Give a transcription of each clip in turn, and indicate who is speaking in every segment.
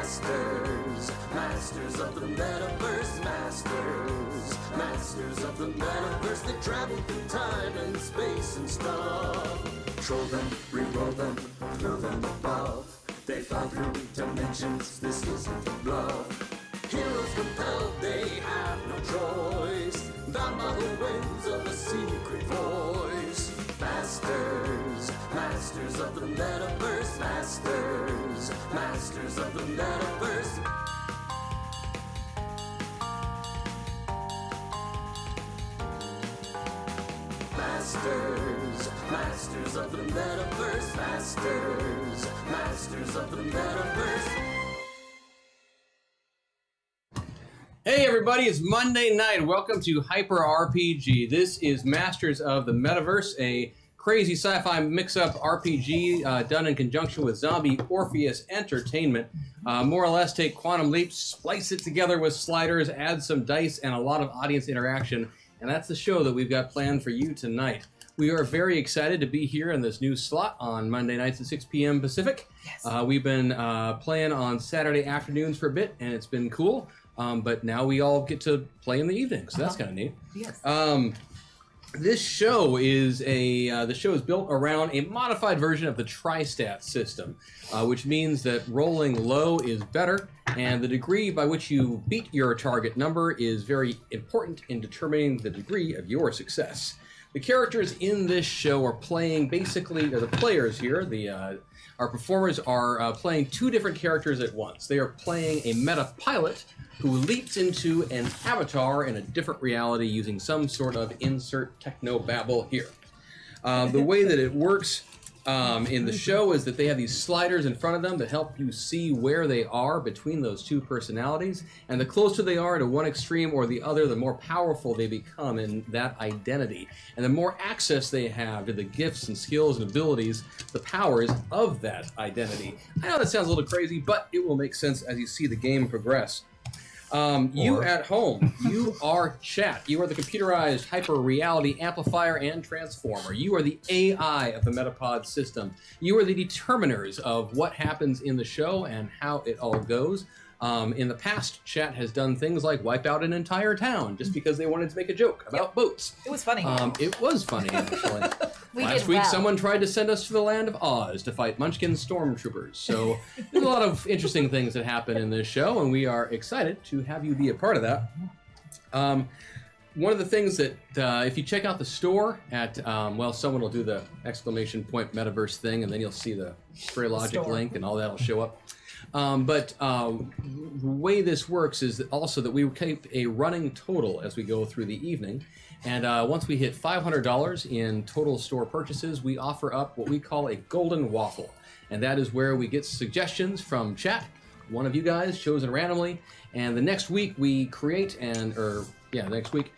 Speaker 1: masters, masters of the metaverse, masters, masters of the metaverse that travel through time and space and stuff. Troll them, re-roll them, throw them above. They fly through dimensions, this isn't love. Heroes compelled, they have no choice. Bound by the winds of a secret voice. Masters, masters of the metaverse, masters, masters of the metaverse. Masters, masters of the metaverse, masters, masters of the metaverse.
Speaker 2: Hey everybody, it's Monday night. Welcome to Hyper RPG. This is Masters of the Metaverse, a crazy sci-fi mix-up RPG uh, done in conjunction with Zombie Orpheus Entertainment. Uh, more or less, take quantum leaps, splice it together with sliders, add some dice, and a lot of audience interaction, and that's the show that we've got planned for you tonight. We are very excited to be here in this new slot on Monday nights at 6 p.m. Pacific. Uh, we've been uh, playing on Saturday afternoons for a bit, and it's been cool. Um, but now we all get to play in the evening, so that's kind of neat.
Speaker 3: Yes.
Speaker 2: Um, this show is a uh, the show is built around a modified version of the tristat system, uh, which means that rolling low is better, and the degree by which you beat your target number is very important in determining the degree of your success. The characters in this show are playing basically, or the players here, the uh, our performers are uh, playing two different characters at once. They are playing a meta pilot who leaps into an avatar in a different reality using some sort of insert techno babble here. Uh, the way that it works um, in the show is that they have these sliders in front of them that help you see where they are between those two personalities. And the closer they are to one extreme or the other, the more powerful they become in that identity. And the more access they have to the gifts and skills and abilities, the powers of that identity. I know that sounds a little crazy, but it will make sense as you see the game progress. Um, you at home, you are chat. You are the computerized hyper reality amplifier and transformer. You are the AI of the Metapod system. You are the determiners of what happens in the show and how it all goes. Um, in the past, chat has done things like wipe out an entire town just because they wanted to make a joke about boats.
Speaker 3: It was funny.
Speaker 2: Um, it was funny, actually.
Speaker 4: We
Speaker 2: Last
Speaker 4: did
Speaker 2: week,
Speaker 4: well.
Speaker 2: someone tried to send us to the land of Oz to fight Munchkin stormtroopers. So, there's a lot of interesting things that happen in this show, and we are excited to have you be a part of that. Um, one of the things that, uh, if you check out the store at, um, well, someone will do the exclamation point metaverse thing, and then you'll see the Stray Logic
Speaker 3: Store.
Speaker 2: link, and all that'll show up. Um, but um, the way this works is that also that we keep a running total as we go through the evening. And uh, once we hit $500 in total store purchases, we offer up what we call a golden waffle. And that is where we get suggestions from chat, one of you guys chosen randomly. And the next week we create and, or yeah, next week,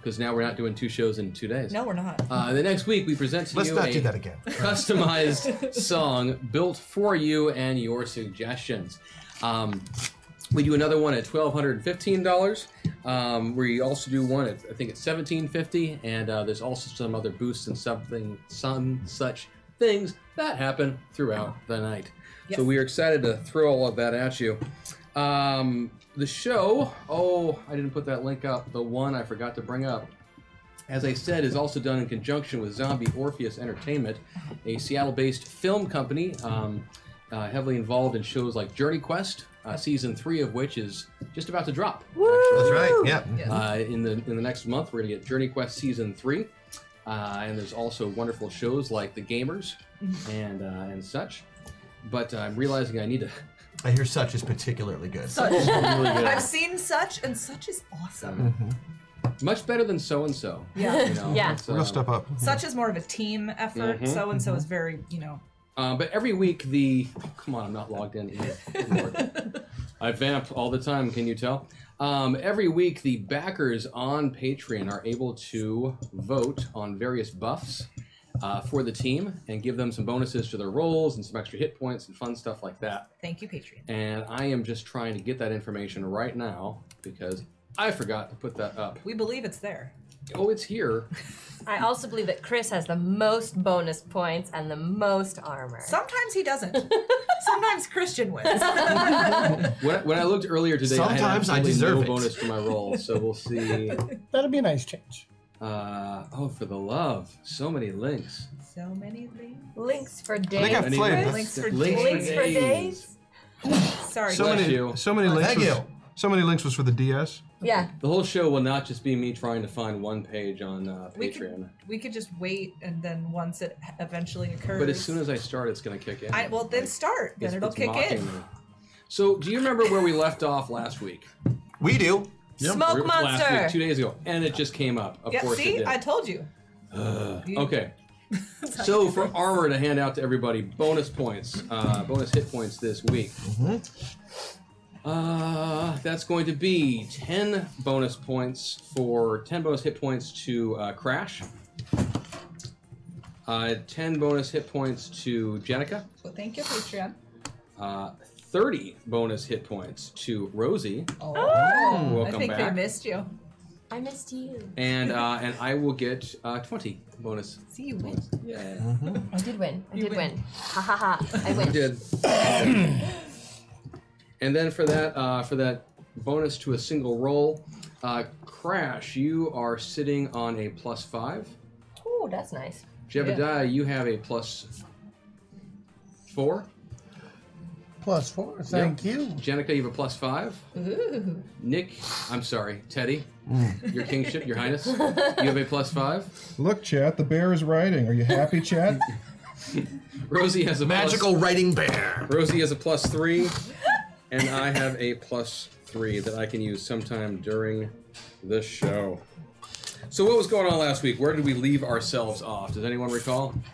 Speaker 2: because now we're not doing two shows in two days.
Speaker 3: no, we're not.
Speaker 2: Uh, the next week we present to
Speaker 5: Let's
Speaker 2: you
Speaker 5: not
Speaker 2: a
Speaker 5: do that again.
Speaker 2: customized song built for you and your suggestions. Um, we do another one at twelve hundred and fifteen dollars. Um, we also do one at I think it's seventeen fifty, and uh, there's also some other boosts and something, some such things that happen throughout the night.
Speaker 3: Yes.
Speaker 2: So we are excited to throw all of that at you. Um, the show. Oh, I didn't put that link up. The one I forgot to bring up as I said, is also done in conjunction with Zombie Orpheus Entertainment, a Seattle-based film company um, uh, heavily involved in shows like Journey Quest, uh, season three of which is just about to drop.
Speaker 5: That's right. Yeah.
Speaker 3: Yes.
Speaker 2: Uh, in the in the next month, we're going to get Journey Quest season three, uh, and there's also wonderful shows like The Gamers and uh, and such. But I'm realizing I need to.
Speaker 5: I hear such is particularly good.
Speaker 3: such.
Speaker 2: really good.
Speaker 3: I've seen such, and such is awesome.
Speaker 2: Much better than so and so.
Speaker 3: Yeah.
Speaker 4: Yeah.
Speaker 5: We're
Speaker 2: um,
Speaker 5: gonna step up.
Speaker 3: Such is more of a team effort.
Speaker 2: Mhm,
Speaker 3: So and so is very, you know.
Speaker 2: Uh, but every week the come on, I'm not logged in. Either. Good lord. I vamp all the time. Can you tell? Um, every week the backers on Patreon are able to vote on various buffs uh, for the team and give them some bonuses to their roles and some extra hit points and fun stuff like that.
Speaker 3: Thank you, Patreon.
Speaker 2: And I am just trying to get that information right now because I forgot to put that up.
Speaker 3: We believe it's there.
Speaker 2: Oh, it's here.
Speaker 4: I also believe that Chris has the most bonus points and the most armor.
Speaker 3: Sometimes he doesn't. Sometimes Christian wins.
Speaker 2: When I, when I looked earlier today, I had
Speaker 5: Sometimes I
Speaker 2: absolutely
Speaker 5: deserve
Speaker 2: no
Speaker 5: it.
Speaker 2: bonus for my roll, so we'll see.
Speaker 6: That'd be a nice change.
Speaker 2: Uh, oh, for the love! So many links.
Speaker 3: so many links.
Speaker 4: Links for
Speaker 5: I think
Speaker 4: days.
Speaker 5: I've
Speaker 2: Many
Speaker 5: played this.
Speaker 3: Links for
Speaker 4: Links for days.
Speaker 3: Sorry.
Speaker 7: So
Speaker 2: Bless
Speaker 7: many,
Speaker 2: you.
Speaker 7: so many links.
Speaker 5: Thank
Speaker 7: was,
Speaker 5: you.
Speaker 7: So many links was for the DS.
Speaker 4: Yeah.
Speaker 2: The whole show will not just be me trying to find one page on uh,
Speaker 3: We
Speaker 2: Patreon,
Speaker 3: we could just wait, and then once it eventually occurs.
Speaker 2: but as soon as I start, it's going to kick in.
Speaker 3: I well then
Speaker 2: Like,
Speaker 3: start, then
Speaker 2: it's-
Speaker 3: it'll
Speaker 2: it's
Speaker 3: kick
Speaker 2: mocking
Speaker 3: in.
Speaker 2: me. So, do you remember where we left off last week?
Speaker 5: We do.
Speaker 2: We were-
Speaker 4: Smoke
Speaker 2: Last week, two
Speaker 4: monster.
Speaker 2: days ago, and it just came up. Of
Speaker 3: Yeah.
Speaker 2: course, it
Speaker 3: See,
Speaker 2: did.
Speaker 3: I told you. You-
Speaker 2: Okay. so for armor to hand out to everybody, bonus points, uh, bonus hit points this week. Uh, that's going to be ten bonus points for ten bonus hit points to uh, Crash. Uh, ten bonus hit points to Jenica.
Speaker 3: Well, thank you, Patreon.
Speaker 2: Uh, Thirty bonus hit points to Rosie.
Speaker 3: Oh, I
Speaker 2: Welcome
Speaker 3: think
Speaker 2: back.
Speaker 3: they missed you.
Speaker 4: I missed you.
Speaker 2: and uh, and I will get uh, twenty bonus.
Speaker 3: See you win.
Speaker 2: points. Yeah.
Speaker 4: I did win. I
Speaker 3: You
Speaker 4: did
Speaker 3: win.
Speaker 4: win. Ha ha ha. I win.
Speaker 2: I did. and then for that, uh, for that bonus to a single roll, uh, Crash, you are sitting on a plus five.
Speaker 4: Ooh, that's nice.
Speaker 2: Jebediah, you have a plus four.
Speaker 6: Plus four. Thank you.
Speaker 2: Jenica, you have a plus five.
Speaker 4: Ooh.
Speaker 2: Nick, I'm sorry, Teddy, your kingship, your highness, you have a plus five.
Speaker 7: Look, chat. The bear is riding. Are you happy, chat?
Speaker 2: Rosie has a plus-
Speaker 5: Magical writing bear.
Speaker 2: Rosie has a plus three, and I have a plus three that I can use sometime during the show. So, what was going on last week? Where did we leave ourselves off? Does anyone recall?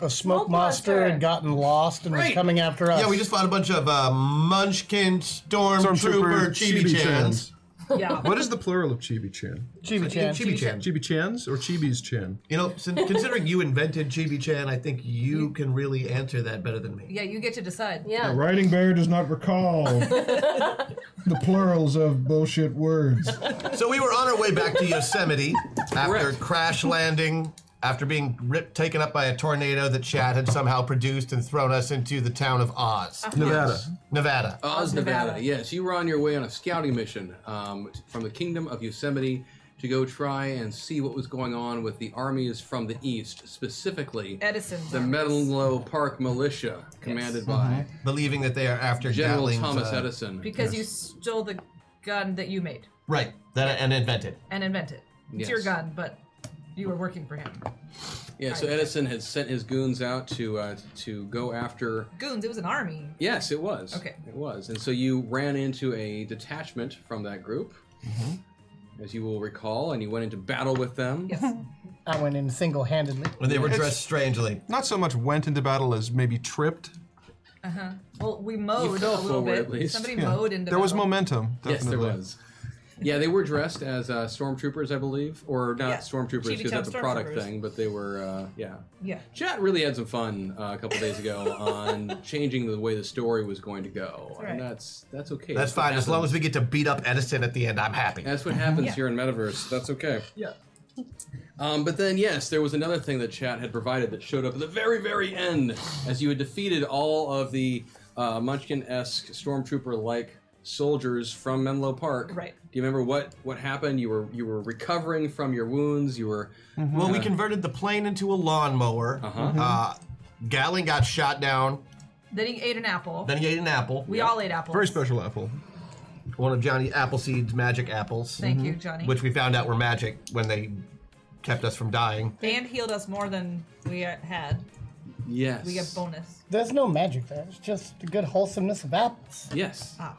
Speaker 6: A smoke
Speaker 4: Smoke
Speaker 6: monster
Speaker 4: monster.
Speaker 6: had gotten lost and
Speaker 2: Right.
Speaker 6: was coming after us.
Speaker 5: Yeah, we just found a bunch of uh, Munchkin Stormtrooper
Speaker 7: Stormtrooper
Speaker 5: Chibi Chans.
Speaker 3: Yeah.
Speaker 7: What is the plural of Chibi Chan?
Speaker 6: Chibi Chan.
Speaker 5: Chibi Chan.
Speaker 7: Chibi Chans or Chibi's Chan?
Speaker 5: You know, sin- considering you invented Chibi Chan, I think you
Speaker 3: Mm-hmm.
Speaker 5: can really answer that better than me.
Speaker 3: Yeah, you get to decide.
Speaker 4: Yeah.
Speaker 8: The writing bear does not recall the plurals of bullshit words.
Speaker 5: So we were on our way back to Yosemite after
Speaker 2: Correct.
Speaker 5: crash landing, after being ripped, taken up by a tornado that Chad had somehow produced and thrown us into the town of Oz,
Speaker 7: Nevada.
Speaker 5: Nevada.
Speaker 2: Oz, Nevada.
Speaker 3: Nevada.
Speaker 2: Yes, you were on your way on a scouting mission um, t- from the Kingdom of Yosemite to go try and see what was going on with the armies from the east, specifically
Speaker 3: Edison.
Speaker 2: the Menlo Park Militia, commanded by
Speaker 5: believing that they are after
Speaker 2: General
Speaker 5: Gatling,
Speaker 2: Thomas
Speaker 5: uh,
Speaker 2: Edison.
Speaker 3: Mm-hmm. Because you stole the gun that you made
Speaker 5: Right, that and invented.
Speaker 3: and invented. It's your
Speaker 2: Yes.
Speaker 3: gun, but you were working for him.
Speaker 2: Yeah, so Edison had sent his goons out to uh, to go after.
Speaker 3: Goons. It was an army.
Speaker 2: Yes, it was.
Speaker 3: Okay.
Speaker 2: it was, and so you ran into a detachment from that group,
Speaker 5: Mm-hmm.
Speaker 2: as you will recall, and you went into battle with them.
Speaker 3: Yes.
Speaker 6: I went in single handedly.
Speaker 5: When they were dressed strangely.
Speaker 7: Not so much went into battle as maybe tripped.
Speaker 3: Well, we mowed
Speaker 2: fell
Speaker 3: a little
Speaker 2: forward,
Speaker 3: bit.
Speaker 2: at least.
Speaker 3: Somebody mowed into.
Speaker 7: There was
Speaker 3: battle.
Speaker 7: momentum. Definitely.
Speaker 2: Yes, there was. Yeah, they were dressed as uh, stormtroopers, I believe, or not
Speaker 3: Yeah.
Speaker 2: stormtroopers
Speaker 3: Chibi
Speaker 2: because
Speaker 3: Town
Speaker 2: that's a product
Speaker 3: stormtroopers.
Speaker 2: thing, but they were, uh, yeah.
Speaker 3: Yeah.
Speaker 2: Chat really had some fun uh, a couple days ago on changing the way the story was going to go,
Speaker 3: right.
Speaker 2: and that's that's okay.
Speaker 5: That's
Speaker 2: what
Speaker 5: fine. As long as we get to beat up Edison at the end, I'm happy.
Speaker 2: That's what happens
Speaker 3: Yeah.
Speaker 2: here in Metaverse. That's okay. Yeah. Um, but then, yes, there was another thing that chat had provided that showed up at the very, very end as you had defeated all of the uh, Munchkin esque stormtrooper like soldiers from Menlo Park.
Speaker 3: Right.
Speaker 2: Do you remember what, what happened? You were you were recovering from your wounds. You were
Speaker 3: Mm-hmm.
Speaker 5: Well, we converted the plane into a lawnmower.
Speaker 2: Uh-huh.
Speaker 5: Uh, Gatling got shot down.
Speaker 3: Then he ate an apple.
Speaker 5: Then he ate an apple.
Speaker 3: we all ate apples.
Speaker 7: Very special apple.
Speaker 5: One of Johnny Appleseed's magic apples, Mm-hmm.
Speaker 3: Thank you, Johnny.
Speaker 5: which we found out were magic when they kept us from dying.
Speaker 3: and healed us more than we had.
Speaker 2: yes.
Speaker 3: We get bonus. Ah.
Speaker 6: There's no magic there. It's just the good wholesomeness of apples.
Speaker 2: Yes.
Speaker 3: Ah.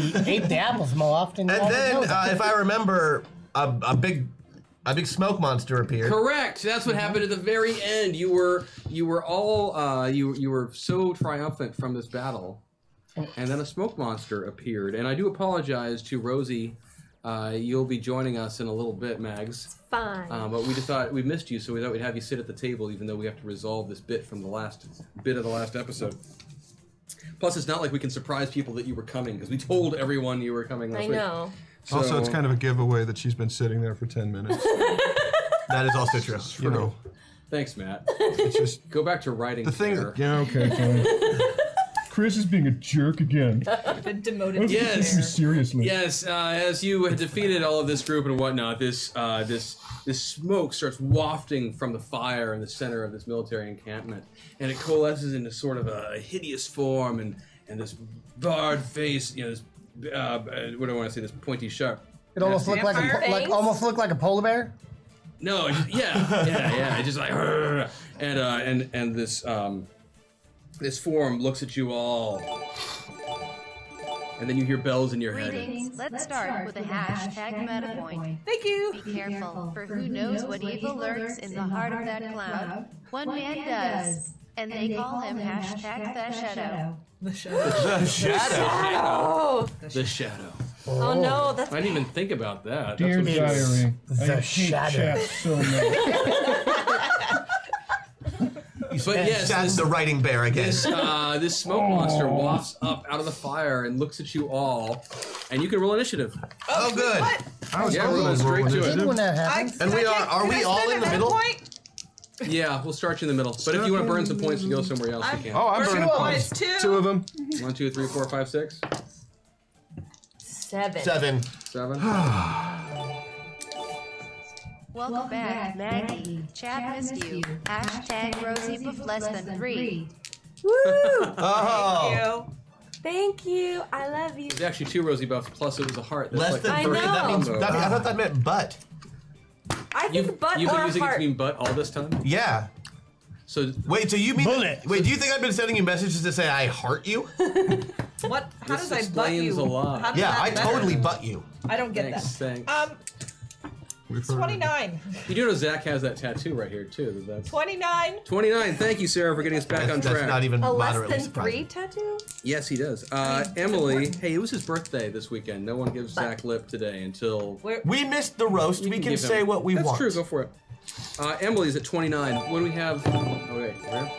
Speaker 6: You ate the apples more often. than
Speaker 2: Oh,
Speaker 5: And
Speaker 6: you
Speaker 5: then,
Speaker 6: know.
Speaker 5: uh, if I remember, a, a big, a big smoke monster appeared.
Speaker 2: Correct. That's what happened at the very end. You were you were all uh, you you were so triumphant from this battle, and then a smoke monster appeared. And I do apologize to Rosie. Uh, you'll be joining us in a little bit, Mags.
Speaker 4: Fine.
Speaker 2: Um, but we just thought we missed you, so we thought we'd have you sit at the table, even though we have to resolve this bit from the last bit of the last episode. Plus, it's not like we can surprise people that you were coming because we told everyone you were coming last
Speaker 4: I
Speaker 2: week.
Speaker 4: know.
Speaker 7: also, it's kind of a giveaway that she's been sitting there for 10 minutes.
Speaker 5: That is also true.
Speaker 7: you know,
Speaker 2: Thanks, Matt.
Speaker 7: it's just
Speaker 2: Go back to writing.
Speaker 7: the thing.
Speaker 2: Claire.
Speaker 7: That, yeah,
Speaker 8: Yeah, okay, fine. Chris is being a jerk again.
Speaker 3: Been demoted to
Speaker 2: Yes.
Speaker 3: mayor.
Speaker 8: Seriously.
Speaker 2: Yes, uh, as you had defeated all of this group and whatnot, this uh, this this smoke starts wafting from the fire in the center of this military encampment, and it coalesces into sort of a hideous form, and and this barred face, you know, this, uh, uh, what do I want to say? This pointy, sharp.
Speaker 6: It almost looked like a,
Speaker 4: Vampire
Speaker 6: po- like
Speaker 4: fangs?
Speaker 6: almost looked like a polar bear.
Speaker 2: No, it's- yeah, yeah, yeah. It's just like, "Arr." and uh, and and this um, this form looks at you all, and then you hear bells in your head.
Speaker 9: Greetings. Let's start with a hashtag meta point.
Speaker 3: Thank you.
Speaker 9: Be careful, for who knows what evil lurks in the heart of that cloud. One man does, and they call him hashtag the shadow.
Speaker 3: The show.
Speaker 5: The shadow.
Speaker 4: Oh,
Speaker 2: The shadow.
Speaker 4: oh no, that's
Speaker 2: I didn't even think about that. That's
Speaker 8: Dear
Speaker 2: what-
Speaker 8: diary, I
Speaker 5: the
Speaker 8: hate
Speaker 5: shadow.
Speaker 8: chat so much.
Speaker 2: But yes,
Speaker 5: That's
Speaker 2: this,
Speaker 5: the writing bear again.
Speaker 2: this, uh, this smoke monster wafts up out of the fire and looks at you all, and you can roll initiative.
Speaker 5: Oh, good.
Speaker 3: What?
Speaker 7: I was
Speaker 2: Yeah,
Speaker 7: hoping
Speaker 2: roll
Speaker 7: I'd
Speaker 2: straight to it.
Speaker 7: initiative.
Speaker 6: Even when that
Speaker 3: I,
Speaker 6: happens,
Speaker 5: And we
Speaker 3: I
Speaker 5: are-
Speaker 3: can't-
Speaker 5: are
Speaker 3: can
Speaker 5: we
Speaker 3: I
Speaker 5: all
Speaker 3: spend
Speaker 5: in
Speaker 3: a
Speaker 5: the
Speaker 3: meta
Speaker 5: middle? Oh.
Speaker 3: Point?
Speaker 2: Yeah, we'll start you in the middle. But if you want to burn some points and go somewhere else, you
Speaker 3: I'm-
Speaker 2: can.
Speaker 7: Oh, I'm
Speaker 3: We're
Speaker 7: burning
Speaker 3: two
Speaker 7: points.
Speaker 3: eyes, two.
Speaker 7: Two of them.
Speaker 2: One, two, three, four, five, six,
Speaker 4: seven.
Speaker 5: Seven.
Speaker 2: seven.
Speaker 9: Welcome back, Maggie. Chad missed you. Hashtag Rosie with less than three.
Speaker 4: Woo!
Speaker 5: Oh.
Speaker 3: You.
Speaker 4: Thank you. I love you.
Speaker 2: It's actually two rosy buffs, plus it was a heart. That's
Speaker 5: Less
Speaker 2: like
Speaker 5: than
Speaker 4: I
Speaker 5: three.
Speaker 4: know.
Speaker 5: That means. That, I thought that meant butt.
Speaker 4: I think
Speaker 2: You've,
Speaker 4: butt
Speaker 2: you've
Speaker 4: or
Speaker 2: been using it
Speaker 4: heart.
Speaker 2: to mean butt all this time?
Speaker 5: Yeah.
Speaker 2: So
Speaker 5: Wait. So you mean?
Speaker 6: Bullet.
Speaker 5: Wait. Do you think I've been sending you messages to say I heart you?
Speaker 3: What? How
Speaker 2: This
Speaker 3: does I butt
Speaker 2: explains
Speaker 3: you?
Speaker 2: a lot.
Speaker 3: How does
Speaker 5: Yeah.
Speaker 3: that
Speaker 5: I
Speaker 3: matter?
Speaker 5: totally butt you.
Speaker 3: I don't get
Speaker 2: thanks,
Speaker 3: that.
Speaker 2: thanks.
Speaker 3: Um,
Speaker 7: We've heard-
Speaker 3: 29.
Speaker 2: you do know Zach has that tattoo right here too. That's
Speaker 3: 29.
Speaker 2: 29. Thank you, Sarah, for getting us back
Speaker 5: That's,
Speaker 2: on
Speaker 5: that's
Speaker 2: track.
Speaker 5: not even
Speaker 4: a less
Speaker 5: moderately
Speaker 4: than
Speaker 5: surprising.
Speaker 4: three tattoo?
Speaker 2: Yes, he does. Uh, Emily, hey, it was his birthday this weekend. No one gives Zach lip today until
Speaker 3: Where?
Speaker 5: We missed the roast. we can
Speaker 2: give him-
Speaker 5: say what we
Speaker 2: That's
Speaker 5: want.
Speaker 2: true. Go for it. Uh, Emily's at 29. When we have, oh wait, where?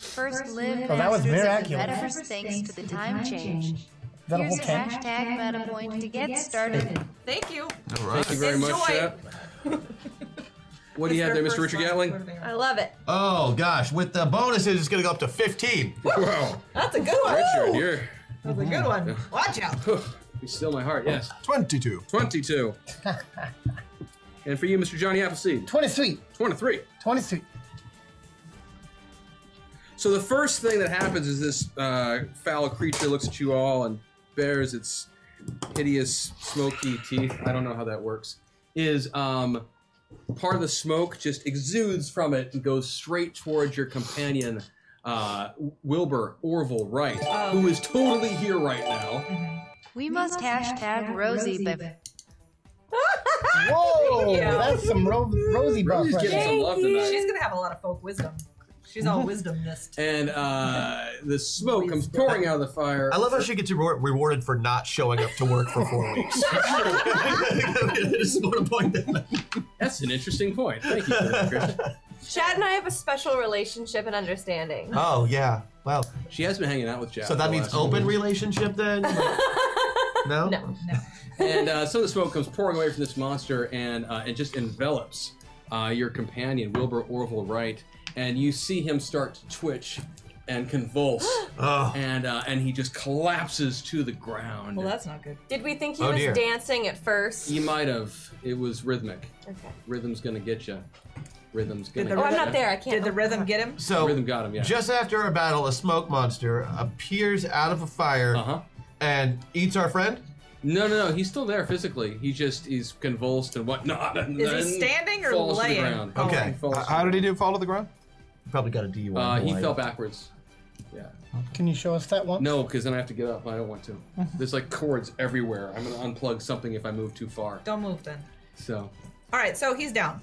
Speaker 9: First live
Speaker 6: Oh, that was
Speaker 9: masters of the
Speaker 6: miraculous.
Speaker 9: metaverse thanks to the time change.
Speaker 6: is that a
Speaker 9: Here's
Speaker 6: whole
Speaker 9: a
Speaker 6: tent?
Speaker 9: hashtag meta point to get started.
Speaker 3: Thank you.
Speaker 5: All
Speaker 2: thank you very much.
Speaker 3: Enjoy.
Speaker 2: Zach. What do you have there, Mr. Richard Gatling?
Speaker 4: I love it.
Speaker 5: Oh gosh, with the bonuses, it's gonna go up to 15.
Speaker 2: Wow,
Speaker 3: That's a good one.
Speaker 2: Richard, you're
Speaker 3: That's a good one. Watch out.
Speaker 2: you still my heart. Yes,
Speaker 7: 22.
Speaker 2: 22. and for you, Mr. Johnny Appleseed,
Speaker 6: twenty sweet,
Speaker 2: 23.
Speaker 6: twenty sweet.
Speaker 2: So the first thing that happens is this uh, foul creature looks at you all and bares its hideous smoky teeth. I don't know how that works. Is um, part of the smoke just exudes from it and goes straight towards your companion, uh, Wilbur Orville Wright, who is totally here right now.
Speaker 9: We must hashtag Rosie Biff.
Speaker 6: Whoa,
Speaker 3: you.
Speaker 6: that's some ro- rosy buff
Speaker 2: He's
Speaker 6: right
Speaker 2: getting
Speaker 6: there.
Speaker 2: some love tonight.
Speaker 3: She's gonna have a lot of folk wisdom. She's all wisdomist.
Speaker 2: And uh, the smoke comes pouring out of the fire.
Speaker 5: I love how she gets rewar- rewarded for not showing up to work for four weeks. Just want to point that out.
Speaker 2: That's an interesting point. Thank you, for that, Christian.
Speaker 4: Chad and I have a special relationship and understanding.
Speaker 5: Oh yeah, wow.
Speaker 2: She has been hanging out with Jack.
Speaker 5: So that
Speaker 2: the
Speaker 5: means
Speaker 2: last
Speaker 5: open relationship then? No.
Speaker 4: No.
Speaker 2: and uh, some of the smoke comes pouring away from this monster and uh, it just envelops uh, your companion wilbur orville wright and you see him start to twitch and convulse
Speaker 5: Oh.
Speaker 2: and uh, and he just collapses to the ground
Speaker 3: Well, that's not good.
Speaker 4: Did we think he
Speaker 5: Oh,
Speaker 4: was
Speaker 5: dear.
Speaker 4: dancing at first?
Speaker 2: you might have it was rhythmic
Speaker 4: Okay.
Speaker 2: rhythm's gonna get you rhythm's gonna
Speaker 3: the
Speaker 2: get
Speaker 4: Oh, I'm
Speaker 2: ya.
Speaker 4: not there. I can't.
Speaker 3: Did the rhythm get him?
Speaker 5: So
Speaker 2: Rhythm got him, yeah.
Speaker 5: Just after our battle, a smoke monster appears out of a fire
Speaker 2: uh-huh
Speaker 5: and eats our friend.
Speaker 2: no no no he's still there physically he just he's convulsed and whatnot and
Speaker 3: Is he
Speaker 2: then
Speaker 3: standing or
Speaker 2: falls to the
Speaker 3: laying?
Speaker 2: ground.
Speaker 3: Oh,
Speaker 2: He
Speaker 5: Okay.
Speaker 2: falls
Speaker 7: Uh,
Speaker 2: to
Speaker 7: how
Speaker 2: the
Speaker 7: did he do? Fall to the ground?
Speaker 5: Probably got a DUI.
Speaker 2: ground. uh, he
Speaker 5: Why?
Speaker 2: fell backwards yeah
Speaker 6: Can you show us that one?
Speaker 2: No, because then I have to get up. and I don't want to. There's like cords everywhere. I'm gonna unplug something if I move too far.
Speaker 3: Don't move then.
Speaker 2: So,
Speaker 3: All right, so he's down.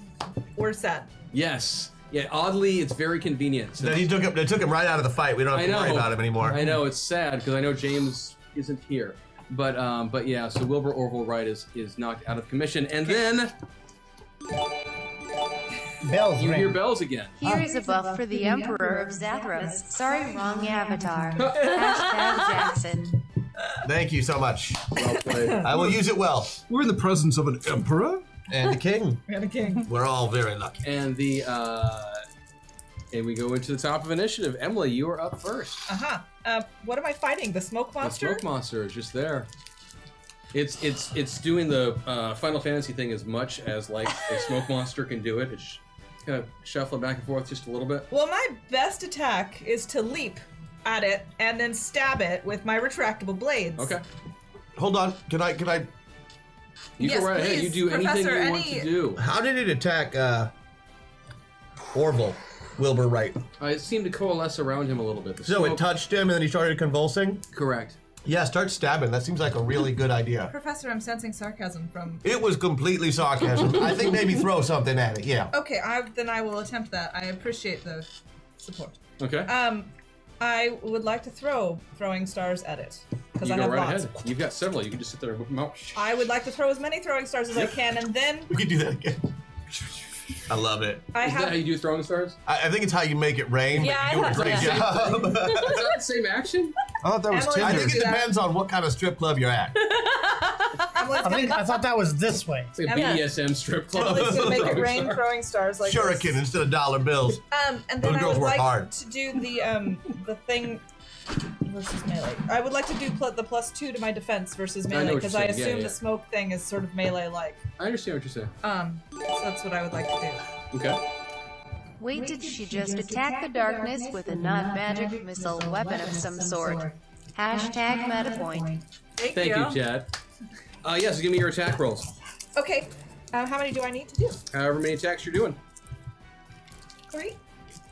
Speaker 3: We're set.
Speaker 2: yes, yeah. Oddly, it's very convenient.
Speaker 5: Then he took him. They took him right out of the fight. We don't
Speaker 2: I
Speaker 5: have to
Speaker 2: know.
Speaker 5: worry about him anymore.
Speaker 2: I know it's sad because I know James isn't here, but um, but yeah. So Wilbur Orville Wright is is knocked out of commission, and then
Speaker 6: Bells
Speaker 2: You
Speaker 6: ring.
Speaker 2: hear bells again.
Speaker 9: Here is a buff for the Emperor of Zathras. Sorry, wrong avatar. Hashtag Jackson.
Speaker 5: Thank you so much.
Speaker 7: Well played.
Speaker 5: I will use it well.
Speaker 7: We're in the presence of an emperor.
Speaker 5: And the king.
Speaker 10: We got a king.
Speaker 5: We're all very lucky.
Speaker 2: And the uh, and we go into the top of initiative. Emily, you are up first.
Speaker 10: Aha. Uh, what am I fighting? The smoke monster?
Speaker 2: The smoke monster is just there. It's it's it's doing the uh, Final Fantasy thing as much as like a smoke monster can do it. It's kind of shuffling back and forth just a little bit.
Speaker 10: Well, my best attack is to leap at it and then stab it with my retractable blades.
Speaker 2: Okay,
Speaker 5: Hold on. Can I? Can I?
Speaker 2: you
Speaker 10: Yes,
Speaker 2: go right ahead. You
Speaker 10: please,
Speaker 2: do anything you
Speaker 10: Professor,
Speaker 2: want
Speaker 10: any-
Speaker 2: to do.
Speaker 5: How did it attack uh, Orville Wilbur Wright?
Speaker 2: Uh, it seemed to coalesce around him a little bit. The
Speaker 5: So it
Speaker 2: smoke-
Speaker 5: touched him, and then he started convulsing.
Speaker 2: correct.
Speaker 5: Yeah, start stabbing. That seems like a really good idea.
Speaker 10: Professor, I'm sensing sarcasm from.
Speaker 5: It was completely sarcasm. I think maybe throw something at it. Yeah.
Speaker 10: Okay, I, then I will attempt that. I appreciate the support.
Speaker 2: Okay,
Speaker 10: Um, I would like to throw throwing stars at it because
Speaker 2: you
Speaker 10: I
Speaker 2: go
Speaker 10: have
Speaker 2: right
Speaker 10: lots.
Speaker 2: ahead. You've got several. You can just sit there and whip them out.
Speaker 10: I would like to throw as many throwing stars as I can, and then
Speaker 5: We could do that again. I love it.
Speaker 10: I
Speaker 2: Is that how
Speaker 10: have.
Speaker 2: you do throwing stars?
Speaker 5: I, I think it's how you make it rain. but
Speaker 4: Yeah,
Speaker 5: you're
Speaker 4: I
Speaker 5: doing a
Speaker 2: thought
Speaker 5: great job.
Speaker 2: Is that the same action?
Speaker 7: I thought that was
Speaker 10: Emily,
Speaker 5: I
Speaker 7: Tinder.
Speaker 5: think it depends on what kind of strip club you're at.
Speaker 10: Emily's
Speaker 6: I
Speaker 10: gonna,
Speaker 6: think I thought that was this way.
Speaker 2: It's like a
Speaker 10: Yeah.
Speaker 2: BDSM strip club.
Speaker 10: Emily's gonna make it
Speaker 2: Throwing
Speaker 10: rain
Speaker 2: stars.
Speaker 10: throwing stars like
Speaker 5: Shuriken
Speaker 10: This.
Speaker 5: instead of dollar bills.
Speaker 10: Um, and then
Speaker 5: Those
Speaker 10: I
Speaker 5: girls
Speaker 10: would
Speaker 5: work
Speaker 10: like
Speaker 5: hard.
Speaker 10: to do the um the thing. Versus melee. I would like to do pl- the plus two to my defense versus
Speaker 2: know what
Speaker 10: melee
Speaker 2: you're
Speaker 10: because I,
Speaker 2: saying. Yeah,
Speaker 10: assume
Speaker 2: yeah.
Speaker 10: the smoke thing is sort of melee like.
Speaker 2: I understand what you're saying.
Speaker 10: Um, so that's what I would like to do.
Speaker 2: Okay.
Speaker 9: Wait, did she just attack the darkness with a not magic missile weapon of some sort? Hashtag meta point.
Speaker 10: Thank,
Speaker 2: Thank you, Chad. Uh, yes, give me your attack rolls.
Speaker 10: Okay, um, how many do I need to do?
Speaker 2: However many attacks you're doing.
Speaker 10: Three.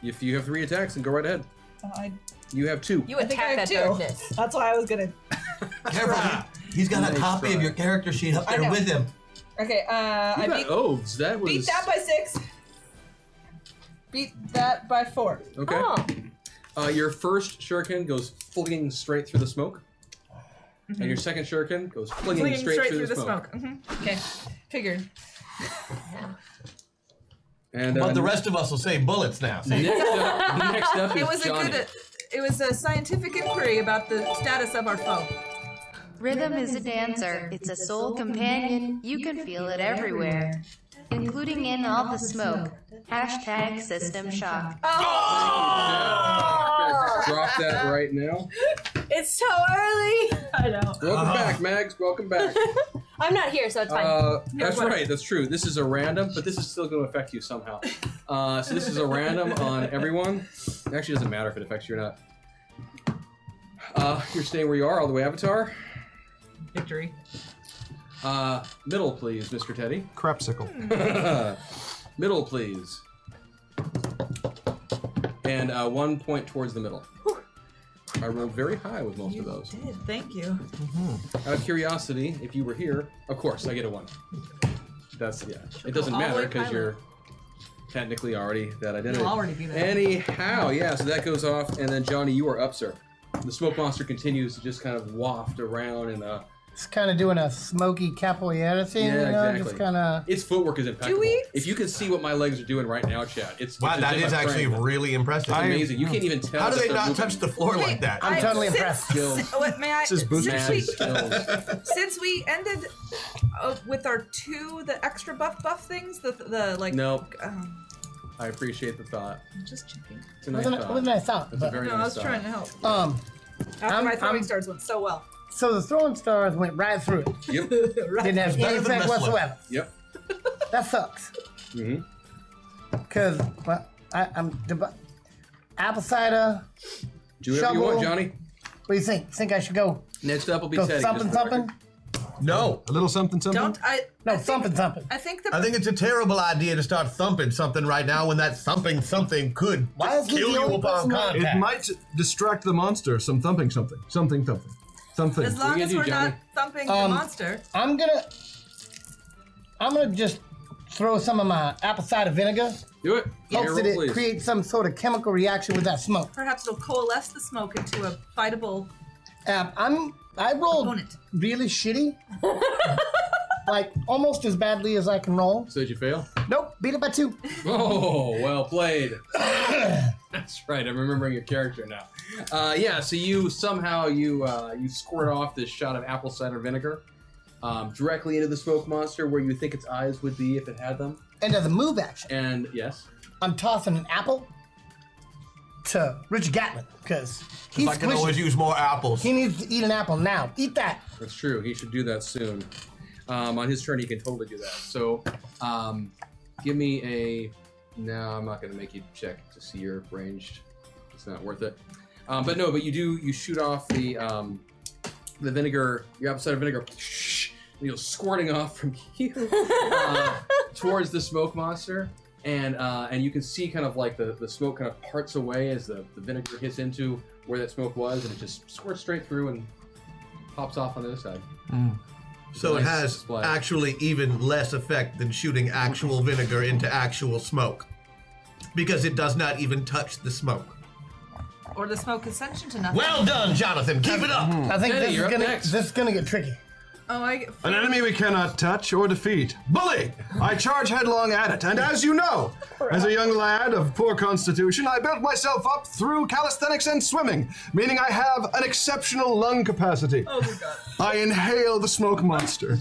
Speaker 2: If you have three attacks, then go right ahead.
Speaker 10: Uh, I
Speaker 2: You have two.
Speaker 4: You
Speaker 10: I think I
Speaker 4: attack that
Speaker 10: have two.
Speaker 4: darkness.
Speaker 10: That's why I was gonna.
Speaker 5: Careful. he- He's got a
Speaker 2: Nice
Speaker 5: copy of
Speaker 2: try.
Speaker 5: your character sheet up
Speaker 10: I
Speaker 5: there
Speaker 10: know.
Speaker 5: with him.
Speaker 10: Okay, uh,
Speaker 2: You
Speaker 10: I
Speaker 2: got
Speaker 10: beat,
Speaker 2: oaths. That was
Speaker 10: beat that by six. Beat that by four.
Speaker 2: okay.
Speaker 4: Oh,
Speaker 2: Uh, your first shuriken goes flinging straight through the smoke, and your second shuriken goes flinging,
Speaker 10: Flinging
Speaker 2: straight, through, the smoke. Mm-hmm.
Speaker 10: Mhm. Okay, figured.
Speaker 2: And uh,
Speaker 5: But the rest of us will say bullets now. See?
Speaker 2: Next up, next up is
Speaker 10: It was a
Speaker 2: Johnny.
Speaker 10: good. It was a scientific inquiry about the status of our foe.
Speaker 9: Rhythm is a dancer, it's a soul companion, you can feel it everywhere. Including in all the smoke. Hashtag system shock.
Speaker 2: Yeah. Drop that right now.
Speaker 4: it's so early.
Speaker 10: I know.
Speaker 5: Uh-huh.
Speaker 2: Welcome back, Mags. Welcome back.
Speaker 4: I'm not here, so it's fine.
Speaker 2: Uh, that's right. That's true. This is a random, but this is still going to affect you somehow. Uh, so this is a random on everyone. It actually doesn't matter if it affects you or not. Uh, you're staying where you are all the way, Avatar.
Speaker 10: Victory.
Speaker 2: Uh, middle, please, Mr. Teddy.
Speaker 7: Crapsicle.
Speaker 2: middle, please. And uh, one point towards the middle. I rolled very high with most of those.
Speaker 10: Did thank you.
Speaker 2: Out of curiosity, if you were here, of course, I get a one. That's, yeah. It doesn't
Speaker 4: All the
Speaker 2: matter
Speaker 4: way
Speaker 2: because
Speaker 4: pilot.
Speaker 2: you're technically already that identity.
Speaker 10: You'll already be that.
Speaker 2: Anyhow, yeah, so that goes off, and then Johnny, you are up, sir. The smoke monster continues to just kind of waft around, and uh,
Speaker 6: It's kind of doing a smoky capoeira thing,
Speaker 2: Yeah,
Speaker 6: you know,
Speaker 2: exactly.
Speaker 6: just kind of.
Speaker 2: its footwork is impeccable.
Speaker 10: we-
Speaker 2: If you can see what my legs are doing right now, Chad, it's
Speaker 5: Wow,
Speaker 2: it's
Speaker 5: that
Speaker 2: as if
Speaker 5: is
Speaker 2: I'm
Speaker 5: actually
Speaker 2: praying.
Speaker 5: really impressive.
Speaker 2: It's amazing. You can't even tell.
Speaker 5: How do
Speaker 2: that
Speaker 5: they
Speaker 2: they're
Speaker 5: not
Speaker 2: moving.
Speaker 5: touch the floor like that?
Speaker 6: I'm totally
Speaker 10: since- Oh,
Speaker 6: impressed.
Speaker 2: Skills.
Speaker 10: What may I?
Speaker 7: This is boost
Speaker 10: since
Speaker 2: Mad
Speaker 10: we,
Speaker 2: skills.
Speaker 10: since we ended uh, with our two the extra buff buff things, the the like.
Speaker 2: Nope.
Speaker 10: Um,
Speaker 2: I appreciate the thought.
Speaker 10: just checking.
Speaker 2: It's a nice
Speaker 6: Wasn't it
Speaker 2: thought.
Speaker 6: wasn't I thought?
Speaker 2: That's a
Speaker 6: but-
Speaker 2: very
Speaker 10: No, I
Speaker 2: nice
Speaker 10: was
Speaker 2: thought.
Speaker 10: trying to help.
Speaker 6: um,
Speaker 10: After
Speaker 6: I'm-
Speaker 10: my throwing
Speaker 6: I'm-
Speaker 10: stars went so well.
Speaker 6: so the throwing stars went right through it.
Speaker 2: Yep.
Speaker 10: right.
Speaker 6: Didn't have
Speaker 5: better
Speaker 6: any
Speaker 5: than
Speaker 6: effect
Speaker 5: wrestling.
Speaker 6: whatsoever.
Speaker 2: Yep.
Speaker 6: That sucks.
Speaker 2: Mhm.
Speaker 6: Because well, I, I'm deb- apple cider.
Speaker 2: Do whatever you want,
Speaker 6: Shovel.
Speaker 2: Johnny.
Speaker 6: What do you think? Think I should go
Speaker 2: Next up will be
Speaker 6: go
Speaker 2: Teddy.
Speaker 6: thumping
Speaker 2: just for the
Speaker 6: thumping?
Speaker 2: record.
Speaker 5: No.
Speaker 7: A little something something.
Speaker 10: Don't I?
Speaker 6: No,
Speaker 10: I think-
Speaker 6: thumping thumping.
Speaker 10: I think the
Speaker 5: I think it's a terrible idea to start thumping something right now when that thumping something could
Speaker 6: Why is he
Speaker 5: kill
Speaker 6: the
Speaker 5: you
Speaker 6: only
Speaker 5: upon
Speaker 6: person that-
Speaker 5: contact.
Speaker 7: it might distract the monster. Some thumping something. Something thumping. Something.
Speaker 10: as
Speaker 2: What
Speaker 10: long
Speaker 2: you
Speaker 10: as
Speaker 2: gonna
Speaker 10: we're
Speaker 2: do,
Speaker 10: not
Speaker 2: Johnny?
Speaker 10: thumping
Speaker 6: Um,
Speaker 10: the monster.
Speaker 6: I'm gonna I'm gonna just throw some of my apple cider vinegar.
Speaker 2: Do it.
Speaker 6: Hope
Speaker 2: Here,
Speaker 6: that
Speaker 2: roll,
Speaker 6: it
Speaker 2: please.
Speaker 6: creates some sort of chemical reaction with that smoke.
Speaker 10: Perhaps it'll coalesce the smoke into a fightable.
Speaker 6: Um, I'm I rolled
Speaker 10: Opponent.
Speaker 6: really shitty. like almost as badly as I can roll.
Speaker 2: So did you fail?
Speaker 6: Nope, beat it by two.
Speaker 2: Oh, well played. That's right. I'm remembering your character now. Uh, yeah. So you somehow you uh, you squirt off this shot of apple cider vinegar um, directly into the smoke monster where you think its eyes would be if it had them.
Speaker 6: And as a move action,
Speaker 2: And yes,
Speaker 6: I'm tossing an apple to Rich Gatlin because he's
Speaker 5: I can always
Speaker 6: squishy.
Speaker 5: use more apples.
Speaker 6: He needs to eat an apple now. Eat that.
Speaker 2: that's true. He should do that soon. Um, on his turn, he can totally do that. So, um, give me a. No, I'm not going to make you check to see your ranged. It's not worth it. Um, but no, but you do. You shoot off the um, the vinegar. Your apple cider vinegar. You know, squirting off from you uh, towards the smoke monster, and uh, and you can see kind of like the, the smoke kind of parts away as the, the vinegar hits into where that smoke was, and it just squirts straight through and pops off on the other side.
Speaker 5: So it
Speaker 2: Nice
Speaker 5: has
Speaker 2: display.
Speaker 5: actually even less effect than shooting actual vinegar into actual smoke. Because it does not even touch the smoke.
Speaker 3: Or the smoke ascension to nothing.
Speaker 5: Well done, Jonathan. Keep it up.
Speaker 6: I think
Speaker 2: Eddie,
Speaker 6: this
Speaker 2: you're
Speaker 6: is
Speaker 2: up
Speaker 6: gonna
Speaker 2: next.
Speaker 6: this is gonna get tricky.
Speaker 3: oh, I get
Speaker 7: An enemy we cannot touch or defeat. Bully! I charge headlong at it, and as you know, as a young lad of poor constitution, I built myself up through calisthenics and swimming, meaning I have an exceptional lung capacity.
Speaker 3: Oh my god.
Speaker 7: I inhale the smoke monster.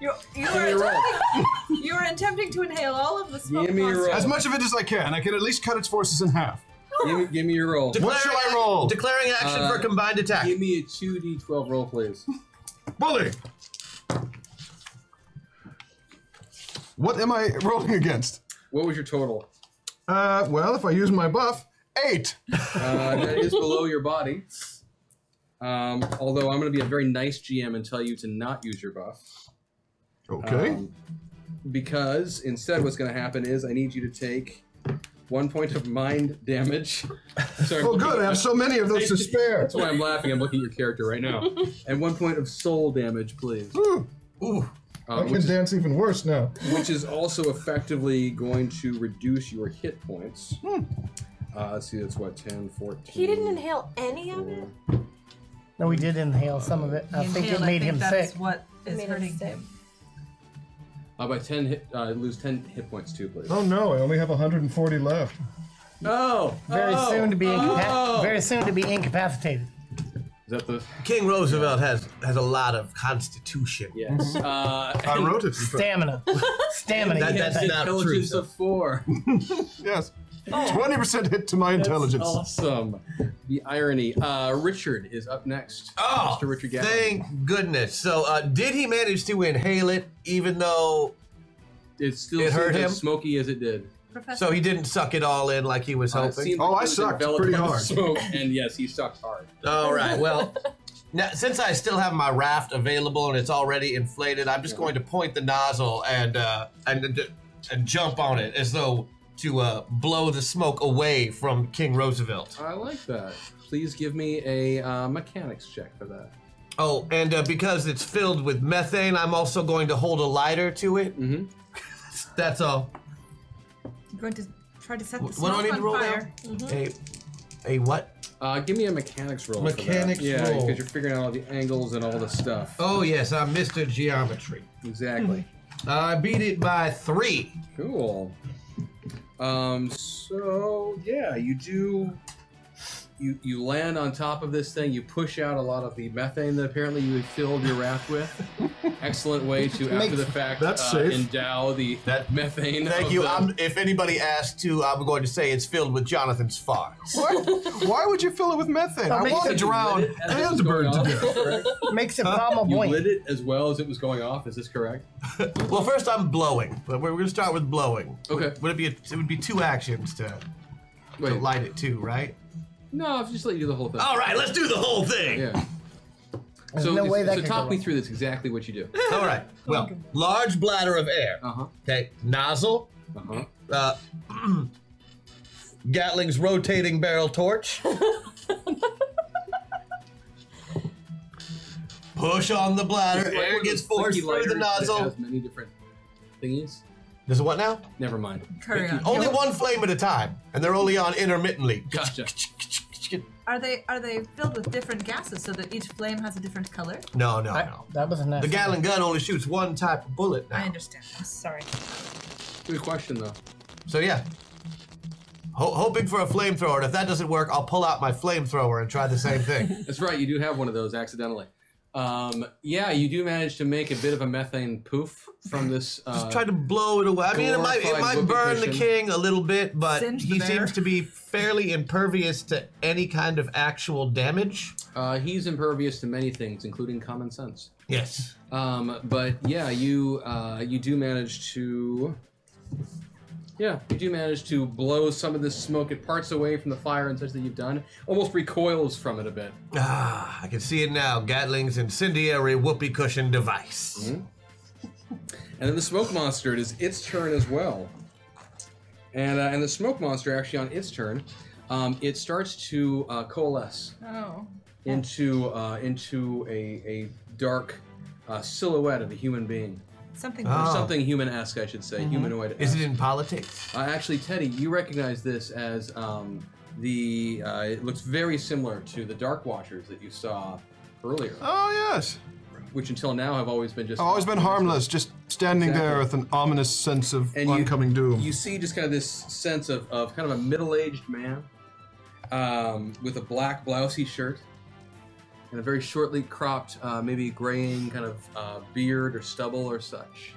Speaker 3: You, you, are
Speaker 2: me a roll.
Speaker 3: attempting, you are attempting to inhale all of the smoke
Speaker 2: Give me a
Speaker 3: monster.
Speaker 2: roll.
Speaker 7: As much of it as I can, I can at least cut its forces in half.
Speaker 2: give, me, give me your roll. Uh,
Speaker 5: Declaring,
Speaker 7: shall I roll?
Speaker 5: Declaring action for combined attack.
Speaker 2: Give me a 2d12 roll, please.
Speaker 7: Bully! What am I rolling against?
Speaker 2: What was your total?
Speaker 7: Uh, well, if I use my buff, eight.
Speaker 2: Uh, that is below your body. Um, although I'm going to be a very nice GM and tell you to not use your buff.
Speaker 7: Okay.
Speaker 2: Um, because instead, what's going to happen is I need you to take one point of mind damage. Sorry,
Speaker 7: oh, good. I have so many of those to spare.
Speaker 2: That's why I'm laughing. I'm looking at your character right now. And one point of soul damage, please.
Speaker 7: Ooh,
Speaker 5: Ooh.
Speaker 2: Uh,
Speaker 8: I
Speaker 2: which
Speaker 8: can
Speaker 2: is
Speaker 8: dance even worse now.
Speaker 2: which is also effectively going to reduce your hit points. Uh, let's see, that's what, 10, 14.
Speaker 4: He didn't inhale any of it.
Speaker 6: No, we did inhale some of it. I think it made him
Speaker 3: that is
Speaker 6: sick.
Speaker 3: what is
Speaker 4: Made him
Speaker 3: hurting
Speaker 4: sick.
Speaker 3: him.
Speaker 2: Uh, by 10, hit, uh, lose 10 hit points too, please.
Speaker 8: Oh no, I only have 140 left.
Speaker 2: Oh!
Speaker 6: Very
Speaker 2: oh,
Speaker 6: soon to be incapac-
Speaker 2: oh.
Speaker 6: very soon to be incapacitated.
Speaker 2: Is that the.
Speaker 5: King Roosevelt has has a lot of constitution.
Speaker 2: Yes. uh,
Speaker 7: I wrote it.
Speaker 6: Stamina. Stamina.
Speaker 5: That-
Speaker 6: you
Speaker 5: that's
Speaker 6: guys.
Speaker 5: not true,
Speaker 2: intelligence
Speaker 5: though.
Speaker 2: of four.
Speaker 7: Yes. 20% hit to my intelligence.
Speaker 2: Awesome. The irony. Uh, Richard is up next.
Speaker 5: Oh,
Speaker 2: Mr. Richard Gatlin.
Speaker 5: thank goodness. So, uh, did he manage to inhale it, even though?
Speaker 2: It still
Speaker 5: It hurt
Speaker 2: seems
Speaker 5: him?
Speaker 2: as smoky as it did.
Speaker 3: Professor.
Speaker 5: So he didn't suck it all in like he was
Speaker 2: Uh, it
Speaker 5: hoping.
Speaker 2: seemed
Speaker 7: Oh,
Speaker 2: like
Speaker 7: I
Speaker 2: it was
Speaker 7: sucked
Speaker 2: enveloped
Speaker 7: pretty
Speaker 2: by the
Speaker 7: hard.
Speaker 2: Smoke, and yes, he sucked hard.
Speaker 5: All right. Well, now, since I still have my raft available and it's already inflated, I'm just going to point the nozzle and uh, and and jump on it as though to uh, blow the smoke away from King Roosevelt.
Speaker 2: I like that. Please give me a uh, mechanics check for that.
Speaker 5: Oh, and uh, because it's filled with methane, I'm also going to hold a lighter to it.
Speaker 2: Mm-hmm.
Speaker 5: That's all.
Speaker 3: I'm going to try to set the
Speaker 5: What do I
Speaker 3: smoke
Speaker 5: need to
Speaker 3: on
Speaker 5: roll
Speaker 3: fire.
Speaker 5: now? A a what?
Speaker 2: Uh, give me a mechanics roll.
Speaker 5: Mechanics
Speaker 2: for that. Yeah,
Speaker 5: roll.
Speaker 2: because you're figuring out all the angles and all the stuff.
Speaker 5: Oh yes, I'm Mr. Geometry.
Speaker 2: Exactly.
Speaker 5: I beat it by three.
Speaker 2: Cool. Um. So yeah, you do. You you land on top of this thing. You push out a lot of the methane that apparently you had filled your raft with. Excellent way to after the fact
Speaker 7: That's
Speaker 2: uh,
Speaker 7: safe.
Speaker 2: endow the
Speaker 5: That-
Speaker 2: methane.
Speaker 5: Thank
Speaker 2: of
Speaker 5: you.
Speaker 2: the-
Speaker 5: I'm, if anybody asks to, I'm going to say it's filled with Jonathan's farts.
Speaker 7: Why, why would you fill it with methane? I
Speaker 6: makes
Speaker 7: want to
Speaker 6: sense.
Speaker 7: drown
Speaker 2: You lit it as it was
Speaker 7: and
Speaker 2: going
Speaker 7: burn to
Speaker 2: off,
Speaker 7: death.
Speaker 2: correct?
Speaker 6: Makes it flammable.
Speaker 2: You lit it as well as it was going off. Is this correct?
Speaker 5: Well, first I'm blowing, but we're going to start with blowing.
Speaker 2: Okay.
Speaker 5: Would it be? it would be two actions to, to
Speaker 2: Wait.
Speaker 5: light Oh. it too, right?
Speaker 2: No, I'll just let you do the whole thing.
Speaker 5: All right, let's do the whole thing.
Speaker 2: Yeah. So,
Speaker 6: no
Speaker 2: if-
Speaker 6: way that
Speaker 2: so
Speaker 6: could go
Speaker 2: talk me
Speaker 6: wrong.
Speaker 2: through this exactly what you do.
Speaker 5: All right. Well, large bladder of air.
Speaker 2: Uh huh.
Speaker 5: Okay, nozzle.
Speaker 2: Uh huh.
Speaker 5: Uh, Gatling's rotating barrel torch. Push on the bladder. Air gets forced through the nozzle.
Speaker 2: Has many different thingies.
Speaker 5: There's what now?
Speaker 2: Never mind.
Speaker 3: Carry on.
Speaker 5: Oh. Only one flame at a time, and they're only on intermittently.
Speaker 2: Gotcha.
Speaker 5: get.
Speaker 3: Are they are they filled with different gases so that each flame has a different color?
Speaker 5: No, no,
Speaker 6: I-
Speaker 5: no.
Speaker 6: that was a nice.
Speaker 5: The Gatling gun only shoots one type of bullet
Speaker 3: I
Speaker 5: now.
Speaker 3: understand. I'm sorry.
Speaker 2: Good question, though.
Speaker 5: So yeah. Ho- hoping for a flamethrower, and if that doesn't work, I'll pull out my flamethrower and try the same thing.
Speaker 2: That's right. You do have one of those accidentally. Um, yeah, you do manage to make a bit of a methane poof from this. Uh,
Speaker 5: Just try to blow it away. I mean, it might it
Speaker 2: Glorified
Speaker 5: might burn the
Speaker 2: whoopee
Speaker 5: king a little bit, but
Speaker 3: Singe the
Speaker 5: he
Speaker 3: bear.
Speaker 5: seems to be fairly impervious to any kind of actual damage.
Speaker 2: uh, he's impervious to many things, including common sense.
Speaker 5: Yes.
Speaker 2: Um, but yeah, you uh, you do manage to. Yeah, you do manage to blow some of this smoke. It parts away from the fire and such that you've done. Almost recoils from it a bit.
Speaker 5: Ah, I can see it now. Gatling's incendiary whoopee cushion device.
Speaker 2: Mm-hmm. And then the smoke monster, it is its turn as well. And uh, and the smoke monster actually on its turn, um, it starts to uh, coalesce
Speaker 3: Oh.
Speaker 2: into uh, into a, a dark uh, silhouette of a human being,
Speaker 3: Something Mm-hmm.
Speaker 5: Ah.
Speaker 2: or
Speaker 5: Oh.
Speaker 2: something human-esque, I should say, humanoid.
Speaker 5: Is it in politics?
Speaker 2: uh, actually, Teddy, you recognize this as um, the. Uh, it looks very similar to the Dark Watchers that you saw earlier,
Speaker 7: Oh, yes.
Speaker 2: which until now have always been just
Speaker 7: I've always been harmless, just standing there with
Speaker 2: Exactly.
Speaker 7: an ominous sense of
Speaker 2: and you-
Speaker 7: oncoming doom.
Speaker 2: You see just kind of this sense of, of kind of a middle aged man um, with a black blousey shirt and a very shortly cropped, uh, maybe graying kind of uh, beard or stubble or such.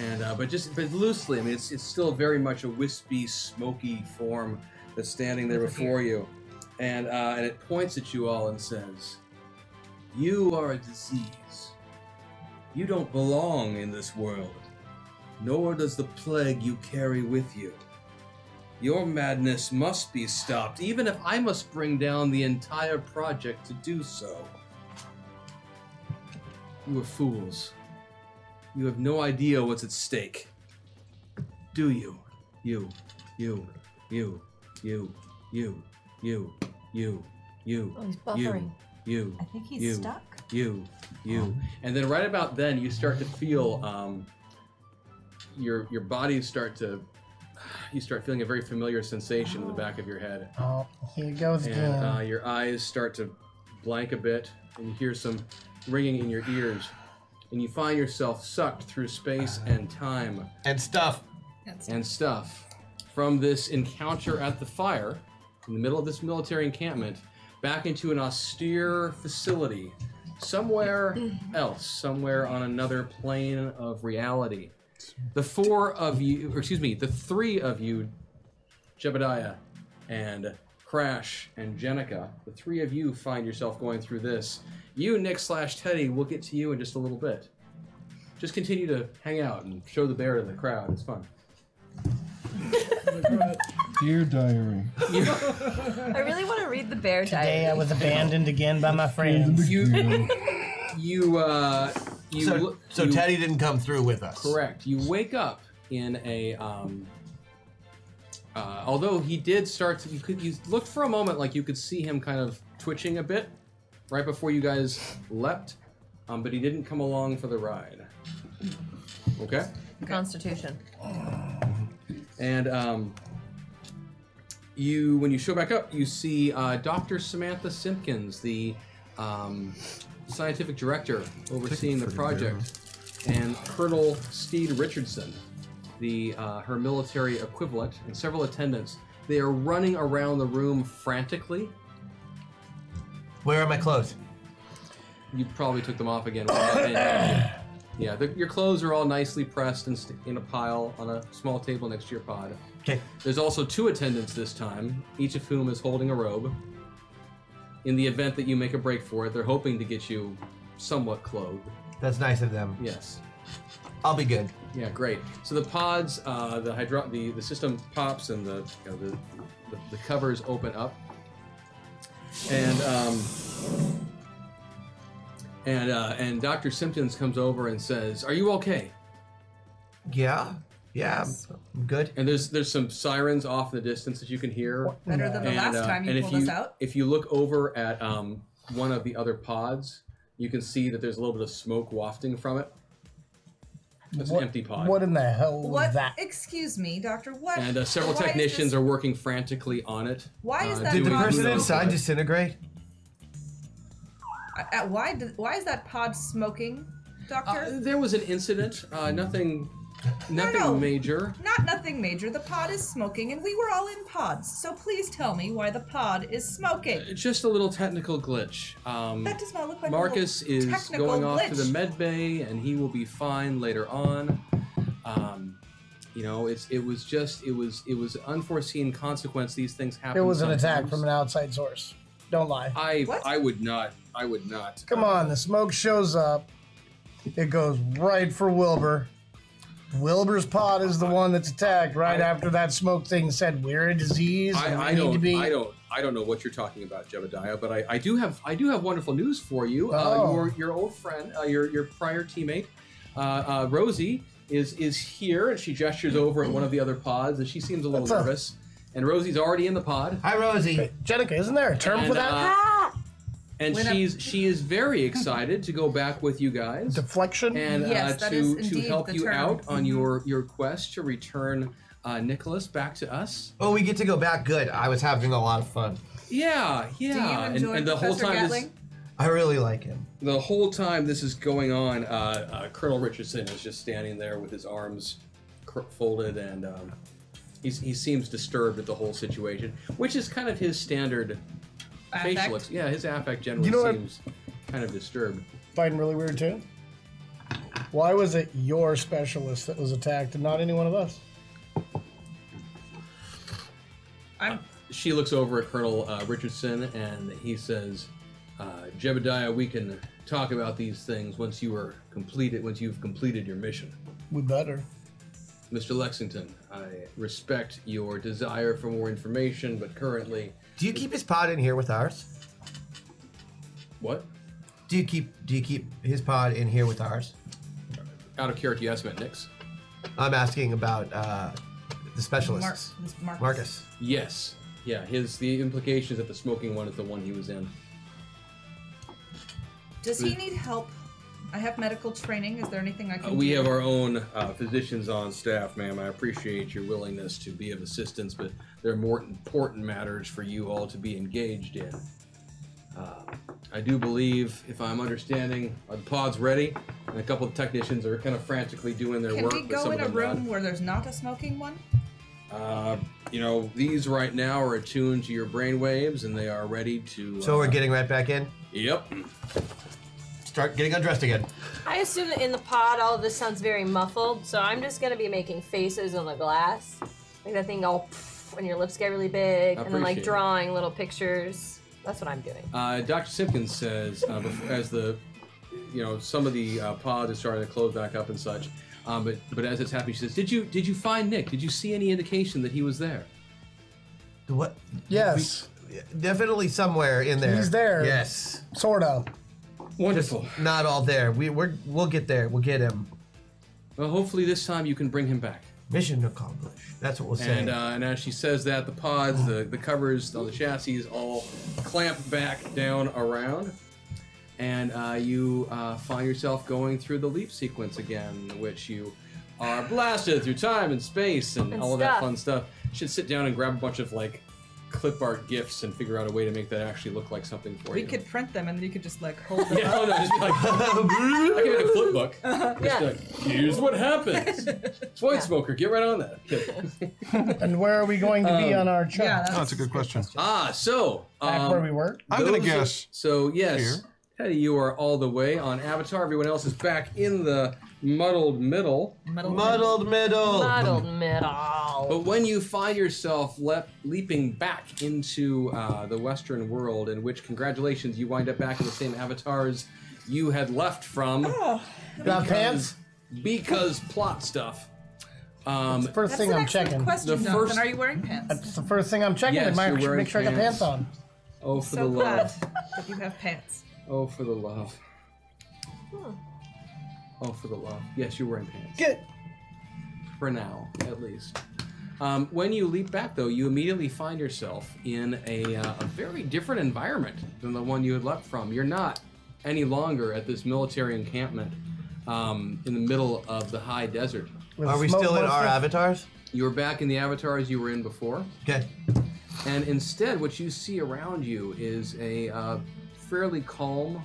Speaker 2: And uh, but just but loosely, I mean, it's it's still very much a wispy, smoky form that's standing there before you, and uh, and it points at you all and says, "You are a disease. You don't belong in this world nor does the plague you carry with you. Your madness must be stopped, even if I must bring down the entire project to do so. You are fools. You have no idea what's at stake. Do you? You, you, you, you, you, you, you, you,
Speaker 4: Oh, he's
Speaker 2: you,
Speaker 4: buffering.
Speaker 2: you,
Speaker 3: I think he's
Speaker 2: You.
Speaker 3: stuck.
Speaker 2: you, you, and then right about then you start to feel um, your your body start to you start feeling a very familiar sensation in the back of your head,
Speaker 6: Oh, here it goes again.
Speaker 2: and uh, your eyes start to blank a bit, and you hear some ringing in your ears, and you find yourself sucked through space and time
Speaker 5: And stuff.
Speaker 2: and stuff from this encounter at the fire in the middle of this military encampment back into an austere facility somewhere else, somewhere on another plane of reality. The four of you, or excuse me, the three of you, Jebediah and Crash and Jenica, the three of you find yourself going through this. You, Nick slash Teddy, we'll get to you in just a little bit. Just continue to hang out and show the bear to the crowd. It's fun.
Speaker 8: Dear diary.
Speaker 4: I really want to read the bear
Speaker 6: Today I
Speaker 4: diary.
Speaker 6: was abandoned again by my friends.
Speaker 2: You, you, uh, you.
Speaker 5: So, so
Speaker 2: you-
Speaker 5: Teddy didn't come through with us.
Speaker 2: Correct. You wake up in a. Um, uh, although he did start to, you could you looked for a moment like you could see him kind of twitching a bit right before you guys leapt, um, but he didn't come along for the ride. Okay.
Speaker 4: Constitution.
Speaker 2: And um, you, when you show back up, you see uh, Dr. Samantha Simpkins, the um, scientific director overseeing the project, and Colonel Steed Richardson, the uh, her military equivalent, and several attendants. They are running around the room frantically.
Speaker 5: Where are my clothes?
Speaker 2: You probably took them off again. yeah, the, your clothes are all nicely pressed and st- in a pile on a small table next to your pod.
Speaker 5: Okay.
Speaker 2: There's also two attendants this time, each of whom is holding a robe. In the event that you make a break for it, they're hoping to get you somewhat clothed.
Speaker 5: That's nice of them.
Speaker 2: Yes.
Speaker 5: I'll be good.
Speaker 2: Yeah, great. So the pods, uh, the hydro, the, the system pops, and the you know, the, the the covers open up, and um, and uh, and Doctor Simpkins comes over and says, "Are you okay?"
Speaker 5: Yeah? Yeah, I'm- I'm good.
Speaker 2: And there's there's some sirens off in the distance that you can hear.
Speaker 3: Better than the last
Speaker 2: uh,
Speaker 3: time you
Speaker 2: and if
Speaker 3: pulled
Speaker 2: you,
Speaker 3: us out.
Speaker 2: If you look over at um, one of the other pods, you can see that there's a little bit of smoke wafting from it. That's
Speaker 6: What-
Speaker 2: an empty pod.
Speaker 6: What in the hell was
Speaker 3: What?
Speaker 6: that?
Speaker 3: Excuse me, Doctor. What?
Speaker 2: and uh, several
Speaker 3: why is
Speaker 2: technicians
Speaker 3: this-
Speaker 2: are working frantically on it.
Speaker 3: Why is
Speaker 2: uh,
Speaker 3: that
Speaker 2: doing
Speaker 5: Did the
Speaker 3: pod-
Speaker 5: person
Speaker 2: knows
Speaker 5: inside
Speaker 2: what.
Speaker 5: disintegrate?
Speaker 3: Uh, uh, why? did- why is that pod smoking, Doctor?
Speaker 2: Uh, there was an incident. Uh, nothing, nothing
Speaker 3: no.
Speaker 2: major.
Speaker 3: Not nothing major. The pod is smoking, and we were all in pods. So please tell me why the pod is smoking.
Speaker 2: Just a little technical glitch. Um,
Speaker 3: That does not look like a
Speaker 2: Marcus
Speaker 3: little
Speaker 2: is
Speaker 3: technical
Speaker 2: going off to
Speaker 3: glitch.
Speaker 2: the med bay, and he will be fine later on. Um, you know, it's it was just it was it was unforeseen consequence. These things happen.
Speaker 6: It was an attack
Speaker 2: sometimes.
Speaker 6: from an outside source. Don't lie.
Speaker 2: I
Speaker 3: What?
Speaker 2: I would not. I would not.
Speaker 6: Come on, the smoke shows up. It goes right for Wilbur. Wilbur's pod is the one that's attacked right
Speaker 2: I-
Speaker 6: after that smoke thing said we're a disease. and we
Speaker 2: I, I
Speaker 6: need to
Speaker 2: don't.
Speaker 6: be.
Speaker 2: I don't. I don't know what you're talking about, Jebediah. But I, I do have. I do have wonderful news for you. Uh,
Speaker 6: Oh.
Speaker 2: your your old friend, uh, your your prior teammate, uh, uh, Rosie is is here, and she gestures over at one of the other pods, and she seems a little
Speaker 6: That's a-
Speaker 2: nervous. And Rosie's already in the pod,
Speaker 5: Hi, Rosie.
Speaker 6: Jenica, isn't there a term
Speaker 2: And,
Speaker 6: for that?
Speaker 2: uh, and
Speaker 3: When I-
Speaker 2: she's she is very excited to go back with you guys
Speaker 6: Deflection.
Speaker 2: and
Speaker 3: Yes,
Speaker 2: uh,
Speaker 3: that
Speaker 2: to
Speaker 3: is
Speaker 2: to
Speaker 3: indeed
Speaker 2: help
Speaker 3: the
Speaker 2: you
Speaker 3: term. Mm-hmm.
Speaker 2: out on your your quest to return uh, Nicholas back to us.
Speaker 5: Oh, we get to go back. Good. I was having a lot of fun.
Speaker 2: Yeah, yeah. And-
Speaker 3: enjoy
Speaker 2: and, the whole
Speaker 3: Professor
Speaker 2: time this,
Speaker 3: Gatling?
Speaker 5: I really like him.
Speaker 2: the whole time this is going on, uh, uh, Colonel Richardson is just standing there with his arms cr- folded, and um, he's, he seems disturbed at the whole situation, which is kind of his standard facial.
Speaker 3: Affect?
Speaker 2: Ex- yeah, his affect generally
Speaker 6: You know what-
Speaker 2: seems kind of disturbed.
Speaker 6: Find really weird too. Why was it your specialist that was attacked and not any one of us?
Speaker 3: I'm
Speaker 2: She looks over at Colonel uh, Richardson, and he says, uh, "Jebediah, we can talk about these things once you are completed. Once you've completed your mission."
Speaker 6: We better.
Speaker 2: Mr. Lexington, I respect your desire for more information, but currently,
Speaker 5: Do you keep his pod in here with ours?
Speaker 2: what?
Speaker 5: Do you keep Do you keep his pod in here with ours?
Speaker 2: Out of character, you asked about Nix.
Speaker 5: I'm asking about uh, the
Speaker 3: Mar-
Speaker 5: specialists.
Speaker 3: this Marcus.
Speaker 5: Marcus.
Speaker 2: Yes, yeah. His the implications that the smoking one is the one he was in.
Speaker 3: Does he need help? I have medical training. Is there anything I can?
Speaker 2: Uh, we
Speaker 3: do?
Speaker 2: have our own uh, physicians on staff, ma'am. I appreciate your willingness to be of assistance, but there are more important matters for you all to be engaged in. Uh, I do believe, if I'm understanding, are the pod's ready, and a couple of technicians are kind of frantically doing their
Speaker 3: Can
Speaker 2: work.
Speaker 3: we
Speaker 2: but
Speaker 3: go
Speaker 2: some
Speaker 3: in a
Speaker 2: of them not.
Speaker 3: room where there's not a smoking one?
Speaker 2: Uh, you know, these right now are attuned to your brainwaves, and they are ready to.
Speaker 5: So we're
Speaker 2: uh,
Speaker 5: getting right back in.
Speaker 2: Yep.
Speaker 5: Start getting undressed again.
Speaker 4: I assume that in the pod, all of this sounds very muffled, so I'm just gonna be making faces on the glass, like that thing all, pff, and your lips get really big, and then
Speaker 2: Appreciate
Speaker 4: like
Speaker 2: it.
Speaker 4: drawing little pictures. That's what I'm doing.
Speaker 2: Uh, Dr. Simpkins says, uh, before, as the, you know, some of the uh, pods are starting to close back up and such, um, but but as it's happening, she says, "Did you did you find Nick? Did you see any indication that he was there?"
Speaker 5: What?
Speaker 6: Yes,
Speaker 5: Definitely somewhere in there.
Speaker 6: He's there.
Speaker 5: Yes.
Speaker 6: sort of.
Speaker 2: Wonderful.
Speaker 5: Not all there. We we're, we'll get there. We'll get him.
Speaker 2: Well, hopefully this time you can bring him back.
Speaker 5: Mission accomplished. That's what we'll say.
Speaker 2: And, uh, and as she says that, the pods, the, the covers on the chassis all clamp back down around. And uh, you uh, find yourself going through the leap sequence again, which you are blasted through time and space and,
Speaker 4: And
Speaker 2: all of that
Speaker 4: stuff.
Speaker 2: fun stuff. You should sit down and grab a bunch of like clip art gifts and figure out a way to make that actually look like something for
Speaker 3: We
Speaker 2: you.
Speaker 3: could print them, and then you could just like hold them.
Speaker 2: Yeah,
Speaker 3: up.
Speaker 2: oh no, just be like, I can make a flip book. Just
Speaker 4: Yeah.
Speaker 2: be like, here's what happens. Void smoker, get right on that. Kidding.
Speaker 6: And where are we going to
Speaker 2: Um,
Speaker 6: be on our chart?
Speaker 3: Yeah, that's-
Speaker 7: Oh, that's a good question.
Speaker 2: Ah, so
Speaker 6: Back where
Speaker 2: um,
Speaker 6: we were.
Speaker 7: I'm gonna
Speaker 2: Those are-
Speaker 7: guess.
Speaker 2: so yes,
Speaker 7: here.
Speaker 2: Teddy, you are all the way on Avatar. Everyone else is back in the muddled middle.
Speaker 5: Muddled middle.
Speaker 2: Oh.
Speaker 4: Muddled middle.
Speaker 2: But when you find yourself le- leaping back into uh, the Western world, in which congratulations, you wind up back in the same avatars you had left from
Speaker 3: Ah.
Speaker 6: Got pants.
Speaker 2: because plot stuff. Um,
Speaker 6: First
Speaker 3: That's
Speaker 6: thing
Speaker 3: an
Speaker 6: I'm
Speaker 3: excellent
Speaker 6: checking.
Speaker 3: Question,
Speaker 2: The
Speaker 3: Duncan.
Speaker 2: first-
Speaker 3: Are you wearing pants?
Speaker 6: It's the first thing I'm checking.
Speaker 2: Yes,
Speaker 6: to make,
Speaker 2: you're wearing
Speaker 6: make sure I got
Speaker 2: pants.
Speaker 6: pants on.
Speaker 2: oh for the
Speaker 3: so glad
Speaker 2: love!
Speaker 3: that you have pants.
Speaker 2: Oh for the love! Oh for the love! Yes, you're wearing pants.
Speaker 6: Good.
Speaker 2: for now, at least. Um, when you leap back, though, you immediately find yourself in a, uh, a very different environment than the one you had left from. You're not any longer at this military encampment um, in the middle of the high desert.
Speaker 6: With
Speaker 5: Are we
Speaker 6: smoke
Speaker 5: still in our uh,
Speaker 6: monster?
Speaker 5: avatars?
Speaker 2: You are back in the avatars you were in before.
Speaker 5: Okay.
Speaker 2: And instead, what you see around you is a uh, fairly calm,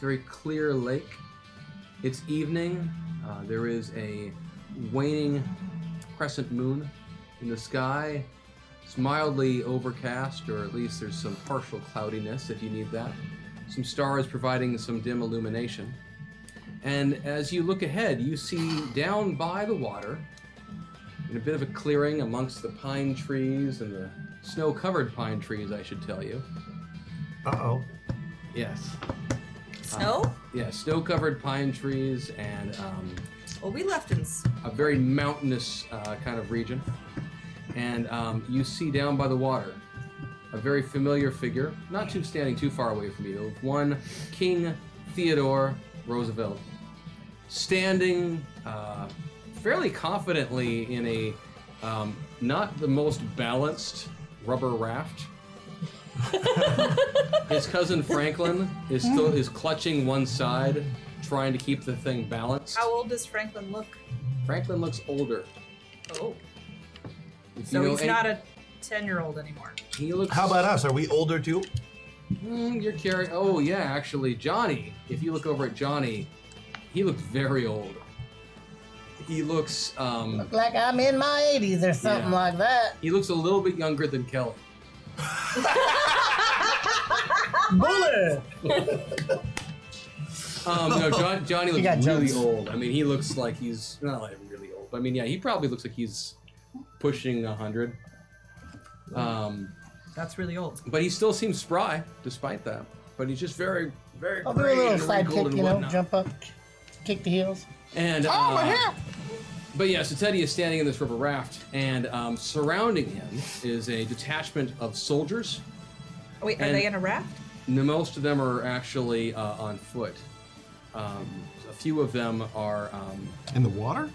Speaker 2: very clear lake. It's evening. Uh, there is a waning crescent moon in the sky. It's mildly overcast, or at least there's some partial cloudiness if you need that. Some stars providing some dim illumination. And as you look ahead, you see down by the water in a bit of a clearing amongst the pine trees and the snow covered pine trees, I should tell you.
Speaker 5: Uh oh.
Speaker 2: Yes.
Speaker 3: Snow?
Speaker 2: Yeah, snow covered pine trees and um,
Speaker 3: Well, we left in. s-
Speaker 2: a very mountainous uh, kind of region. And um, you see down by the water a very familiar figure, not too standing too far away from you, one King Theodore Roosevelt, standing uh, fairly confidently in a um, not the most balanced rubber raft. His cousin Franklin is still is clutching one side, trying to keep the thing balanced.
Speaker 3: How old does Franklin look?
Speaker 2: Franklin looks older.
Speaker 3: Oh.
Speaker 2: If
Speaker 3: So
Speaker 2: you know
Speaker 3: he's
Speaker 2: any-
Speaker 3: not a 10 year old anymore.
Speaker 2: He looks.
Speaker 5: How about us? Are we older too?
Speaker 2: Mm, you're carrying. Oh yeah, actually, Johnny. If you look over at Johnny, he looks very old. He looks. Um,
Speaker 6: Like I'm in my 80s or something
Speaker 2: Yeah.
Speaker 6: like that.
Speaker 2: he looks a little bit younger than Kelly.
Speaker 6: Bullet!
Speaker 2: Um, no, John, Johnny looks
Speaker 6: got
Speaker 2: really
Speaker 6: jokes.
Speaker 2: old. I mean, he looks like he's not like really old. but I mean, yeah, he probably looks like he's pushing hundred. Um,
Speaker 3: That's really old.
Speaker 2: but he still seems spry despite that. But he's just very, very.
Speaker 6: I'll do a
Speaker 2: grayed
Speaker 6: little
Speaker 2: and
Speaker 6: side
Speaker 2: wrinkled
Speaker 6: kick,
Speaker 2: and
Speaker 6: you know,
Speaker 2: whatnot.
Speaker 6: jump up, kick the heels.
Speaker 2: And oh, my hair! But yeah, so Teddy is standing in this rubber raft, and um, surrounding him is a detachment of soldiers.
Speaker 3: Oh, wait, are
Speaker 2: And-
Speaker 3: they in a raft?
Speaker 2: N- Most of them are actually uh, on foot. Um, a few of them are um,
Speaker 7: In the water?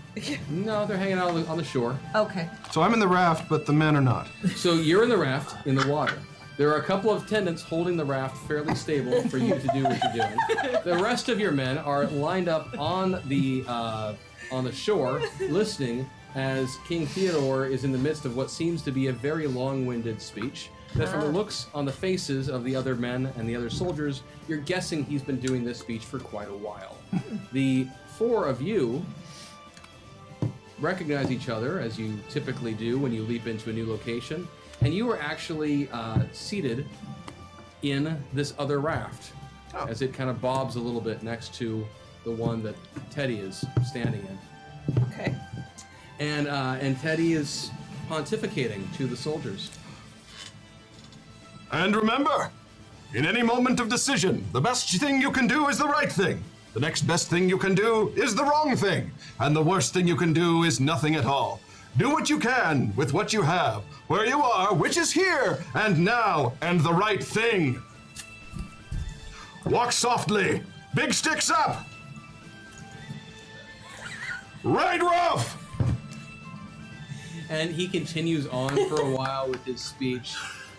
Speaker 2: no, they're hanging out on the, on the shore.
Speaker 3: Okay.
Speaker 7: So I'm in the raft, but the men are not.
Speaker 2: So you're in the raft in the water. There are a couple of tenants holding the raft fairly stable for you to do what you're doing. The rest of your men are lined up on the uh, on the shore, listening as King Theodore is in the midst of what seems to be a very long-winded speech. That from the looks on the faces of the other men and the other soldiers, you're guessing he's been doing this speech for quite a while. The four of you recognize each other as you typically do when you leap into a new location, and you are actually uh, seated in this other raft
Speaker 7: Oh.
Speaker 2: as it kind of bobs a little bit next to the one that Teddy is standing in,
Speaker 3: Okay.
Speaker 2: and uh, and Teddy is pontificating to the soldiers.
Speaker 7: And remember, in any moment of decision, the best thing you can do is the right thing. The next best thing you can do is the wrong thing. And the worst thing you can do is nothing at all. Do what you can with what you have, where you are, which is here and now, and the right thing. Walk softly. Big sticks up. Ride rough.
Speaker 2: And he continues on for a while with his speech.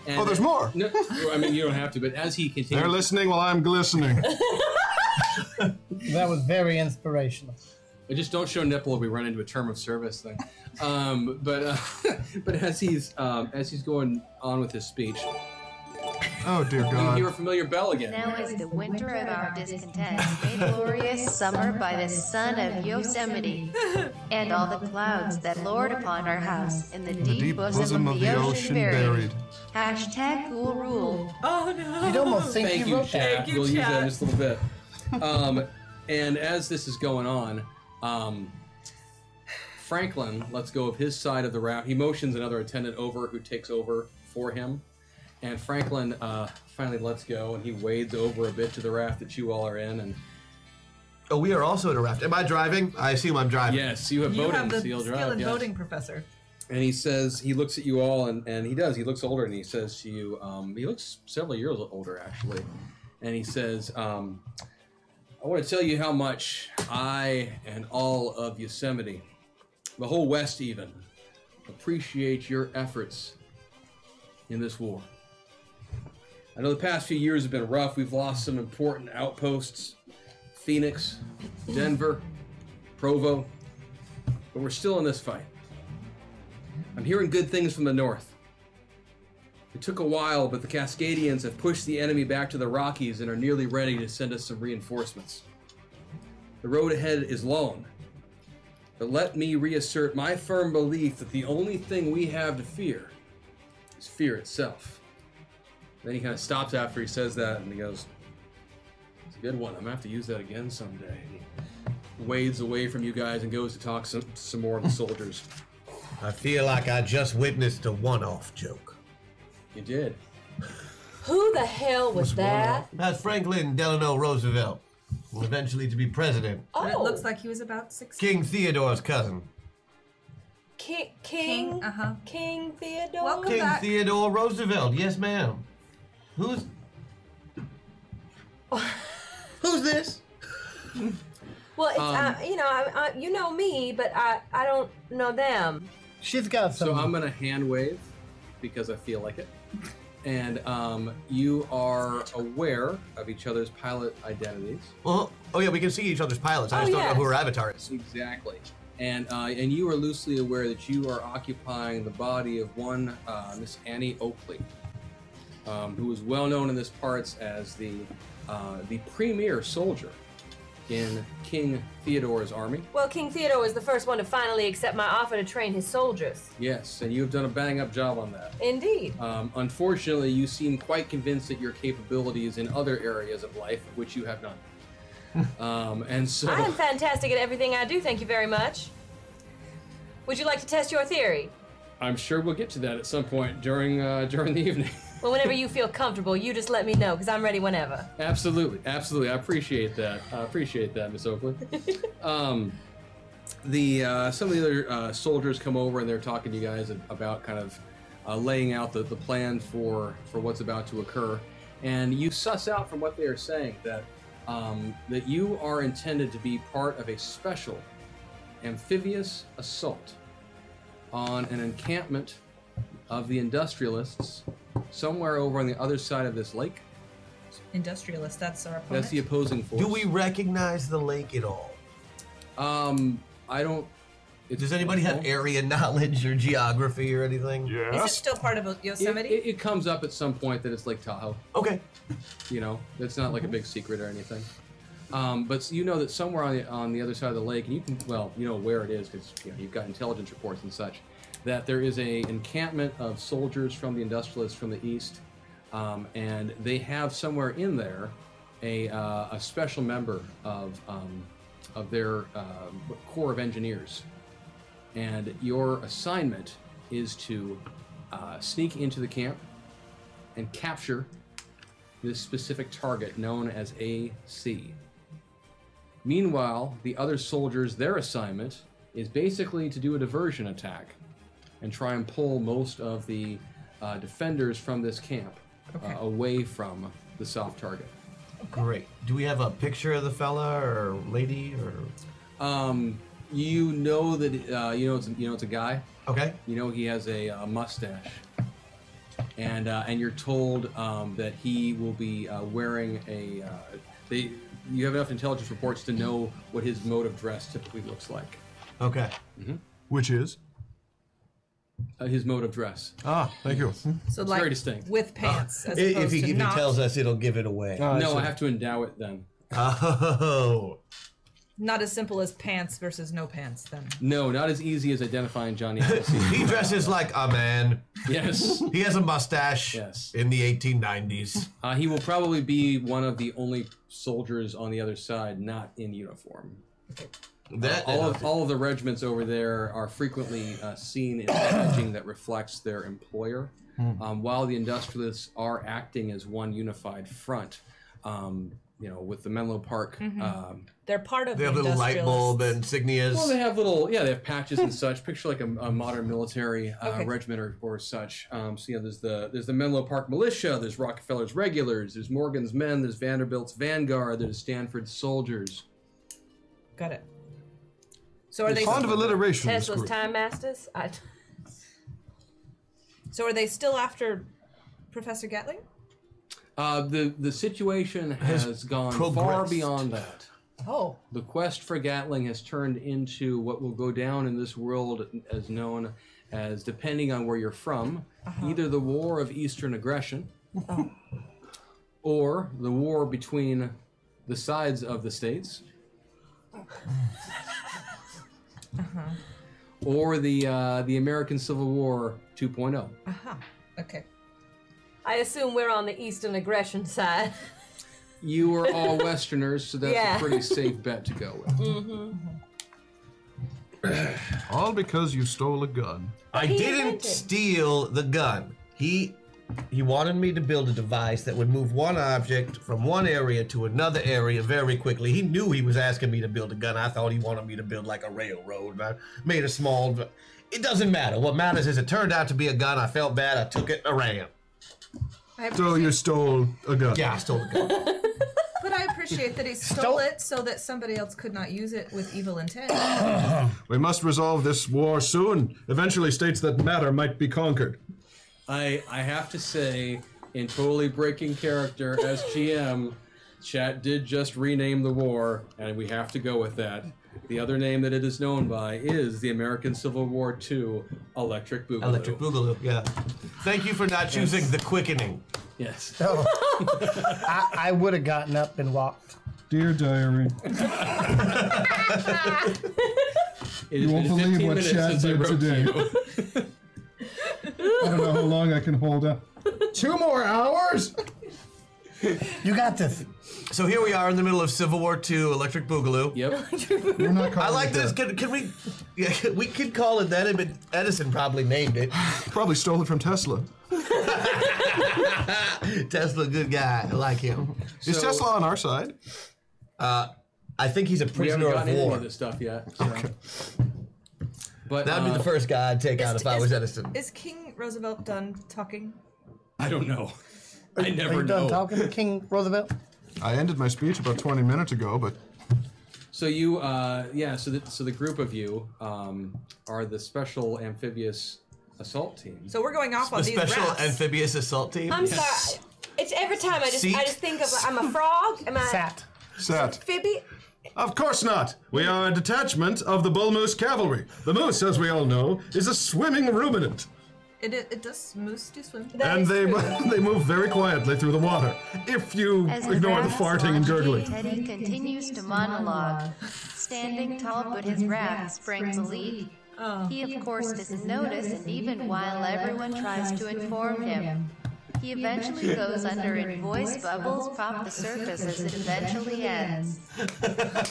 Speaker 2: And
Speaker 7: Oh, there's more.
Speaker 2: No, I mean, you don't have to, but as he continues,
Speaker 7: They're listening while I'm glistening.
Speaker 6: That was very inspirational.
Speaker 2: I just don't show nipple if we run into a term of service thing. Um, but uh, but as he's um, as he's going on with his speech,
Speaker 7: Oh dear
Speaker 2: you
Speaker 7: God.
Speaker 2: hear a familiar bell again.
Speaker 9: Now is the winter of our discontent, made glorious summer by the sun of Yosemite, and all the clouds that lord upon our house in the deep bosom of the ocean buried. Hashtag cool rule.
Speaker 3: Oh, no.
Speaker 6: You'd almost think
Speaker 2: Thank
Speaker 6: you
Speaker 2: you,
Speaker 6: wrote that.
Speaker 2: Chad.
Speaker 3: Thank you,
Speaker 2: We'll use that in
Speaker 3: Chad.
Speaker 2: just a little bit. Um, and as this is going on, um, Franklin lets go of his side of the raft. He motions another attendant over, who takes over for him. And Franklin uh, finally lets go, and he wades over a bit to the raft that you all are in. And
Speaker 5: Oh, we are also in a raft. Am I driving? I assume I'm driving.
Speaker 2: yes, you have
Speaker 3: You
Speaker 2: boating,
Speaker 3: have the
Speaker 2: so you'll
Speaker 3: skill
Speaker 2: drive,
Speaker 3: in
Speaker 2: yes.
Speaker 3: voting, Professor.
Speaker 2: and he says he looks at you all and, and he does he looks older and he says to you um, he looks several years older actually and he says um, i want to tell you how much i and all of yosemite the whole west even appreciate your efforts in this war i know the past few years have been rough we've lost some important outposts phoenix denver Provo, but we're still in this fight. I'm hearing good things from the north. It took a while, but the Cascadians have pushed the enemy back to the Rockies and are nearly ready to send us some reinforcements. The road ahead is long, but let me reassert my firm belief that the only thing we have to fear is fear itself. Then he kind of stops after he says that and he goes, It's a good one. I'm going to have to use that again someday. He wades away from you guys and goes to talk some, some more of the soldiers.
Speaker 5: I feel like I just witnessed a one-off joke.
Speaker 2: You did.
Speaker 4: Who the hell was that?
Speaker 5: That's Franklin Delano Roosevelt, who eventually to be president.
Speaker 4: Oh,
Speaker 10: It looks like he was about six.
Speaker 5: King Theodore's cousin.
Speaker 4: King, King,
Speaker 10: King, uh-huh.
Speaker 4: King Theodore.
Speaker 10: Welcome.
Speaker 5: King
Speaker 10: back.
Speaker 5: Theodore Roosevelt. Yes, ma'am. Who's Who's this?
Speaker 4: Well, it's,
Speaker 2: Um,
Speaker 4: uh, you know, I, I, you know me, but I, I don't know them.
Speaker 6: She's got some.
Speaker 2: So I'm gonna hand wave because I feel like it. And um, you are aware of each other's pilot identities.
Speaker 5: Well, oh yeah, we can see each other's pilots. I
Speaker 4: Oh,
Speaker 5: just don't
Speaker 4: yes.
Speaker 5: know who her avatar is.
Speaker 2: Exactly. And uh, and you are loosely aware that you are occupying the body of one uh, Miss Annie Oakley, um, who is well known in this parts as the uh, the premier soldier in King Theodore's army.
Speaker 4: Well, King Theodore was the first one to finally accept my offer to train his soldiers.
Speaker 2: Yes, and you have done a bang up job on that.
Speaker 4: Indeed.
Speaker 2: Um, unfortunately, you seem quite convinced that your capabilities in other areas of life, which you have none. um, and so,
Speaker 4: I am fantastic at everything I do, thank you very much. Would you like to test your theory?
Speaker 2: I'm sure we'll get to that at some point during uh, during the evening.
Speaker 4: Well, whenever you feel comfortable, you just let me know, because I'm ready whenever.
Speaker 2: absolutely, absolutely. I appreciate that. I appreciate that, Miss Oakley. um, the uh, some of the other uh, soldiers come over and they're talking to you guys about kind of uh, laying out the, the plan for for what's about to occur, and you suss out from what they are saying that um, that you are intended to be part of a special amphibious assault on an encampment of the industrialists somewhere over on the other side of this lake.
Speaker 10: Industrialist. That's our opponent.
Speaker 2: That's the opposing force.
Speaker 5: Do we recognize the lake at all?
Speaker 2: Um, I don't. It's
Speaker 5: Does anybody have
Speaker 2: possible.
Speaker 5: area knowledge or geography or anything?
Speaker 10: Is it
Speaker 7: Yes.
Speaker 10: still part of Yosemite?
Speaker 2: It, it, it comes up at some point that it's Lake Tahoe.
Speaker 5: Okay.
Speaker 2: You know, it's not like a big secret or anything. Um, but you know that somewhere on the, on the other side of the lake, and you can well, you know where it is because you know you've got intelligence reports and such. That there is a encampment of soldiers from the industrialists from the east, um, and they have somewhere in there a, uh, a special member of um, of their uh, corps of engineers, and your assignment is to uh, sneak into the camp and capture this specific target known as AC. Meanwhile, the other soldiers, their assignment is basically to do a diversion attack and try and pull most of the uh, defenders from this camp uh, away from the soft target.
Speaker 5: Great. Do we have a picture of the fella or lady or?
Speaker 2: Um, you know that uh, you know it's you know it's a guy.
Speaker 5: Okay.
Speaker 2: You know he has a, uh mustache, and uh, and you're told um, that he will be uh, wearing a. Uh, they you have enough intelligence reports to know what his mode of dress typically looks like.
Speaker 5: Okay.
Speaker 7: Which is?
Speaker 2: Uh, his mode of dress.
Speaker 7: Ah, thank you.
Speaker 10: so like
Speaker 2: very distinct.
Speaker 10: with pants. as
Speaker 5: Uh, If,
Speaker 10: opposed
Speaker 5: he,
Speaker 10: to
Speaker 5: if he
Speaker 10: not,
Speaker 5: tells us, it'll give it away.
Speaker 2: no, I have to endow it then.
Speaker 5: Oh.
Speaker 10: not as simple as pants versus no pants. Then
Speaker 2: No, not as easy as identifying Johnny Appleseed.
Speaker 5: He dresses like a man.
Speaker 2: yes.
Speaker 5: He has a mustache.
Speaker 2: Yes.
Speaker 5: In the 1890s.
Speaker 2: Uh, he will probably be one of the only soldiers on the other side not in uniform.
Speaker 5: That
Speaker 2: all of, all of the regiments over there are frequently uh, seen in packaging that reflects their employer. Um, while the industrialists are acting as one unified front, um, you know, with the Menlo Park. Um,
Speaker 10: they're part of.
Speaker 5: they have
Speaker 10: the
Speaker 5: little light
Speaker 10: industrialists.
Speaker 5: bulb insignias.
Speaker 2: well, they have little, yeah, they have patches and such. Picture like a, a modern military uh,
Speaker 10: Okay.
Speaker 2: regiment or, or such. Um, so you know, there's the there's the Menlo Park Militia, there's Rockefeller's Regulars, there's Morgan's Men, there's Vanderbilt's Vanguard, there's Stanford's Soldiers.
Speaker 10: Got it. So are they?
Speaker 7: Fond of alliteration. this
Speaker 4: Tesla's
Speaker 7: group.
Speaker 4: Time Masters? I,
Speaker 10: So are they still after Professor Gatling?
Speaker 2: Uh, the the situation has gone far
Speaker 5: progressed.
Speaker 2: beyond that.
Speaker 10: Oh.
Speaker 2: The quest for Gatling has turned into what will go down in this world as known as, depending on where you're from, either the War of Eastern Aggression or the war between the sides of the states or the, uh, the American Civil War oh. 2.0.
Speaker 10: Okay.
Speaker 4: I assume we're on the Eastern aggression side.
Speaker 2: You are all Westerners, so that's
Speaker 4: Yeah.
Speaker 2: a pretty safe bet to go with.
Speaker 4: Mm-hmm.
Speaker 7: All because you stole a gun.
Speaker 5: I
Speaker 4: He
Speaker 5: didn't
Speaker 4: invented-
Speaker 5: steal the gun. He he wanted me to build a device that would move one object from one area to another area very quickly. He knew he was asking me to build a gun. I thought he wanted me to build like a railroad. I made a small. It doesn't matter. What matters is it turned out to be a gun. I felt bad. I took it. and I ran.
Speaker 10: I appreciate,
Speaker 7: So you stole a gun.
Speaker 5: Yeah, I stole the gun.
Speaker 10: but I appreciate that he stole it so that somebody else could not use it with evil intent.
Speaker 7: We must resolve this war soon. Eventually, states that matter might be conquered.
Speaker 2: I I have to say, in totally breaking character as GM, Chat did just rename the war, and we have to go with that. The other name that it is known by is the American Civil War II Electric Boogaloo.
Speaker 5: Electric Boogaloo. Yeah. Thank you for not choosing the quickening.
Speaker 2: Yes.
Speaker 6: No. I, I would have gotten up and walked.
Speaker 8: Dear diary,
Speaker 2: It
Speaker 8: you
Speaker 2: has
Speaker 8: won't
Speaker 2: been
Speaker 8: believe
Speaker 2: 15
Speaker 8: what
Speaker 2: minutes
Speaker 8: Chad
Speaker 2: since I
Speaker 8: did
Speaker 2: wrote to
Speaker 8: today.
Speaker 2: you.
Speaker 8: I don't know how long I can hold up. Two more hours?
Speaker 6: You got this.
Speaker 5: So here we are in the middle of Civil War II, Electric Boogaloo.
Speaker 2: Yep.
Speaker 8: We're not
Speaker 5: I
Speaker 8: calling
Speaker 5: like
Speaker 8: it
Speaker 5: this.
Speaker 8: that.
Speaker 5: Can, can we? Yeah, we could call it that. But Edison probably named it.
Speaker 7: Probably stole it from Tesla.
Speaker 5: Tesla, good guy. I like him. Uh,
Speaker 7: Is
Speaker 2: So-
Speaker 7: Tesla on our side?
Speaker 5: I think he's a
Speaker 2: We haven't
Speaker 5: prisoner of
Speaker 2: gotten into any
Speaker 5: war.
Speaker 2: of this stuff yet. So. But
Speaker 5: That'd be
Speaker 2: uh,
Speaker 5: the first guy I'd take out if I was Edison.
Speaker 10: Is King Roosevelt done talking?
Speaker 2: I don't know. I
Speaker 6: Are
Speaker 2: never
Speaker 6: you done
Speaker 2: know.
Speaker 6: talking to King Roosevelt?
Speaker 7: I ended my speech about 20 minutes ago, but
Speaker 2: So you, uh, yeah. So the, so the group of you um, are the special amphibious assault team.
Speaker 10: So we're going off on
Speaker 5: A
Speaker 10: these
Speaker 5: special
Speaker 10: rafts.
Speaker 5: amphibious assault team.
Speaker 4: I'm sorry. It's every time I just
Speaker 5: Seat.
Speaker 4: I just think of I'm a frog. Am I
Speaker 6: Sat.
Speaker 7: Sat.
Speaker 4: Phoebe?
Speaker 7: Of course not. We are a detachment of the Bull Moose Cavalry. The moose, as we all know, is a swimming ruminant,
Speaker 10: It, it, it does moose do swim.
Speaker 4: That
Speaker 7: and
Speaker 4: is
Speaker 7: they
Speaker 4: true.
Speaker 7: they move very quietly through the water. If you
Speaker 9: As
Speaker 7: ignore the
Speaker 9: raft
Speaker 7: farting and
Speaker 9: launches,
Speaker 7: gurgling.
Speaker 9: Teddy continues to monologue, standing tall, but his raft springs a leak. He, of course, doesn't notice, and even while everyone tries to inform him, he eventually goes under and voice bubbles pop the surface as it eventually ends.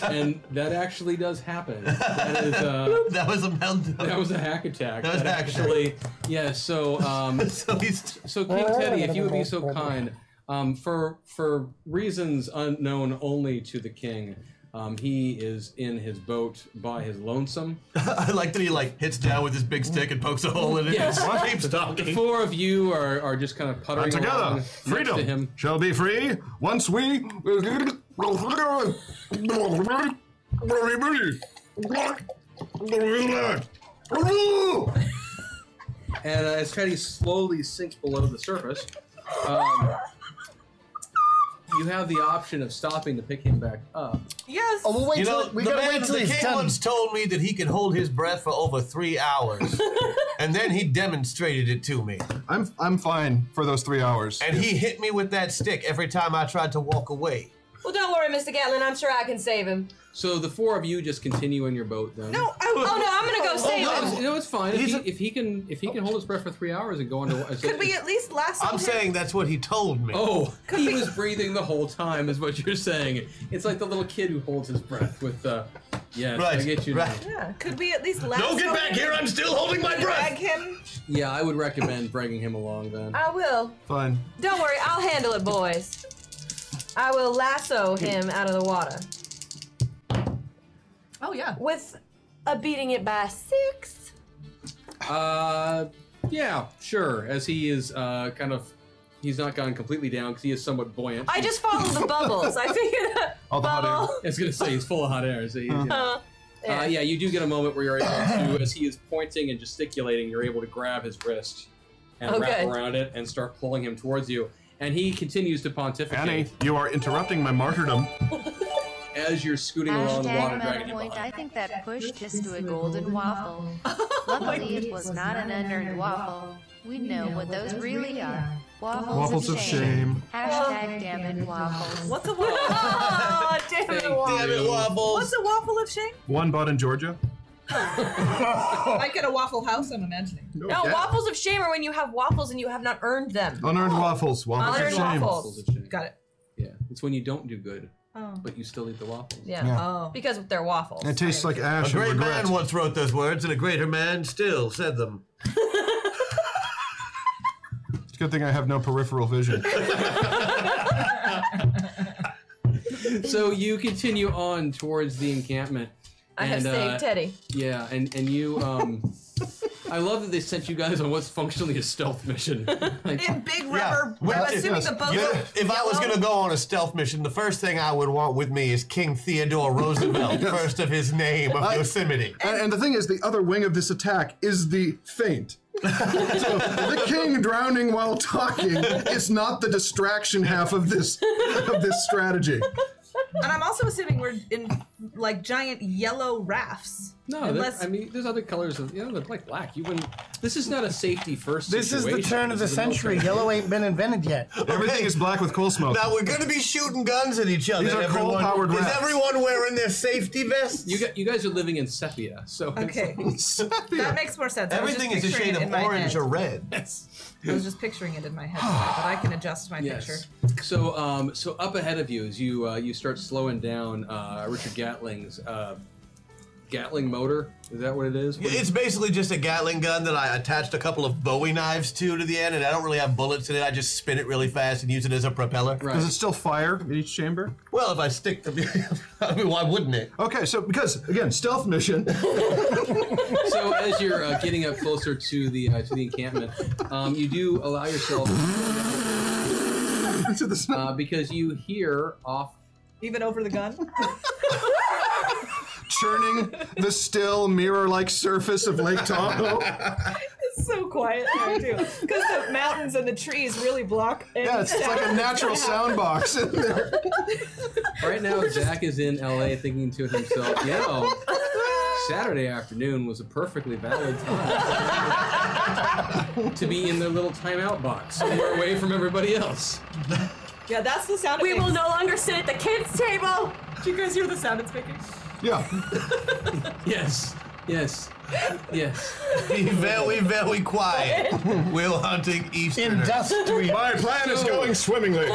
Speaker 2: and that actually does happen. That is, uh,
Speaker 5: that was a
Speaker 2: that
Speaker 5: meltdown.
Speaker 2: was a hack attack.
Speaker 5: That was a hack attack.
Speaker 2: actually, yeah. So, um,
Speaker 5: so he's
Speaker 2: so King Teddy, if you would be so kind, um, for for reasons unknown only to the king, um, he is in his boat by his lonesome.
Speaker 5: I like that he like hits down with his big stick and pokes a hole in it.
Speaker 2: Yes.
Speaker 5: and keeps
Speaker 2: The
Speaker 5: talking.
Speaker 2: four of you are, are just kind of puttering
Speaker 7: And
Speaker 2: along
Speaker 7: together,
Speaker 2: next to
Speaker 7: freedom
Speaker 2: him.
Speaker 7: shall be free once we.
Speaker 2: And uh, as Teddy slowly sinks below the surface, um, you have the option of stopping to pick him back up.
Speaker 10: Yes.
Speaker 6: Oh, we'll wait
Speaker 5: You
Speaker 6: till
Speaker 5: know,
Speaker 6: we
Speaker 5: the
Speaker 6: gotta wait
Speaker 5: man
Speaker 6: till
Speaker 5: the
Speaker 6: he's
Speaker 5: king
Speaker 6: done.
Speaker 5: once told me that he could hold his breath for over three hours, and then he demonstrated it to me.
Speaker 7: I'm I'm fine for those three hours.
Speaker 5: And he hit me with that stick every time I tried to walk away.
Speaker 4: Well, don't worry, Mr. Gatlin. I'm sure I can save him.
Speaker 2: So the four of you just continue in your boat then.
Speaker 10: no, I,
Speaker 4: Oh no, I'm gonna go save
Speaker 5: no,
Speaker 4: him.
Speaker 2: It's- No, it's fine. If
Speaker 5: He's
Speaker 2: he,
Speaker 5: a-
Speaker 2: if he can, if he can hold his breath for three hours and go under.
Speaker 10: Could we at least last?
Speaker 5: I'm saying that's what he told me.
Speaker 2: Oh, he was breathing the whole time, is what you're saying. It's like the little kid who holds his breath with, uh, yes, I
Speaker 5: Right,
Speaker 2: get you.
Speaker 5: right.
Speaker 2: now.
Speaker 10: Yeah. Could we at least last?
Speaker 5: Don't get back here! I'm still holding my
Speaker 10: Drag
Speaker 5: breath.
Speaker 10: him.
Speaker 2: Yeah, I would recommend bringing him along then.
Speaker 4: I will.
Speaker 7: fine.
Speaker 4: Don't worry, I'll handle it, boys. I will lasso him out of the water
Speaker 10: Oh yeah.
Speaker 4: with a beating it by six.
Speaker 2: Uh, yeah, sure. As he is uh, kind of, he's not gone completely down because he is somewhat buoyant.
Speaker 4: I just followed the bubbles. I figured a
Speaker 7: All the hot air.
Speaker 4: bubble.
Speaker 2: I was gonna say he's full of hot air. So he's, yeah.
Speaker 4: Uh,
Speaker 2: Uh,
Speaker 4: yeah.
Speaker 2: yeah, you do get a moment where you're able to, as he is pointing and gesticulating, you're able to grab his wrist and
Speaker 4: Oh,
Speaker 2: wrap
Speaker 4: good.
Speaker 2: around it and start pulling him
Speaker 4: Oh.
Speaker 2: towards you. And he continues to pontificate.
Speaker 7: Annie, you are interrupting my martyrdom.
Speaker 2: as you're scooting along the water dragon
Speaker 9: Hashtag Metal
Speaker 2: in
Speaker 9: Point,
Speaker 2: behind.
Speaker 9: I think that pushed us to a golden waffle. Luckily, it was not an unearned waffle. We know what those really are. Waffles,
Speaker 8: Waffles
Speaker 9: of
Speaker 8: of
Speaker 9: shame.
Speaker 8: shame.
Speaker 9: Hashtag damn it waffles.
Speaker 3: What's a waffle?
Speaker 4: Oh, damn it, Wally.
Speaker 5: Damn it,
Speaker 3: What's
Speaker 5: Wobbles!
Speaker 3: a waffle of shame?
Speaker 7: One bought in Georgia.
Speaker 5: Oh.
Speaker 3: Like at a Waffle House, I'm imagining.
Speaker 4: No, waffles of shame are when you have waffles and you have not earned them.
Speaker 7: Unearned waffles. Oh, Waffles
Speaker 4: Unearned
Speaker 7: of shame.
Speaker 4: waffles.
Speaker 2: Waffles of shame.
Speaker 3: Got it.
Speaker 2: Yeah, it's when you don't do good,
Speaker 3: Oh.
Speaker 2: but you still eat the waffles.
Speaker 4: Yeah.
Speaker 8: Yeah.
Speaker 3: Oh.
Speaker 4: Because they're waffles.
Speaker 7: It tastes like
Speaker 5: A
Speaker 7: ash and
Speaker 5: great
Speaker 7: regret.
Speaker 5: man once wrote those words, and a greater man still said them.
Speaker 7: It's a good thing I have no peripheral vision.
Speaker 2: So you continue on towards the encampment.
Speaker 4: I have
Speaker 2: and,
Speaker 4: saved
Speaker 2: uh,
Speaker 4: Teddy.
Speaker 2: Yeah, and and you um. I love that they sent you guys on what's functionally a stealth mission. Like,
Speaker 10: In big rubber.
Speaker 5: Well,
Speaker 10: I'm assuming
Speaker 7: yes.
Speaker 10: the boat.
Speaker 5: You know, if I was going to go on a stealth mission, the first thing I would want with me is King Theodore Roosevelt, first of his name of Yosemite.
Speaker 7: And, and the thing is, the other wing of this attack is the faint. so the king drowning while talking is not the distraction half of this of this strategy.
Speaker 10: And I'm also assuming we're in like giant yellow rafts.
Speaker 2: no, there-
Speaker 10: Unless-
Speaker 2: I mean, there's other colors of you know, they're like black. You wouldn't. This is not a safety first.
Speaker 6: This is the
Speaker 2: situation.
Speaker 6: turn of the
Speaker 2: This is a
Speaker 6: century.
Speaker 2: military-
Speaker 6: Yellow ain't been invented yet.
Speaker 7: Everything is black with coal smoke.
Speaker 5: Now we're going to be shooting guns at each other.
Speaker 7: These are
Speaker 5: everyone.
Speaker 7: coal-powered
Speaker 5: is
Speaker 7: rafts.
Speaker 5: everyone wearing their safety vests?
Speaker 2: You, gu- you guys are living in sepia, so it's
Speaker 10: Okay, that makes more sense. I was just
Speaker 5: Everything is a
Speaker 10: picturing
Speaker 5: shade
Speaker 10: it
Speaker 5: of
Speaker 10: in my
Speaker 5: orange
Speaker 10: head.
Speaker 5: or red.
Speaker 10: I was just picturing it in my head, but I can adjust my picture.
Speaker 2: Yes. So, um, so up ahead of you, as you uh, you start slowing down, uh, Richard Gatling's uh, Gatling motor. Is that what it is? What is-
Speaker 5: It's basically just a Gatling gun that I attached a couple of Bowie knives to to the end, and I don't really have bullets in it. I just spin it really fast and use it as a propeller.
Speaker 2: right.
Speaker 7: Does it still fire in each chamber?
Speaker 5: Well, if I stick the, I mean, why wouldn't it?
Speaker 7: Okay, so because again, stealth mission.
Speaker 2: so as you're uh, getting up closer to the uh, to the encampment, um, you do allow yourself
Speaker 7: to the snow.
Speaker 2: uh, because you hear off.
Speaker 3: Even over the gun?
Speaker 7: churning the still mirror-like surface of Lake Tahoe.
Speaker 3: It's so quiet there too, because the mountains and the trees really block. Any
Speaker 7: Yeah, it's, it's like a natural sound box in there.
Speaker 2: Right now, Zach is in LA thinking to himself, "You know, Saturday afternoon was a perfectly valid time to be in their little timeout box, somewhere away from everybody else."
Speaker 3: Yeah, that's the sound.
Speaker 4: We
Speaker 3: it
Speaker 4: will
Speaker 3: makes.
Speaker 4: no longer sit at the kids' table.
Speaker 3: Do you guys hear the sound it's making?
Speaker 7: Yeah.
Speaker 2: Yes, yes, yes.
Speaker 5: Be very, very quiet. Will hunting Easterners.
Speaker 6: Industrial.
Speaker 7: My plan is going swimmingly.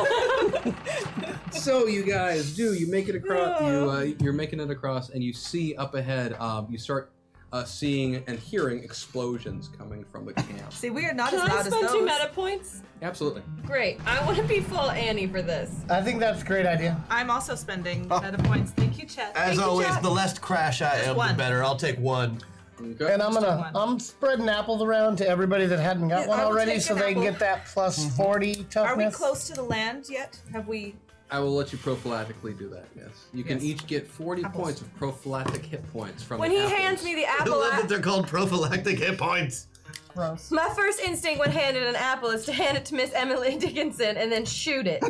Speaker 2: So you guys do you make it across? You uh, you're making it across, and you see up ahead. Um, you start uh, seeing and hearing explosions coming from the camp.
Speaker 10: See, we are not
Speaker 4: Can
Speaker 10: as
Speaker 4: I
Speaker 10: loud as
Speaker 4: spend two
Speaker 10: those.
Speaker 4: meta points?
Speaker 2: Absolutely.
Speaker 4: Great. I want to be full Annie for this.
Speaker 6: I think that's a great idea.
Speaker 10: I'm also spending
Speaker 7: Oh.
Speaker 10: meta points. Thank you, Chet.
Speaker 5: As
Speaker 10: Thank you,
Speaker 5: always,
Speaker 10: Chet.
Speaker 5: the less crash I am,
Speaker 10: one.
Speaker 5: the better. I'll take one.
Speaker 2: Okay.
Speaker 6: And I'm gonna
Speaker 10: one.
Speaker 6: I'm spreading apples around to everybody that hadn't got
Speaker 10: Yeah,
Speaker 6: one
Speaker 10: I will
Speaker 6: already,
Speaker 10: take
Speaker 6: so
Speaker 10: an
Speaker 6: they can
Speaker 10: apple.
Speaker 6: get that plus
Speaker 5: Mm-hmm.
Speaker 6: forty
Speaker 10: Are we
Speaker 6: toughness.
Speaker 10: close to the land yet? Have we?
Speaker 2: I will let you prophylactically do that. Yes, you can
Speaker 10: Yes.
Speaker 2: each get 40 points of prophylactic hit points from.
Speaker 4: When
Speaker 2: the
Speaker 4: he
Speaker 2: apples.
Speaker 4: hands me the
Speaker 5: I
Speaker 4: apple,
Speaker 5: love that
Speaker 4: I,
Speaker 5: they're called prophylactic hit points.
Speaker 6: Gross.
Speaker 4: my first instinct when handed an apple is to hand it to Miss Emily Dickinson and then shoot it.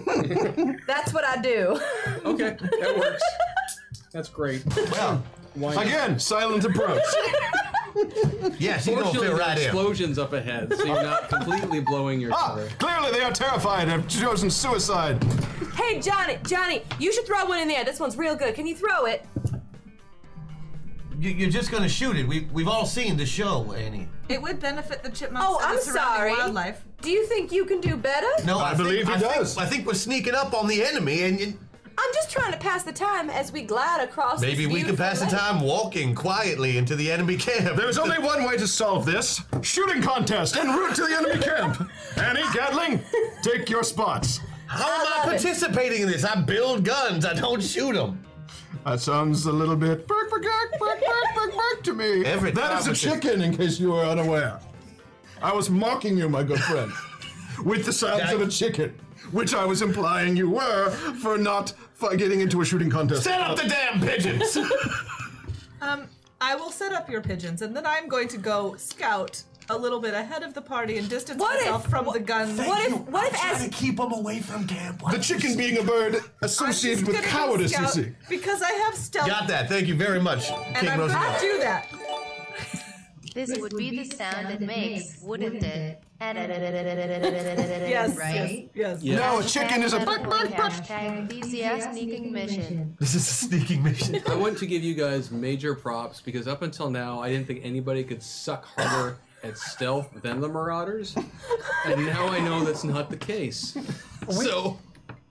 Speaker 4: That's what I do.
Speaker 2: Okay, that works. That's great.
Speaker 5: Well,
Speaker 2: Why not?
Speaker 7: Again, silent approach.
Speaker 5: yes, you don't
Speaker 2: Fortunately,
Speaker 5: fit
Speaker 2: there are
Speaker 5: right in.
Speaker 2: explosions up ahead, so you're not completely blowing your
Speaker 7: Ah,
Speaker 2: cover.
Speaker 7: clearly they are terrified and have chosen suicide.
Speaker 4: Hey, Johnny, Johnny, you should throw one in there. This one's real good. Can you throw it?
Speaker 5: You, you're just gonna shoot it. We, we've all seen the show, Annie.
Speaker 10: It would benefit the chipmunks
Speaker 4: Oh,
Speaker 10: and
Speaker 4: I'm
Speaker 10: the surrounding
Speaker 4: sorry.
Speaker 10: wildlife.
Speaker 4: Do you think you can do better?
Speaker 5: No,
Speaker 7: I believe he
Speaker 5: think, I
Speaker 7: does.
Speaker 5: Think, I think we're sneaking up on the enemy, and, and
Speaker 4: I'm just trying to pass the time as we glide across. this
Speaker 5: maybe we can
Speaker 4: beautiful
Speaker 5: pass the
Speaker 4: lake.
Speaker 5: time walking quietly into the enemy camp.
Speaker 7: There is only one way to solve this shooting contest en route to the enemy camp. Annie Gatling, take your spots.
Speaker 5: How am
Speaker 4: I
Speaker 5: I
Speaker 4: love it.
Speaker 5: participating in this? I build guns. I don't shoot them.
Speaker 7: That sounds a little bit bark, bark, bark, bark, bark, bark, bark to me.
Speaker 5: Every
Speaker 7: that is a
Speaker 5: time-
Speaker 7: chicken, in case you were unaware. I was mocking you, my good friend, with the sounds
Speaker 5: That-
Speaker 7: of a chicken, which I was implying you were for not for getting into a shooting contest.
Speaker 5: Set up the damn pigeons.
Speaker 10: Um, I will set up your pigeons, and then I'm going to go scout a little bit ahead of the party and distance
Speaker 3: What if-
Speaker 10: myself from the guns.
Speaker 3: What if what if as
Speaker 5: keep them away from camp.
Speaker 7: The chicken being a bird
Speaker 10: I'm just
Speaker 7: associated with
Speaker 10: gonna be
Speaker 7: cowardice, you
Speaker 10: scout
Speaker 7: see.
Speaker 10: Because I have stealth,
Speaker 5: Got that. Thank you very much,
Speaker 10: and
Speaker 5: King
Speaker 10: I'm gonna
Speaker 5: Roosevelt.
Speaker 10: do that.
Speaker 9: This would be the sound it makes, wouldn't it? Yes,
Speaker 10: Yes,
Speaker 9: right?
Speaker 10: yes, yes.
Speaker 7: No, Oh, a chicken is a.
Speaker 9: Hashtag BZS sneaking mission.
Speaker 5: This is a sneaking mission.
Speaker 2: I want to give you guys major props because up until now, I didn't think anybody could suck harder at stealth than the Marauders, and now I know that's not the case. So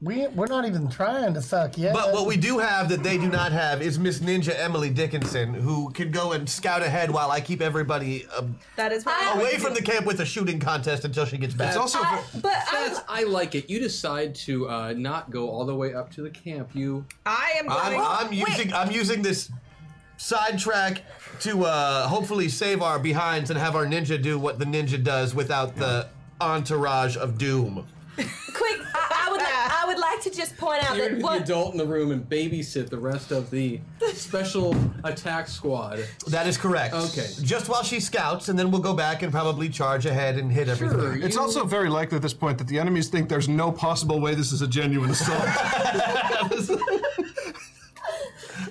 Speaker 6: We we're not even trying to suck yet.
Speaker 5: But what we do have that they do not have is Miss Ninja Emily Dickinson, who can go and scout ahead while I keep everybody um,
Speaker 10: That is what
Speaker 4: Ah!
Speaker 10: I would
Speaker 5: away
Speaker 10: do.
Speaker 5: from the camp with a shooting contest until she gets back.
Speaker 7: It's also.
Speaker 3: but
Speaker 2: that's I like it. You decide to uh, not go all the way up to the camp. You
Speaker 10: I am
Speaker 5: I'm,
Speaker 10: going.
Speaker 5: I'm using I'm using this sidetrack to uh, hopefully save our behinds and have our ninja do what the ninja does without the entourage of doom.
Speaker 4: Quick, I, I would like, I would like to just point out
Speaker 2: you're
Speaker 4: that
Speaker 2: the
Speaker 4: what
Speaker 2: adult in the room and babysit the rest of the special attack squad.
Speaker 5: That is correct.
Speaker 2: Okay.
Speaker 5: Just while she scouts, and then we'll go back and probably charge ahead and hit everything.
Speaker 2: Sure,
Speaker 7: It's
Speaker 2: you-
Speaker 7: also very likely at this point that the enemies think there's no possible way this is a genuine assault.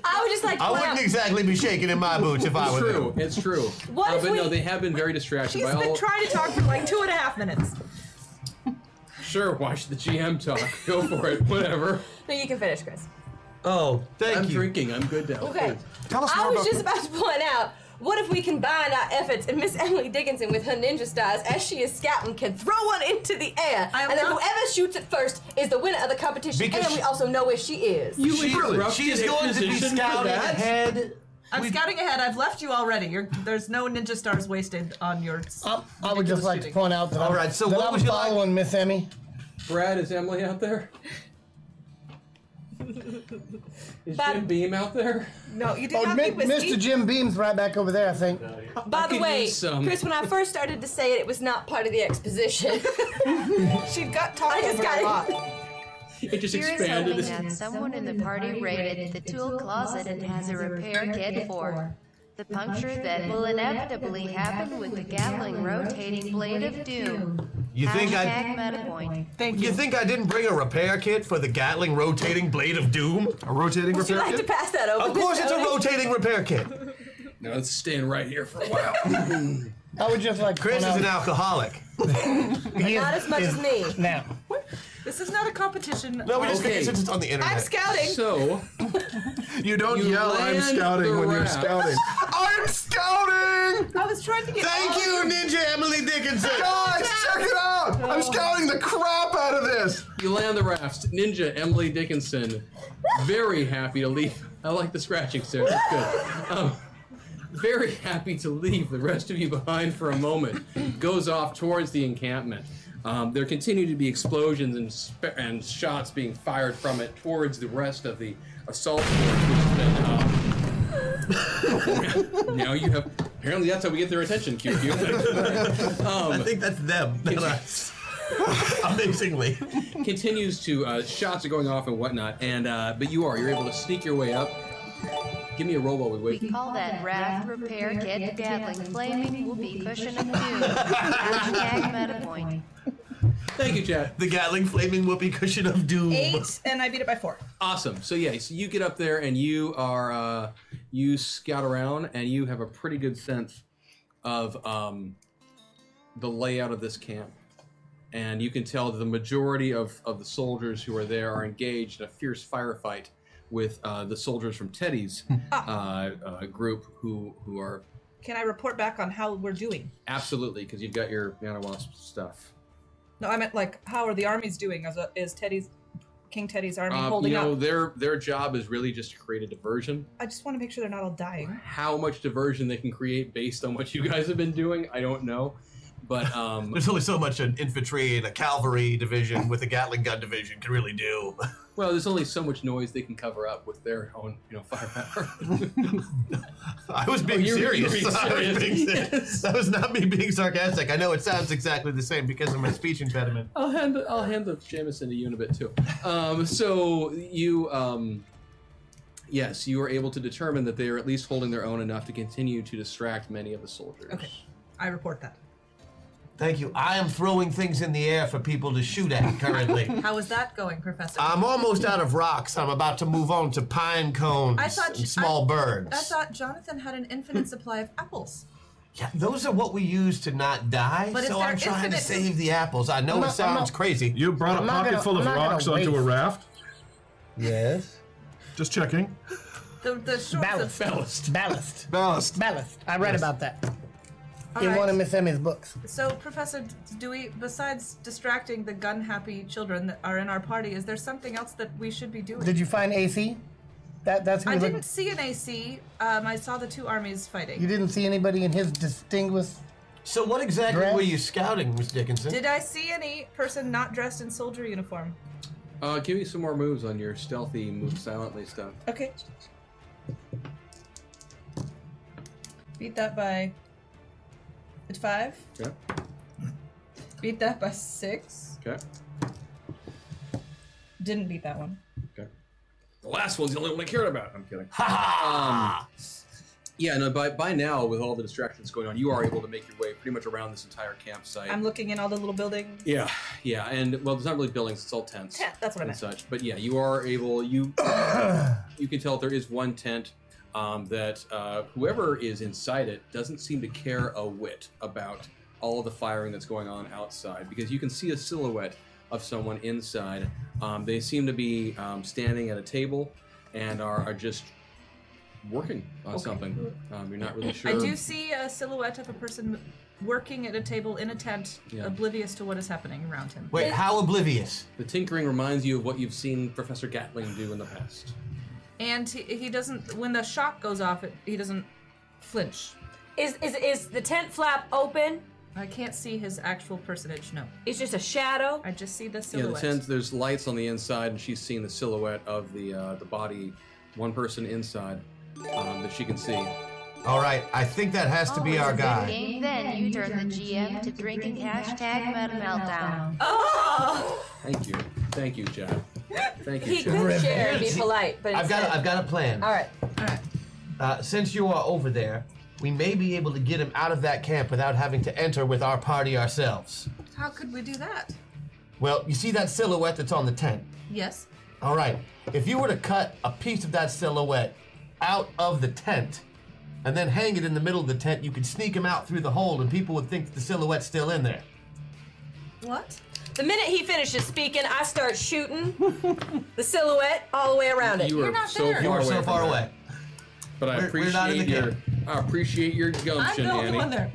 Speaker 4: I would just like to
Speaker 5: I
Speaker 4: point
Speaker 5: wouldn't
Speaker 4: out,
Speaker 5: exactly be shaking in my boots if I
Speaker 2: It's
Speaker 5: were
Speaker 2: true.
Speaker 5: them.
Speaker 2: It's true.
Speaker 4: What
Speaker 2: Uh,
Speaker 4: if
Speaker 2: but no,
Speaker 4: we-
Speaker 2: they have been very distracted
Speaker 10: She's
Speaker 2: by
Speaker 10: been
Speaker 2: all.
Speaker 10: trying to talk for like two and a half minutes.
Speaker 2: sure, watch the GM talk. Go for it. Whatever.
Speaker 4: no, you can finish, Chris.
Speaker 5: Oh, thank
Speaker 2: I'm
Speaker 5: you.
Speaker 2: drinking. I'm good now.
Speaker 4: Okay.
Speaker 7: Tell us
Speaker 4: I
Speaker 7: more
Speaker 4: was
Speaker 7: about
Speaker 4: just about to point out, what if we combine our efforts and Miss Emily Dickinson with her ninja stars as she is scouting can throw one into the air,
Speaker 10: I am
Speaker 4: and then
Speaker 10: not-
Speaker 4: whoever shoots it first is the winner of the competition,
Speaker 5: Because
Speaker 4: and we
Speaker 5: she-
Speaker 4: also know where she is.
Speaker 2: You
Speaker 5: She-
Speaker 2: interrupted
Speaker 5: she's
Speaker 2: a
Speaker 5: going to be
Speaker 2: position for
Speaker 5: scouting
Speaker 2: that?
Speaker 5: ahead.
Speaker 10: I'm scouting ahead. I've left you already. You're, there's no ninja stars wasted on your.
Speaker 5: Uh,
Speaker 6: I, I would just like to point out that
Speaker 5: All
Speaker 6: I'm,
Speaker 5: right, so
Speaker 6: that
Speaker 5: what
Speaker 6: I'm
Speaker 5: would you like-
Speaker 6: following Miss Emmy.
Speaker 2: Brad, is Emily out there? Is
Speaker 4: But-
Speaker 2: Jim Beam out there?
Speaker 10: No, you did
Speaker 6: Oh,
Speaker 10: not
Speaker 6: Mi-
Speaker 10: think was
Speaker 6: Mr. Jim Beam's right back over there, I think.
Speaker 4: By the
Speaker 2: could
Speaker 4: way,
Speaker 2: use some.
Speaker 4: Chris, when I first started to say it, it was not part of the exposition.
Speaker 10: She got talked
Speaker 4: I just
Speaker 10: over
Speaker 4: got
Speaker 10: a
Speaker 4: it.
Speaker 10: lot.
Speaker 2: It just
Speaker 9: Here is hoping
Speaker 2: expanded.
Speaker 9: that someone in the party raided the tool closet and has a repair kit for the puncture that will inevitably happen with the Gatling rotating blade of doom.
Speaker 5: You think I?
Speaker 9: Hashtag meta point.
Speaker 10: Thank
Speaker 5: You
Speaker 10: you.
Speaker 5: think I didn't bring a repair kit for the Gatling rotating blade of doom?
Speaker 7: a rotating
Speaker 4: Would you
Speaker 7: repair
Speaker 4: like to
Speaker 7: kit?
Speaker 4: pass that over?
Speaker 5: Of course, it's a
Speaker 4: Tony?
Speaker 5: rotating repair kit.
Speaker 2: No, it's staying right here for a while.
Speaker 6: I would just like to
Speaker 5: Chris
Speaker 6: point
Speaker 5: is an
Speaker 6: out
Speaker 5: alcoholic.
Speaker 6: he
Speaker 4: Not as much as me.
Speaker 6: Now,
Speaker 10: This is not a competition.
Speaker 5: No, we just
Speaker 2: Okay.
Speaker 5: since it's on the internet.
Speaker 10: I'm scouting.
Speaker 2: so,
Speaker 7: You don't
Speaker 2: You
Speaker 7: yell, I'm
Speaker 2: land the
Speaker 7: scouting, when you're
Speaker 2: raft.
Speaker 7: scouting.
Speaker 5: I'm scouting.
Speaker 10: I was trying to get.
Speaker 5: Thank
Speaker 10: all-
Speaker 5: you, Ninja Emily Dickinson.
Speaker 7: Guys, check it out! I'm scouting the crap out of this!
Speaker 2: you land the raft. Ninja Emily Dickinson, very happy to leave. I like the scratching, sir. That's good. Um, very happy to leave the rest of you behind for a moment. Goes off towards the encampment. Um, there continue to be explosions and, sp- and shots being fired from it towards the rest of the assault force, which has been. Um, now you have. Apparently, that's how we get their attention, QQ.
Speaker 5: I think that's them. not us. Amazingly.
Speaker 2: continues to uh, shots are going off and whatnot, and uh, but you are you're able to sneak your way up. Give me a roll while we wait.
Speaker 9: We call that raft repair kit the Gatling flaming will be cushion of doom. Hashtag meta point.
Speaker 2: Thank you, Chad.
Speaker 5: The Gatling flaming whoopee cushion of doom.
Speaker 10: Eight, and I beat it by four.
Speaker 2: Awesome. So yeah, so you get up there and you are uh, you scout around and you have a pretty good sense of um, the layout of this camp, and you can tell that the majority of of the soldiers who are there are engaged in a fierce firefight with uh, the soldiers from Teddy's uh, uh, group who who are
Speaker 10: Can I report back on how we're doing?
Speaker 2: absolutely because you've got your Nana Wasp stuff.
Speaker 10: No, I meant like how are the armies doing? Is, uh, is Teddy's King Teddy's army
Speaker 5: Uh,
Speaker 2: Um,
Speaker 10: holding
Speaker 2: you know,
Speaker 10: up?
Speaker 2: their their job is really just to create a diversion.
Speaker 10: I just want to make sure they're not all dying.
Speaker 2: How much diversion they can create based on what you guys have been doing, I don't know. But um,
Speaker 5: There's only so much an infantry and a cavalry division with a Gatling gun division can really do.
Speaker 2: well, there's only so much noise they can cover up with their own, you know, firepower.
Speaker 5: I was being
Speaker 2: Oh, you're- you're
Speaker 5: serious.
Speaker 2: being
Speaker 5: I was
Speaker 2: serious.
Speaker 5: being serious.
Speaker 2: Yes.
Speaker 5: That was not me being sarcastic. I know it sounds exactly the same because of my speech impediment.
Speaker 2: I'll hand I'll hand the Jamison to you in a bit too. Um, so you um, yes, you are able to determine that they are at least holding their own enough to continue to distract many of the soldiers.
Speaker 10: Okay. I report that.
Speaker 5: Thank you. I am throwing things in the air for people to shoot at currently.
Speaker 10: How is that going, Professor?
Speaker 5: I'm almost out of rocks. I'm about to move on to pine cones
Speaker 10: I thought
Speaker 5: and small
Speaker 10: I-
Speaker 5: birds.
Speaker 10: I thought Jonathan had an infinite
Speaker 6: Hmm.
Speaker 10: supply of apples.
Speaker 5: Yeah, those are what we use to not die.
Speaker 10: But is
Speaker 5: so
Speaker 10: there
Speaker 5: I'm trying to
Speaker 10: infinite-
Speaker 5: save the apples. I know
Speaker 6: I'm
Speaker 5: it
Speaker 6: not- I'm
Speaker 5: sounds
Speaker 6: not-
Speaker 5: crazy.
Speaker 7: You brought
Speaker 6: I'm
Speaker 7: a
Speaker 6: not
Speaker 7: pocket
Speaker 6: gonna-
Speaker 7: full of
Speaker 6: I'm not gonna
Speaker 7: rocks onto a
Speaker 6: waste.
Speaker 7: raft.
Speaker 5: Yes.
Speaker 7: Just checking.
Speaker 10: The, the shorts
Speaker 6: Ballast.
Speaker 10: of.
Speaker 6: Ballast. Ballast.
Speaker 7: Ballast.
Speaker 6: Ballast. I read about that
Speaker 10: All
Speaker 6: in
Speaker 10: right.
Speaker 6: one of Miss Emmy's books.
Speaker 10: So, Professor Dewey, besides distracting the gun-happy children that are in our party, is there something else that we should be doing?
Speaker 6: Did you find AC? That that's who
Speaker 10: I
Speaker 6: you're
Speaker 10: didn't
Speaker 6: looking-
Speaker 10: see an AC. Um, I saw the two armies fighting.
Speaker 6: You didn't see anybody in his distinguished.
Speaker 5: So what exactly
Speaker 6: Grass.
Speaker 5: were you scouting, Miss Dickinson?
Speaker 10: Did I see any person not dressed in soldier uniform?
Speaker 2: Uh, give me some more moves on your stealthy, move silently stuff.
Speaker 10: Okay. Beat that by at five.
Speaker 2: Okay.
Speaker 10: Beat that by six.
Speaker 2: Okay.
Speaker 10: Didn't beat that one.
Speaker 2: Okay. The last one's the only one I cared about. I'm kidding.
Speaker 5: ha ha!
Speaker 2: Um, yeah, no. By by now, with all the distractions going on, you are able to make your way pretty much around this entire campsite.
Speaker 10: I'm looking in all the little buildings.
Speaker 2: yeah, yeah, and well, there's not really buildings; it's all tents
Speaker 10: Yeah, that's what
Speaker 2: and
Speaker 10: I meant.
Speaker 2: such. But yeah, you are able. You you can tell there is one tent um, that uh, whoever is inside it doesn't seem to care a whit about all the firing that's going on outside because you can see a silhouette of someone inside. Um, they seem to be um, standing at a table and are, are just working on something. Um, you're not really sure.
Speaker 10: I do see a silhouette of a person working at a table in a tent,
Speaker 2: Yeah.
Speaker 10: oblivious to what is happening around him.
Speaker 5: Wait, how oblivious?
Speaker 2: The tinkering reminds you of what you've seen Professor Gatling do in the past.
Speaker 10: And he, he doesn't. When the shock goes off, it, he doesn't flinch.
Speaker 4: Is is is the tent flap open?
Speaker 10: I can't see his actual personage. No,
Speaker 4: It's just a shadow.
Speaker 10: I just see
Speaker 2: Yeah,
Speaker 10: the
Speaker 2: the
Speaker 10: silhouette.
Speaker 2: tent. There's lights on the inside, and she's seen the silhouette of the uh, the body, one person inside um, that she can see.
Speaker 5: All right, I think that has to
Speaker 10: Oh,
Speaker 5: be our guy.
Speaker 9: Game then, you turn the GM to drinking hashtag mud meltdown.
Speaker 10: Oh!
Speaker 2: Thank you, thank you, Jack. Thank you,
Speaker 4: He
Speaker 2: Jack.
Speaker 4: could share and be polite, but
Speaker 5: I've got,
Speaker 4: instead-
Speaker 5: I've got a plan.
Speaker 4: All right.
Speaker 5: Uh, since you are over there, we may be able to get him out of that camp without having to enter with our party ourselves.
Speaker 10: How could we do that?
Speaker 5: Well, you see that silhouette that's on the tent.
Speaker 10: Yes.
Speaker 5: All right. If you were to cut a piece of that silhouette out of the tent and then hang it in the middle of the tent, you could sneak him out through the hole and people would think that the silhouette's still in there.
Speaker 10: What?
Speaker 4: The minute he finishes speaking, I start shooting the silhouette all the way around it.
Speaker 2: You are
Speaker 10: not
Speaker 2: so
Speaker 10: there.
Speaker 2: far
Speaker 5: You are
Speaker 2: away.
Speaker 5: so
Speaker 2: from
Speaker 5: far
Speaker 2: that.
Speaker 5: away.
Speaker 2: But I
Speaker 5: We're- we're
Speaker 2: appreciate
Speaker 5: not in the
Speaker 2: your
Speaker 5: camp.
Speaker 2: I appreciate your
Speaker 10: I'm
Speaker 2: gumption,
Speaker 10: the only one
Speaker 2: Annie.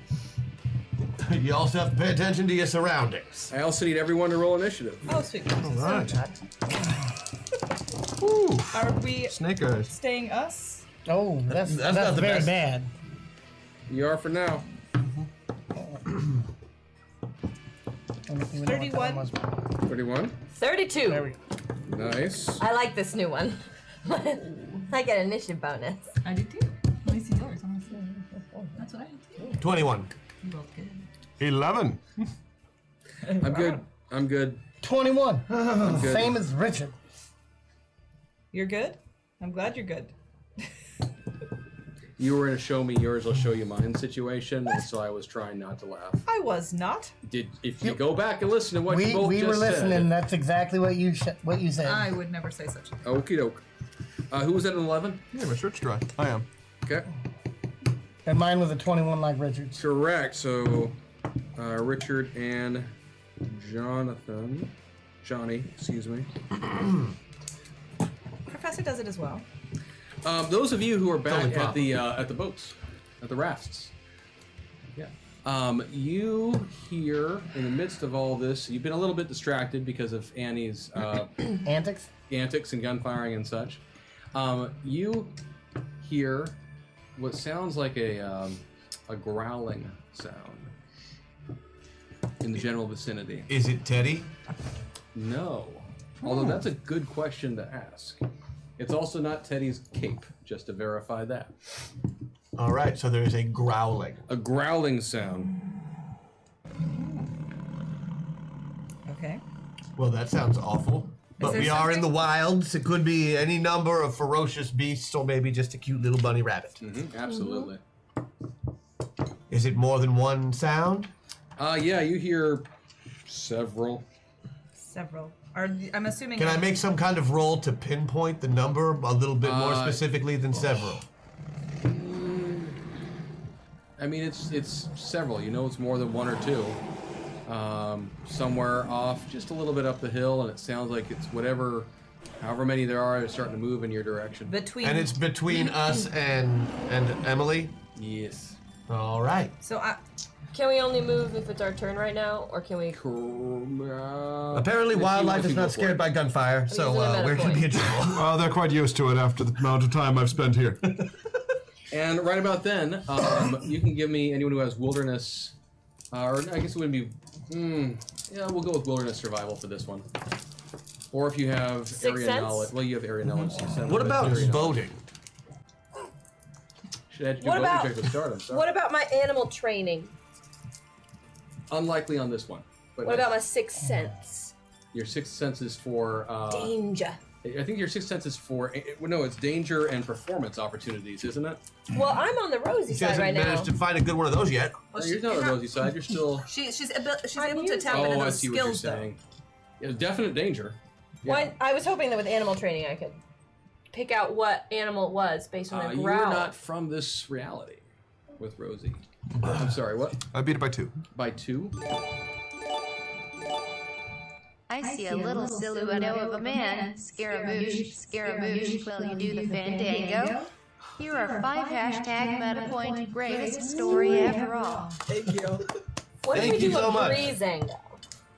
Speaker 10: there.
Speaker 5: You also have to pay attention to your surroundings.
Speaker 2: I also need everyone to roll initiative.
Speaker 10: Oh, sweet. All
Speaker 7: right.
Speaker 10: Are we
Speaker 7: Snake eyes.
Speaker 10: staying us?
Speaker 6: Oh, that's
Speaker 5: That's
Speaker 6: that's,
Speaker 5: not the
Speaker 6: very
Speaker 5: best.
Speaker 6: bad.
Speaker 2: You are for now.
Speaker 6: I don't even know what that one
Speaker 10: 31.
Speaker 6: was.
Speaker 2: Thirty-one.
Speaker 6: There we
Speaker 4: 32.
Speaker 6: go.
Speaker 2: Nice.
Speaker 4: I like this new one. I get an initiative bonus.
Speaker 10: I do too. Let me see yours. I'm gonna see. That's what I did too.
Speaker 5: 21.
Speaker 10: You both good.
Speaker 7: Eleven.
Speaker 2: I'm good. I'm good.
Speaker 6: Twenty-one.
Speaker 2: I'm good.
Speaker 6: Same as Richard.
Speaker 10: You're good? I'm glad you're good.
Speaker 2: You were in a show me yours, I'll show you mine situation, and so I was trying not to laugh.
Speaker 10: I was not.
Speaker 2: Did if you go back and listen to what you
Speaker 6: We,
Speaker 2: both
Speaker 6: we
Speaker 2: just
Speaker 6: were listening.
Speaker 2: said?
Speaker 6: That's exactly what you sh- what you said.
Speaker 10: I would never say such a thing.
Speaker 2: Okie doke. Uh, who was at an eleven?
Speaker 7: Yeah, my shirt's dry. I am.
Speaker 2: Okay,
Speaker 6: And mine was a twenty-one like Richard's.
Speaker 2: correct. So uh, Richard and Jonathan, Johnny, excuse me.
Speaker 10: Professor does it as well.
Speaker 2: Um, those of you who are
Speaker 5: only
Speaker 2: back at
Speaker 5: problem.
Speaker 2: the uh, at the boats, at the rafts, yeah, um, you hear in the midst of all this, you've been a little bit distracted because of Annie's uh,
Speaker 6: Antics.
Speaker 2: antics and gunfiring and such. Um, you hear what sounds like a um, a growling sound in the general vicinity.
Speaker 5: Is it Teddy?
Speaker 2: No, although that's a good question to ask. It's also not Teddy's cape, just to verify that.
Speaker 5: All right, so there is a growling.
Speaker 2: A growling sound.
Speaker 10: Okay.
Speaker 5: Well, that sounds awful. But
Speaker 10: there
Speaker 5: we are in the
Speaker 10: something-
Speaker 5: wilds. It could be any number of ferocious beasts or maybe just a cute little bunny
Speaker 2: Hmm.
Speaker 5: rabbit.
Speaker 2: Absolutely.
Speaker 5: Is it more than one sound?
Speaker 2: Uh, yeah, you hear several.
Speaker 10: Several. Are th- I'm assuming.
Speaker 5: Can I make some kind of roll to pinpoint the number a little bit more
Speaker 2: Uh,
Speaker 5: specifically than several?
Speaker 2: I mean, it's it's several. You know, it's more than one or two. Um, somewhere off, just a little bit up the hill, and it sounds like it's whatever, however many there are, is starting to move in your direction.
Speaker 10: between?
Speaker 5: And it's between us and and Emily.
Speaker 2: yes,
Speaker 5: All right.
Speaker 10: so I,
Speaker 4: Can we only move if it's our turn right now, or can we?
Speaker 5: Apparently,
Speaker 2: apparently
Speaker 5: wildlife is not scared by gunfire, so
Speaker 4: using a
Speaker 5: uh, we're gonna be in trouble.
Speaker 7: Uh, they're quite used to it after the amount of time I've spent here.
Speaker 2: And right about then, um, you can give me anyone who has wilderness, uh, or I guess it wouldn't be. Hmm, yeah, we'll go with wilderness survival for this one. Or if you have area
Speaker 4: sense?
Speaker 2: knowledge, well, you have area knowledge. so
Speaker 4: Mm-hmm.
Speaker 2: seven,
Speaker 5: What
Speaker 2: but
Speaker 5: about
Speaker 2: area knowledge.
Speaker 5: boating?
Speaker 2: Should I have to do
Speaker 4: What
Speaker 2: both
Speaker 4: about-
Speaker 2: check with stardom? Sorry.
Speaker 4: What about my animal training?
Speaker 2: Unlikely on this one. But
Speaker 4: What about my sixth sense?
Speaker 2: your sixth sense is for? Uh,
Speaker 4: Danger.
Speaker 2: I think your sixth sense is for. eh, eh, well, no, it's danger and performance opportunities, isn't it?
Speaker 4: Well, I'm on the rosy
Speaker 5: She
Speaker 4: side
Speaker 5: hasn't
Speaker 4: right now.
Speaker 5: managed to find a good one of those yet.
Speaker 2: No,
Speaker 10: well, she-
Speaker 2: you're not on the rosy side. You're still.
Speaker 10: She, she's able, she's
Speaker 4: I'm
Speaker 10: able to
Speaker 4: using-
Speaker 10: tap into
Speaker 2: Oh, I
Speaker 10: those
Speaker 2: see what you're
Speaker 10: skills though.
Speaker 2: saying. Yeah, definite danger. Yeah.
Speaker 4: One, I was hoping that with animal training I could pick out what animal it was based on
Speaker 2: Uh,
Speaker 5: Ah,
Speaker 4: the
Speaker 2: you
Speaker 4: growl.
Speaker 2: are not from this reality with Rosie. I'm sorry, what?
Speaker 7: I beat it by two.
Speaker 2: By two?
Speaker 9: I see a little silhouette of a man. Scaramouche, Scaramouche, will you do the fandango? Here are five hashtag meta point greatest story ever all.
Speaker 4: What if
Speaker 5: Thank
Speaker 4: we
Speaker 5: you
Speaker 4: do
Speaker 5: so
Speaker 4: a
Speaker 5: much.
Speaker 4: breezing?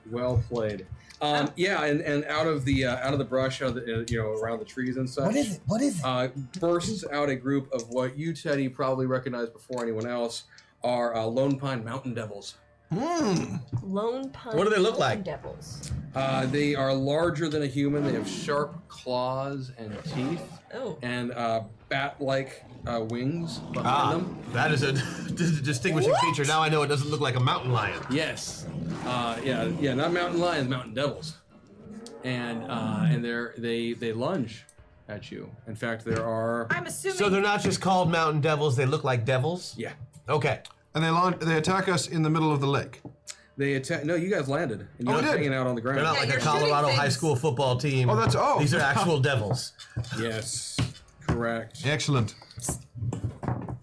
Speaker 2: Well played. Um, yeah, and, and out of the uh, out of the brush, out of the, uh, you know, around the trees and such,
Speaker 6: What is it? What is it?
Speaker 2: Uh, bursts out a group of what you, Teddy, probably recognize before anyone else are uh, Lone Pine Mountain Devils.
Speaker 4: Lone pine.
Speaker 5: What do they look
Speaker 4: mountain
Speaker 5: like?
Speaker 4: Devils.
Speaker 2: Uh, they are larger than a human. They have sharp claws and teeth
Speaker 10: Oh.
Speaker 2: and uh, bat-like uh, wings behind
Speaker 5: Ah,
Speaker 2: them.
Speaker 5: that is a distinguishing feature. Now I know it doesn't look like a mountain lion.
Speaker 2: Yes. Uh, yeah, yeah, not mountain lions, mountain devils. And uh, and they're they they lunge at you. In fact, there are
Speaker 10: I'm assuming.
Speaker 5: So they're not just called mountain devils; they look like devils.
Speaker 2: yeah.
Speaker 5: Okay.
Speaker 7: And they launch, they attack us in the middle of the lake.
Speaker 2: They attack No, you guys landed and you're
Speaker 7: Oh, I
Speaker 2: not
Speaker 7: did.
Speaker 2: hanging out on the
Speaker 5: They're
Speaker 2: ground.
Speaker 5: not
Speaker 10: Yeah,
Speaker 5: like a
Speaker 10: you're shooting
Speaker 5: Colorado high
Speaker 10: things.
Speaker 5: school football team.
Speaker 7: Oh, that's- oh.
Speaker 5: These are actual devils.
Speaker 2: Yes. Correct.
Speaker 7: Excellent.
Speaker 2: I'm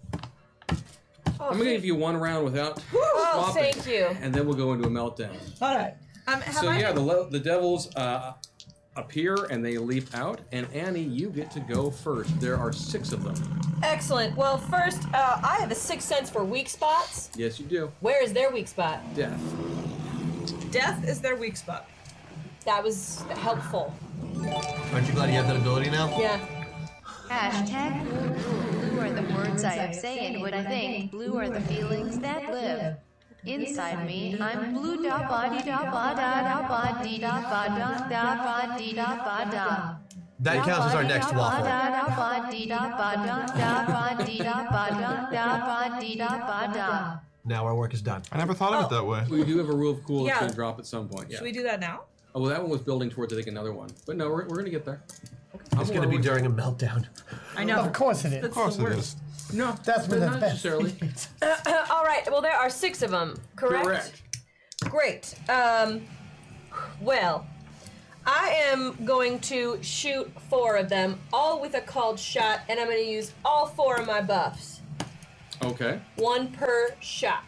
Speaker 2: going to give you one round without
Speaker 4: Oh,
Speaker 2: swapping,
Speaker 4: thank you.
Speaker 2: And then we'll go into a meltdown.
Speaker 6: All right.
Speaker 10: um, have
Speaker 2: so
Speaker 10: I
Speaker 2: yeah, the le- the devils uh, appear and they leap out and Annie, you get to go first. There are 6 of them.
Speaker 4: Excellent. Well, first, uh, I have a sixth sense for weak spots.
Speaker 2: Yes, you do.
Speaker 4: Where is their weak spot?
Speaker 2: Death.
Speaker 10: death is their weak spot.
Speaker 4: That was helpful.
Speaker 5: Aren't you glad you have that ability now?
Speaker 4: Yeah.
Speaker 9: Hashtag blue, blue, blue are the words I am saying when I think. Blue are the feelings that live. Inside me, I'm blue da ba dee da ba da da ba dee da ba da da ba dee da ba da.
Speaker 5: That counts as our next waffle. Now our work is done.
Speaker 7: I never thought
Speaker 6: Oh.
Speaker 7: of it that way.
Speaker 2: We do have a rule of cool that's
Speaker 10: Yeah.
Speaker 2: going to drop at some point. Yeah.
Speaker 10: Should we do that now?
Speaker 2: Oh, well, that one was building towards, I think, another one. But no, we're, we're going to get there.
Speaker 5: It's going to be during a meltdown.
Speaker 10: I know.
Speaker 6: Of course it is.
Speaker 10: That's
Speaker 7: Of course
Speaker 10: the
Speaker 7: it
Speaker 10: worst.
Speaker 7: is.
Speaker 2: No,
Speaker 6: That's
Speaker 2: but
Speaker 6: when
Speaker 2: not
Speaker 6: that's best.
Speaker 2: necessarily.
Speaker 4: Uh, All right. Well, there are six of them. Correct.
Speaker 2: Correct.
Speaker 4: Great. Um, well, I am going to shoot four of them, all with a called shot, and I'm going to use all four of my buffs,
Speaker 2: Okay.
Speaker 4: one per shot.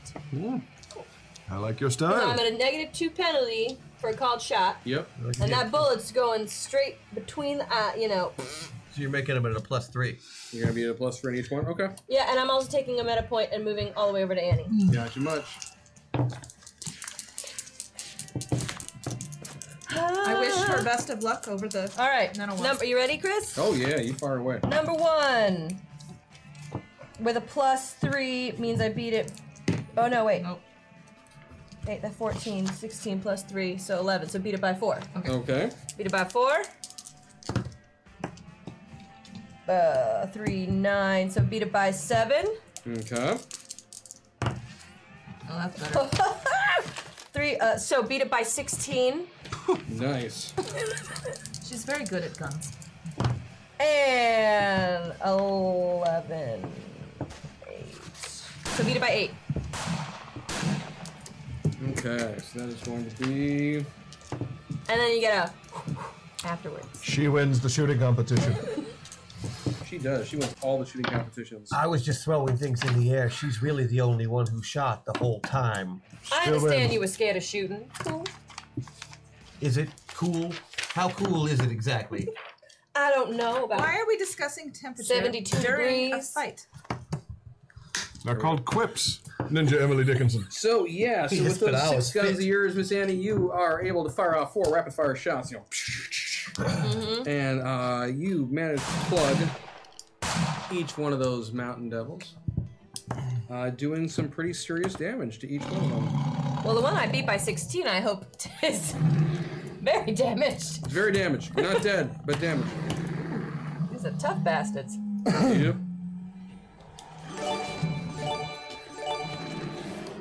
Speaker 7: I like your
Speaker 4: So I'm
Speaker 7: style.
Speaker 4: at a negative two penalty for a called shot,
Speaker 2: Yep.
Speaker 4: and that bullet's going straight between the eye, you know.
Speaker 5: So you're making him at a plus three.
Speaker 2: You're going to be at a plus for each one. Okay.
Speaker 4: Yeah, and I'm also taking a meta point and moving all the way over to Annie.
Speaker 10: Mm.
Speaker 2: Not too much.
Speaker 10: I wish her best of luck over the.
Speaker 4: Uh, All right.
Speaker 10: None of one.
Speaker 4: Number, you ready, Chris?
Speaker 2: Oh, yeah, you far away.
Speaker 4: Number one. With a plus three means I beat it. Oh, no, wait.
Speaker 10: Nope.
Speaker 4: Eight, that 14, 16 plus three, so 11. So beat it by four.
Speaker 10: Oh.
Speaker 2: Okay.
Speaker 4: Beat it by four. Uh, three, nine. So beat it by seven.
Speaker 2: Okay.
Speaker 10: Oh, that's better.
Speaker 4: Three, uh, so beat it by 16.
Speaker 2: Nice.
Speaker 10: She's very good at guns.
Speaker 4: And 11. Eight. So beat it by eight.
Speaker 2: Okay, so that is going to be.
Speaker 4: And then you get a afterwards.
Speaker 7: She wins the shooting competition.
Speaker 2: She does. She wins all the shooting competitions.
Speaker 5: I was just throwing things in the air. She's really the only one who shot the whole time.
Speaker 4: I understand you were scared of shooting. Cool.
Speaker 5: Is it cool? How cool is it exactly?
Speaker 4: I don't know about
Speaker 10: Why are we discussing temperature
Speaker 4: 72
Speaker 10: during a
Speaker 4: degrees.
Speaker 10: fight?
Speaker 7: They're called quips. Ninja Emily Dickinson.
Speaker 2: So yeah, so
Speaker 5: Yes,
Speaker 2: with
Speaker 5: but
Speaker 2: those
Speaker 5: I
Speaker 2: six
Speaker 5: was
Speaker 2: guns
Speaker 5: fit.
Speaker 2: of yours, Miss Annie, you are able to fire off four rapid fire shots. You know,
Speaker 10: Mm-hmm.
Speaker 2: and uh, you manage to plug each one of those mountain devils, uh, doing some pretty serious damage to each one of them.
Speaker 4: Well, the one I beat by 16, I hope is very damaged.
Speaker 2: It's very damaged, not dead, but damaged.
Speaker 4: These are tough bastards.
Speaker 2: You do?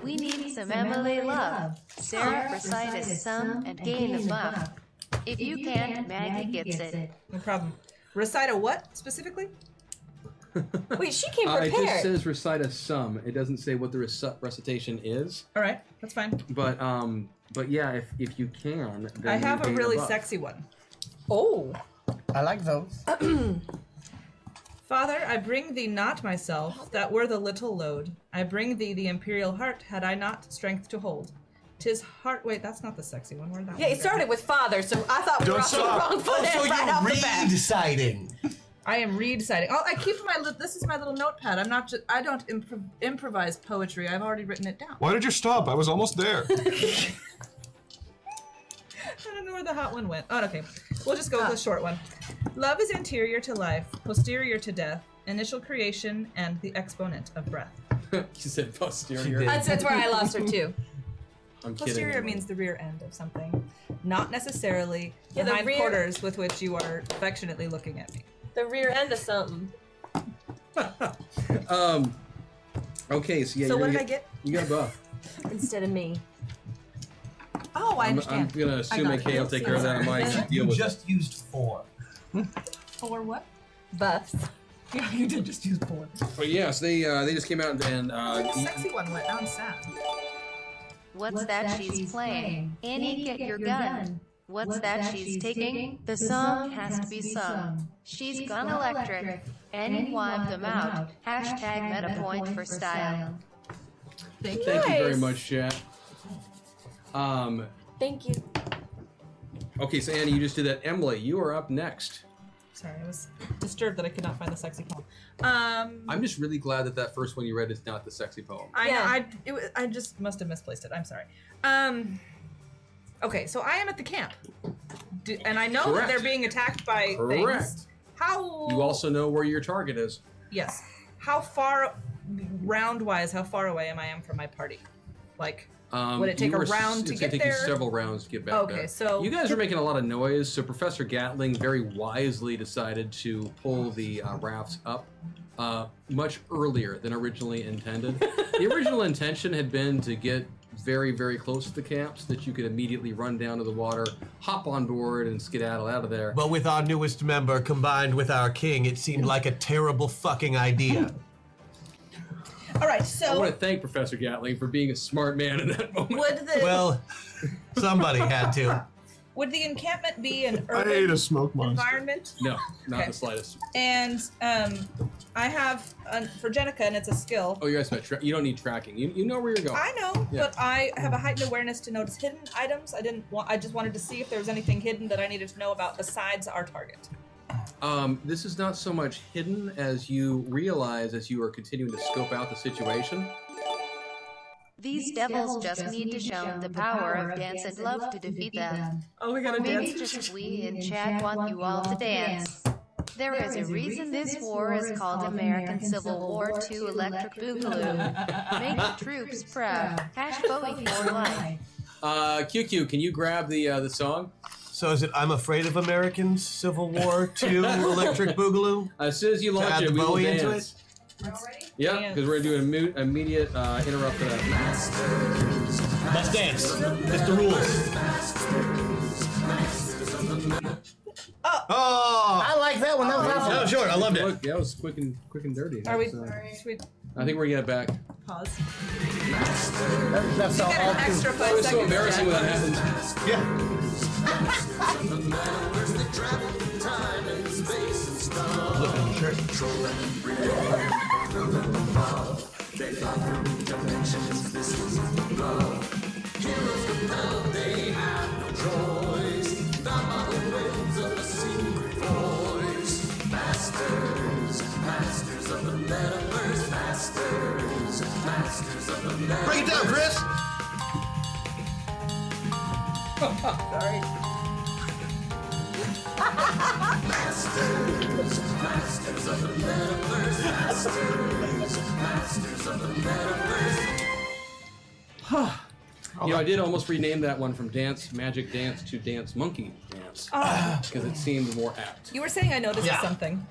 Speaker 9: We need some Emily Love. Sarah recites some and gain a buff. If you can't, Maggie gets it.
Speaker 10: No problem. Recite a what specifically?
Speaker 4: Wait, she came
Speaker 2: Uh, it just
Speaker 4: prepared.
Speaker 2: says recite a sum. It doesn't say what the reci- recitation is,
Speaker 10: All right, that's fine.
Speaker 2: but um, but yeah, if if you can, then
Speaker 10: I
Speaker 2: you
Speaker 10: have a
Speaker 2: gain
Speaker 10: really
Speaker 2: buff.
Speaker 10: sexy one.
Speaker 4: oh,
Speaker 6: I like those.
Speaker 10: Father, I bring thee not myself, that were the little load. I bring thee the imperial heart, had I not strength to hold. Tis heart. Wait, that's not the sexy one. Where did that
Speaker 4: yeah,
Speaker 10: one
Speaker 4: it
Speaker 10: go?
Speaker 4: started with father, so I thought we were
Speaker 7: Don't
Speaker 4: off on the
Speaker 7: stop.
Speaker 4: wrong foot
Speaker 5: Oh, so
Speaker 4: right off
Speaker 5: you're
Speaker 4: the bat.
Speaker 5: redeciding.
Speaker 10: I am redeciding. Oh, I keep my. Li- this is my little notepad. I'm not. Just, I don't improv- improvise poetry. I've already written it down.
Speaker 7: Why did you stop? I was almost there.
Speaker 10: I don't know where the hot one went. Oh, okay. We'll just go with the short one. Love is anterior to life, posterior to death, initial creation, and the exponent of breath.
Speaker 2: She said posterior.
Speaker 5: She did.
Speaker 4: That's, that's where I lost her too.
Speaker 2: I'm kidding.
Speaker 10: Posterior
Speaker 2: Emily.
Speaker 10: means the rear end of something, not necessarily
Speaker 4: Yeah,
Speaker 10: the
Speaker 4: the rear-
Speaker 10: hindquarters with which you are affectionately looking at me.
Speaker 4: The rear end of something.
Speaker 2: Um. Okay, so yeah.
Speaker 10: so
Speaker 2: you're
Speaker 10: what
Speaker 2: gonna
Speaker 10: did I get?
Speaker 2: You got a buff.
Speaker 4: Instead of me.
Speaker 10: Oh, I
Speaker 2: I'm, I'm
Speaker 10: understand.
Speaker 2: gonna assume
Speaker 10: got it.
Speaker 2: AKA will take care of that on my deal
Speaker 5: You
Speaker 2: with
Speaker 5: just used four.
Speaker 10: For what?
Speaker 4: Buffs.
Speaker 10: Yeah, you did just use four.
Speaker 2: it. But yes, they uh, they just came out and, and
Speaker 10: Where
Speaker 2: uh,
Speaker 10: the sexy one went. Now I'm sad.
Speaker 9: What's that she's playing? Annie, get your gun. What's that she's taking? The song has to be sung. She's gone electric. Annie wiped them out. Hashtag meta point for style.
Speaker 10: Thank you.
Speaker 2: thank you very
Speaker 4: Nice.
Speaker 2: much, chat. Um.
Speaker 4: Thank you.
Speaker 2: Okay, so Annie, you just did that. Emily, you are up next.
Speaker 10: Sorry, I was disturbed that I could not find the sexy poem. Um,
Speaker 2: I'm just really glad that that first one you read is not the sexy poem.
Speaker 10: I
Speaker 4: Yeah.
Speaker 10: I it was, I just must have misplaced it. I'm sorry. Um Okay, so I am at the camp. Do, and I know that
Speaker 2: Correct.
Speaker 10: they're being attacked by
Speaker 2: Correct.
Speaker 10: things. How
Speaker 2: You also know where your target is.
Speaker 10: Yes. How far round-wise how far away am I am from my party? Like
Speaker 2: Um,
Speaker 10: Would it take
Speaker 2: you
Speaker 10: a
Speaker 2: were s-
Speaker 10: round to
Speaker 2: it's gonna
Speaker 10: get
Speaker 2: take you
Speaker 10: there?
Speaker 2: several rounds to get back
Speaker 10: Okay,
Speaker 2: there.
Speaker 10: so-
Speaker 2: you guys are making a lot of noise. So Professor Gatling very wisely decided to pull the uh, rafts up uh, much earlier than originally intended. the original intention had been to get very, very close to the camp so that you could immediately run down to the water, hop on board, and skedaddle out of there.
Speaker 5: But with our newest member combined with our king, it seemed like a terrible fucking idea.
Speaker 10: All right,
Speaker 2: I
Speaker 10: so
Speaker 2: want to thank Professor Gatling for being a smart man in that moment.
Speaker 10: would the
Speaker 5: well, somebody had to.
Speaker 10: would the encampment be an
Speaker 7: I ate a
Speaker 10: urban
Speaker 7: smoke monster.
Speaker 10: environment?
Speaker 2: No, not
Speaker 10: Okay.
Speaker 2: the slightest.
Speaker 10: And um I have an, for Jenica and it's a skill.
Speaker 2: Oh, you guys met. Tra- you don't need tracking. You, you know where you're going.
Speaker 10: I know,
Speaker 2: Yeah.
Speaker 10: but I have a heightened awareness to notice hidden items. I didn't want. I just wanted to see if there was anything hidden that I needed to know about besides our target.
Speaker 2: Um, this is not so much hidden as you realize as you are continuing to scope out the situation.
Speaker 9: These devils just need to show the power of dance and love to defeat them.
Speaker 10: Oh, we gotta
Speaker 9: Maybe just we in chat want you all to dance. There is a reason this war is called American Civil War II Electric Boogaloo. Make the troops proud. Hash Bowie for life.
Speaker 2: Uh, QQ, can you grab the uh, the song?
Speaker 5: So is it I'm afraid of Americans, Civil War Two, Electric Boogaloo?
Speaker 2: As soon as you launch
Speaker 5: add
Speaker 2: it,
Speaker 5: the
Speaker 2: we will
Speaker 5: Bowie
Speaker 2: dance.
Speaker 5: into
Speaker 2: Yeah, because we're doing immu- immediate uh, interrupt for that.
Speaker 5: Let's dance. That's the rules. Oh,
Speaker 6: I like that one. That was
Speaker 5: that was short. I loved it. Oh.
Speaker 2: Look, that was quick and quick and dirty.
Speaker 10: Are we?
Speaker 2: That's, uh,
Speaker 10: Should we
Speaker 2: I think we're gonna get back.
Speaker 10: Pause.
Speaker 2: Oh,
Speaker 6: That- That's how all two.
Speaker 10: Extra five
Speaker 2: It's so
Speaker 10: seconds.
Speaker 2: embarrassing when that happens.
Speaker 7: Yeah.
Speaker 5: Break it down, Chris.
Speaker 2: You know, I did almost rename that one from Dance Magic Dance to Dance Monkey Dance
Speaker 10: Oh.
Speaker 2: because it seemed more apt.
Speaker 10: You were saying I noticed
Speaker 5: Yeah.
Speaker 10: something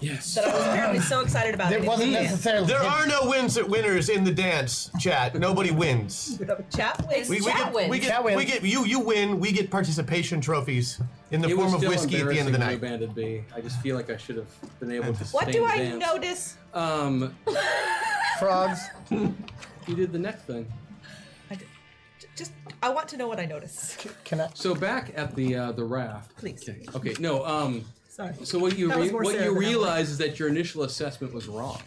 Speaker 2: Yes.
Speaker 10: that I was apparently so excited about. I
Speaker 6: It
Speaker 10: didn't
Speaker 6: wasn't
Speaker 10: see it.
Speaker 6: necessarily.
Speaker 5: There are no wins winners in the dance chat. Nobody wins.
Speaker 10: The chat wins.
Speaker 5: We, we
Speaker 4: Chat
Speaker 5: get, we
Speaker 4: wins.
Speaker 5: get,
Speaker 6: Chat wins.
Speaker 5: we get, you, you win. We get participation trophies in the
Speaker 2: It was
Speaker 5: form of
Speaker 2: still
Speaker 5: whiskey at the end of the
Speaker 2: embarrassing
Speaker 5: night.
Speaker 2: Blue Banded Bee. I just feel like I should have been able to.
Speaker 10: What do
Speaker 2: sustain
Speaker 10: I
Speaker 2: dance.
Speaker 10: notice?
Speaker 2: Um,
Speaker 6: frogs.
Speaker 2: you did the neck thing.
Speaker 10: I d- j- just I want to know what I notice.
Speaker 6: Can I?
Speaker 2: So back at the uh, the raft.
Speaker 10: Please.
Speaker 2: Okay. okay, No. Um.
Speaker 10: Sorry.
Speaker 2: So what you
Speaker 10: That was
Speaker 2: re-
Speaker 10: more
Speaker 2: what
Speaker 10: Sarah
Speaker 2: you
Speaker 10: than I
Speaker 2: realize is that your initial assessment was wrong.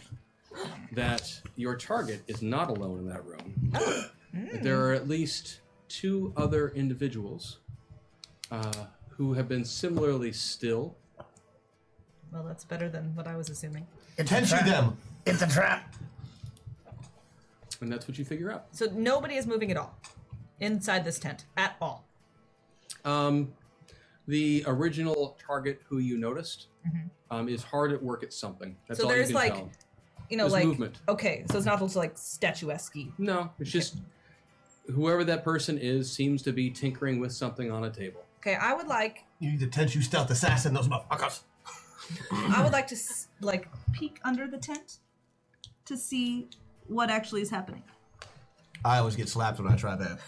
Speaker 2: That your target is not alone in that room. That There are at least two other individuals uh, who have been similarly still.
Speaker 10: Well, that's better than what I was assuming.
Speaker 5: Tenshi them.
Speaker 6: It's a trap.
Speaker 2: And that's what you figure out.
Speaker 10: So nobody is moving at all inside this tent at all.
Speaker 2: Um, the original target who you noticed um, is hard at work at something. That's
Speaker 10: Mm-hmm. So
Speaker 2: all you
Speaker 10: there's,
Speaker 2: can
Speaker 10: like-
Speaker 2: tell.
Speaker 10: You know,
Speaker 2: There's
Speaker 10: like
Speaker 2: movement.
Speaker 10: okay, so it's not just like statuesque.
Speaker 2: No, it's just whoever that person is seems to be tinkering with something on a table.
Speaker 10: Okay, I would like
Speaker 5: You need the Tenchu stealth assassin those motherfuckers.
Speaker 10: I would like to s- like peek under the tent to see what actually is happening.
Speaker 5: I always get slapped when I try that.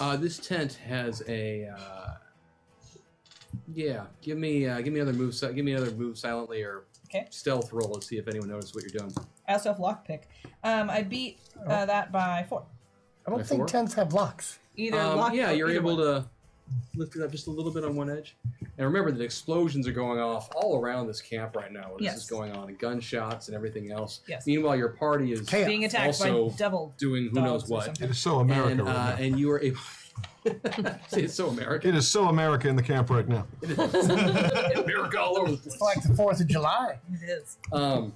Speaker 2: Uh, this tent has a. Uh, yeah, give me uh, give me another move. si- Give me another move silently or
Speaker 10: Okay.
Speaker 2: stealth roll and see if anyone notices what you're doing.
Speaker 10: I also have lockpick. Um, I beat
Speaker 4: Oh.
Speaker 10: uh, that by four.
Speaker 6: I don't
Speaker 2: By
Speaker 6: think
Speaker 2: four?
Speaker 6: tents have locks.
Speaker 10: Either
Speaker 2: Um,
Speaker 10: lock.
Speaker 2: yeah,
Speaker 10: or
Speaker 2: you're
Speaker 10: either
Speaker 2: able
Speaker 10: one.
Speaker 2: to lift it up just a little bit on one edge. And remember that explosions are going off all around this camp right now. Where This
Speaker 10: Yes.
Speaker 2: is going on, and gunshots and everything else.
Speaker 10: Yes.
Speaker 2: Meanwhile, your party is
Speaker 6: Chaos.
Speaker 10: being attacked
Speaker 2: also
Speaker 10: by devil
Speaker 2: doing who
Speaker 10: dogs
Speaker 2: knows
Speaker 10: or
Speaker 2: what.
Speaker 10: something.
Speaker 7: It is so America
Speaker 2: and,
Speaker 7: right
Speaker 2: uh,
Speaker 7: now.
Speaker 2: and you were able. See, it's so American.
Speaker 7: It is so America in the camp right now.
Speaker 2: America all over the place.
Speaker 6: It's like the Fourth of July.
Speaker 10: It is.
Speaker 2: Um,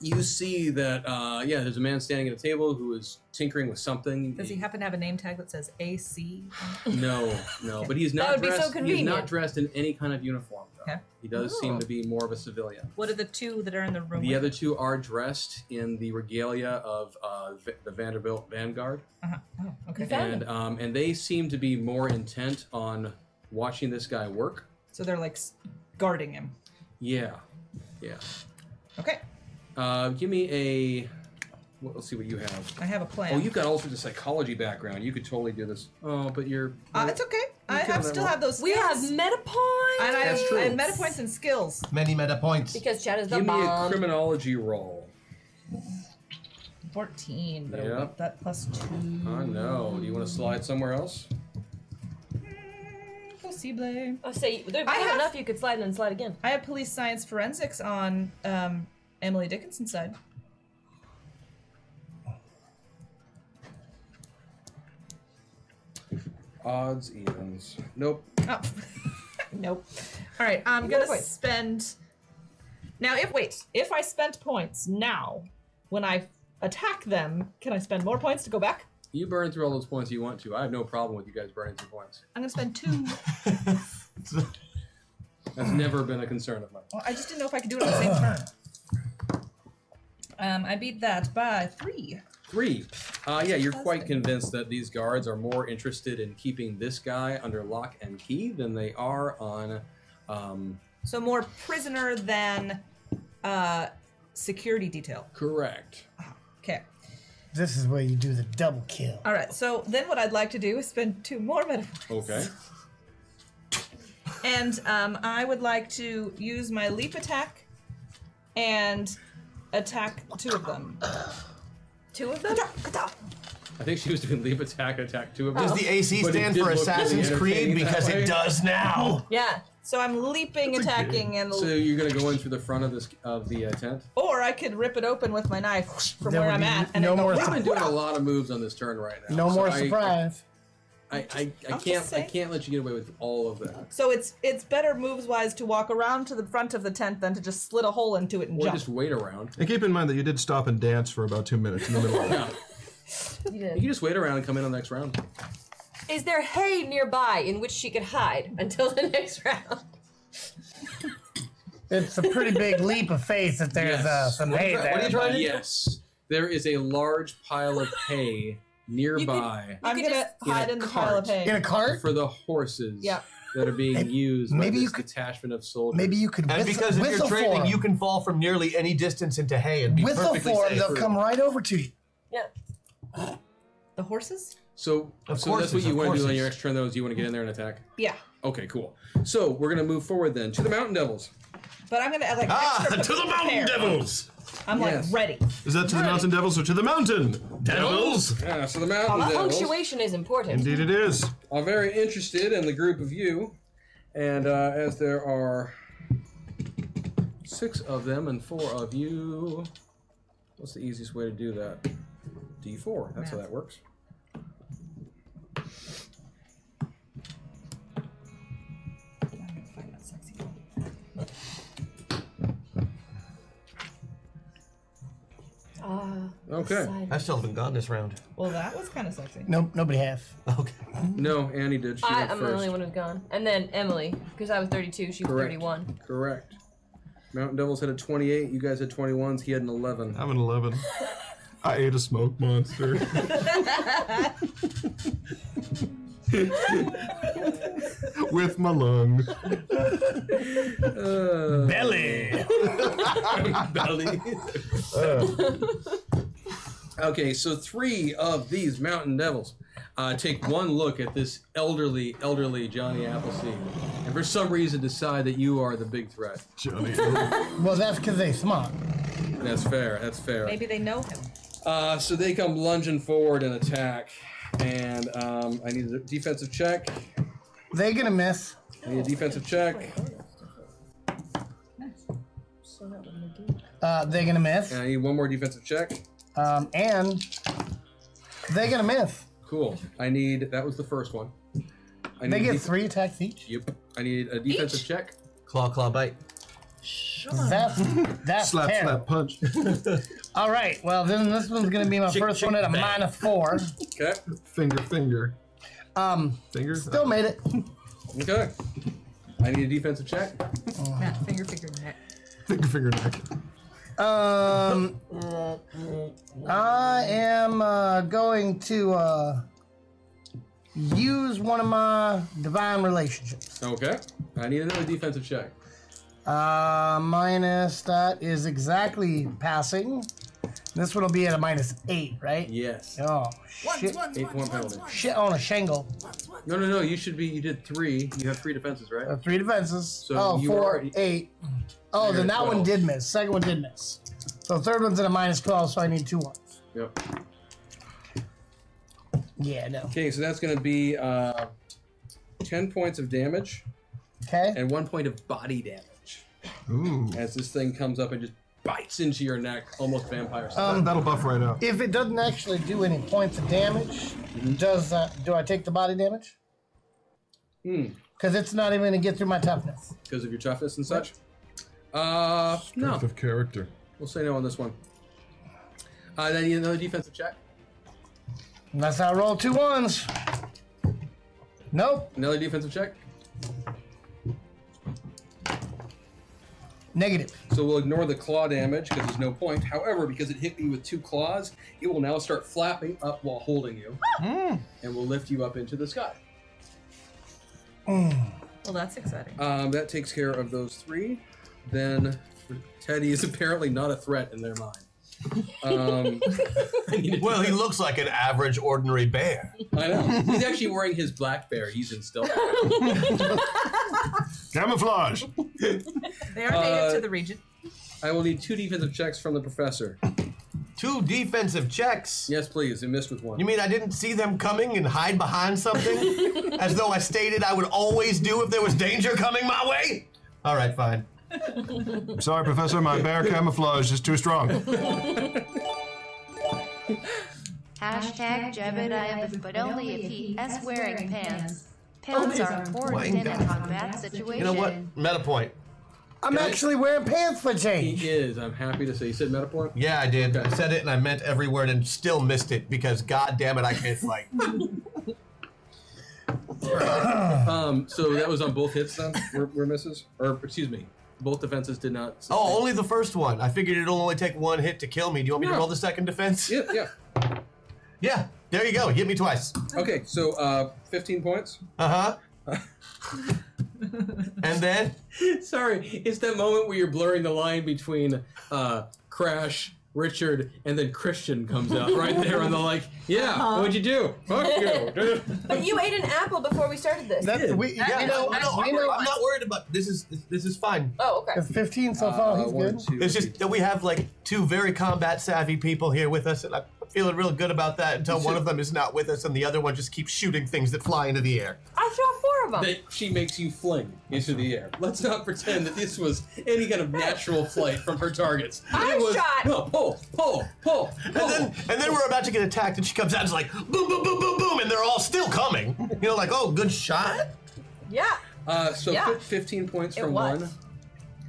Speaker 2: you see that, uh, yeah, there's a man standing at a table who is tinkering with something.
Speaker 10: Does he happen to have a name tag that says AC?
Speaker 2: No, no, but he's not
Speaker 4: That would be so
Speaker 2: dressed. he's not
Speaker 4: convenient.
Speaker 2: dressed in any kind of uniform. Though.
Speaker 10: Okay.
Speaker 2: He does seem
Speaker 4: Oh.
Speaker 2: to be more of a civilian.
Speaker 10: What are the two that are in the room?
Speaker 2: The
Speaker 10: with
Speaker 2: other
Speaker 10: him?
Speaker 2: two are dressed in the regalia of uh, v- the Vanderbilt Vanguard,
Speaker 10: Uh-huh. Oh, okay.
Speaker 4: Found
Speaker 2: and um, and they seem to be more intent on watching this guy work.
Speaker 10: So they're like s- guarding him.
Speaker 2: Yeah, yeah.
Speaker 10: Okay.
Speaker 2: Uh, give me a. Well, let's see what you have.
Speaker 10: I have a plan.
Speaker 2: Oh, you've got all sorts of psychology background. You could totally do this. Oh, but you're.
Speaker 10: uh, it's okay. I
Speaker 2: killed
Speaker 10: have
Speaker 2: that
Speaker 10: still
Speaker 2: one.
Speaker 10: have those.
Speaker 4: We have
Speaker 10: skills.
Speaker 4: meta points.
Speaker 10: and I have,
Speaker 2: That's true.
Speaker 10: I have meta points and skills.
Speaker 5: Many meta points.
Speaker 4: because Chad is the
Speaker 2: Give me a
Speaker 4: bomb.
Speaker 2: criminology roll.
Speaker 10: Fourteen. But
Speaker 2: Yeah.
Speaker 10: yeah. That plus two.
Speaker 2: I know. Do you want to slide somewhere else?
Speaker 10: Possible.
Speaker 4: Oh, so you, there,
Speaker 10: I
Speaker 4: have
Speaker 10: have-
Speaker 4: enough you could slide and then slide again.
Speaker 10: I have police science forensics on um, Emily Dickinson's side.
Speaker 2: Odds, evens. Nope.
Speaker 10: Oh. nope. All right, I'm gonna
Speaker 4: points.
Speaker 10: spend. Now, if wait, if I spent points now, when I attack them, can I spend more points to go back?
Speaker 2: You burn through all those points you want to. I have no problem with you guys burning through points.
Speaker 10: I'm gonna spend two.
Speaker 2: That's never been a concern of mine.
Speaker 10: Well, I just didn't know if I could do it on the same turn. Um, I beat that by three.
Speaker 2: Three. Uh, yeah, you're quite convinced that these guards are more interested in keeping this guy under lock and key than they are on. Um,
Speaker 10: So more prisoner than uh, security detail.
Speaker 2: correct.
Speaker 10: Okay.
Speaker 6: This is where you do the double kill.
Speaker 10: All right. So then, what I'd like to do is spend two more metaphors.
Speaker 2: Okay.
Speaker 10: And um, I would like to use my leap attack and attack two of them.
Speaker 4: Two of them?
Speaker 2: I think she was doing leap attack, attack two of them.
Speaker 5: Does the AC
Speaker 2: But it
Speaker 5: stand
Speaker 2: did
Speaker 5: for
Speaker 2: look really
Speaker 5: Assassin's Creed?
Speaker 2: entertaining that
Speaker 5: Because
Speaker 2: way.
Speaker 5: it does now.
Speaker 4: Yeah.
Speaker 10: So I'm leaping, attacking, and
Speaker 2: So you're gonna go in through the front of this of the uh, tent.
Speaker 10: or I could rip it open with my knife from
Speaker 6: That
Speaker 10: where
Speaker 6: would
Speaker 10: I'm
Speaker 6: be
Speaker 10: at. And
Speaker 6: no
Speaker 10: it go-
Speaker 6: more
Speaker 2: We've been doing a lot of moves on this turn right now.
Speaker 6: No
Speaker 2: so
Speaker 6: more
Speaker 2: I-
Speaker 6: surprise.
Speaker 2: I, I, I
Speaker 10: I'm just
Speaker 2: can't I
Speaker 10: saying.
Speaker 2: can't let you get away with all of that.
Speaker 10: So it's it's better moves wise to walk around to the front of the tent than to just slit a hole into it and
Speaker 2: Or
Speaker 10: jump.
Speaker 2: just wait around.
Speaker 7: And keep in mind that you did stop and dance for about two minutes in the middle of it.
Speaker 2: Yeah. You can just wait around and come in on the next round.
Speaker 4: Is there hay nearby in which she could hide until the next round?
Speaker 6: It's a pretty big leap of faith that there's uh,
Speaker 2: Yes.
Speaker 6: some hate there.
Speaker 5: What are you trying to do?
Speaker 2: Yes. There is a large pile of hay nearby
Speaker 10: I'm
Speaker 4: could
Speaker 10: gonna
Speaker 4: just-
Speaker 2: In a
Speaker 10: hide in the pile of
Speaker 2: cart.
Speaker 10: hay.
Speaker 6: In a cart?
Speaker 2: for the horses
Speaker 10: Yeah.
Speaker 2: that are being used
Speaker 6: maybe
Speaker 2: by
Speaker 6: you
Speaker 2: this
Speaker 6: could-
Speaker 2: detachment of soldiers.
Speaker 6: Maybe you could
Speaker 5: And
Speaker 6: whistle,
Speaker 5: because if you're
Speaker 6: whistle for
Speaker 5: training, you
Speaker 6: them.
Speaker 5: can fall from nearly any distance into hay and be
Speaker 6: Whistle
Speaker 5: perfectly
Speaker 6: for them,
Speaker 5: safe.
Speaker 6: they'll come right over to you.
Speaker 4: Yeah.
Speaker 10: the horses?
Speaker 2: so
Speaker 5: Of
Speaker 2: so that's
Speaker 5: courses,
Speaker 2: what you
Speaker 5: of
Speaker 2: want to do on
Speaker 5: courses.
Speaker 2: your next turn though is you want to get in there and attack.
Speaker 10: Yeah.
Speaker 2: Okay, cool. So we're gonna move forward then to the mountain devils.
Speaker 10: But I'm gonna add like
Speaker 5: Ah,
Speaker 10: extra
Speaker 5: to the mountain
Speaker 10: prepare.
Speaker 5: devils!
Speaker 10: I'm
Speaker 2: Yes.
Speaker 10: like ready.
Speaker 7: Is that to the mountain devils or to the mountain devils?
Speaker 2: Yeah, so the mountain
Speaker 4: Well,
Speaker 2: devils
Speaker 4: Uh, punctuation is important.
Speaker 7: Indeed, it is.
Speaker 2: are very interested in the group of you, and uh, as there are six of them and four of you, what's the easiest way to do that? D4. That's how that works.
Speaker 4: Ah,
Speaker 2: Okay.
Speaker 4: side.
Speaker 5: I still haven't gone this round.
Speaker 10: Well, that was kind of sexy.
Speaker 6: Nope, nobody has.
Speaker 5: Okay.
Speaker 2: No, Annie did. She
Speaker 4: I,
Speaker 2: went
Speaker 4: I'm the
Speaker 2: first.
Speaker 4: only one who's gone. And then Emily, because I was 32, she was
Speaker 2: Correct.
Speaker 4: 31.
Speaker 2: Correct. Mountain Devils had a 28. You guys had 21s. He had an 11.
Speaker 7: I'm an 11. I ate a smoke monster. With my lung.
Speaker 6: Uh,
Speaker 2: Uh,
Speaker 6: Belly!
Speaker 7: Ah,
Speaker 2: Okay, so three of these mountain devils uh, take one look at this elderly, elderly Johnny Appleseed, and for some reason decide that you are the big threat.
Speaker 7: Johnny. oh,
Speaker 6: Well, that's because they smart.
Speaker 2: That's fair. That's fair.
Speaker 10: Maybe they know him.
Speaker 2: Uh, so they come lunging forward and attack, and um, I need a defensive check.
Speaker 6: They gonna miss.
Speaker 2: I need a defensive check.
Speaker 6: Uh, they gonna miss.
Speaker 2: And I need one more defensive check.
Speaker 6: Um, and they gonna miss.
Speaker 2: Cool. I need. That was the first one. I need
Speaker 6: They
Speaker 2: a
Speaker 6: get
Speaker 2: def-
Speaker 6: three attacks each.
Speaker 2: Yep. I need a defensive check.
Speaker 5: Claw, claw, bite.
Speaker 6: That's that's
Speaker 7: slap,
Speaker 6: terrible.
Speaker 7: slap, punch.
Speaker 6: All right. Well, then this one's gonna be my first one at a minus four.
Speaker 2: Okay.
Speaker 7: Finger, finger.
Speaker 6: Um,
Speaker 7: Finger? Uh,
Speaker 6: still made it.
Speaker 2: Okay. I need a defensive check.
Speaker 10: Matt, finger, finger, neck.
Speaker 7: Finger, finger, neck.
Speaker 6: Um, I am uh, going to uh, use one of my divine relationships.
Speaker 2: Okay. I need another defensive check.
Speaker 6: Uh, minus that is exactly passing. This one will be at a minus eight, right?
Speaker 2: Yes.
Speaker 6: Oh shit!
Speaker 2: Eight point penalty.
Speaker 6: Shit on a shingle.
Speaker 2: No, no, no. You should be. You did three. You have three defenses,
Speaker 6: Uh,
Speaker 2: right?
Speaker 6: three defenses.
Speaker 2: So
Speaker 6: oh,
Speaker 2: you
Speaker 6: four,
Speaker 2: already-
Speaker 6: eight. Oh,
Speaker 2: You're
Speaker 6: then
Speaker 2: at
Speaker 6: that
Speaker 2: 12.
Speaker 6: one did miss. Second one did miss. So third one's at a minus twelve, so I need two ones.
Speaker 2: Yep.
Speaker 6: Yeah, no.
Speaker 2: Okay, so that's going to be uh, ten points of damage
Speaker 6: Okay.
Speaker 2: and one point of body damage
Speaker 7: Ooh.
Speaker 2: as this thing comes up and just bites into your neck, almost vampire style.
Speaker 6: Um,
Speaker 7: That'll buff right up.
Speaker 6: If it doesn't actually do any points of damage,
Speaker 2: Mm-hmm.
Speaker 6: does uh, do I take the body damage?
Speaker 2: Hmm.
Speaker 6: Because it's not even going to get through my toughness.
Speaker 2: because of your toughness and such. Uh, no,
Speaker 7: Strength of character.
Speaker 2: we'll say no on this one. Uh, then I need another defensive check.
Speaker 6: Unless I roll two ones. Nope,
Speaker 2: Another defensive check.
Speaker 6: negative.
Speaker 2: So we'll ignore the claw damage because there's no point. However, because it hit me with two claws, it will now start flapping up while holding you,
Speaker 5: Hmm.
Speaker 2: and will lift you up into the sky.
Speaker 10: Well, that's exciting.
Speaker 2: Um, that takes care of those three. Then Teddy is apparently not a threat in their mind. Um, I need to-
Speaker 5: Well, he looks like an average, ordinary bear.
Speaker 2: I know. He's actually wearing his black bear. He's in stealth.
Speaker 7: Camouflage!
Speaker 10: They are
Speaker 2: uh,
Speaker 10: native to the region.
Speaker 2: I will need two defensive checks from the professor.
Speaker 5: Two defensive checks.
Speaker 2: Yes, please. You missed with one.
Speaker 5: You mean I didn't see them coming and hide behind something? As though I stated I would always do if there was danger coming my way? All right, fine.
Speaker 7: I'm sorry, Professor, my bear camouflage is too strong.
Speaker 9: Hashtag Jebediah, but only if he is wearing pants. Pants are
Speaker 5: Wayne
Speaker 9: important in a
Speaker 5: got-
Speaker 9: combat situation.
Speaker 5: You know what? Meta point.
Speaker 6: I'm actually wearing pants for change.
Speaker 2: He is. I'm happy to say. You said metaphor?
Speaker 5: Yeah, I did. I said it and I meant every word and still missed it because god damn it, I can't like
Speaker 2: Um, so that was on both hits then? Were, were misses? Or, excuse me, both defenses did not.
Speaker 5: Oh, only the first one. I figured it'll only take one hit to kill me. Do you want me
Speaker 2: No.
Speaker 5: to roll the second defense?
Speaker 2: Yeah, yeah.
Speaker 5: Yeah. There you go. Hit me twice.
Speaker 2: Okay, so uh, 15 points.
Speaker 5: Uh-huh. and then
Speaker 2: Sorry, it's that moment where you're blurring the line between uh, Crash, Richard, and then Christian comes out right there, and they're like, "Yeah, what'd you do? Fuck you!"
Speaker 4: But you ate an apple before we started this.
Speaker 6: That's, we,
Speaker 5: yeah,
Speaker 6: you
Speaker 5: no,
Speaker 6: know,
Speaker 5: I know,
Speaker 6: you
Speaker 5: I'm,
Speaker 6: know,
Speaker 5: I'm not worried about this is this is fine.
Speaker 4: oh, okay.
Speaker 6: it's 15 so far.
Speaker 2: Uh,
Speaker 6: Oh, He's
Speaker 2: one,
Speaker 6: good.
Speaker 2: two,
Speaker 5: It's
Speaker 2: three,
Speaker 5: just that we have like two very combat savvy people here with us, and I'm feeling real good about that until one of them is not with us and the other one just keeps shooting things that fly into the air.
Speaker 4: I shot four of them.
Speaker 2: that she makes you fling into the air. Let's not pretend that this was any kind of natural flight from her targets.
Speaker 4: I
Speaker 2: it was,
Speaker 4: shot-
Speaker 2: No, pull, pull, pull, pull.
Speaker 5: And then and then we're about to get attacked, and she comes out and is like boom, boom, boom, boom, boom, and they're all still coming. You know, like, oh, good shot.
Speaker 4: yeah.
Speaker 2: uh, so
Speaker 4: Yeah.
Speaker 2: fif- 15 points
Speaker 4: It
Speaker 2: from
Speaker 4: was.
Speaker 2: one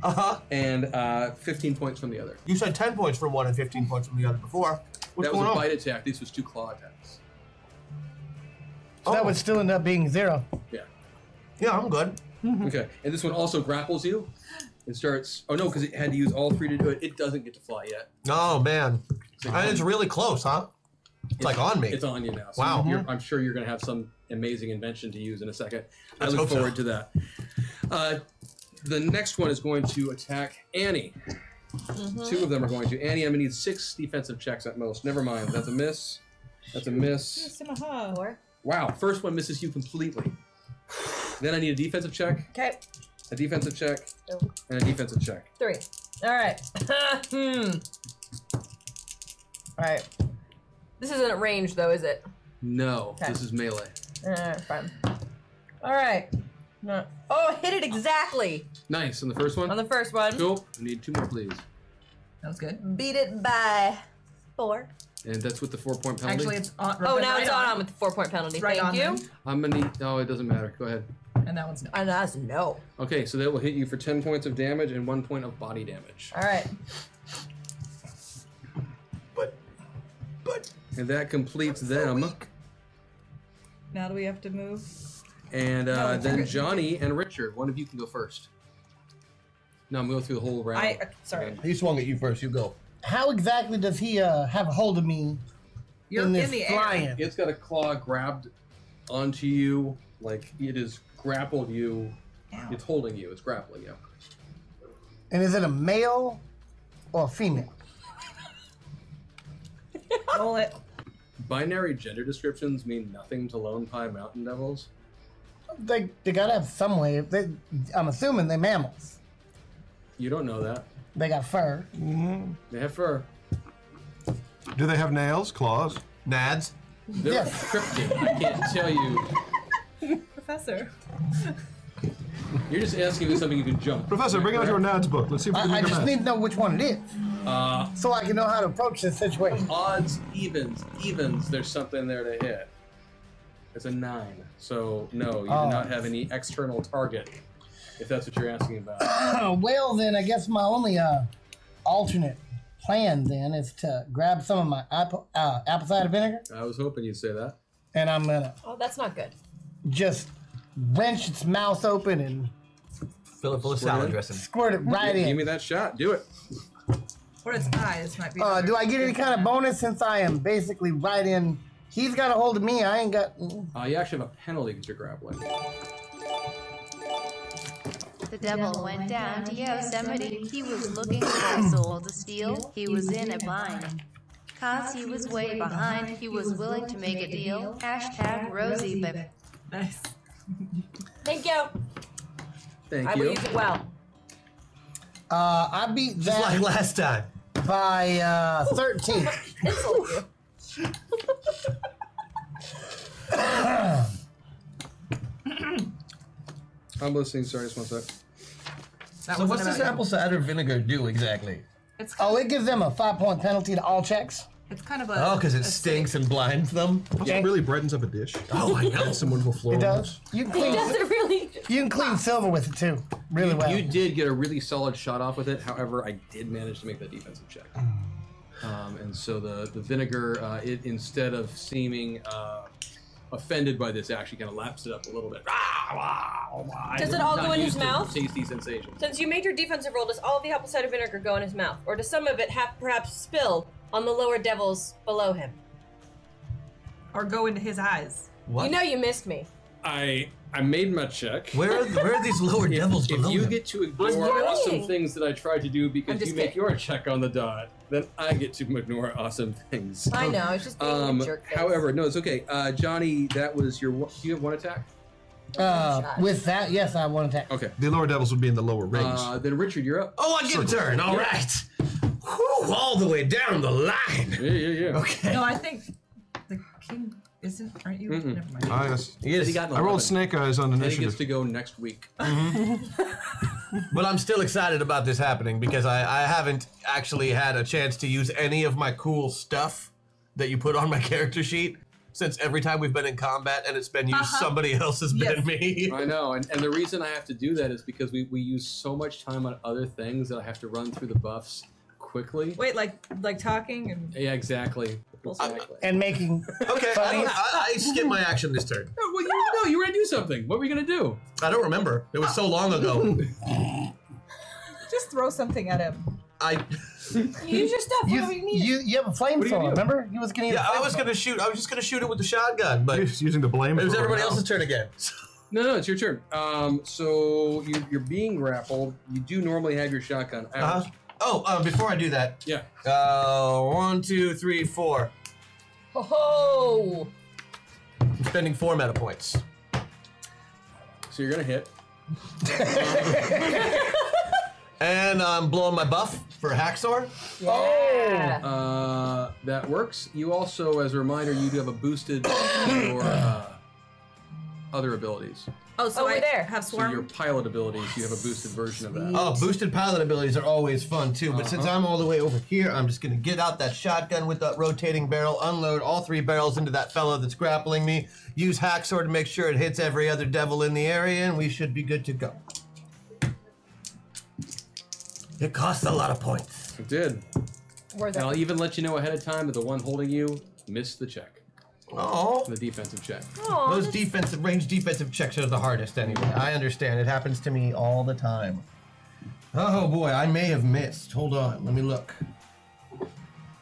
Speaker 5: Uh-huh.
Speaker 2: and uh, 15 points from the other.
Speaker 5: You said ten points from one and fifteen points from the other before. What's
Speaker 2: that was
Speaker 5: going
Speaker 2: a
Speaker 5: on?
Speaker 2: bite attack. This was two claw attacks.
Speaker 6: So
Speaker 2: Oh.
Speaker 6: that would still end up being zero.
Speaker 2: Yeah.
Speaker 5: Oh, Yeah, I'm good.
Speaker 2: Okay. And this one also grapples you and starts. Oh, no, because it had to use all three to do it. It doesn't get to fly yet.
Speaker 5: Oh man, and it's really close, huh? It's like on me.
Speaker 2: It's on you now. So
Speaker 5: Wow. Mm-hmm.
Speaker 2: you're- I'm sure you're going to have some amazing invention to use in a second. I
Speaker 5: Let's
Speaker 2: look
Speaker 5: hope so.
Speaker 2: forward to that. Uh, the next one is going to attack Annie.
Speaker 4: Mm-hmm.
Speaker 2: Two of them are going to. Annie, I'm going to need six defensive checks at most. Never mind. That's a miss. That's a miss.
Speaker 10: Samaha.
Speaker 2: Wow. First one misses you completely. Then I need a defensive check,
Speaker 4: Okay.
Speaker 2: a defensive check, and a defensive check.
Speaker 4: Three. All right. hmm. All right. This isn't at range though, is it?
Speaker 2: No,
Speaker 4: Okay.
Speaker 2: this is melee.
Speaker 4: Uh, fine. All right. No. Oh, hit it exactly
Speaker 2: Nice. And the first one?
Speaker 4: on the first one.
Speaker 2: Cool. I need two more, please.
Speaker 10: That was good.
Speaker 4: Beat it by four.
Speaker 2: And that's with the four point penalty.
Speaker 10: Actually, it's on.
Speaker 4: Oh,
Speaker 10: but
Speaker 4: now
Speaker 10: right
Speaker 4: it's on, on with the four point penalty.
Speaker 10: Right
Speaker 4: Thank
Speaker 10: on
Speaker 4: you.
Speaker 10: then.
Speaker 2: I'm going to need. No, oh, it doesn't matter. Go ahead.
Speaker 10: And that one's no.
Speaker 4: And that's no.
Speaker 2: Okay, so that will hit you for 10 points of damage and 1 point of body damage.
Speaker 4: All right.
Speaker 5: but but
Speaker 2: And that completes them.
Speaker 10: Now do we have to move?
Speaker 2: And uh,
Speaker 10: No, it's
Speaker 2: then
Speaker 10: okay.
Speaker 2: Johnny and Richard, one of you can go first. No, I'm going through the whole round.
Speaker 10: I. uh, Sorry.
Speaker 5: he swung at you first. You go.
Speaker 6: How exactly does he uh, have a hold of me
Speaker 10: You're
Speaker 6: in
Speaker 10: in,
Speaker 6: this
Speaker 10: the
Speaker 6: flying?
Speaker 10: air.
Speaker 2: It's got a claw grabbed onto you, like it is grappled you. It's holding you, it's grappling you.
Speaker 6: And is it a male or a female?
Speaker 10: Roll it.
Speaker 2: Binary gender descriptions mean nothing to Lone Pine Mountain Devils.
Speaker 6: They, they gotta have some way. If They, I'm assuming they're mammals.
Speaker 2: You don't know that.
Speaker 6: They got fur.
Speaker 2: They have fur.
Speaker 7: Do they have nails, claws?
Speaker 5: Nads.
Speaker 2: They're
Speaker 6: Yes.
Speaker 2: cryptic. I can't tell you.
Speaker 10: Professor.
Speaker 2: You're just asking me something you can jump.
Speaker 7: Professor, bring out your nads book. Let's see if we can
Speaker 6: I, I
Speaker 7: make a
Speaker 6: just
Speaker 7: match.
Speaker 6: need to know which one it is
Speaker 2: Uh,
Speaker 6: so I can know how to approach this situation.
Speaker 2: odds, evens, evens, there's something there to hit. It's a nine. So, no, you
Speaker 6: Oh.
Speaker 2: do not have any external target, if that's what you're asking about.
Speaker 6: well, then I guess my only uh, alternate plan then is to grab some of my apple, uh, apple cider vinegar
Speaker 2: I was hoping you'd say that.
Speaker 6: and I'm gonna
Speaker 4: Oh, that's not good.
Speaker 6: just wrench its mouth open and
Speaker 5: Fill it full of salad dressing.
Speaker 6: squirt it right
Speaker 2: Give me
Speaker 6: in.
Speaker 2: that shot. Do it.
Speaker 10: Or its eyes might be.
Speaker 6: Uh, do I get any kind of bonus since I am basically right in? He's got a hold of me. I ain't got.
Speaker 2: Uh, you actually have a penalty because you're grappling.
Speaker 9: The devil went down to Yosemite. He was looking for a soul to steal. He was in a bind. Cause he was way behind, he was willing to make a deal. Hashtag Rosie, but
Speaker 10: Nice.
Speaker 4: Thank you.
Speaker 2: Thank
Speaker 4: I will
Speaker 2: you.
Speaker 4: use it well.
Speaker 6: Uh, I beat
Speaker 5: Just like
Speaker 6: that
Speaker 5: last time.
Speaker 6: by uh, 13.
Speaker 4: Insult you.
Speaker 2: I'm listening. Sorry, just one sec.
Speaker 10: That
Speaker 5: So
Speaker 10: wasn't
Speaker 5: what's this
Speaker 10: about you.
Speaker 5: apple cider vinegar do exactly?
Speaker 10: It's kind,
Speaker 6: Oh, it gives them a five point penalty to all checks.
Speaker 10: it's kind of a.
Speaker 5: Oh, because it
Speaker 10: a
Speaker 5: stinks and blinds them.
Speaker 7: Also, it really brightens up a dish.
Speaker 5: Oh, I know.
Speaker 7: Adds some wonderful floral.
Speaker 6: It does. You can clean,
Speaker 4: Does it really?
Speaker 6: you can clean silver with it too, really well. Uh,
Speaker 2: You did get a really solid shot off with it. However, I did manage to make that defensive check. Um, and so the the vinegar, uh, it instead of seeming uh, offended by this, actually kind of laps it up a little bit.
Speaker 4: Does it all
Speaker 2: Not
Speaker 4: go in
Speaker 2: used
Speaker 4: his
Speaker 2: to
Speaker 4: mouth?
Speaker 2: Tasty sensation.
Speaker 4: Since you made your defensive roll, does all of the apple cider vinegar go in his mouth, or does some of it have perhaps spill on the lower devils below him?
Speaker 10: Or go into his eyes.
Speaker 5: What?
Speaker 4: You know you missed me.
Speaker 2: I I made my check.
Speaker 5: where, are, where are these lower devils
Speaker 2: If
Speaker 5: below
Speaker 2: you
Speaker 5: them?
Speaker 2: get to
Speaker 4: kidding.
Speaker 2: ignore awesome things that I tried to do
Speaker 4: I'm
Speaker 2: because
Speaker 4: just
Speaker 2: you make
Speaker 4: kidding.
Speaker 2: your check on the dot, then I get to ignore awesome things.
Speaker 4: I know. It's just being
Speaker 2: Um,
Speaker 4: a jerk. face.
Speaker 2: however, no, it's okay. Uh, Johnny, that was your. one- Do you have one attack?
Speaker 6: Uh, with that, yes, I want to attack.
Speaker 2: Okay.
Speaker 7: The lower devils would be in the lower rings.
Speaker 2: Uh, then Richard, you're up.
Speaker 5: Oh, I get a turn. All right. Whew, all the way down the line.
Speaker 2: Yeah, yeah, yeah.
Speaker 5: Okay.
Speaker 10: No, I think the king isn't. Aren't you?
Speaker 2: Mm-mm.
Speaker 10: Never mind.
Speaker 7: Ah, yes.
Speaker 5: Yes,
Speaker 2: He got an
Speaker 7: I
Speaker 2: 11.
Speaker 7: rolled snake eyes on
Speaker 2: And he
Speaker 7: initiative.
Speaker 2: gets to go next week.
Speaker 5: but I'm still excited about this happening because I, I haven't actually had a chance to use any of my cool stuff that you put on my character sheet since every time we've been in combat and it's been you,
Speaker 10: Uh-huh.
Speaker 5: somebody else has been
Speaker 10: Yes.
Speaker 5: me.
Speaker 2: I know, and, and the reason I have to do that is because we, we use so much time on other things that I have to run through the buffs quickly.
Speaker 10: Wait, like like talking and.
Speaker 2: Yeah, exactly. Exactly.
Speaker 6: And making
Speaker 5: Okay, I, don't, I, I skipped my action this turn.
Speaker 2: No, well, you, no, you were gonna do something. What were you gonna do?
Speaker 5: I don't remember. It was so long ago.
Speaker 10: Just throw something at him.
Speaker 5: I
Speaker 4: use your stuff
Speaker 6: you
Speaker 4: whenever you need it.
Speaker 6: you, you have a
Speaker 2: do you do?
Speaker 6: flamethrower. Remember, you was gonna.
Speaker 5: yeah, I was gonna shoot. I was just gonna shoot it with the shotgun, but
Speaker 7: You're
Speaker 5: it
Speaker 7: just using the blame.
Speaker 5: was
Speaker 7: for
Speaker 5: everybody
Speaker 7: now.
Speaker 5: else's turn again.
Speaker 2: No, no, it's your turn. Um, so you, you're being grappled. You do normally have your shotgun out.
Speaker 5: Uh-huh. Oh, uh, before I do that,
Speaker 2: Yeah.
Speaker 5: uh, one, two, three, four.
Speaker 4: Ho ho!
Speaker 5: I'm spending four meta points.
Speaker 2: So you're gonna hit.
Speaker 5: And I'm blowing my buff for Haxor.
Speaker 4: Yeah.
Speaker 2: Uh, that works. You also, as a reminder, you do have a boosted your uh, other abilities.
Speaker 10: Oh, so
Speaker 4: Over
Speaker 10: I
Speaker 4: there.
Speaker 10: have
Speaker 2: So your
Speaker 10: swarm.
Speaker 2: pilot abilities, you have a boosted version of that.
Speaker 5: Oh, boosted pilot abilities are always fun too. But since I'm all the way over here, I'm just gonna get out that shotgun with that rotating barrel, unload all three barrels into that fellow that's grappling me, use Haxor to make sure it hits every other devil in the area, and we should be good to go. It costs a lot of points.
Speaker 2: It did.
Speaker 4: Where's
Speaker 2: And I'll
Speaker 4: that?
Speaker 2: even let you know ahead of time that the one holding you missed the check,
Speaker 5: Oh.
Speaker 2: the defensive check.
Speaker 4: Aw,
Speaker 5: Those
Speaker 4: that's-
Speaker 5: defensive range defensive checks are the hardest anyway. I understand. It happens to me all the time. Oh boy, I may have missed. Hold on, let me look.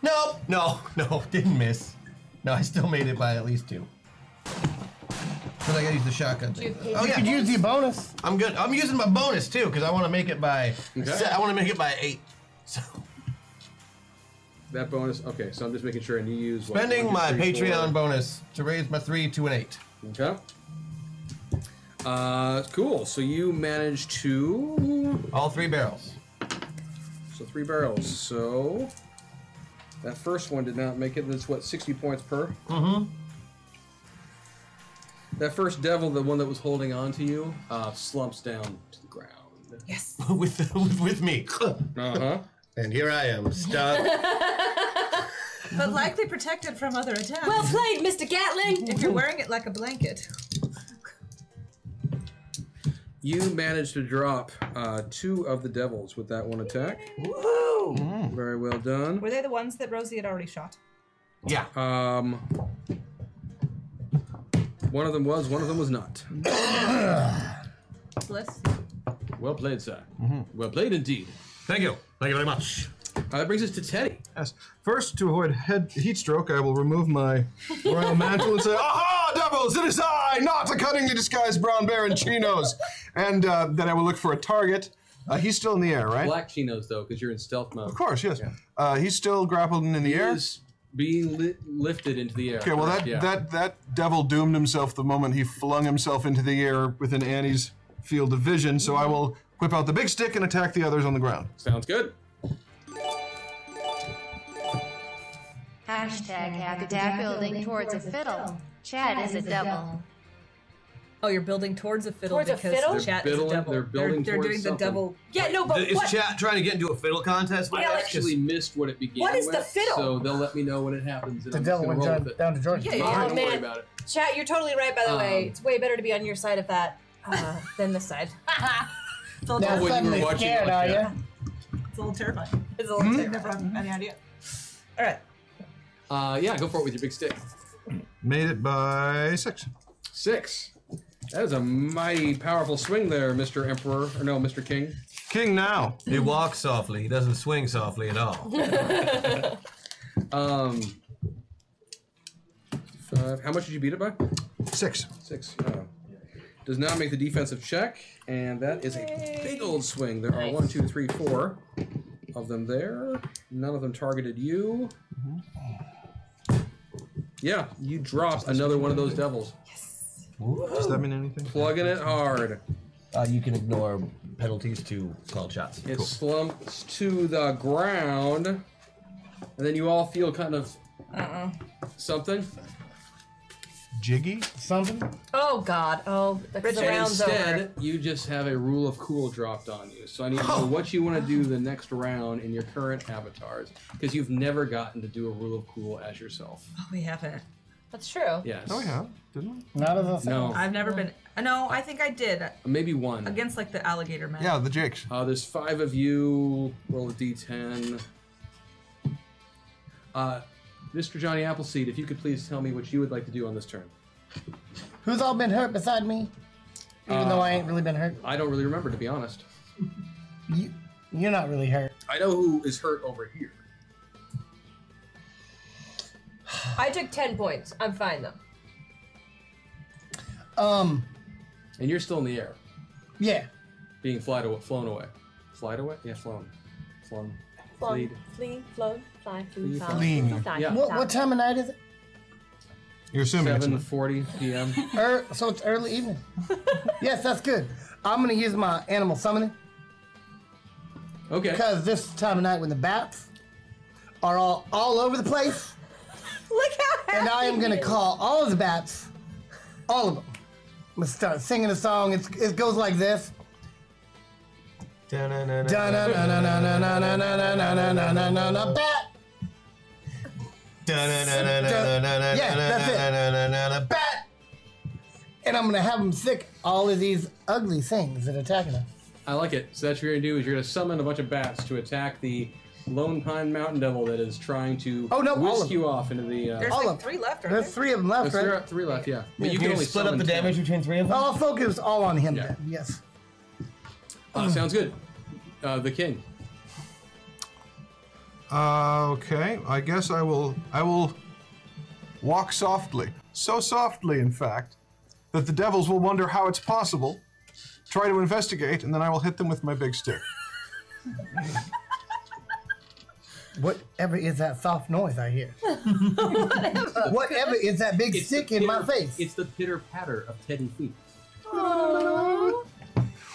Speaker 5: Nope, no, no, didn't miss. No, I still made it by at least two. Cause I gotta use the shotgun thing. Oh
Speaker 6: You could
Speaker 5: yeah,
Speaker 6: use the bonus.
Speaker 5: I'm good. I'm using my bonus too, cause I want to make it by.
Speaker 2: Okay.
Speaker 5: I want to make it by eight. So
Speaker 2: That bonus. Okay, so I'm just making sure, and you use. what,
Speaker 5: spending
Speaker 2: one,
Speaker 5: my
Speaker 2: two, three, four.
Speaker 5: Patreon bonus to raise my three to an eight.
Speaker 2: Okay. Uh, cool. So you managed to.
Speaker 5: All three barrels.
Speaker 2: So three barrels. So that first one did not make it. That's what sixty points per.
Speaker 5: Mm-hmm.
Speaker 2: That first devil, the one that was holding on to you, uh, slumps down to the ground.
Speaker 10: Yes.
Speaker 5: with, with with me.
Speaker 2: Uh huh.
Speaker 5: And here I am, stuck.
Speaker 10: But likely protected from other attacks.
Speaker 4: Well played, Mr. Gatling.
Speaker 10: if you're wearing it like a blanket.
Speaker 2: You managed to drop uh, two of the devils with that one attack.
Speaker 7: Mm.
Speaker 2: Woo! Very well done.
Speaker 10: Were they the ones that Rosie had already shot?
Speaker 5: yeah.
Speaker 2: Um, one of them was, one of them was not.
Speaker 10: Bless
Speaker 2: Well played, sir.
Speaker 7: Mm-hmm.
Speaker 2: Well played indeed.
Speaker 5: Thank you. Thank you very much.
Speaker 2: Uh, that brings us to Teddy.
Speaker 7: Yes. First, to avoid head heat stroke, I will remove my royal mantle and say, "Aha, devils! It is I, not a cunningly disguised brown bear in chinos." And uh, then I will look for a target. Uh, he's still in the air, right?
Speaker 2: Black chinos, though, because you're in stealth mode.
Speaker 7: Of course, yes. Uh, he's still grappled and in the air.
Speaker 2: Is being li- lifted into the air.
Speaker 7: Okay, well that
Speaker 2: Yeah.
Speaker 7: that that devil doomed himself the moment he flung himself into the air within Annie's field of vision. So I will Whip out the big stick and attack the others on the ground.
Speaker 2: Sounds good.
Speaker 9: Hashtag Hackadat building towards a fiddle. Chad is a devil.
Speaker 10: Oh, you're building towards a fiddle
Speaker 4: Towards a
Speaker 10: because
Speaker 4: fiddle?
Speaker 10: the chat
Speaker 2: They're
Speaker 10: is a
Speaker 2: building-
Speaker 10: devil.
Speaker 2: they're building
Speaker 10: they're,
Speaker 2: towards
Speaker 10: doing the
Speaker 2: something.
Speaker 10: devil.
Speaker 4: Yeah, no, but
Speaker 5: Is
Speaker 4: what?
Speaker 5: chat trying to get into a fiddle contest?
Speaker 2: I
Speaker 4: Yeah, like-
Speaker 2: actually missed what it began
Speaker 4: What is
Speaker 2: with,
Speaker 4: the fiddle?
Speaker 2: so they'll let me know when it happens. And
Speaker 6: The
Speaker 2: I'm
Speaker 6: devil
Speaker 2: just
Speaker 6: went
Speaker 2: gonna roll
Speaker 6: down,
Speaker 2: with it.
Speaker 6: down to Georgia.
Speaker 10: Yeah, yeah.
Speaker 2: Don't
Speaker 4: Oh,
Speaker 2: worry
Speaker 4: man.
Speaker 2: about it.
Speaker 4: Chat, you're totally right, by the way.
Speaker 2: Um,
Speaker 4: It's way better to be on your side of that uh, than this side.
Speaker 10: It's
Speaker 6: Now
Speaker 2: when you were
Speaker 6: suddenly
Speaker 2: watching
Speaker 6: scared,
Speaker 2: it like
Speaker 6: are
Speaker 2: that.
Speaker 6: you?
Speaker 10: a little terrifying. Hmm?
Speaker 4: It's a little
Speaker 10: I
Speaker 4: different.
Speaker 10: never have any idea. All right.
Speaker 2: Uh, yeah, go for it with your big stick.
Speaker 7: Made it by six.
Speaker 2: Six. That is a mighty powerful swing there, Mr. Emperor. Or no, Mr. King.
Speaker 7: King now.
Speaker 5: He walks softly. He doesn't swing softly at all.
Speaker 2: Um, five. How much did you beat it by?
Speaker 7: Six.
Speaker 2: Six. Oh. Does not make the defensive check, and that is a big old swing. There are one, two, three, four of them there. None of them targeted you. Yeah, you drop another one of those devils.
Speaker 7: Does that mean anything?
Speaker 2: Plugging it hard.
Speaker 5: Uh, you can ignore penalties to called shots.
Speaker 2: It slumps to the ground, and then you all feel kind of something.
Speaker 7: Jiggy?
Speaker 6: Something?
Speaker 4: Oh, God. Oh, the, the
Speaker 2: And
Speaker 4: round's
Speaker 2: instead,
Speaker 4: over.
Speaker 2: you just have a rule of cool dropped on you. So I need to
Speaker 4: Oh.
Speaker 2: know what you want to do the next round in your current avatars, because you've never gotten to do a rule of cool as yourself.
Speaker 10: Oh, we haven't.
Speaker 4: That's true.
Speaker 2: Yes.
Speaker 7: Oh, yeah. Didn't
Speaker 6: Not as a
Speaker 2: No,
Speaker 10: I've never been. No, I think I did
Speaker 2: maybe one.
Speaker 10: against like the alligator man.
Speaker 7: we? Yeah, the Jakes.
Speaker 2: Uh, there's five of you. Roll a d10. Uh, Mr. Johnny Appleseed, if you could please tell me what you would like to do on this turn.
Speaker 6: Who's all been hurt beside me? Even though I ain't really been hurt.
Speaker 2: I don't really remember, to be honest.
Speaker 6: You, you're not really hurt.
Speaker 2: I know who is hurt over here.
Speaker 4: I took 10 points. I'm fine, though.
Speaker 6: Um,
Speaker 2: And you're still in the air,
Speaker 6: yeah.
Speaker 2: being flied away, flown away. Flied away? Yeah, flown. Flown.
Speaker 4: Flung,
Speaker 2: Fleed.
Speaker 4: flee, flown, fly, flew,
Speaker 2: Flee,
Speaker 4: fly,
Speaker 7: fleeing.
Speaker 4: flew, fly,
Speaker 2: Yeah.
Speaker 6: What,
Speaker 4: fly.
Speaker 6: what time of night is it?
Speaker 7: You're assuming it's
Speaker 2: Seven forty p.m.
Speaker 6: Er, so it's early evening. yes, that's good. I'm gonna use my animal summoning
Speaker 2: Okay.
Speaker 6: because this time of night when the bats are all all over the place,
Speaker 4: Look how
Speaker 6: and I am
Speaker 4: happy
Speaker 6: gonna
Speaker 4: he is.
Speaker 6: call all of the bats, all of them. I'm gonna start singing a song. It's, it goes like this. Da-na-na-na-na-na-na-na-na-na-na-na-na-na, Bat, bat, and I'm gonna have them sick all of these ugly things that are attacking us.
Speaker 2: I like it. So that's what you're gonna do is you're gonna summon a bunch of bats to attack the Lone Pine Mountain Devil that is trying to
Speaker 6: Oh, no, all of
Speaker 2: whisk
Speaker 6: them.
Speaker 2: you off into the. Uh,
Speaker 10: There's
Speaker 6: All
Speaker 10: like
Speaker 6: of-
Speaker 10: three left, aren't
Speaker 6: There's
Speaker 10: there?
Speaker 6: three of them left,
Speaker 2: there's three,
Speaker 6: right?
Speaker 2: up- three left, yeah. But you can, only
Speaker 5: split up
Speaker 2: summon
Speaker 5: the
Speaker 2: ten.
Speaker 5: damage between three of them.
Speaker 6: I'll focus all on him then. Yes.
Speaker 2: Uh, sounds good. Uh, the king.
Speaker 7: Uh, okay, I guess I will. I will walk softly, so softly, in fact, that the devils will wonder how it's possible. Try to investigate, and then I will hit them with my big stick.
Speaker 6: Whatever is that soft noise I hear? Whatever is that big stick in my face?
Speaker 2: It's the pitter patter of Teddy feet.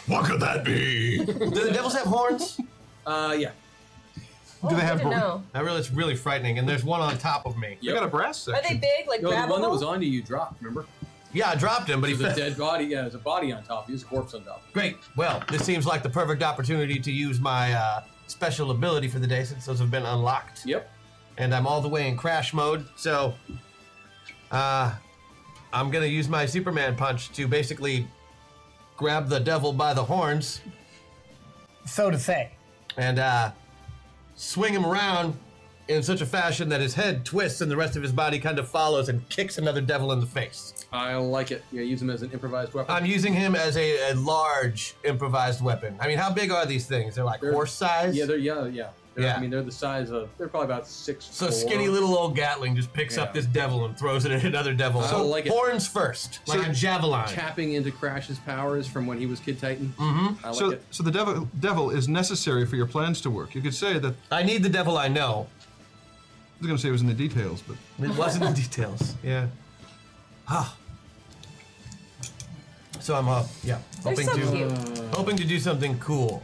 Speaker 7: What could that be?
Speaker 5: Do the devils have horns?
Speaker 2: Uh, yeah.
Speaker 4: Oh,
Speaker 7: Do they
Speaker 4: good
Speaker 7: have
Speaker 4: to
Speaker 7: bone?
Speaker 4: know.
Speaker 5: I really, it's really frightening. And there's one on top of me.
Speaker 7: You got a brass
Speaker 4: Are they
Speaker 7: section.
Speaker 4: big? Like
Speaker 2: No, the one that
Speaker 4: grabbable?
Speaker 2: was on you, you dropped. Remember?
Speaker 5: Yeah, I dropped him, but he
Speaker 2: There's a
Speaker 5: was dead.
Speaker 2: dead body. Yeah, there's a body on top. There's a corpse on top.
Speaker 5: Great. Well, this seems like the perfect opportunity to use my uh, special ability for the day since those have been unlocked.
Speaker 2: Yep.
Speaker 5: And I'm all the way in crash mode, so uh, I'm gonna use my Superman punch to basically grab the devil by the horns
Speaker 6: so to say.
Speaker 5: and uh, swing him around in such a fashion that his head twists and the rest of his body kind of follows and kicks another devil in the face.
Speaker 2: I like it. Yeah, use them as an improvised weapon.
Speaker 5: I'm using him as a, a large improvised weapon. I mean, how big are these things? They're like
Speaker 2: They're-
Speaker 5: horse size.
Speaker 2: yeah, they're yeah, yeah. They're-
Speaker 5: Yeah.
Speaker 2: I mean, they're the size of. They're probably about six.
Speaker 5: So
Speaker 2: four.
Speaker 5: skinny little old Gatling just picks
Speaker 2: Yeah.
Speaker 5: up this devil and throws it at another devil.
Speaker 2: I
Speaker 5: so
Speaker 2: like it.
Speaker 5: horns first, like
Speaker 7: So-
Speaker 5: a javelin.
Speaker 2: tapping into Crash's powers from when he was Kid Titan. Mm-hmm. I like
Speaker 7: So,
Speaker 2: it.
Speaker 7: so the devil, devil is necessary for your plans to work. You could say that. I
Speaker 5: I need the devil I know.
Speaker 7: was going to say it was in the details, but
Speaker 5: It wasn't the details.
Speaker 7: yeah.
Speaker 5: Ah. So I'm up. Yeah, hoping
Speaker 4: so
Speaker 5: to
Speaker 4: cute.
Speaker 5: hoping to do something cool.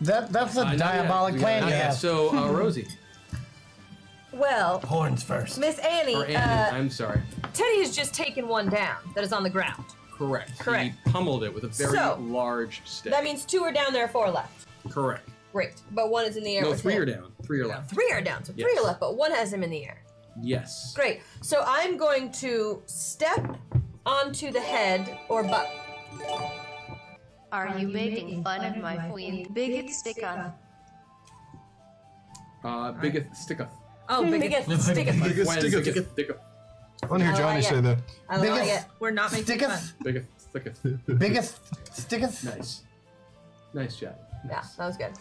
Speaker 6: That that's a
Speaker 2: Uh, not yet.
Speaker 6: diabolic
Speaker 2: We
Speaker 6: plan
Speaker 2: haven't
Speaker 6: you
Speaker 2: done
Speaker 6: have.
Speaker 2: that. So, uh, Rosie.
Speaker 4: Well,
Speaker 5: Horns first.
Speaker 4: Miss Annie,
Speaker 2: Or Annie,
Speaker 4: uh,
Speaker 2: I'm sorry.
Speaker 4: Teddy has just taken one down that is on the ground.
Speaker 2: Correct.
Speaker 4: correct.
Speaker 2: He pummeled it with a very
Speaker 4: So,
Speaker 2: large stick.
Speaker 4: That means two are down, there are four left.
Speaker 2: Correct.
Speaker 4: Great. But one is in the air.
Speaker 2: No,
Speaker 4: with
Speaker 2: three
Speaker 4: him.
Speaker 2: are down. Three are left.
Speaker 4: Three are down, so three
Speaker 2: Yes.
Speaker 4: are left, but one has him in the air.
Speaker 2: Yes.
Speaker 4: Great. So I'm going to step onto the head or butt.
Speaker 9: Are you making fun of my queen? Bigot stick on.
Speaker 2: Uh, biggest sticketh.
Speaker 4: Oh, biggest stick of
Speaker 7: Biggest
Speaker 2: When
Speaker 7: sticketh.
Speaker 2: sticketh. Sticketh.
Speaker 7: I want to hear
Speaker 4: I
Speaker 7: Johnny
Speaker 4: like
Speaker 7: say
Speaker 4: it.
Speaker 7: that.
Speaker 4: I like
Speaker 6: Biggest-
Speaker 4: it.
Speaker 10: We're not making
Speaker 6: Sticketh,
Speaker 2: Biggest sticketh.
Speaker 6: biggest, sticketh.
Speaker 2: Nice. Nice job.
Speaker 4: Yeah,
Speaker 2: Nice.
Speaker 4: that was good.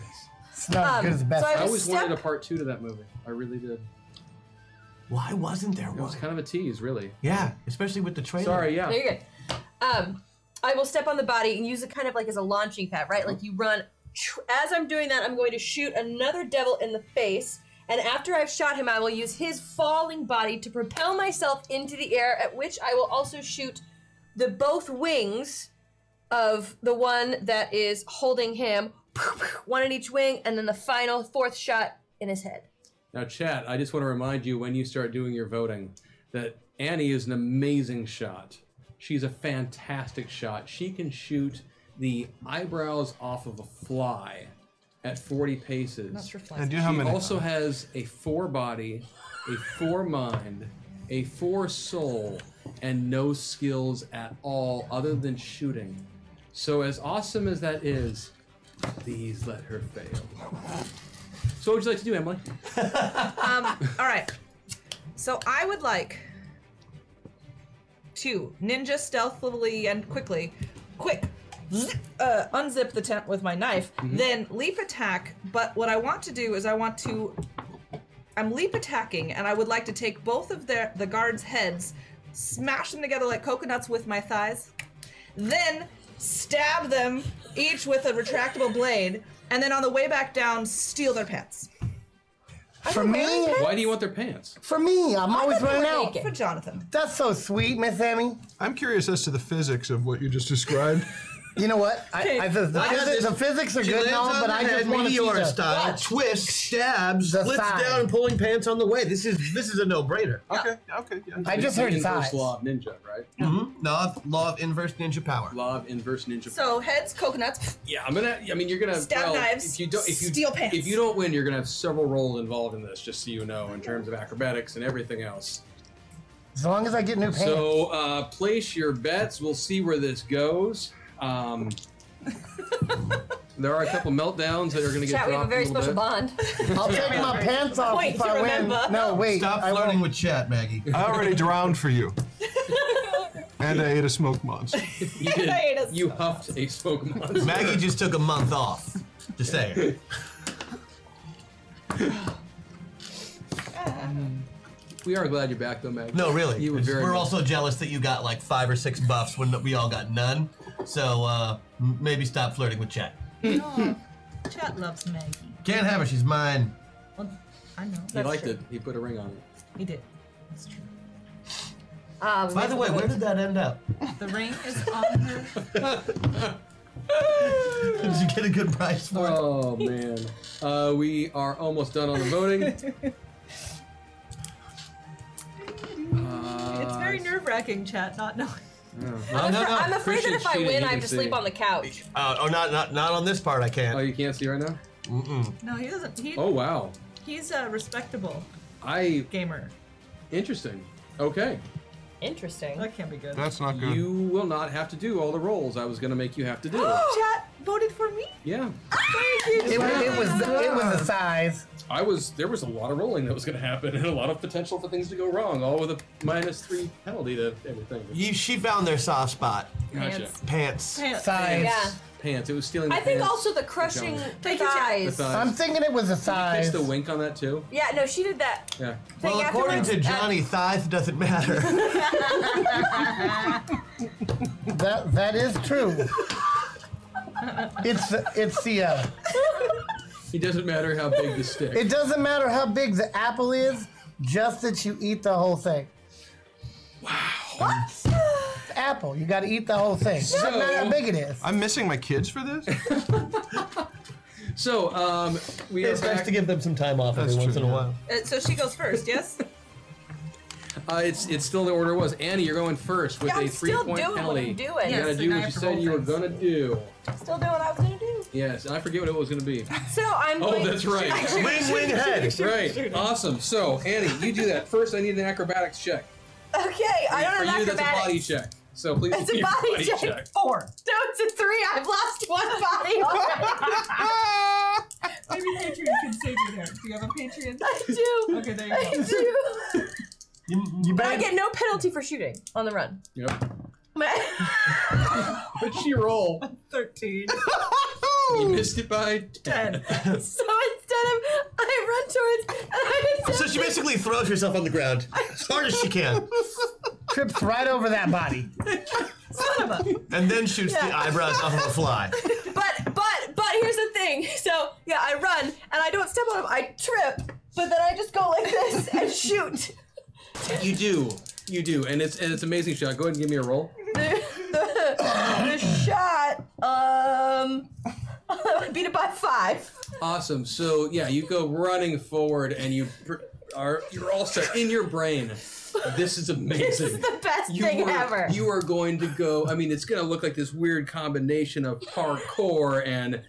Speaker 6: It's not
Speaker 4: Um,
Speaker 6: as good as the
Speaker 4: so
Speaker 6: best.
Speaker 2: I always
Speaker 4: Step-
Speaker 2: wanted a part two to that movie. I really did.
Speaker 5: Why wasn't there
Speaker 2: It
Speaker 5: one?
Speaker 2: was kind of a tease, really.
Speaker 5: yeah, especially with the trailer.
Speaker 2: Sorry, yeah.
Speaker 4: No, you're good. Um, I will step on the body and use it kind of like as a launching pad, right? Like you run. As I'm doing that, I'm going to shoot another devil in the face. And after I've shot him, I will use his falling body to propel myself into the air, at which I will also shoot the both wings of the one that is holding him, one in each wing, and then the final fourth shot in his head.
Speaker 2: Now, Chad, I just want to remind you when you start doing your voting that Annie is an amazing shot. She's a fantastic shot. She can shoot the eyebrows off of a fly at 40 paces.
Speaker 10: fun. Sure, fly.
Speaker 7: And do you know how
Speaker 2: She
Speaker 7: many?
Speaker 2: also has a four body, a four mind, a four soul, and no skills at all other than shooting. So as awesome as that is, please let her fail. So what would you like to do, Emily?
Speaker 10: All right. So I would like to ninja stealthily and quickly, quick, zip, uh, unzip the tent with my knife, then leap attack. But what I want to do is I want to, I'm leap attacking, and I would like to take both of their the guards' heads, smash them together like coconuts with my thighs, then stab them each with a retractable blade, and then on the way back down, steal their pants
Speaker 6: For me,
Speaker 2: Why do you want their pants?
Speaker 6: for me, I'm always
Speaker 4: thought they
Speaker 6: running
Speaker 4: were
Speaker 6: out.
Speaker 4: naked.
Speaker 10: for Jonathan.
Speaker 6: That's so sweet, Miss Emmy.
Speaker 7: I'm curious as to the physics of what you just described.
Speaker 6: You know what? I, I, the, the,
Speaker 5: Why does
Speaker 6: physics,
Speaker 5: this-
Speaker 6: the physics are
Speaker 5: She
Speaker 6: good
Speaker 5: lands
Speaker 6: and all,
Speaker 5: on
Speaker 6: but
Speaker 5: the
Speaker 6: I
Speaker 5: head,
Speaker 6: just want to see
Speaker 5: meteor
Speaker 6: the-
Speaker 5: style, twist, stabs,
Speaker 6: The
Speaker 5: splits
Speaker 6: side.
Speaker 5: down, pulling pants on the way. This is this is a no-brainer.
Speaker 7: okay, okay, yeah.
Speaker 6: I just
Speaker 2: The
Speaker 6: heard
Speaker 2: inverse
Speaker 6: size.
Speaker 2: law of ninja, right?
Speaker 5: Mm-hmm. Law of, law of inverse ninja power.
Speaker 2: Law of inverse ninja.
Speaker 10: So heads, coconuts.
Speaker 2: yeah, I'm gonna. I mean, you're gonna
Speaker 10: Stab
Speaker 2: well,
Speaker 10: knives,
Speaker 2: If you don't, if you
Speaker 10: steal pants.
Speaker 2: if you don't win, you're gonna have several roles involved in this. Just so you know, in terms of acrobatics and everything else.
Speaker 6: As long as I get new pants.
Speaker 2: So uh, place your bets. We'll see where this goes. Um, there are a couple meltdowns that are going to get
Speaker 4: Chat,
Speaker 2: dropped.
Speaker 4: we have a very
Speaker 2: little
Speaker 4: special
Speaker 2: bit.
Speaker 4: bond.
Speaker 6: I'll take my pants off
Speaker 4: Point
Speaker 6: if
Speaker 4: to
Speaker 6: I win.
Speaker 4: remember.
Speaker 6: No, wait.
Speaker 5: Stop
Speaker 6: I
Speaker 5: flirting
Speaker 6: won't.
Speaker 5: with chat, Maggie.
Speaker 7: I already drowned for you. and I ate a smoke monster.
Speaker 2: You,
Speaker 10: I ate
Speaker 2: did.
Speaker 10: a
Speaker 2: you huffed a smoke monster.
Speaker 5: Maggie just took a month off. Just saying.
Speaker 2: We are glad you're back, though, Maggie.
Speaker 5: No, really.
Speaker 2: You were
Speaker 5: It's-
Speaker 2: very.
Speaker 5: we're
Speaker 2: good.
Speaker 5: also jealous that you got like five or six buffs when we all got none. So uh, m- maybe stop flirting with chat.
Speaker 10: Chat loves Maggie.
Speaker 5: Can't have her. She's mine.
Speaker 10: Well, I know.
Speaker 2: He liked it. He put a ring on it.
Speaker 10: He did. That's true.
Speaker 4: Uh, we
Speaker 5: By
Speaker 4: made
Speaker 5: the
Speaker 4: some
Speaker 5: way,
Speaker 4: good
Speaker 5: where did that end up?
Speaker 10: The ring is on her.
Speaker 5: Did you get a good price for it?
Speaker 2: Oh man, uh, we are almost done on the voting. Uh,
Speaker 10: it's very nerve wracking, chat, not knowing.
Speaker 5: Oh, no,
Speaker 4: Afra-
Speaker 5: no.
Speaker 4: I'm afraid that
Speaker 2: Christian's
Speaker 4: if I
Speaker 2: cheating,
Speaker 4: win,
Speaker 2: you can
Speaker 4: I have to sleep
Speaker 2: see.
Speaker 4: on the couch.
Speaker 5: Uh, oh, not not not on this part. I can't.
Speaker 2: Oh, you can't see right now.
Speaker 10: No, he doesn't. He,
Speaker 2: Oh wow,
Speaker 10: He's a respectable
Speaker 2: I
Speaker 10: gamer.
Speaker 2: interesting. Okay.
Speaker 4: Interesting.
Speaker 10: That can't be good.
Speaker 7: That's not good.
Speaker 2: You will not have to do all the rolls I was going to make you have to do.
Speaker 10: chat voted for me.
Speaker 2: yeah.
Speaker 6: It, was- it was it was the size.
Speaker 2: I was there was a lot of rolling that was going to happen and a lot of potential for things to go wrong all with a minus 3 penalty to everything.
Speaker 5: You, she found their soft spot.
Speaker 2: Gotcha.
Speaker 4: Pants.
Speaker 5: Pants.
Speaker 10: Pants.
Speaker 6: Size.
Speaker 4: Yeah.
Speaker 2: Pants. It was stealing the
Speaker 4: I think
Speaker 2: pants.
Speaker 4: also the crushing
Speaker 10: Thank you,
Speaker 4: thighs.
Speaker 2: The thighs.
Speaker 6: I'm thinking it was the
Speaker 2: Catch
Speaker 6: size.
Speaker 2: the wink on that too.
Speaker 4: Yeah, no, she did that.
Speaker 2: Yeah.
Speaker 4: Thing
Speaker 5: Well, according to
Speaker 4: afterwards, uh,
Speaker 5: Johnny, thighs doesn't matter.
Speaker 6: That that is true. it's the- it's the uh,
Speaker 2: It doesn't matter how big the stick.
Speaker 6: it doesn't matter how big the apple is, just that you eat the whole thing. Wow. What? apple. You got to eat the whole thing. Doesn't matter how big it is.
Speaker 7: I'm missing my kids for this?
Speaker 2: So um, we are
Speaker 5: It's nice
Speaker 2: back.
Speaker 5: to give them some time off every
Speaker 7: That's
Speaker 5: once in
Speaker 7: true,
Speaker 5: a
Speaker 7: yeah.
Speaker 5: while.
Speaker 10: Uh, so she goes first, yes?
Speaker 2: Uh, it's it's still the order it was. Annie, you're going first with
Speaker 4: Yeah, I'm
Speaker 2: a three
Speaker 4: still
Speaker 2: point
Speaker 4: doing what
Speaker 2: penalty.
Speaker 4: I'm doing.
Speaker 2: You
Speaker 10: Yes,
Speaker 2: gotta
Speaker 10: and
Speaker 2: do what
Speaker 10: I
Speaker 2: you
Speaker 10: have to
Speaker 2: said
Speaker 10: roll
Speaker 2: you were
Speaker 10: things.
Speaker 2: gonna do.
Speaker 4: Still doing what I was gonna do.
Speaker 2: Yes, and I forget what it was gonna be.
Speaker 4: So I'm.
Speaker 2: Oh,
Speaker 4: going-
Speaker 2: that's right.
Speaker 5: Wing, wing head.
Speaker 2: Right. Awesome. So Annie, you do that first. I need an acrobatics check.
Speaker 4: Okay, I don't
Speaker 2: For
Speaker 4: have
Speaker 2: you, that's a body
Speaker 4: acrobatics.
Speaker 2: check. So please
Speaker 4: It's
Speaker 2: do
Speaker 4: a
Speaker 2: your
Speaker 4: body, check. Four. No, it's a three. I've lost one body
Speaker 10: Maybe
Speaker 4: already.
Speaker 10: Patreon can save you there. Do you have a Patreon?
Speaker 4: I do.
Speaker 10: Okay, there
Speaker 4: I
Speaker 10: you go.
Speaker 4: do.
Speaker 5: You, you
Speaker 4: I get no penalty for shooting on the run.
Speaker 2: Yep.
Speaker 4: My-
Speaker 2: But she roll.
Speaker 10: 13.
Speaker 2: You missed it by
Speaker 10: 10.
Speaker 4: so instead of I run towards and I
Speaker 5: So she basically throws herself on the ground as hard as she can,
Speaker 6: Trips right over that body.
Speaker 10: Son of a.
Speaker 5: and then shoots the
Speaker 4: Yeah.
Speaker 5: eyebrows off of a fly.
Speaker 4: but but but here's the thing. So yeah, I run and I don't step on him. I trip, but then I just go like this and shoot.
Speaker 2: You do. You do, and it's and it's an amazing shot. Go ahead and give me a roll.
Speaker 4: The, the, the shot. Um, I beat it by five.
Speaker 2: Awesome. So yeah, you go running forward, and you pr- are you're all set in your brain. This is amazing.
Speaker 4: This is the best
Speaker 2: you
Speaker 4: thing
Speaker 2: are,
Speaker 4: ever.
Speaker 2: You are going to go. I mean, it's going to look like this weird combination of parkour and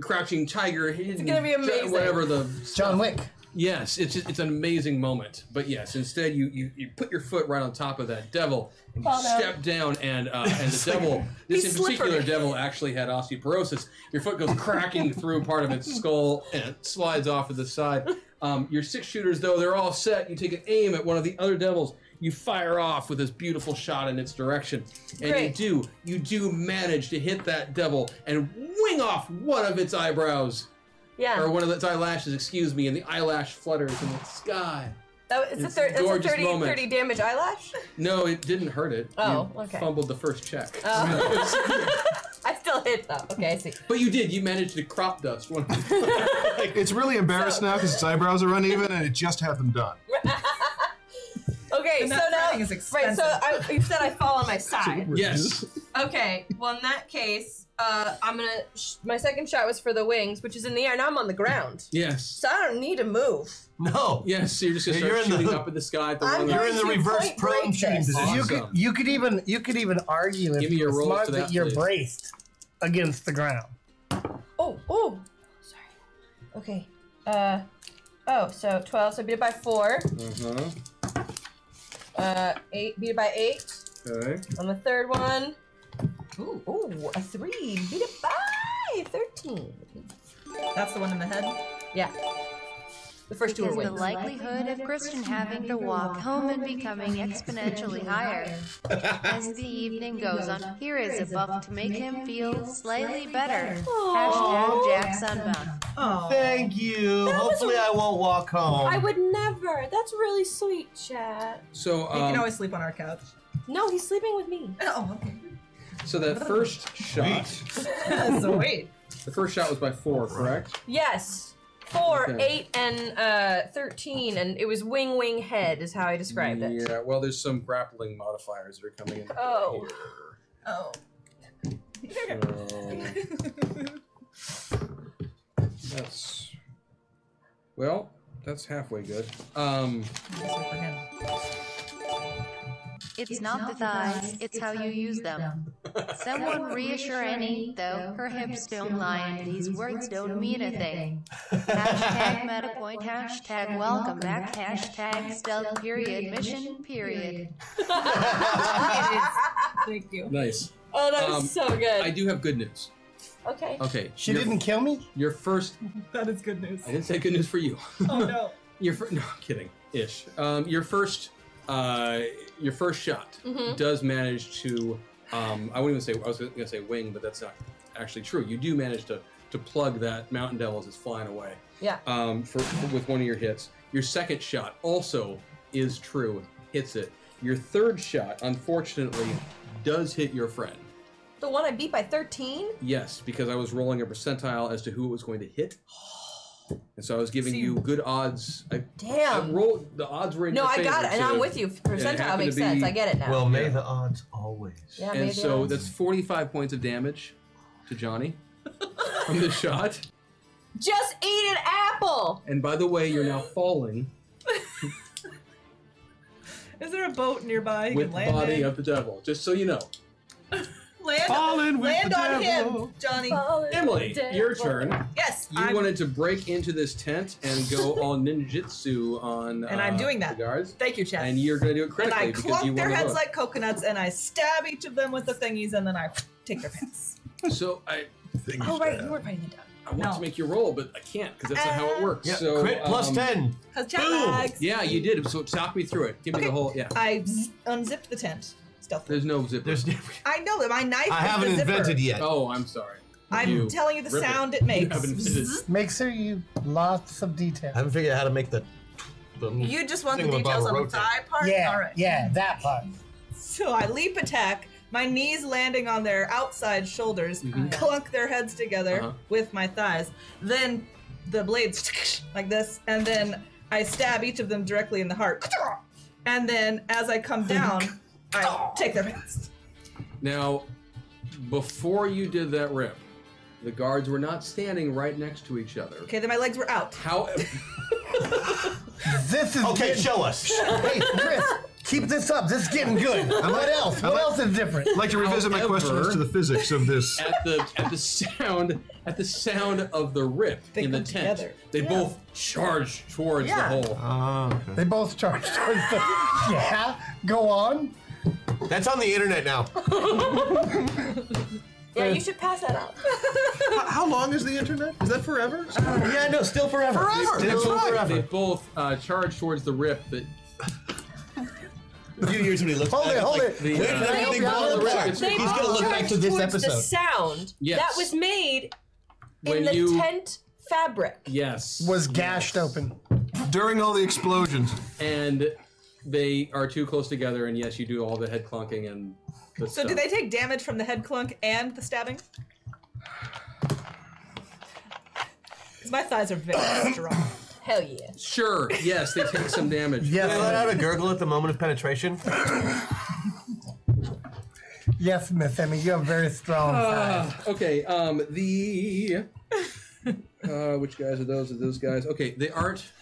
Speaker 2: crouching tiger. It's
Speaker 4: gonna be amazing.
Speaker 2: Whatever the
Speaker 6: John Wick.
Speaker 2: yes, it's just, it's an amazing moment. But yes, instead you, you you put your foot right on top of that devil and you
Speaker 4: Oh, no.
Speaker 2: step down, and uh, and the devil, this in
Speaker 4: he's
Speaker 2: particular
Speaker 4: slippery.
Speaker 2: devil actually had osteoporosis. Your foot goes cracking through part of its skull and it slides off to the side. Um, your six shooters though they're all set. You take an aim at one of the other devils. You fire off with this beautiful shot in its direction, and
Speaker 4: Great.
Speaker 2: you do you do manage to hit that devil and wing off one of its eyebrows
Speaker 4: yeah.
Speaker 2: or one of its eyelashes, excuse me, and the eyelash flutters in the sky.
Speaker 4: That was, it's,
Speaker 2: It's
Speaker 4: a, thir-
Speaker 2: a
Speaker 4: it's a
Speaker 2: gorgeous
Speaker 4: 30,
Speaker 2: moment.
Speaker 4: 30 damage eyelash.
Speaker 2: No, it didn't hurt it.
Speaker 4: Oh,
Speaker 2: you
Speaker 4: okay.
Speaker 2: Fumbled the first check.
Speaker 4: Oh. I still hit though. Okay, I see.
Speaker 2: But you did. You managed to crop dust one. of them.
Speaker 7: It's really embarrassed now because its eyebrows are uneven and it just had them done.
Speaker 4: Okay,
Speaker 10: And
Speaker 4: so
Speaker 10: that
Speaker 4: now
Speaker 10: threading is
Speaker 4: right. So
Speaker 10: expensive.
Speaker 4: I, you said I fall on my side.
Speaker 2: yes.
Speaker 4: Okay. Well, in that case, uh, I'm gonna. Sh- my second shot was for the wings, which is in the air. Now I'm on the ground,
Speaker 2: Yes.
Speaker 4: so I don't need to move.
Speaker 5: No,
Speaker 2: Yes. So you're just gonna
Speaker 5: Yeah, you're
Speaker 2: start
Speaker 5: in the
Speaker 2: shooting
Speaker 5: hook.
Speaker 2: up in the sky at the
Speaker 4: I'm
Speaker 2: wrong
Speaker 5: you're in the
Speaker 4: She
Speaker 5: reverse
Speaker 4: point
Speaker 5: prone
Speaker 4: breaks
Speaker 5: shooting
Speaker 4: this.
Speaker 5: position.
Speaker 6: You
Speaker 2: Awesome.
Speaker 6: could you could even you could even argue if
Speaker 2: Give me
Speaker 6: you
Speaker 2: your
Speaker 6: were
Speaker 2: roll
Speaker 6: smart
Speaker 2: for
Speaker 6: that,
Speaker 2: that,
Speaker 6: you're
Speaker 2: please.
Speaker 6: braced against the ground.
Speaker 4: Oh, oh, sorry. Okay. Uh, oh, so twelve. So I beat it by four.
Speaker 2: Uh-huh.
Speaker 5: Mm-hmm.
Speaker 4: Uh, eight. Beat it by eight.
Speaker 2: Okay.
Speaker 4: On the third one. Ooh, ooh, a three. Beat it by thirteen.
Speaker 10: That's the one in the head.
Speaker 4: Yeah. The first two were
Speaker 9: Because the
Speaker 4: wins.
Speaker 9: likelihood of Kristen having to walk home and becoming exponentially higher as the evening goes on. Here is a buff to make him feel slightly better. Hashtag Jack's unbound.
Speaker 10: Oh.
Speaker 5: Thank you. Hopefully, I won't walk home.
Speaker 4: I would never. That's really sweet, chat.
Speaker 2: So
Speaker 10: You can
Speaker 2: um,
Speaker 10: always sleep on our couch.
Speaker 4: No, he's sleeping with me.
Speaker 10: Oh, okay.
Speaker 2: so that first shot,
Speaker 10: so wait.
Speaker 2: the first shot was by four, correct?
Speaker 4: Yes. Four,
Speaker 2: Okay.
Speaker 4: eight, and uh, thirteen, and it was wing, wing, head is how I described it.
Speaker 2: Yeah. Well, there's some grappling modifiers that are coming in.
Speaker 4: Oh.
Speaker 10: Oh.
Speaker 2: So, that's well, that's halfway good. Um,
Speaker 9: It's not the thighs, it's how you use them. Someone reassure Annie, though her hips don't lie and these words don't mean a thing. Hashtag meta point, hashtag welcome back, hashtag spelled period mission period.
Speaker 10: Thank you.
Speaker 2: nice.
Speaker 4: Oh, that was
Speaker 2: Um,
Speaker 4: so
Speaker 2: I
Speaker 4: good.
Speaker 2: do have good news.
Speaker 4: okay.
Speaker 2: Okay.
Speaker 6: She
Speaker 2: your-
Speaker 6: didn't kill me.
Speaker 2: Your first.
Speaker 10: That is good news.
Speaker 2: I didn't say good news for you.
Speaker 10: Oh no.
Speaker 2: Your fir- no, I'm kidding. Ish. Um, your first. Uh, your first shot does manage to. Um, I wouldn't even say. I was gonna say wing, but that's not actually true. You do manage to to plug that mountain devil as it's flying away.
Speaker 4: Yeah.
Speaker 2: Um, for, for- with one of your hits. Your second shot also is true. Hits it. Your third shot, unfortunately, does hit your friend.
Speaker 4: The one I beat by thirteen.
Speaker 2: Yes, because I was rolling a percentile as to who it was going to hit. And so I was giving you good odds. I,
Speaker 4: Damn.
Speaker 2: I rolled the odds were in
Speaker 4: No,
Speaker 2: your
Speaker 4: I got
Speaker 2: favor,
Speaker 4: it, and
Speaker 2: so
Speaker 4: I'm with you. Percentile
Speaker 2: happened
Speaker 4: makes
Speaker 2: to
Speaker 4: sense.
Speaker 2: be-
Speaker 4: I get it now.
Speaker 5: Well, may the odds always.
Speaker 4: yeah, maybe
Speaker 2: and so
Speaker 4: that's-
Speaker 2: that's 45 points of damage to Johnny from the shot.
Speaker 4: just eat an apple.
Speaker 2: And by the way, you're now falling
Speaker 10: Is there a boat nearby? You
Speaker 2: with
Speaker 10: can
Speaker 2: the
Speaker 10: land
Speaker 2: body
Speaker 10: in.
Speaker 2: of the devil, just so you know.
Speaker 10: land
Speaker 7: Fallen with
Speaker 10: land
Speaker 7: the
Speaker 10: on
Speaker 7: devil.
Speaker 10: him, Johnny.
Speaker 2: Emily, your turn.
Speaker 10: Yes,
Speaker 2: You
Speaker 10: I'm-
Speaker 2: wanted to break into this tent and go all ninjutsu on
Speaker 10: And I'm
Speaker 2: uh,
Speaker 10: doing that.
Speaker 2: the guards.
Speaker 10: Thank you, Chad.
Speaker 2: And you're going to do it
Speaker 10: and
Speaker 2: critically
Speaker 10: I
Speaker 2: because you
Speaker 10: clunk their
Speaker 2: want
Speaker 10: heads
Speaker 2: to
Speaker 10: like coconuts, and I stab each of them with the thingies, and then I take their pants.
Speaker 2: So I think
Speaker 4: Oh right, you were fighting the dog.
Speaker 2: I want to
Speaker 10: No. Uh,
Speaker 2: make you roll, but I can't because that's not how it works.
Speaker 5: Yeah,
Speaker 2: so
Speaker 5: crit plus
Speaker 2: um,
Speaker 5: 10.
Speaker 10: Cause Chad
Speaker 5: Boom.
Speaker 10: lags.
Speaker 2: Yeah, you did. So talk me through it. Give me
Speaker 10: Okay.
Speaker 2: the whole. Yeah.
Speaker 10: I z- unzipped the tent stealthily.
Speaker 2: There's no zipper.
Speaker 5: There's,
Speaker 10: I know that my knife.
Speaker 5: I
Speaker 10: is
Speaker 5: haven't
Speaker 10: the zipper.
Speaker 5: invented yet.
Speaker 2: Oh, I'm sorry.
Speaker 10: I'm
Speaker 2: You
Speaker 10: telling you the
Speaker 2: rip it.
Speaker 10: sound it,
Speaker 2: You
Speaker 10: makes.
Speaker 2: haven't invented it.
Speaker 6: Make sure you lots of detail.
Speaker 5: I haven't figured out how to make the. the
Speaker 10: You just want the
Speaker 5: Thing about
Speaker 10: details on the
Speaker 5: rotate.
Speaker 10: thigh part.
Speaker 6: Yeah,
Speaker 10: All right.
Speaker 6: yeah, that part.
Speaker 10: So I leap attack, my knees landing on their outside shoulders,
Speaker 2: Mhm.
Speaker 10: clunk their heads together
Speaker 2: Uh-huh.
Speaker 10: with my thighs. Then the blades like this, and then I stab each of them directly in the heart. And then as I come down, I take their pants.
Speaker 2: Now, before you did that rip, the guards were not standing right next to each other.
Speaker 10: Okay, then my legs were out.
Speaker 2: How?
Speaker 6: This is
Speaker 5: okay,
Speaker 6: getting,
Speaker 5: show us.
Speaker 6: hey Chris, keep this up. This is getting good. what else? What else is different?
Speaker 7: I'd like to revisit my question as to the physics of this.
Speaker 2: at the at the sound at the sound of the rip
Speaker 10: They
Speaker 2: in the
Speaker 10: come
Speaker 2: tent,
Speaker 10: together.
Speaker 2: they both charge towards
Speaker 10: Yeah.
Speaker 2: the hole.
Speaker 7: Ah, okay.
Speaker 6: They both charge towards the. Yeah, go on.
Speaker 5: That's on the internet now.
Speaker 4: Yeah, you should pass that out.
Speaker 7: How- How long is the internet? Is that forever?
Speaker 5: Uh, yeah, no, still forever.
Speaker 7: Forever.
Speaker 5: Still
Speaker 7: That's right.
Speaker 2: They
Speaker 5: forever.
Speaker 2: both uh, charge towards the rip that
Speaker 5: A few years when he looks
Speaker 6: Hold
Speaker 5: back,
Speaker 6: it,
Speaker 5: it's
Speaker 6: hold
Speaker 5: like,
Speaker 6: it.
Speaker 2: the,
Speaker 5: Where did
Speaker 2: uh,
Speaker 5: everything
Speaker 6: They
Speaker 5: fall
Speaker 6: all-
Speaker 5: apart? He's
Speaker 4: They
Speaker 5: gonna
Speaker 4: all
Speaker 5: look back to
Speaker 4: charge
Speaker 5: this
Speaker 4: towards The
Speaker 5: episode.
Speaker 4: sound
Speaker 2: Yes.
Speaker 4: that was made
Speaker 2: When
Speaker 4: in the
Speaker 2: you-
Speaker 4: tent fabric.
Speaker 2: yes
Speaker 6: Was gashed open.
Speaker 7: During all the explosions.
Speaker 2: and they are too close together. And yes, you do all the head clunking and. The
Speaker 10: So do they take damage from the head clunk and the stabbing? Because my thighs are very strong.
Speaker 4: Hell yeah.
Speaker 2: Sure. Yes, they take some damage.
Speaker 5: Can I
Speaker 6: Yes,
Speaker 5: let out a gurgle at the moment of penetration?
Speaker 6: yes, Miss Emmy, you have very strong.
Speaker 10: Ah.
Speaker 6: thighs.
Speaker 2: Okay, um, the uh, which guys are those? Are those guys? Okay, they aren't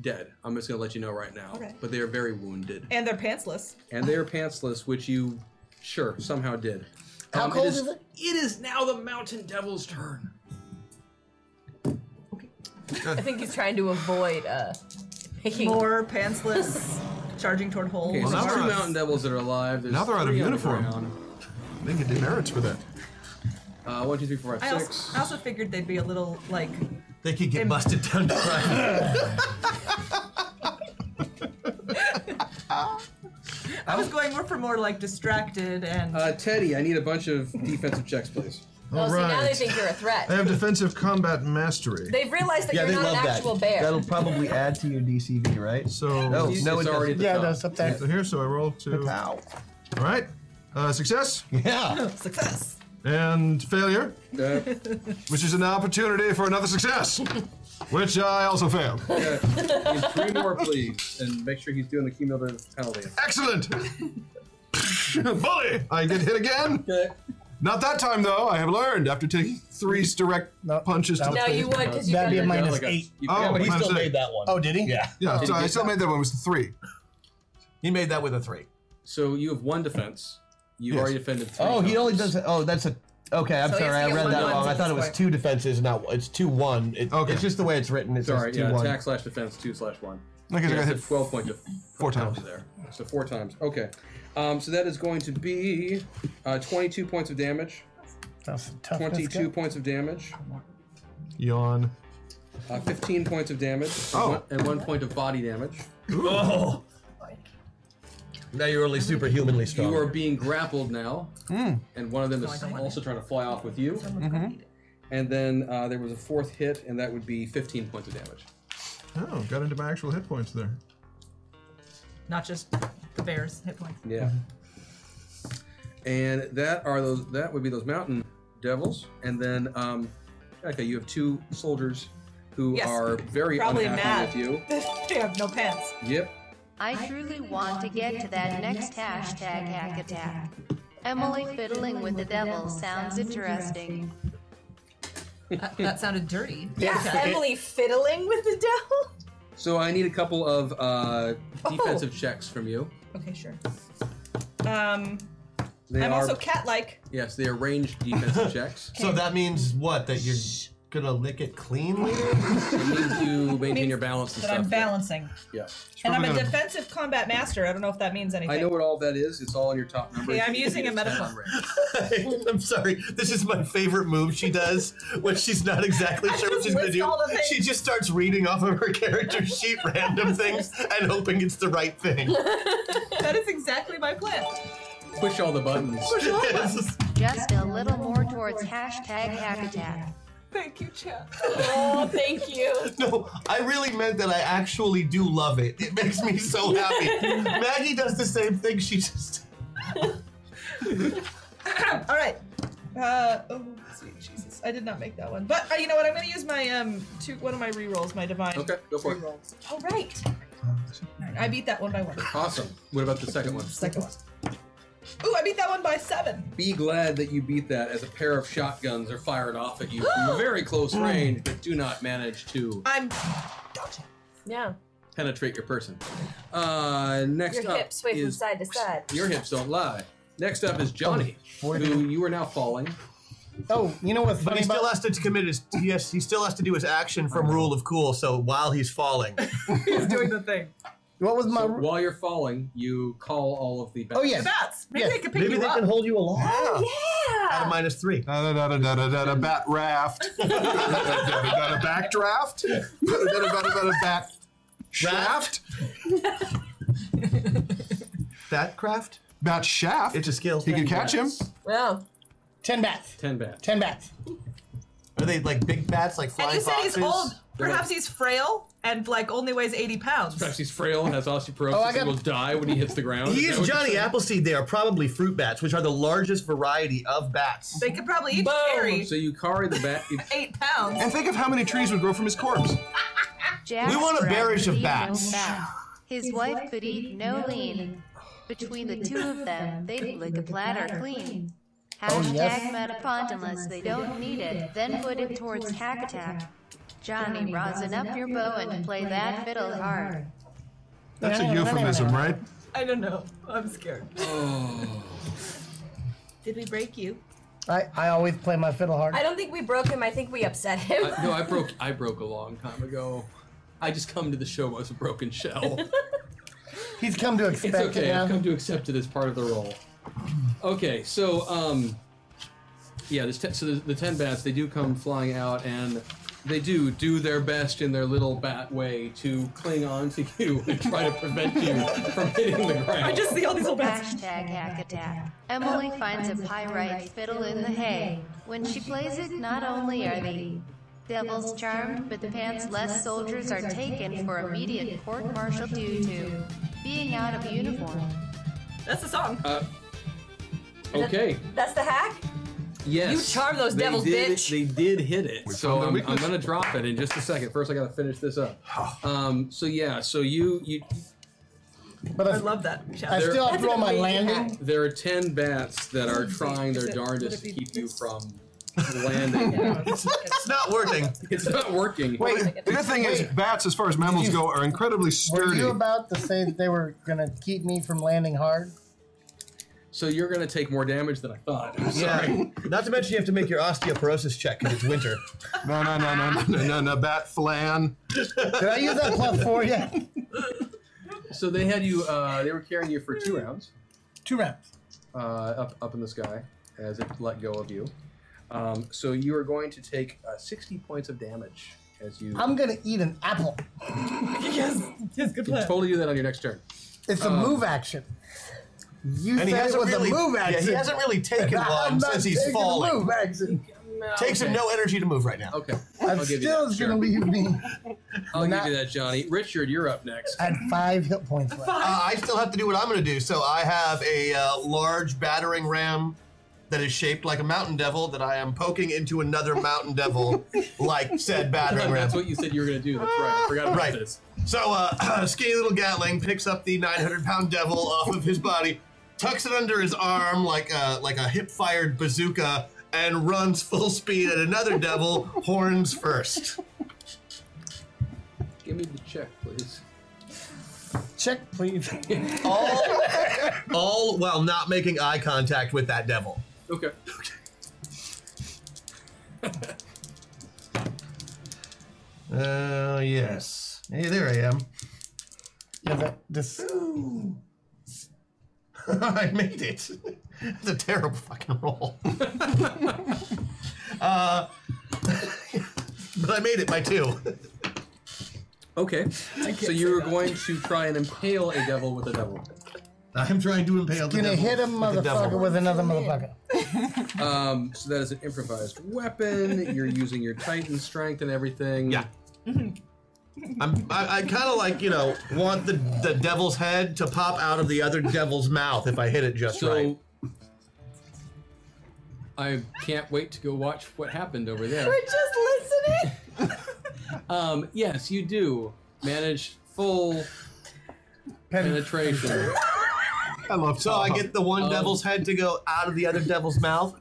Speaker 2: dead. I'm just gonna let you know right now.
Speaker 10: Okay.
Speaker 2: But they are very wounded,
Speaker 10: And they're pantsless.
Speaker 2: and they are pantsless, which you sure somehow did.
Speaker 6: How
Speaker 2: Um,
Speaker 6: cold
Speaker 2: is,
Speaker 6: is it?
Speaker 2: It is now the mountain devil's turn.
Speaker 4: I think he's trying to avoid uh making
Speaker 10: More pantsless, charging toward holes.
Speaker 2: Okay,
Speaker 7: Well,
Speaker 2: so
Speaker 7: now
Speaker 2: there's
Speaker 7: they're
Speaker 2: two
Speaker 7: out-
Speaker 2: mountain devils that are alive. There's
Speaker 7: now they're out of
Speaker 2: three on the
Speaker 7: uniform.
Speaker 2: ground.
Speaker 7: I think it demerits for that.
Speaker 4: Oh,
Speaker 2: Uh, one, two, three, four,
Speaker 10: I
Speaker 2: five, six.
Speaker 10: also, I also figured they'd be a little like
Speaker 5: They could get busted down to crime.
Speaker 10: I was going more for more like distracted and
Speaker 2: Oh. Uh, Teddy, I need a bunch of defensive checks, please.
Speaker 4: Oh,
Speaker 7: All
Speaker 4: so now they
Speaker 7: right.
Speaker 4: think you're a
Speaker 7: I
Speaker 4: threat.
Speaker 7: have defensive combat mastery.
Speaker 4: They've realized that
Speaker 11: Yeah,
Speaker 4: you're
Speaker 11: they
Speaker 4: not
Speaker 11: love
Speaker 4: an
Speaker 11: that.
Speaker 4: actual bear.
Speaker 11: That'll probably add to your DCV, right?
Speaker 7: So,
Speaker 11: No.
Speaker 2: It's-
Speaker 11: it
Speaker 2: it's
Speaker 11: doesn't.
Speaker 2: already at the
Speaker 6: Yeah,
Speaker 2: top.
Speaker 6: no, it's up there.
Speaker 7: so here, so I roll two. All
Speaker 11: Pow.
Speaker 7: right. Uh, success
Speaker 11: Yeah.
Speaker 10: success.
Speaker 7: and failure,
Speaker 2: Uh,
Speaker 7: which is an opportunity for another success, which I also failed.
Speaker 2: yeah, need three more, please, and make sure he's doing the cumulative penalty.
Speaker 7: Excellent. Bully! I get hit again.
Speaker 2: Okay.
Speaker 7: Not that time though. I have learned after taking three direct
Speaker 6: No,
Speaker 7: punches. To
Speaker 6: no.
Speaker 4: no,
Speaker 7: the
Speaker 4: you would because you
Speaker 6: That'd be a
Speaker 4: got
Speaker 6: minus
Speaker 2: Like a-
Speaker 6: eight.
Speaker 2: you-
Speaker 7: Oh,
Speaker 2: yeah, but
Speaker 11: But he
Speaker 2: he's-
Speaker 7: Times
Speaker 11: still
Speaker 7: eight.
Speaker 11: made that one.
Speaker 6: Oh, did he?
Speaker 11: yeah.
Speaker 7: yeah, so
Speaker 2: you
Speaker 7: I
Speaker 2: get
Speaker 7: still made that one. It was three.
Speaker 5: he made that with a three.
Speaker 2: so you have one defense. You've
Speaker 7: Yes.
Speaker 2: already defended three.
Speaker 11: Oh, he
Speaker 2: times.
Speaker 11: only does. Oh, that's a. Okay, I'm
Speaker 10: So he
Speaker 11: sorry.
Speaker 10: has to
Speaker 11: I
Speaker 10: get
Speaker 11: read
Speaker 10: one
Speaker 11: that
Speaker 10: one
Speaker 11: wrong.
Speaker 10: to
Speaker 11: I thought it was
Speaker 10: square.
Speaker 11: two defenses, not it's two one. It,
Speaker 7: Okay.
Speaker 11: It's just the way it's written. It
Speaker 2: Sorry,
Speaker 11: says two
Speaker 2: yeah,
Speaker 11: one.
Speaker 2: attack slash defense two slash one.
Speaker 7: I guess
Speaker 2: Yeah,
Speaker 7: I got
Speaker 2: so
Speaker 7: hit
Speaker 2: twelve points of
Speaker 7: four times.
Speaker 2: there. So four times. Okay, um, so that is going to be uh, twenty-two points of damage.
Speaker 6: That's a tough
Speaker 2: Twenty-two points of damage.
Speaker 7: Yawn.
Speaker 2: Uh, Fifteen points of damage.
Speaker 7: Oh.
Speaker 2: and one point of body damage.
Speaker 5: Oh. Now you're only superhumanly strong.
Speaker 2: You are being grappled now, and one of them is
Speaker 10: don't want
Speaker 2: also trying to fly off with you. And then uh, there was a fourth hit, and that would be 15 points of damage.
Speaker 7: Oh, got into my actual hit points there.
Speaker 10: Not just the bear's hit points.
Speaker 2: Yeah. And that are those. That would be those mountain devils. And then, um, okay, you have two soldiers who
Speaker 10: Yes.
Speaker 2: are very
Speaker 10: Probably
Speaker 2: unhappy with
Speaker 10: mad.
Speaker 2: you.
Speaker 10: they have no pants.
Speaker 2: Yep.
Speaker 9: I truly want to get to that next hashtag hack attack. Emily fiddling with the devil sounds interesting.
Speaker 10: That, that sounded dirty.
Speaker 2: Yes,
Speaker 10: Okay.
Speaker 2: Emily
Speaker 4: fiddling with the devil?
Speaker 2: So I need a couple of uh,
Speaker 10: Oh.
Speaker 2: defensive checks from you.
Speaker 10: Okay, sure. Um,
Speaker 2: They
Speaker 10: I'm
Speaker 2: are
Speaker 10: also cat-like.
Speaker 2: yes, they are ranged defensive checks.
Speaker 5: So that means what? That you're gonna lick it cleanly?
Speaker 2: it means you maintain your balance and
Speaker 10: But I'm
Speaker 2: stuff.
Speaker 10: balancing,
Speaker 2: Yeah.
Speaker 10: and I'm
Speaker 2: probably
Speaker 10: a
Speaker 2: gonna-
Speaker 10: defensive combat master. I don't know if that means anything.
Speaker 2: I know what all that is. It's all in your top number.
Speaker 10: Okay, I'm using a
Speaker 2: It's
Speaker 10: metaphor.
Speaker 2: top range.
Speaker 5: I'm sorry. This is my favorite move she does when she's not exactly sure what she's going to do. She just starts reading off of her character sheet random things and hoping it's the right thing.
Speaker 10: that is exactly my plan.
Speaker 2: Push all the buttons.
Speaker 9: Just a little more towards hashtag hack attack.
Speaker 10: Thank you, Chad.
Speaker 4: Oh, thank you.
Speaker 5: No, I really meant that I actually do love it. It makes me so happy. Maggie does the same thing. She just.
Speaker 10: All right. Uh, oh, sweet Jesus! I did not make that one, but uh, you know what? I'm going to use my um, two, one of my rerolls, my divine.
Speaker 2: Okay, go for it.
Speaker 10: rerolls. All right. I beat that one by one.
Speaker 2: Awesome. What about the second one?
Speaker 10: Second one. Ooh, I beat that one by seven.
Speaker 2: Be glad that you beat that as a pair of shotguns are fired off at you from very close range, but do not manage to
Speaker 10: I'm.
Speaker 4: Yeah.
Speaker 2: penetrate your person. Uh, next
Speaker 4: Your
Speaker 2: up
Speaker 4: hips sway from
Speaker 2: is
Speaker 4: side to side.
Speaker 2: your hips don't lie. Next up is Johnny, who you are now falling.
Speaker 6: Oh, you know what's
Speaker 5: But he still has to commit his. He, has, he still has to do his action from Rule of Cool. So while he's falling,
Speaker 10: He's doing the thing.
Speaker 6: What was my?
Speaker 2: while you're falling, you call all of the.
Speaker 6: Um, Oh,
Speaker 10: The
Speaker 6: yes.
Speaker 10: bats. Maybe
Speaker 6: Yes.
Speaker 10: they can pick you up.
Speaker 11: hold you along.
Speaker 5: Out of minus three.
Speaker 7: Da da da da da da da bat raft. Da da da da da back draft. Da da da da da bat shaft.
Speaker 5: That craft.
Speaker 7: Bat shaft.
Speaker 5: It's a skill.
Speaker 7: He can catch him.
Speaker 4: Well,
Speaker 6: Ten bats.
Speaker 2: Ten bats.
Speaker 6: Ten bats.
Speaker 5: Are they like big bats, like
Speaker 10: And
Speaker 5: flying
Speaker 10: you said
Speaker 5: foxes?
Speaker 10: he's old.
Speaker 2: They're
Speaker 10: Perhaps he's frail and like only weighs 80 pounds.
Speaker 2: Perhaps he's frail and has osteoporosis
Speaker 6: Oh, I
Speaker 2: and
Speaker 6: got-
Speaker 2: will die when he hits the ground.
Speaker 5: He
Speaker 2: Is
Speaker 5: is
Speaker 2: that what
Speaker 5: Johnny
Speaker 2: you're saying?
Speaker 5: Appleseed. They are probably fruit bats, which are the largest variety of bats.
Speaker 10: They could probably each carry
Speaker 2: So you carry the bat. you-
Speaker 10: eight pounds.
Speaker 7: And think of how many trees would grow from his corpse.
Speaker 9: Jack
Speaker 5: We want a
Speaker 9: Sprout
Speaker 5: barrage
Speaker 9: could
Speaker 5: of
Speaker 9: eat no
Speaker 5: bats.
Speaker 9: fat. His wife could eat no lean. Between the two of them, they'd lick a platter clean. Hashtag
Speaker 6: yes.
Speaker 9: Metapont unless they don't need it, then put it towards hack attack. Johnny, rosin up your bow and play that fiddle hard.
Speaker 7: That's a euphemism, right?
Speaker 10: I don't know. I'm scared.
Speaker 2: Oh.
Speaker 10: Did we break you?
Speaker 6: I, I always play my fiddle hard.
Speaker 4: I don't think we broke him. I think we upset him.
Speaker 2: I, Uh, no, I broke. I broke a long time ago. I just come to the show as a broken shell.
Speaker 6: He's come to expect
Speaker 2: It's
Speaker 6: it
Speaker 2: okay.
Speaker 6: now.
Speaker 2: I've come to accept it as part of the role. Okay, so um, yeah, this te- so the, the ten bats they do come flying out and they do do their best in their little bat way to cling on to you and try to prevent you from hitting the ground.
Speaker 10: I just see all these little bats.
Speaker 9: Hashtag hack attack. Emily finds a pyrite fiddle in the hay. When she plays it, not only are the devils charmed, but the pants less soldiers are taken for immediate court martial due to being out of uniform.
Speaker 10: That's the song.
Speaker 2: Uh, okay.
Speaker 4: That's the hack?
Speaker 2: Yes.
Speaker 4: You charm those
Speaker 2: they
Speaker 4: devils,
Speaker 2: did,
Speaker 4: bitch.
Speaker 2: They did hit it. So
Speaker 7: found their
Speaker 2: I'm, I'm
Speaker 7: weakness.
Speaker 2: gonna drop it in just a second. First, I gotta finish this up. Um, so yeah, so you you
Speaker 6: But I,
Speaker 10: I love that. Shout
Speaker 6: I
Speaker 10: out.
Speaker 6: still
Speaker 4: That's
Speaker 6: throw
Speaker 4: an
Speaker 6: my
Speaker 4: amazing
Speaker 6: landing.
Speaker 4: hack.
Speaker 2: there are ten bats that are trying their
Speaker 10: Is it-
Speaker 2: darndest to
Speaker 10: would it be
Speaker 2: keep you
Speaker 10: this?
Speaker 2: from landing.
Speaker 5: It's not working.
Speaker 2: It's not working.
Speaker 6: Wait,
Speaker 7: The good thing is, bats, as far as mammals go, are incredibly
Speaker 6: were
Speaker 7: sturdy.
Speaker 6: you about to say that they were gonna keep me from landing hard?
Speaker 2: So you're gonna take more damage than I thought. I'm
Speaker 5: Yeah.
Speaker 2: sorry.
Speaker 5: Not to mention you have to make your osteoporosis check because it's winter.
Speaker 7: No, no, no, no, no, no, no, no, bat flan.
Speaker 6: Did I use that plus four yet?
Speaker 2: So they had you. Uh, they were carrying you for two
Speaker 10: Hmm.
Speaker 2: rounds
Speaker 6: Two rounds.
Speaker 2: uh, up up in the sky as it let go of you. Um, so you are going to take uh, 60 points of damage as you.
Speaker 6: I'm gonna eat an apple.
Speaker 10: yes, yes, good
Speaker 2: You can
Speaker 10: plan.
Speaker 2: totally do that on your next turn.
Speaker 6: It's a
Speaker 2: Um,
Speaker 6: move action. You
Speaker 5: And he
Speaker 6: said it
Speaker 5: hasn't
Speaker 6: was
Speaker 5: really,
Speaker 6: a move
Speaker 5: yeah,
Speaker 6: action.
Speaker 5: he hasn't really taken
Speaker 6: I'm
Speaker 5: one
Speaker 6: not
Speaker 5: since he's
Speaker 6: taking a
Speaker 5: falling.
Speaker 6: move action.
Speaker 5: Takes him no energy to move right now.
Speaker 2: Okay.
Speaker 6: That
Speaker 2: I'll give you
Speaker 6: still
Speaker 2: that.
Speaker 6: is
Speaker 2: Sure.
Speaker 6: gonna leave me
Speaker 2: I'll
Speaker 6: We're
Speaker 2: give
Speaker 6: not-
Speaker 2: you that, Johnny. Richard, you're up next.
Speaker 6: at five hit points left.
Speaker 5: Uh, I still have to do what I'm going to do. So I have a uh, large battering ram that is shaped like a mountain devil that I am poking into another mountain devil, like said battering ram.
Speaker 2: That's what you said you were going to do. That's right. I forgot about
Speaker 5: Right.
Speaker 2: this.
Speaker 5: So, uh, skinny little Gatling picks up the 900 pound devil off of his body, tucks it under his arm like a, like a hip fired bazooka, and runs full speed at another devil, horns first.
Speaker 2: Give me the check, please.
Speaker 6: Check, please.
Speaker 5: All, all while not making eye contact with that devil.
Speaker 2: Okay.
Speaker 5: Uh, yes. Hey, there I am.
Speaker 6: Yeah, that, this,
Speaker 5: I made it. It's a terrible fucking roll. uh, but I made it by two.
Speaker 2: Okay. So you were going to try and impale a devil with a devil.
Speaker 5: I'm trying to impale
Speaker 6: gonna hit a motherfucker with another motherfucker.
Speaker 2: Um, so that is an improvised weapon. You're using your Titan strength and everything. Yeah.
Speaker 5: I'm, I, I kind of like, you know, want the, the devil's head to pop out of the other devil's mouth if I hit it just
Speaker 2: So
Speaker 5: right.
Speaker 2: I can't wait to go watch what happened over there.
Speaker 4: We're just listening.
Speaker 2: Um, yes, you do manage full penetration.
Speaker 5: I love So I get the one devil's head to go out of the other devil's mouth,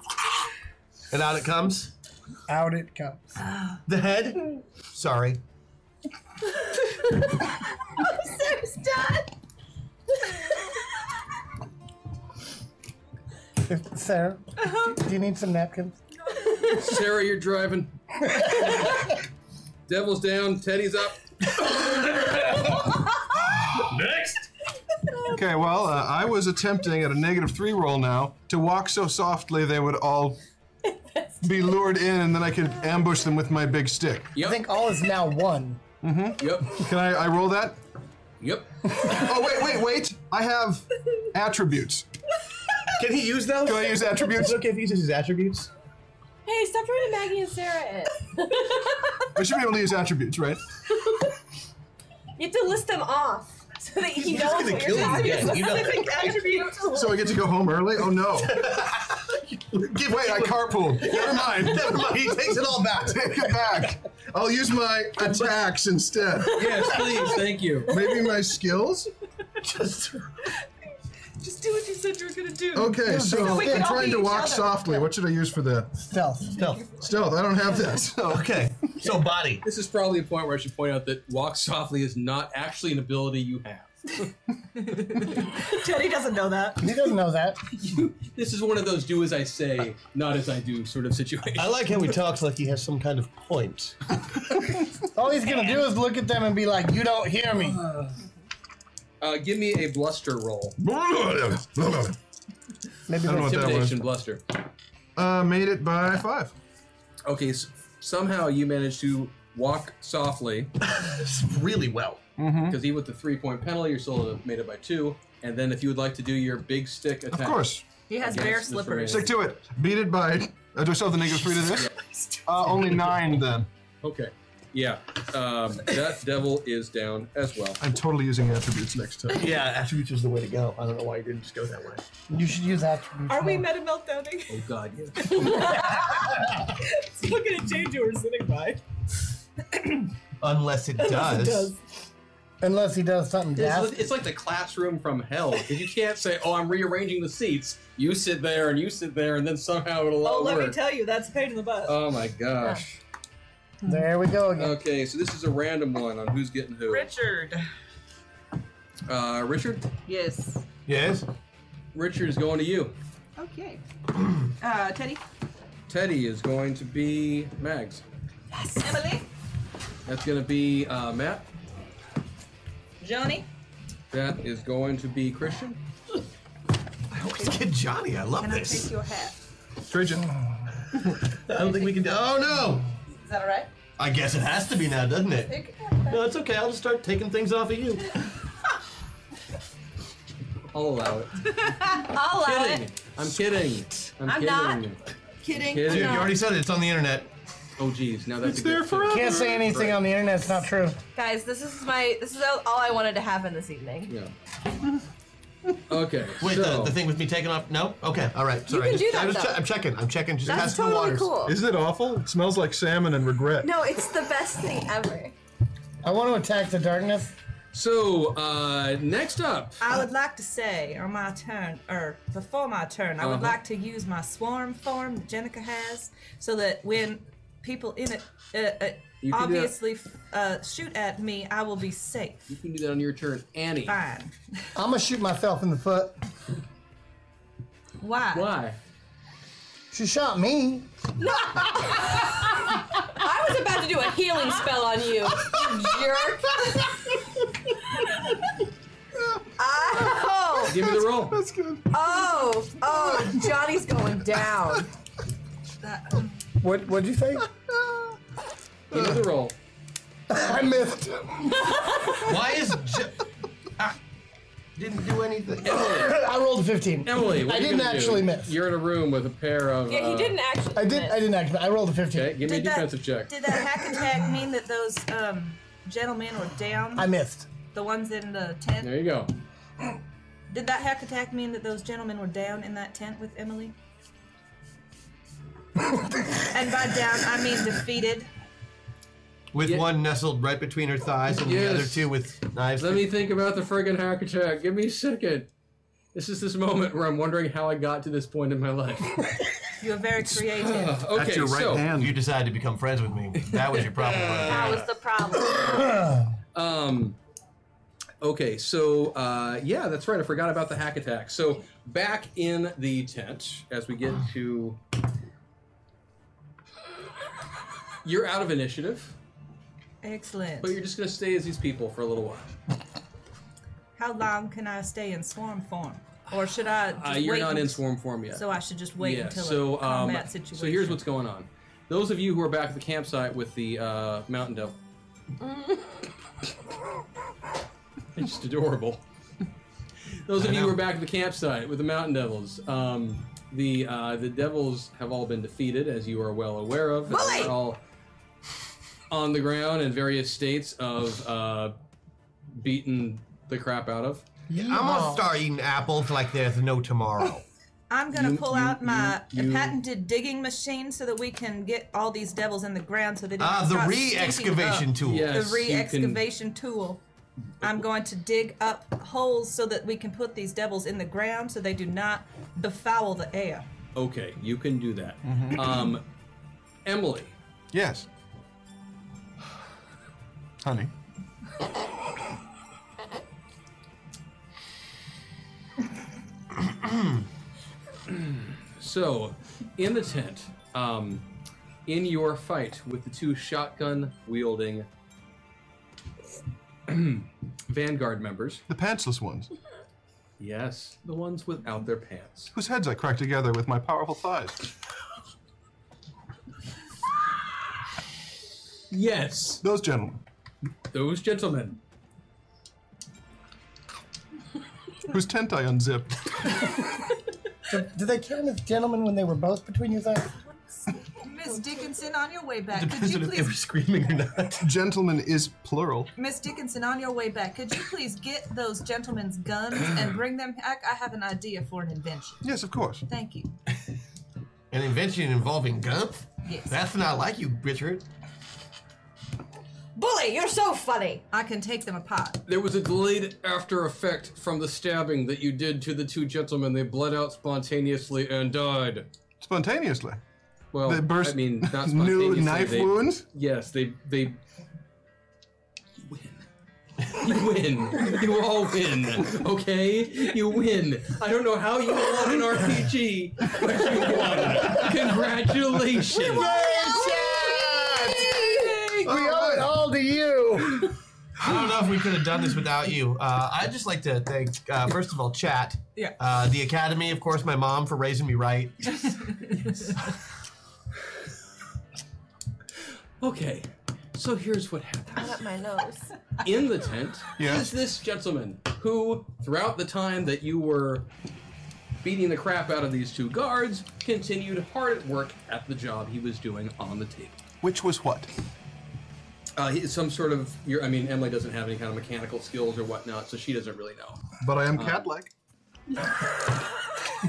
Speaker 5: and out it comes.
Speaker 6: Out it comes.
Speaker 5: The head? Sorry.
Speaker 4: Zeus done.
Speaker 6: Sarah,
Speaker 10: Uh-huh.
Speaker 6: do, do you need some napkins?
Speaker 2: Sarah, you're driving. Devil's down, Teddy's up.
Speaker 5: Next.
Speaker 7: Okay, well, uh, I was attempting at a negative three roll now to walk so softly they would all be lured in, and then I could ambush them with my big stick.
Speaker 6: I think all is now one.
Speaker 2: Yep.
Speaker 7: Can I, I roll that?
Speaker 2: Yep.
Speaker 7: Oh, wait, wait, wait! I have attributes.
Speaker 5: Can he use those?
Speaker 7: Can I use attributes?
Speaker 5: okay if he uses his attributes.
Speaker 4: Hey, stop trying to Maggie and Sarah it.
Speaker 7: I should be able to use attributes, right?
Speaker 4: You have to list them off so that he knows what you're
Speaker 5: you
Speaker 4: talking
Speaker 5: again. You know-
Speaker 7: So I get to go home early? Oh no.
Speaker 5: Give
Speaker 7: Wait, I carpooled. Never mind.
Speaker 5: Never mind. He takes it all back.
Speaker 7: Take it back. I'll use my attacks instead.
Speaker 2: Yes, please, thank you.
Speaker 7: Maybe my skills?
Speaker 5: Just
Speaker 10: Just do what you said you were gonna do.
Speaker 7: Okay, so
Speaker 6: no, we can
Speaker 7: I'm
Speaker 6: all
Speaker 7: trying
Speaker 10: be
Speaker 7: to
Speaker 10: each
Speaker 7: walk
Speaker 10: other.
Speaker 7: softly. What should I use for that?
Speaker 6: Stealth.
Speaker 5: stealth.
Speaker 7: Stealth. I don't have that. So.
Speaker 5: Okay. So body.
Speaker 2: This is probably a point where I should point out that walk softly is not actually an ability you have.
Speaker 10: Teddy doesn't know that.
Speaker 6: He doesn't know that.
Speaker 2: This is one of those do as I say, not as I do sort of situations.
Speaker 5: I like how he talks like he has some kind of point.
Speaker 6: All he's gonna do is look at them and be like, "You don't hear me."
Speaker 2: Uh, give me a bluster roll.
Speaker 6: Maybe
Speaker 7: I don't know
Speaker 6: we'll
Speaker 7: what that was.
Speaker 2: Intimidation bluster.
Speaker 7: Uh, made it by five.
Speaker 2: Okay, so somehow you managed to walk softly
Speaker 5: really well.
Speaker 7: Mm-hmm.
Speaker 2: because even with the three point penalty, you're still have made it by two. And then if you would like to do your big stick attack,
Speaker 7: Of course.
Speaker 10: He has
Speaker 2: Yes,
Speaker 10: bear
Speaker 2: that's
Speaker 10: slippers.
Speaker 2: right.
Speaker 7: Stick to it. Beat it by. Uh, do I still have the negative three to this? Uh, only nine then.
Speaker 2: Okay, yeah, um, that devil is down as well.
Speaker 7: I'm totally using attributes next time.
Speaker 5: Yeah, attributes was the way to go. I don't know why you didn't just go that way.
Speaker 6: You should use attributes.
Speaker 10: Are we
Speaker 6: more.
Speaker 10: meta meltdowning?
Speaker 2: Oh God, yeah.
Speaker 10: It's looking at Jane who we're sitting by.
Speaker 5: Unless it
Speaker 10: It
Speaker 5: does.
Speaker 10: does.
Speaker 6: Unless he does something
Speaker 2: It's,
Speaker 6: dastardly.
Speaker 2: it's like the classroom from hell because you can't say, "Oh, I'm rearranging the seats." You sit there and you sit there, and then somehow it'll all
Speaker 10: Oh, let
Speaker 2: work.
Speaker 10: me tell you, that's a pain in the butt.
Speaker 2: oh my gosh.
Speaker 6: There we go again.
Speaker 2: Okay, so this is a random one on who's getting who.
Speaker 10: Richard.
Speaker 2: Uh, Richard,
Speaker 10: Yes.
Speaker 5: Yes.
Speaker 2: Richard is going to you.
Speaker 10: Okay. Uh, Teddy.
Speaker 2: Teddy is going to be Mags.
Speaker 10: Emily.
Speaker 2: That's going to be uh, Matt.
Speaker 10: Johnny.
Speaker 2: That is going to be Christian.
Speaker 5: I always get Johnny. I love
Speaker 10: Can I
Speaker 5: this.
Speaker 10: take your hat?
Speaker 7: Trajan.
Speaker 5: I don't think we can. do- Oh no!
Speaker 10: Is that all right?
Speaker 5: I guess it has to be now, doesn't it?
Speaker 10: You can have that.
Speaker 5: No, it's okay. I'll just start taking things off of you.
Speaker 2: I'll allow it.
Speaker 4: I'll allow
Speaker 2: kidding.
Speaker 4: it.
Speaker 2: I'm kidding. I'm,
Speaker 4: I'm
Speaker 2: kidding.
Speaker 4: not.
Speaker 10: Kidding.
Speaker 2: Kidding.
Speaker 5: Dude, you already said it. It's on the internet.
Speaker 2: Oh, geez. Now that's
Speaker 7: It's
Speaker 2: a good
Speaker 7: there
Speaker 2: thing.
Speaker 7: forever.
Speaker 6: Can't say anything on the internet. It's not true.
Speaker 4: Guys, this is my this is all all I wanted to happen this evening.
Speaker 2: Yeah. Okay.
Speaker 5: Wait,
Speaker 2: so-
Speaker 5: the, the thing with me taking off? No. Okay. All right. Sorry.
Speaker 4: can
Speaker 5: I just,
Speaker 4: do that,
Speaker 5: I just
Speaker 4: though.
Speaker 5: che- I'm checking. I'm checking. Just
Speaker 4: That's
Speaker 5: testing
Speaker 4: totally
Speaker 5: the waters.
Speaker 4: cool.
Speaker 7: Is it awful? It smells like salmon and regret.
Speaker 4: No, it's the best thing ever.
Speaker 6: I want to attack the darkness.
Speaker 2: So uh, next up,
Speaker 10: I would like to say, on my turn, or before my turn, I would
Speaker 2: Uh-huh.
Speaker 10: like to use my swarm form that Jenica has, so that when people in it uh, uh,
Speaker 2: You can do that.
Speaker 10: obviously f- uh, shoot at me, I will be safe.
Speaker 2: you can do that on your turn, Annie.
Speaker 10: Fine.
Speaker 6: I'm gonna shoot myself in the foot.
Speaker 10: Why?
Speaker 2: Why?
Speaker 6: She shot me.
Speaker 4: I was about to do a healing spell on you, you jerk. oh,
Speaker 2: Give me the roll.
Speaker 7: That's good.
Speaker 6: Uh,
Speaker 4: oh, oh! Johnny's going down.
Speaker 6: What? What'd you say?
Speaker 2: Give me the roll.
Speaker 6: I missed.
Speaker 5: Why is? Je- I didn't do anything.
Speaker 6: I rolled a 15.
Speaker 2: Emily, what
Speaker 6: I
Speaker 2: are you
Speaker 6: didn't
Speaker 2: gonna do?
Speaker 6: actually miss.
Speaker 2: You're in a room with a pair of.
Speaker 4: Yeah, he
Speaker 2: uh,
Speaker 4: didn't actually.
Speaker 6: I did.
Speaker 4: miss.
Speaker 6: I didn't actually. I rolled a 15.
Speaker 2: Okay, give me a
Speaker 10: Did that-
Speaker 2: defensive check.
Speaker 10: Did that hack attack mean that those um, gentlemen were down?
Speaker 6: I missed.
Speaker 10: the ones in the tent?
Speaker 2: There you go.
Speaker 10: Did that hack attack mean that those gentlemen were down in that tent with Emily? and by down, I mean defeated.
Speaker 5: With
Speaker 2: Yeah.
Speaker 5: one nestled right between her thighs and the other
Speaker 2: Yes.
Speaker 5: two with knives.
Speaker 2: Let me think about the friggin' hack attack. Give me a second. This is this moment where I'm wondering how I got to this point in my life.
Speaker 10: You are very creative.
Speaker 2: okay,
Speaker 7: That's your right
Speaker 2: so
Speaker 7: hand.
Speaker 5: You decided to become friends with me. That was your problem.
Speaker 4: That
Speaker 5: right
Speaker 4: was the problem.
Speaker 2: Um, okay, so uh, yeah, that's right. I forgot about the hack attack. So back in the tent, as we get to, you're out of initiative,
Speaker 10: Excellent.
Speaker 2: but you're just gonna stay as these people for a little while.
Speaker 10: How long can I stay in swarm form? Or should I just
Speaker 2: Uh, you're
Speaker 10: wait
Speaker 2: not
Speaker 10: and-
Speaker 2: in swarm form yet.
Speaker 10: So I should just wait until a
Speaker 2: um,
Speaker 10: combat situation.
Speaker 2: so here's what's going on. Those of you who are back at the campsite with the uh, mountain devil, it's just adorable. Those of you who are back at the campsite with the mountain devils, um, the uh, the devils have all been defeated, as you are well aware of. and
Speaker 10: Bully!
Speaker 2: They're all on the ground in various states of uh, beaten the crap out of.
Speaker 5: I'm gonna start eating apples like there's no tomorrow.
Speaker 10: I'm gonna
Speaker 2: You-
Speaker 10: pull
Speaker 2: you-
Speaker 10: out my
Speaker 2: you- you-
Speaker 10: patented digging machine so that we can get all these devils in the ground so they don't
Speaker 5: Ah, the
Speaker 10: start stinking
Speaker 5: re-excavation
Speaker 10: up.
Speaker 5: tool.
Speaker 2: Yeah. Yes,
Speaker 10: the
Speaker 2: you can-
Speaker 10: re-excavation tool. I'm going to dig up holes so that we can put these devils in the ground so they do not befoul the air.
Speaker 2: Okay, you can do that. Um, Emily,
Speaker 7: Yes. Honey.
Speaker 2: So, in the tent, um, in your fight with the two shotgun wielding Vanguard members,
Speaker 7: The pantsless ones,
Speaker 2: yes, the ones without their pants.
Speaker 7: whose heads I cracked together with my powerful thighs.
Speaker 2: Yes,
Speaker 7: Those gentlemen,
Speaker 2: those gentlemen.
Speaker 7: whose tent I unzipped.
Speaker 6: Did, did they count as gentlemen when they were both between you guys?
Speaker 10: Miss Dickinson, on your way back, could
Speaker 5: Depends
Speaker 10: you
Speaker 5: on if they were
Speaker 10: please,
Speaker 5: screaming or not.
Speaker 7: Gentleman is plural.
Speaker 10: Miss Dickinson, on your way back, could you please get those gentlemen's guns and bring them back? I have an idea for an invention.
Speaker 7: Yes, of course.
Speaker 10: Thank you.
Speaker 5: An invention involving Gump?
Speaker 10: Yes.
Speaker 5: That's not like you, Richard.
Speaker 4: Bully, you're so funny.
Speaker 10: I can take them apart.
Speaker 2: There was a delayed after effect from the stabbing that you did to the two gentlemen. They bled out spontaneously and died.
Speaker 7: Spontaneously.
Speaker 2: Well,
Speaker 7: They burst
Speaker 2: Oh, I mean, not
Speaker 7: new
Speaker 2: spontaneously,
Speaker 7: knife
Speaker 2: they-
Speaker 7: wounds.
Speaker 2: Yes, they they you win. You win. You all win. Okay? You win. I don't know how you won an RPG, but you won. Congratulations.
Speaker 6: We owe it all to you.
Speaker 5: I don't know if we could have done this without you. Uh, I'd just like to thank, uh, first of all, chat.
Speaker 10: Yeah.
Speaker 5: Uh, the Academy, of course, my mom for raising me right.
Speaker 2: Okay. So here's what happens.
Speaker 4: Up my nose.
Speaker 2: In the tent
Speaker 7: Yeah.
Speaker 2: is this gentleman who, throughout the time that you were beating the crap out of these two guards, continued hard at work at the job he was doing on the table.
Speaker 7: Which was what?
Speaker 2: Uh, he- some sort of. Your, I mean, Emily doesn't have any kind of mechanical skills or whatnot, so she doesn't really know.
Speaker 7: But I am cat-like.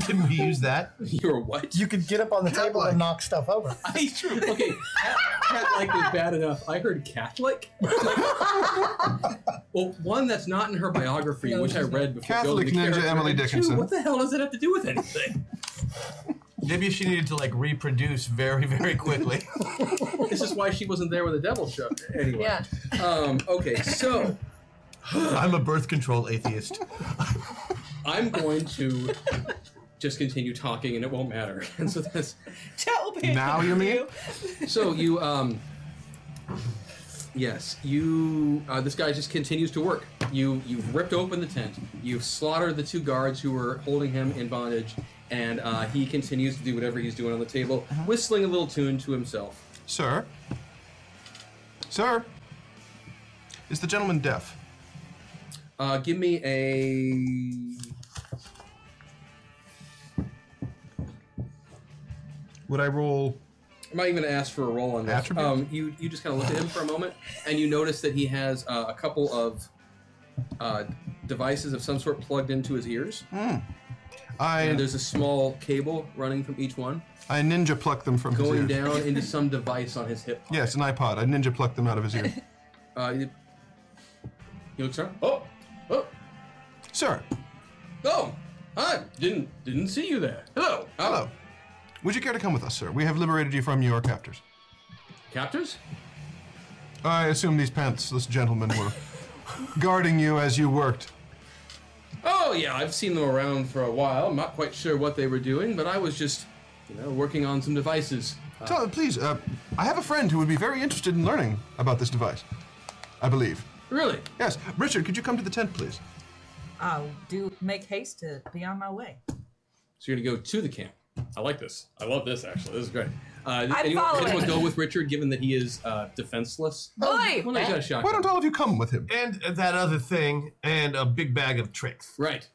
Speaker 5: Can we use that?
Speaker 2: You're what?
Speaker 6: You could get up on the table and knock stuff over.
Speaker 2: I true. Okay, cat, cat like was bad enough. I heard cat like. well, one that's not in her biography, which I read before.
Speaker 7: Catholic
Speaker 2: building the
Speaker 7: Ninja
Speaker 2: character,
Speaker 7: Emily
Speaker 2: and two,
Speaker 7: Dickinson.
Speaker 2: What the hell does it have to do with anything?
Speaker 5: Maybe if she needed to like reproduce very, very quickly.
Speaker 2: this is why she wasn't there when the devil showed. Anyway.
Speaker 4: Yeah.
Speaker 2: Um, okay, so
Speaker 5: I'm a birth control atheist.
Speaker 2: I'm going to just continue talking, and it won't matter. And so that's
Speaker 10: Chat will pay
Speaker 7: Now
Speaker 10: attention
Speaker 7: you mean?
Speaker 10: to
Speaker 2: so you um yes you uh, this guy just continues to work you you've ripped open the tent you've slaughtered the two guards who were holding him in bondage and uh, he continues to do whatever he's doing on the table whistling a little tune to himself
Speaker 7: Sir? Sir? Is the gentleman deaf?
Speaker 2: uh, give me a
Speaker 7: Would I roll?
Speaker 2: I'm not even gonna ask for a roll on this.
Speaker 7: Attribute?
Speaker 2: Um, you you just kind of look at him for a moment, and you notice that he has uh, a couple of uh, devices of some sort plugged into his ears. and
Speaker 7: I
Speaker 2: there's a small cable running from each one,
Speaker 7: I ninja pluck them from
Speaker 2: going
Speaker 7: his ear.
Speaker 2: down into some device on his hip.
Speaker 7: Yes, an iPod. I ninja pluck them out of his ear.
Speaker 2: Uh, you, you look around. Oh, oh,
Speaker 7: Sir,
Speaker 2: oh! I didn't didn't see you there. Hello, Oh.
Speaker 7: hello. Would you care to come with us, sir? We have liberated you from your captors.
Speaker 2: captors.
Speaker 7: I assume these pants, this gentleman, were guarding you as you worked.
Speaker 2: Oh yeah, I've seen them around for a while. I'm not quite sure what they were doing, but I was just, you know, working on some devices. Uh,
Speaker 7: Tell, please, uh, I have a friend who would be very interested in learning about this device. I believe.
Speaker 2: really?
Speaker 7: Yes, Richard, could you come to the tent, please?
Speaker 10: I'll do make haste to be on my way.
Speaker 2: So you're gonna go to the camp. I like this. I love this actually. This is great. Uh,
Speaker 4: I'm
Speaker 2: anyone,
Speaker 4: following.
Speaker 2: anyone go with Richard, given that he is uh, defenseless?
Speaker 4: Boy!
Speaker 2: Well, no, he's got a
Speaker 7: Why
Speaker 2: shotgun.
Speaker 7: don't all of you come with him?
Speaker 5: And that other thing, and a big bag of tricks.
Speaker 2: Right.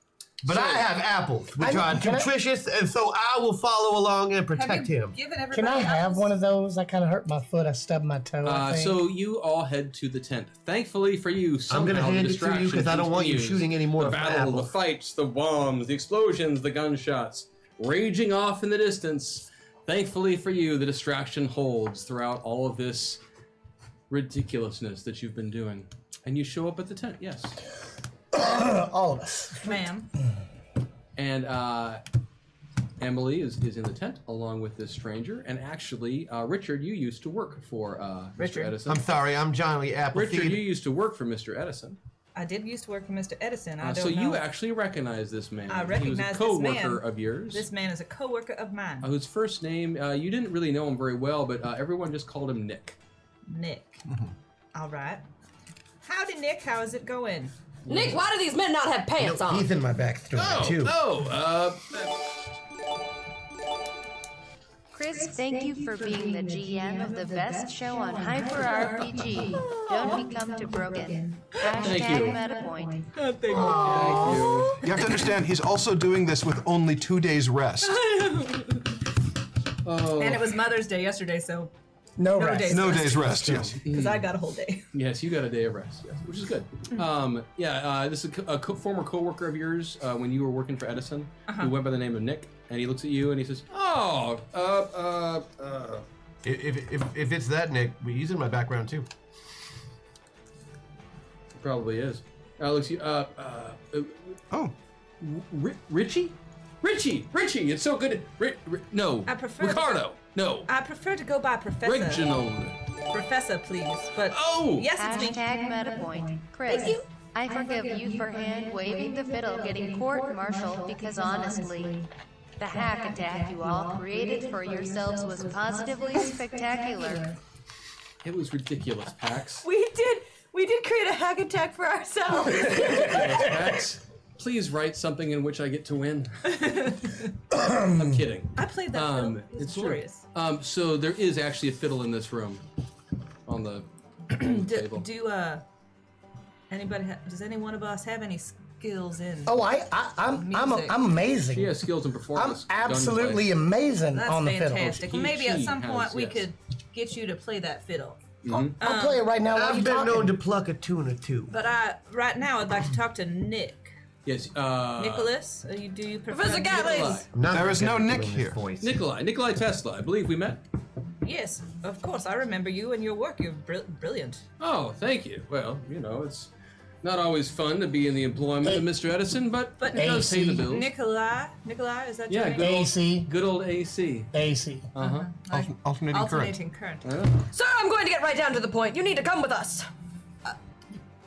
Speaker 5: But I have apples, which
Speaker 6: I-
Speaker 5: are
Speaker 6: can I-
Speaker 5: nutritious, and so I will follow along and protect him.
Speaker 10: Given everybody
Speaker 6: Can I have
Speaker 10: else-
Speaker 6: one of those? I kind of hurt my foot. I stubbed my toe. I
Speaker 2: Uh,
Speaker 6: think.
Speaker 2: so you all head to the tent. Thankfully for you,
Speaker 5: I'm
Speaker 2: somehow
Speaker 5: gonna hand
Speaker 2: the
Speaker 5: it to you
Speaker 2: distraction
Speaker 5: because I don't want you
Speaker 2: continues.
Speaker 5: shooting any more
Speaker 2: The
Speaker 5: of
Speaker 2: battle, the
Speaker 5: apples.
Speaker 2: fights, the bombs, the explosions, the gunshots, raging off in the distance. Thankfully for you, the distraction holds throughout all of this ridiculousness that you've been doing. And you show up at the tent, yes.
Speaker 6: all of us.
Speaker 10: ma'am?
Speaker 2: And uh, Emily is, is in the tent along with this stranger. And actually, uh, Richard, you used to work for uh, Mr.
Speaker 10: Richard.
Speaker 2: Edison.
Speaker 5: I'm sorry, I'm Johnny Appleseed.
Speaker 2: Richard, you used to work for Mr. Edison.
Speaker 10: I did used to work for Mr. Edison. I
Speaker 2: Uh,
Speaker 10: don't
Speaker 2: so
Speaker 10: know.
Speaker 2: you actually recognize this man.
Speaker 10: I recognize
Speaker 2: He was
Speaker 10: this
Speaker 2: a co-worker
Speaker 10: man.
Speaker 2: of yours,
Speaker 10: This man is a coworker of mine,
Speaker 2: uh, whose first name uh, you didn't really know him very well, but uh, everyone just called him Nick.
Speaker 10: Nick. All right. Howdy, Nick. How is it going?
Speaker 4: Nick, why do these men not have pants on?
Speaker 11: He's in my back throat too.
Speaker 2: oh, uh,
Speaker 9: Chris, thank you for being the GM of the best show on Hyper RPG. Oh. Don't become too broken.
Speaker 2: you.
Speaker 9: Hashtag MetaPoint.
Speaker 2: thank you.
Speaker 7: You have to understand, he's also doing this with only two days rest.
Speaker 10: And it was Mother's Day yesterday, so
Speaker 6: No,
Speaker 10: no
Speaker 6: rest.
Speaker 10: days.
Speaker 7: No days rest, yes.
Speaker 10: Because I got a whole day.
Speaker 2: Yes, you got a day of rest, yes, which is good.
Speaker 10: Mm.
Speaker 2: Um, yeah, uh, this is a, co- a co- former coworker of yours uh, when you were working for Edison,
Speaker 10: Uh-huh.
Speaker 2: who went by the name of Nick, and he looks at you and he says, "Oh, uh, uh, uh,
Speaker 5: If, if, if, if it's that, Nick, we use it in my background too.
Speaker 2: probably is." Uh, looks at you, uh, uh, uh,
Speaker 7: Oh,
Speaker 2: Ri- Richie? Richie! Richie! It's so good. to- Ri- Ri- no.
Speaker 10: I prefer-
Speaker 2: Ricardo. No.
Speaker 10: I prefer to go by Professor.
Speaker 2: Reginald.
Speaker 10: Professor, please. But
Speaker 2: Oh!
Speaker 10: yes, it's me.
Speaker 9: Hashtag MetaPoint. Chris,
Speaker 10: you.
Speaker 9: I forgive you for hand waving the fiddle getting court martialed because honestly, the hack attack you all created for yourselves was positively spectacular.
Speaker 2: It was ridiculous, Pax.
Speaker 4: We did. We did create a hack attack for ourselves.
Speaker 2: Pax, please write something in which I get to win. I'm kidding.
Speaker 10: I played that.
Speaker 2: Um,
Speaker 10: fiddle.
Speaker 2: it's true.
Speaker 10: glorious.
Speaker 2: Um, so there is actually a fiddle in this room. On the, on the
Speaker 10: Do,
Speaker 2: table.
Speaker 10: do uh, anybody? Ha- does any one of us have any skills in?
Speaker 6: Oh, I, I I'm, I'm,
Speaker 10: Music.
Speaker 6: I'm amazing.
Speaker 2: She has skills and
Speaker 6: I'm
Speaker 2: performance.
Speaker 6: absolutely
Speaker 2: Gunplay.
Speaker 6: amazing
Speaker 10: That's
Speaker 6: on the
Speaker 10: fantastic.
Speaker 2: He-
Speaker 10: Maybe at
Speaker 2: she
Speaker 10: some point
Speaker 2: has,
Speaker 10: we
Speaker 4: Oh.
Speaker 2: yes.
Speaker 10: could get you to play that fiddle.
Speaker 6: fiddle. I'll play it right now. while
Speaker 5: I've
Speaker 6: you're
Speaker 5: been
Speaker 6: talking.
Speaker 10: uh,
Speaker 5: known to pluck a tuna too.
Speaker 10: But I, right now, I'd like to talk to Nick.
Speaker 2: Yes. Uh,
Speaker 4: Nicholas, are you, do you prefer
Speaker 3: Professor Gatlin!
Speaker 2: Nikolai.
Speaker 11: Nothing
Speaker 2: There is no
Speaker 11: against
Speaker 2: Nick
Speaker 11: his
Speaker 2: here.
Speaker 11: voice.
Speaker 2: Nikolai. Nikolai Tesla. I believe we met.
Speaker 10: Yes, of course. I remember you and your work. You're brill brilliant.
Speaker 2: Oh, thank you. Well, you know, it's not always fun to be in the employment of Mr. Edison, but,
Speaker 10: But
Speaker 2: it does pay the bills.
Speaker 10: Nikolai, Nikolai, is that
Speaker 2: yeah,
Speaker 10: your
Speaker 2: good
Speaker 10: name?
Speaker 2: old, good old AC.
Speaker 6: AC.
Speaker 2: Uh-huh.
Speaker 11: alternating
Speaker 10: Alternating current.
Speaker 4: Sir, I'm going to get right down to the point. You need to come with us.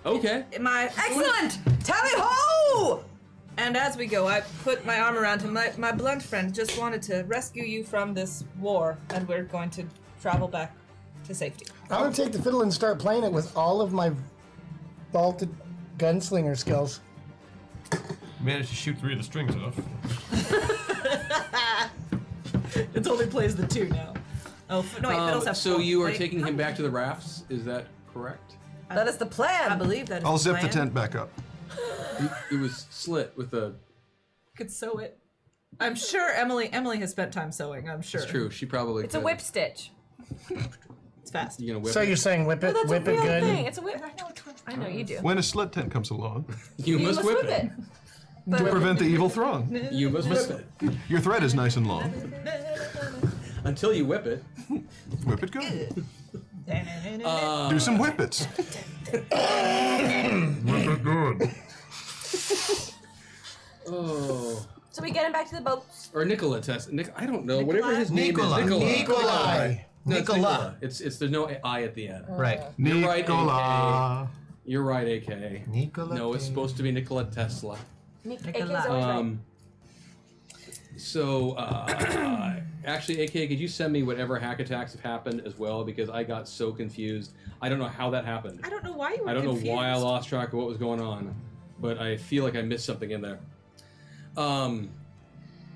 Speaker 2: Okay.
Speaker 10: My
Speaker 4: excellent. Tally ho!
Speaker 10: And as we go, I put my arm around him. My, my blunt friend just wanted to rescue you from this war, and we're going to travel back to safety.
Speaker 6: I'm gonna take the fiddle and start playing it with all of my vaulted gunslinger skills.
Speaker 5: Managed to shoot three of the strings off.
Speaker 10: It only plays the two now. Oh f- no! Wait,
Speaker 2: Um,
Speaker 10: fiddles have
Speaker 2: so
Speaker 10: four.
Speaker 2: you are
Speaker 10: Wait,
Speaker 2: taking him back to the rafts. Is that correct?
Speaker 10: uh,
Speaker 4: That is the plan.
Speaker 10: I believe that is
Speaker 7: I'll zip the
Speaker 10: plan.
Speaker 7: tent back up.
Speaker 2: It, it was slit with a.
Speaker 10: Could sew it. I'm sure Emily. Emily has spent time sewing. I'm sure.
Speaker 2: It's true. She probably.
Speaker 4: It's a
Speaker 2: could.
Speaker 4: whip stitch.
Speaker 10: It's fast.
Speaker 2: You gonna whip
Speaker 6: so
Speaker 2: it?
Speaker 6: you're saying whip it,
Speaker 4: No, that's
Speaker 6: whip
Speaker 4: a
Speaker 6: it
Speaker 4: real
Speaker 6: good.
Speaker 4: thing. It's a whip. I know you do.
Speaker 7: When a slit tent comes along,
Speaker 2: you,
Speaker 4: must must whip whip it.
Speaker 7: to prevent the evil throng.
Speaker 2: You must whip it
Speaker 7: Your thread is nice and long.
Speaker 2: until you whip it.
Speaker 7: Whip it good.
Speaker 2: Uh,
Speaker 7: Do some whippets. whip it good.
Speaker 2: Oh.
Speaker 4: So we get him back to the boat.
Speaker 2: Or Nikola Tesla. Nick, I don't know. Whatever his name
Speaker 11: Nikolai.
Speaker 2: is. Nikola.
Speaker 11: Nikolai.
Speaker 2: No, it's
Speaker 11: Nikolai.
Speaker 2: Nikola. It's it's there's no I at the end.
Speaker 11: Right. Uh,
Speaker 2: You're right, AK.
Speaker 7: Nicola.
Speaker 2: You're right, AK.
Speaker 11: Nikola.
Speaker 2: No, it's supposed to be Nikola Tesla.
Speaker 4: Nick,
Speaker 10: Nikolai.
Speaker 4: AK's always right.
Speaker 2: Um, so, uh, actually, AK, could you send me whatever hack attacks have happened as well? Because I got so confused. I don't know how that happened.
Speaker 10: I don't know why you were
Speaker 2: I don't know
Speaker 10: confused.
Speaker 2: why I lost track of what was going on, but I feel like I missed something in there. Um,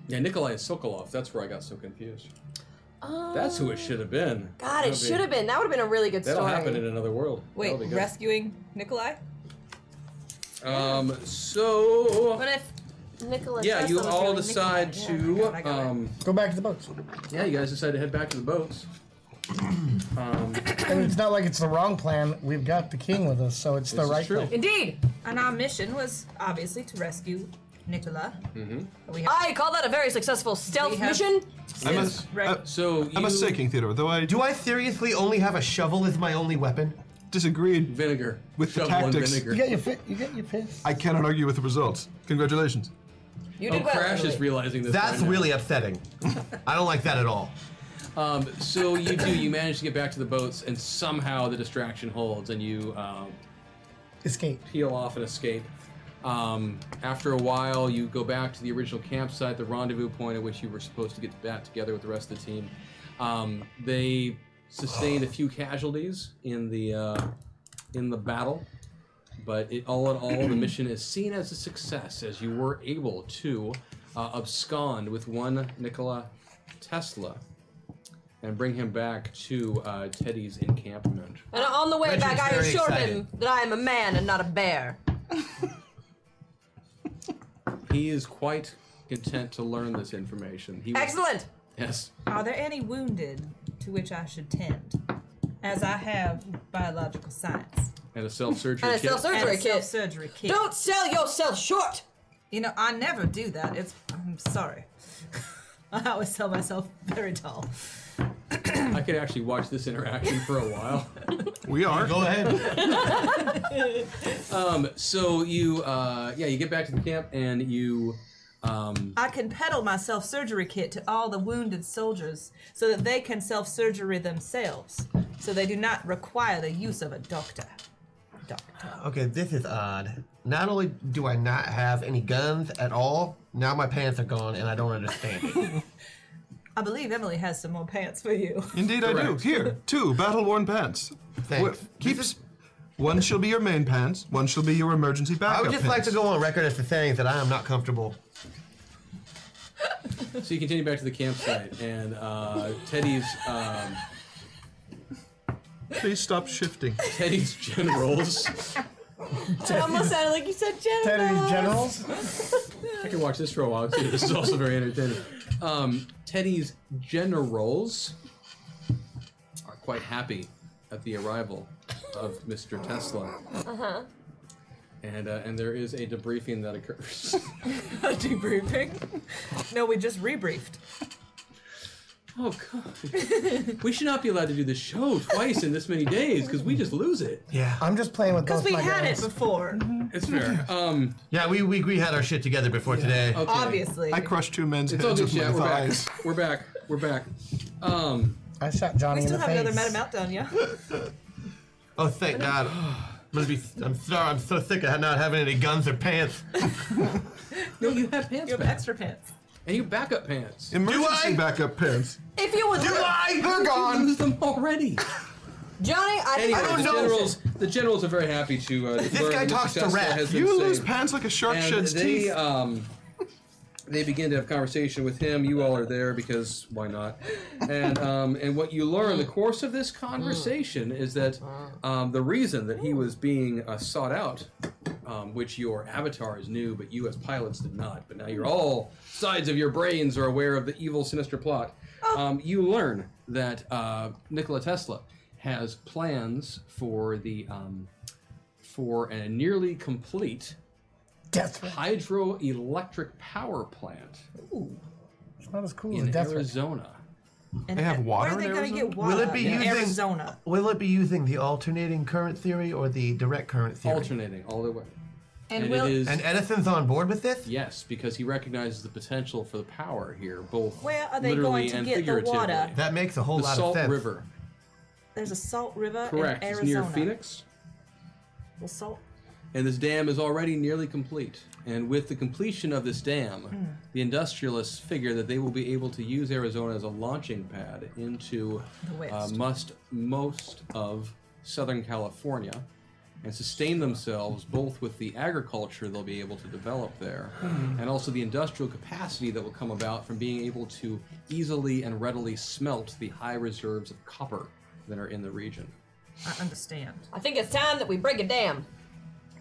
Speaker 2: yeah, Nikolai Sokolov. That's where I got so confused.
Speaker 4: Oh.
Speaker 2: That's who it should have been.
Speaker 4: God,
Speaker 2: That'll
Speaker 4: it
Speaker 2: be-
Speaker 4: should have been. That would have been a really good
Speaker 2: That'll
Speaker 4: story.
Speaker 2: happen in another world.
Speaker 10: Wait,
Speaker 2: That'll be good.
Speaker 10: rescuing Nikolai?
Speaker 2: Um, so
Speaker 4: What if Nicholas?
Speaker 2: yeah, you
Speaker 4: Tesla was
Speaker 2: all
Speaker 4: really
Speaker 2: decide
Speaker 4: Nikolai?
Speaker 2: to um,
Speaker 6: Go back to the boats.
Speaker 2: yeah, you guys decide to head back to the boats. Um,
Speaker 6: I mean, it's not like it's the wrong plan. We've got the king with us, so it's the
Speaker 2: This is
Speaker 6: right
Speaker 2: true.
Speaker 6: plan.
Speaker 4: Indeed,
Speaker 10: And our mission was obviously to rescue Nicola. We have,
Speaker 4: I call that a very successful stealth
Speaker 10: We have-
Speaker 4: mission.
Speaker 7: I'm a, I,
Speaker 2: so you
Speaker 7: I'm a sinking theater, though I
Speaker 11: Do I seriously only have a shovel as my only weapon?
Speaker 7: disagreed.
Speaker 2: vinegar
Speaker 7: With the
Speaker 2: Shovel and
Speaker 7: tactics.
Speaker 2: Vinegar.
Speaker 6: You got your fi- you got your piss.
Speaker 7: I cannot argue with the results. Congratulations.
Speaker 4: You
Speaker 2: Oh,
Speaker 4: did well.
Speaker 2: Crash is
Speaker 4: Emily.
Speaker 2: realizing this.
Speaker 11: That's
Speaker 2: right now.
Speaker 11: really upsetting. I don't like that at all.
Speaker 2: Um, so you do. You manage to get back to the boats, and somehow the distraction holds, and you um,
Speaker 6: Escape.
Speaker 2: peel off and escape. Um, after a while, you go back to the original campsite, the rendezvous point at which you were supposed to get back together with the rest of the team. Um, they sustained a few casualties in the uh, in the battle, but it, all in all, the mission is seen as a success as you were able to uh, abscond with one Nikola Tesla and bring him back to uh, Teddy's encampment.
Speaker 4: And on the way
Speaker 11: Richard's
Speaker 4: back, I
Speaker 11: very
Speaker 4: assured him
Speaker 11: excited.
Speaker 4: that I am a man and not a bear.
Speaker 2: He is quite content to learn this information. He was-
Speaker 4: Excellent.
Speaker 2: Yes.
Speaker 10: are there any wounded to which I should tend? As I have biological science.
Speaker 2: And a self surgery
Speaker 4: And a
Speaker 2: kit.
Speaker 4: self-surgery-
Speaker 10: And a
Speaker 4: kit.
Speaker 10: self-surgery kit.
Speaker 4: Don't sell yourself short.
Speaker 10: You know, I never do that. It's I'm sorry. I always sell myself very tall.
Speaker 2: I could actually watch this interaction for a while.
Speaker 7: We are.
Speaker 11: Go ahead.
Speaker 2: um, so you, uh, yeah, you get back to the camp and you, um,
Speaker 10: I can peddle my self-surgery kit to all the wounded soldiers so that they can self-surgery themselves, so they do not require the use of a doctor. Doctor.
Speaker 11: Okay, this is odd. Not only do I not have any guns at all, now my pants are gone and I don't understand it.
Speaker 10: I believe Emily has some more pants for you.
Speaker 7: Indeed, I do. Here, two battle worn pants.
Speaker 11: Thanks.
Speaker 7: Wh- Keeps. One shall be your main pants, one shall be your emergency backup
Speaker 11: I would just
Speaker 7: pants.
Speaker 11: like to go on record as the saying that I am not comfortable.
Speaker 2: so you continue back to the campsite and uh, Teddy's, um,
Speaker 7: Please stop shifting.
Speaker 2: Teddy's generals.
Speaker 4: It almost sounded like you said
Speaker 6: Teddy's
Speaker 4: general.
Speaker 6: generals.
Speaker 2: I can watch this for a while too. This is also very entertaining. Um, Teddy's generals are
Speaker 10: Uh-huh.
Speaker 2: quite happy at the arrival of Mr. Tesla. Uh huh. and uh, and there is a debriefing that occurs.
Speaker 10: Debriefing? No, we just rebriefed.
Speaker 2: Oh god, we should not be allowed to do this show twice in this many days because we just lose it.
Speaker 11: Yeah.
Speaker 6: I'm just playing
Speaker 7: Oh
Speaker 6: with
Speaker 10: Because
Speaker 6: both
Speaker 10: we
Speaker 6: my
Speaker 10: had
Speaker 6: guys.
Speaker 10: it before.
Speaker 2: It's fair. Um,
Speaker 11: yeah, we, we we had our shit together before today.
Speaker 2: Okay.
Speaker 10: Obviously.
Speaker 7: I crushed two men's
Speaker 2: It's all
Speaker 7: heads
Speaker 2: good
Speaker 7: with
Speaker 2: shit. We're
Speaker 7: my
Speaker 2: back.
Speaker 7: thighs.
Speaker 2: We're back. We're back. Um,
Speaker 6: I shot Johnny
Speaker 10: We still
Speaker 6: in the
Speaker 10: have another
Speaker 6: face.
Speaker 10: meta meltdown, yeah?
Speaker 11: Oh, thank God. I'm gonna be. I'm sorry. I'm so sick of not having any guns or pants.
Speaker 2: no, you have pants
Speaker 10: You have
Speaker 2: back,
Speaker 10: extra pants.
Speaker 2: and you have backup pants.
Speaker 7: Emergency backup pants.
Speaker 4: If you would,
Speaker 7: They're
Speaker 2: You
Speaker 7: gone.
Speaker 2: lose them already.
Speaker 4: Johnny, I,
Speaker 2: Anyway,
Speaker 4: I
Speaker 2: the
Speaker 4: don't know.
Speaker 2: generals, the generals are very happy to. Uh,
Speaker 11: This guy talks to rats.
Speaker 7: You lose pants like a shark
Speaker 2: and
Speaker 7: sheds
Speaker 2: they
Speaker 7: teeth.
Speaker 2: um, they begin to have conversation with him. You all are there because why not? And um, and what you learn in the course of this conversation is that um, the reason that he was being uh, sought out, um, which your avatars knew, but you as pilots did not. But now you're all sides of your brains are aware of the evil, sinister plot. Um, you learn that uh, Nikola Tesla has plans for the um, for a nearly complete
Speaker 6: Death Ray.
Speaker 2: hydroelectric power plant
Speaker 6: It's not as cool as
Speaker 2: in
Speaker 6: Death Ray.
Speaker 2: Arizona.
Speaker 10: And
Speaker 7: They have
Speaker 10: Where
Speaker 7: water
Speaker 10: are they
Speaker 7: in
Speaker 10: going to
Speaker 7: Arizona?
Speaker 10: get water?
Speaker 11: Will it be
Speaker 10: in
Speaker 11: using-
Speaker 10: Arizona?
Speaker 11: Will it be using the alternating current theory or the direct current theory?
Speaker 2: Alternating all the way.
Speaker 3: And
Speaker 2: it
Speaker 3: will-
Speaker 2: is-
Speaker 11: and Edison's on board with this.
Speaker 2: yes, because he recognizes the potential for the power here, both
Speaker 10: Where are they
Speaker 2: literally
Speaker 10: going to
Speaker 2: and
Speaker 10: get the
Speaker 2: figuratively.
Speaker 10: water?
Speaker 11: That makes a whole
Speaker 2: the
Speaker 11: lot
Speaker 2: Salt
Speaker 11: of sense.
Speaker 2: River,
Speaker 10: There's a salt river
Speaker 2: correct?
Speaker 10: in
Speaker 2: It's
Speaker 10: Arizona.
Speaker 2: near Phoenix,
Speaker 10: Well, salt.
Speaker 2: and this dam is already nearly complete. And with the completion of this dam,
Speaker 10: Hmm.
Speaker 2: the industrialists figure that they will be able to use Arizona as a launching pad into
Speaker 10: The West.
Speaker 2: uh, must most of Southern California and sustain themselves both with the agriculture they'll be able to develop there
Speaker 10: Hmm.
Speaker 2: and also the industrial capacity that will come about from being able to easily and readily smelt the high reserves of copper that are in the region.
Speaker 10: I understand.
Speaker 4: I think it's time that we break a dam.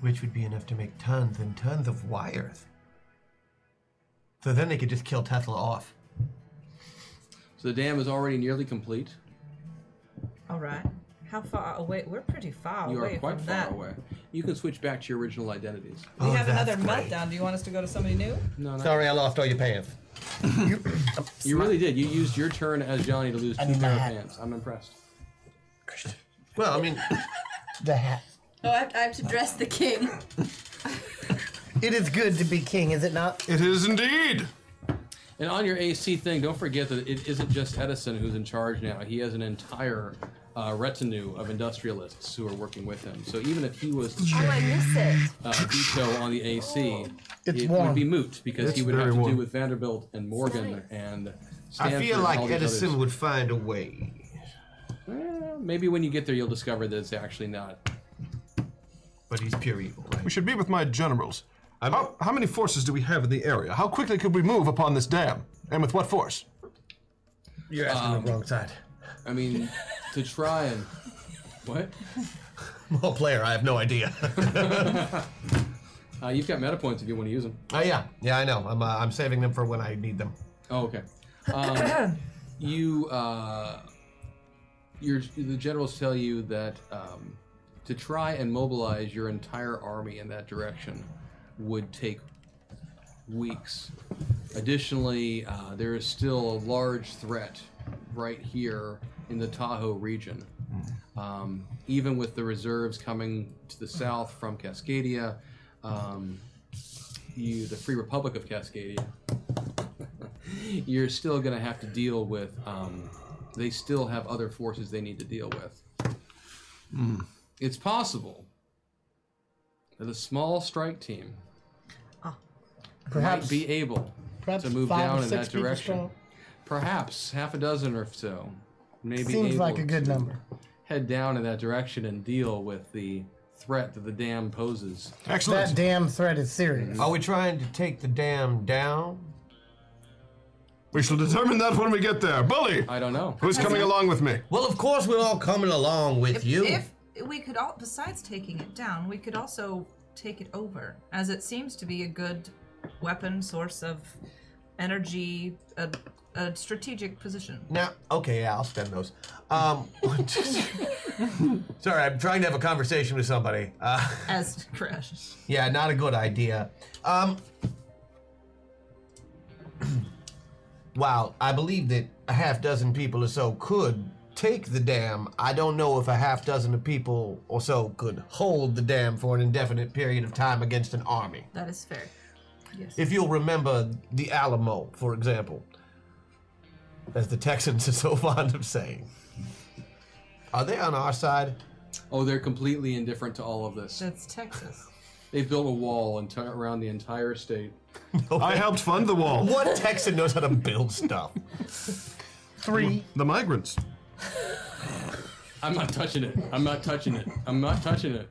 Speaker 11: which would be enough to make tons and tons of wires. So then they could just kill Tesla off.
Speaker 2: So the dam is already nearly complete.
Speaker 10: All right. How far away? We're pretty
Speaker 4: Oh,
Speaker 10: far
Speaker 2: You
Speaker 10: away
Speaker 2: are quite
Speaker 10: from
Speaker 2: far
Speaker 10: that.
Speaker 2: away. You can switch back to your original identities.
Speaker 10: We
Speaker 11: Oh,
Speaker 10: have
Speaker 11: that's
Speaker 10: another
Speaker 11: great.
Speaker 10: meltdown. Do you want us to go to somebody new?
Speaker 2: No, no.
Speaker 11: Sorry, I lost all your pants.
Speaker 2: You really did. You used your turn as Johnny to lose two
Speaker 6: need my
Speaker 2: pair of
Speaker 6: hat.
Speaker 2: pants. I'm impressed.
Speaker 11: Well, I mean,
Speaker 6: The hat.
Speaker 4: Oh, I have, I have to dress the king.
Speaker 6: It is good to be king, is it not?
Speaker 7: It is indeed.
Speaker 2: And on your AC thing, don't forget that it isn't just Edison who's in charge now. He has an entire uh, retinue of industrialists who are working with him. So even if he was
Speaker 4: Oh, I miss it.
Speaker 2: uh, veto on the AC,
Speaker 6: It's
Speaker 2: it would
Speaker 6: warm.
Speaker 2: be moot because
Speaker 7: It's
Speaker 2: he would have
Speaker 7: very
Speaker 2: to
Speaker 7: warm.
Speaker 2: do with Vanderbilt and Morgan and.
Speaker 11: I
Speaker 2: Stanford
Speaker 11: feel
Speaker 2: and
Speaker 11: like
Speaker 2: all these
Speaker 11: Edison
Speaker 2: others.
Speaker 11: would find a way.
Speaker 2: Well, maybe when you get there, you'll discover that it's actually not.
Speaker 11: But he's pure evil,
Speaker 7: We
Speaker 11: right?
Speaker 7: should meet with my generals. How, how many forces do we have in the area? How quickly could we move upon this dam? And with what force?
Speaker 11: You're asking
Speaker 2: Um,
Speaker 11: the wrong side.
Speaker 2: I mean, to try and what?
Speaker 11: I'm a player. I have no idea.
Speaker 2: Uh, you've got meta points if you want to use them.
Speaker 11: oh yeah, yeah, I know. I'm uh, I'm saving them for when I need them.
Speaker 2: Oh, okay. Um, you, uh, your the generals tell you that um, to try and mobilize your entire army in that direction would take weeks. Additionally, uh, there is still a large threat right here in the Tahoe region. Um, even with the reserves coming to the south from Cascadia, um, you, the Free Republic of Cascadia, you're still going to have to deal with. Um, they still have other forces they need to deal with.
Speaker 6: Hmm.
Speaker 2: It's possible that a small strike team
Speaker 6: Perhaps,
Speaker 2: might be able
Speaker 6: perhaps
Speaker 2: to move
Speaker 6: five
Speaker 2: down
Speaker 6: or
Speaker 2: in
Speaker 6: six
Speaker 2: that
Speaker 6: people
Speaker 2: direction.
Speaker 6: strong.
Speaker 2: Perhaps half a dozen or so. Maybe able
Speaker 6: Seems like a good
Speaker 2: to
Speaker 6: number.
Speaker 2: Head down in that direction and deal with the threat that the dam poses.
Speaker 6: That
Speaker 7: Excellent.
Speaker 6: damn threat is serious.
Speaker 2: Uh,
Speaker 11: Are we trying to take the dam down?
Speaker 7: we shall determine that when we get there. Bully,
Speaker 2: I don't know.
Speaker 7: who's coming along with me?
Speaker 11: Well, of course we're all coming along with
Speaker 10: If,
Speaker 11: you.
Speaker 10: if we could all, besides taking it down, we could also take it over, as it seems to be a good weapon source of energy, a, a a strategic position.
Speaker 5: Now, okay, yeah, I'll spend those. Um, sorry, I'm trying to have a conversation with somebody. Uh,
Speaker 10: As crashes.
Speaker 5: yeah, not a good idea. Um, wow, I believe that a half dozen people or so could take the dam. I don't know if a half dozen of people or so could hold the dam for an indefinite period of time against an army.
Speaker 10: That is fair. Yes.
Speaker 5: If you'll remember the Alamo, for example, as the Texans are so fond of saying. Are they on our side?
Speaker 2: Oh, they're completely indifferent to all of this.
Speaker 10: That's Texas.
Speaker 2: They built a wall enti- around the entire state.
Speaker 7: I helped fund the wall.
Speaker 5: What Texan knows how to build stuff?
Speaker 6: Three.
Speaker 7: The migrants.
Speaker 2: I'm not touching it. I'm not touching it. I'm not touching it.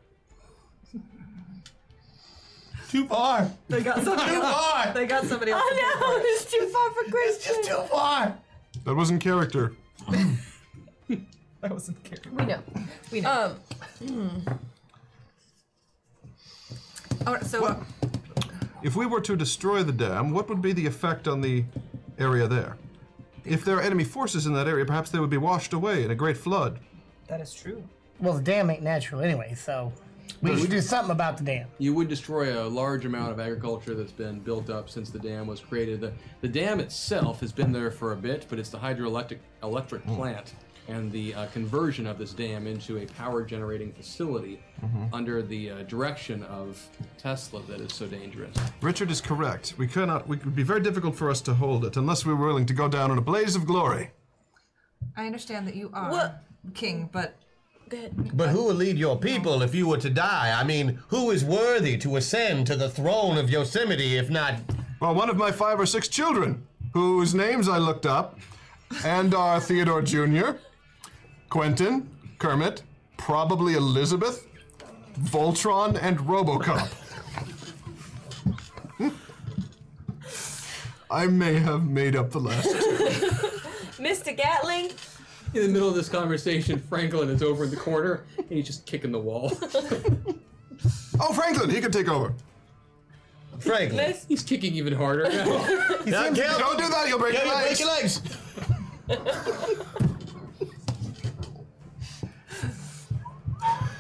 Speaker 5: Too far.
Speaker 10: They got somebody.
Speaker 5: Too far.
Speaker 10: They got somebody else.
Speaker 4: know it's too far for Christmas.
Speaker 5: Just too far.
Speaker 7: That wasn't character.
Speaker 10: I wasn't kidding.
Speaker 4: We know.
Speaker 10: We know.
Speaker 4: Um,
Speaker 10: All right, so uh,
Speaker 7: If we were to destroy the dam, what would be the effect on the area there? If there are enemy forces in that area, perhaps they would be washed away in a great flood.
Speaker 10: that is true.
Speaker 6: Well, the dam ain't natural anyway, so we should do something about the dam.
Speaker 2: You would destroy a large amount of agriculture that's been built up since the dam was created. The, the dam itself has been there for a bit, but it's the hydroelectric electric
Speaker 7: Hmm.
Speaker 2: plant and the uh, conversion of this dam into a power generating facility
Speaker 7: Mm-hmm.
Speaker 2: under the uh, direction of Tesla that is so dangerous.
Speaker 7: Richard is correct. We cannot. We, it would be very difficult for us to hold it unless we were willing to go down in a blaze of glory.
Speaker 10: I understand that you are
Speaker 4: What?
Speaker 10: king, but
Speaker 5: But who would lead your people if you were to die? I mean, who is worthy to ascend to the throne of Yosemite if not?
Speaker 7: Well, one of my five or six children, whose names I looked up, and are Theodore Jr., Quentin, Kermit, probably Elizabeth, Voltron, and Robocop. I may have made up the last two.
Speaker 4: Mr. Gatling,
Speaker 2: In the middle of this conversation, Franklin is over in the corner and he's just kicking the wall.
Speaker 7: Oh, Franklin, he could take over.
Speaker 5: Franklin.
Speaker 4: Miss.
Speaker 2: he's kicking even harder.
Speaker 5: Now, Gil,
Speaker 7: Don't do that, you'll break
Speaker 5: Gil,
Speaker 7: your
Speaker 5: you break
Speaker 7: legs.
Speaker 5: your legs.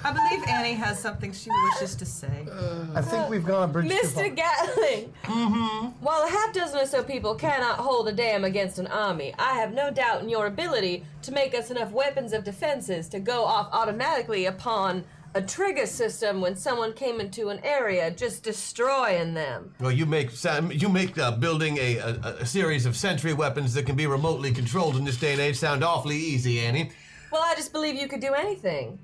Speaker 10: I believe Annie has something she wishes to say.
Speaker 6: I
Speaker 10: Uh,
Speaker 6: think we've gone a bridge too far.
Speaker 4: Mr. Gatling.
Speaker 7: Mm-hmm.
Speaker 4: While a half dozen or so people cannot hold a dam against an army, I have no doubt in your ability to make us enough weapons of defenses to go off automatically upon a trigger system when someone came into an area, just destroying them.
Speaker 5: Well, you make Sam, you make uh, building a, a, a series of sentry weapons that can be remotely controlled in this day and age sound awfully easy, Annie.
Speaker 4: Well, I just believe you could do anything.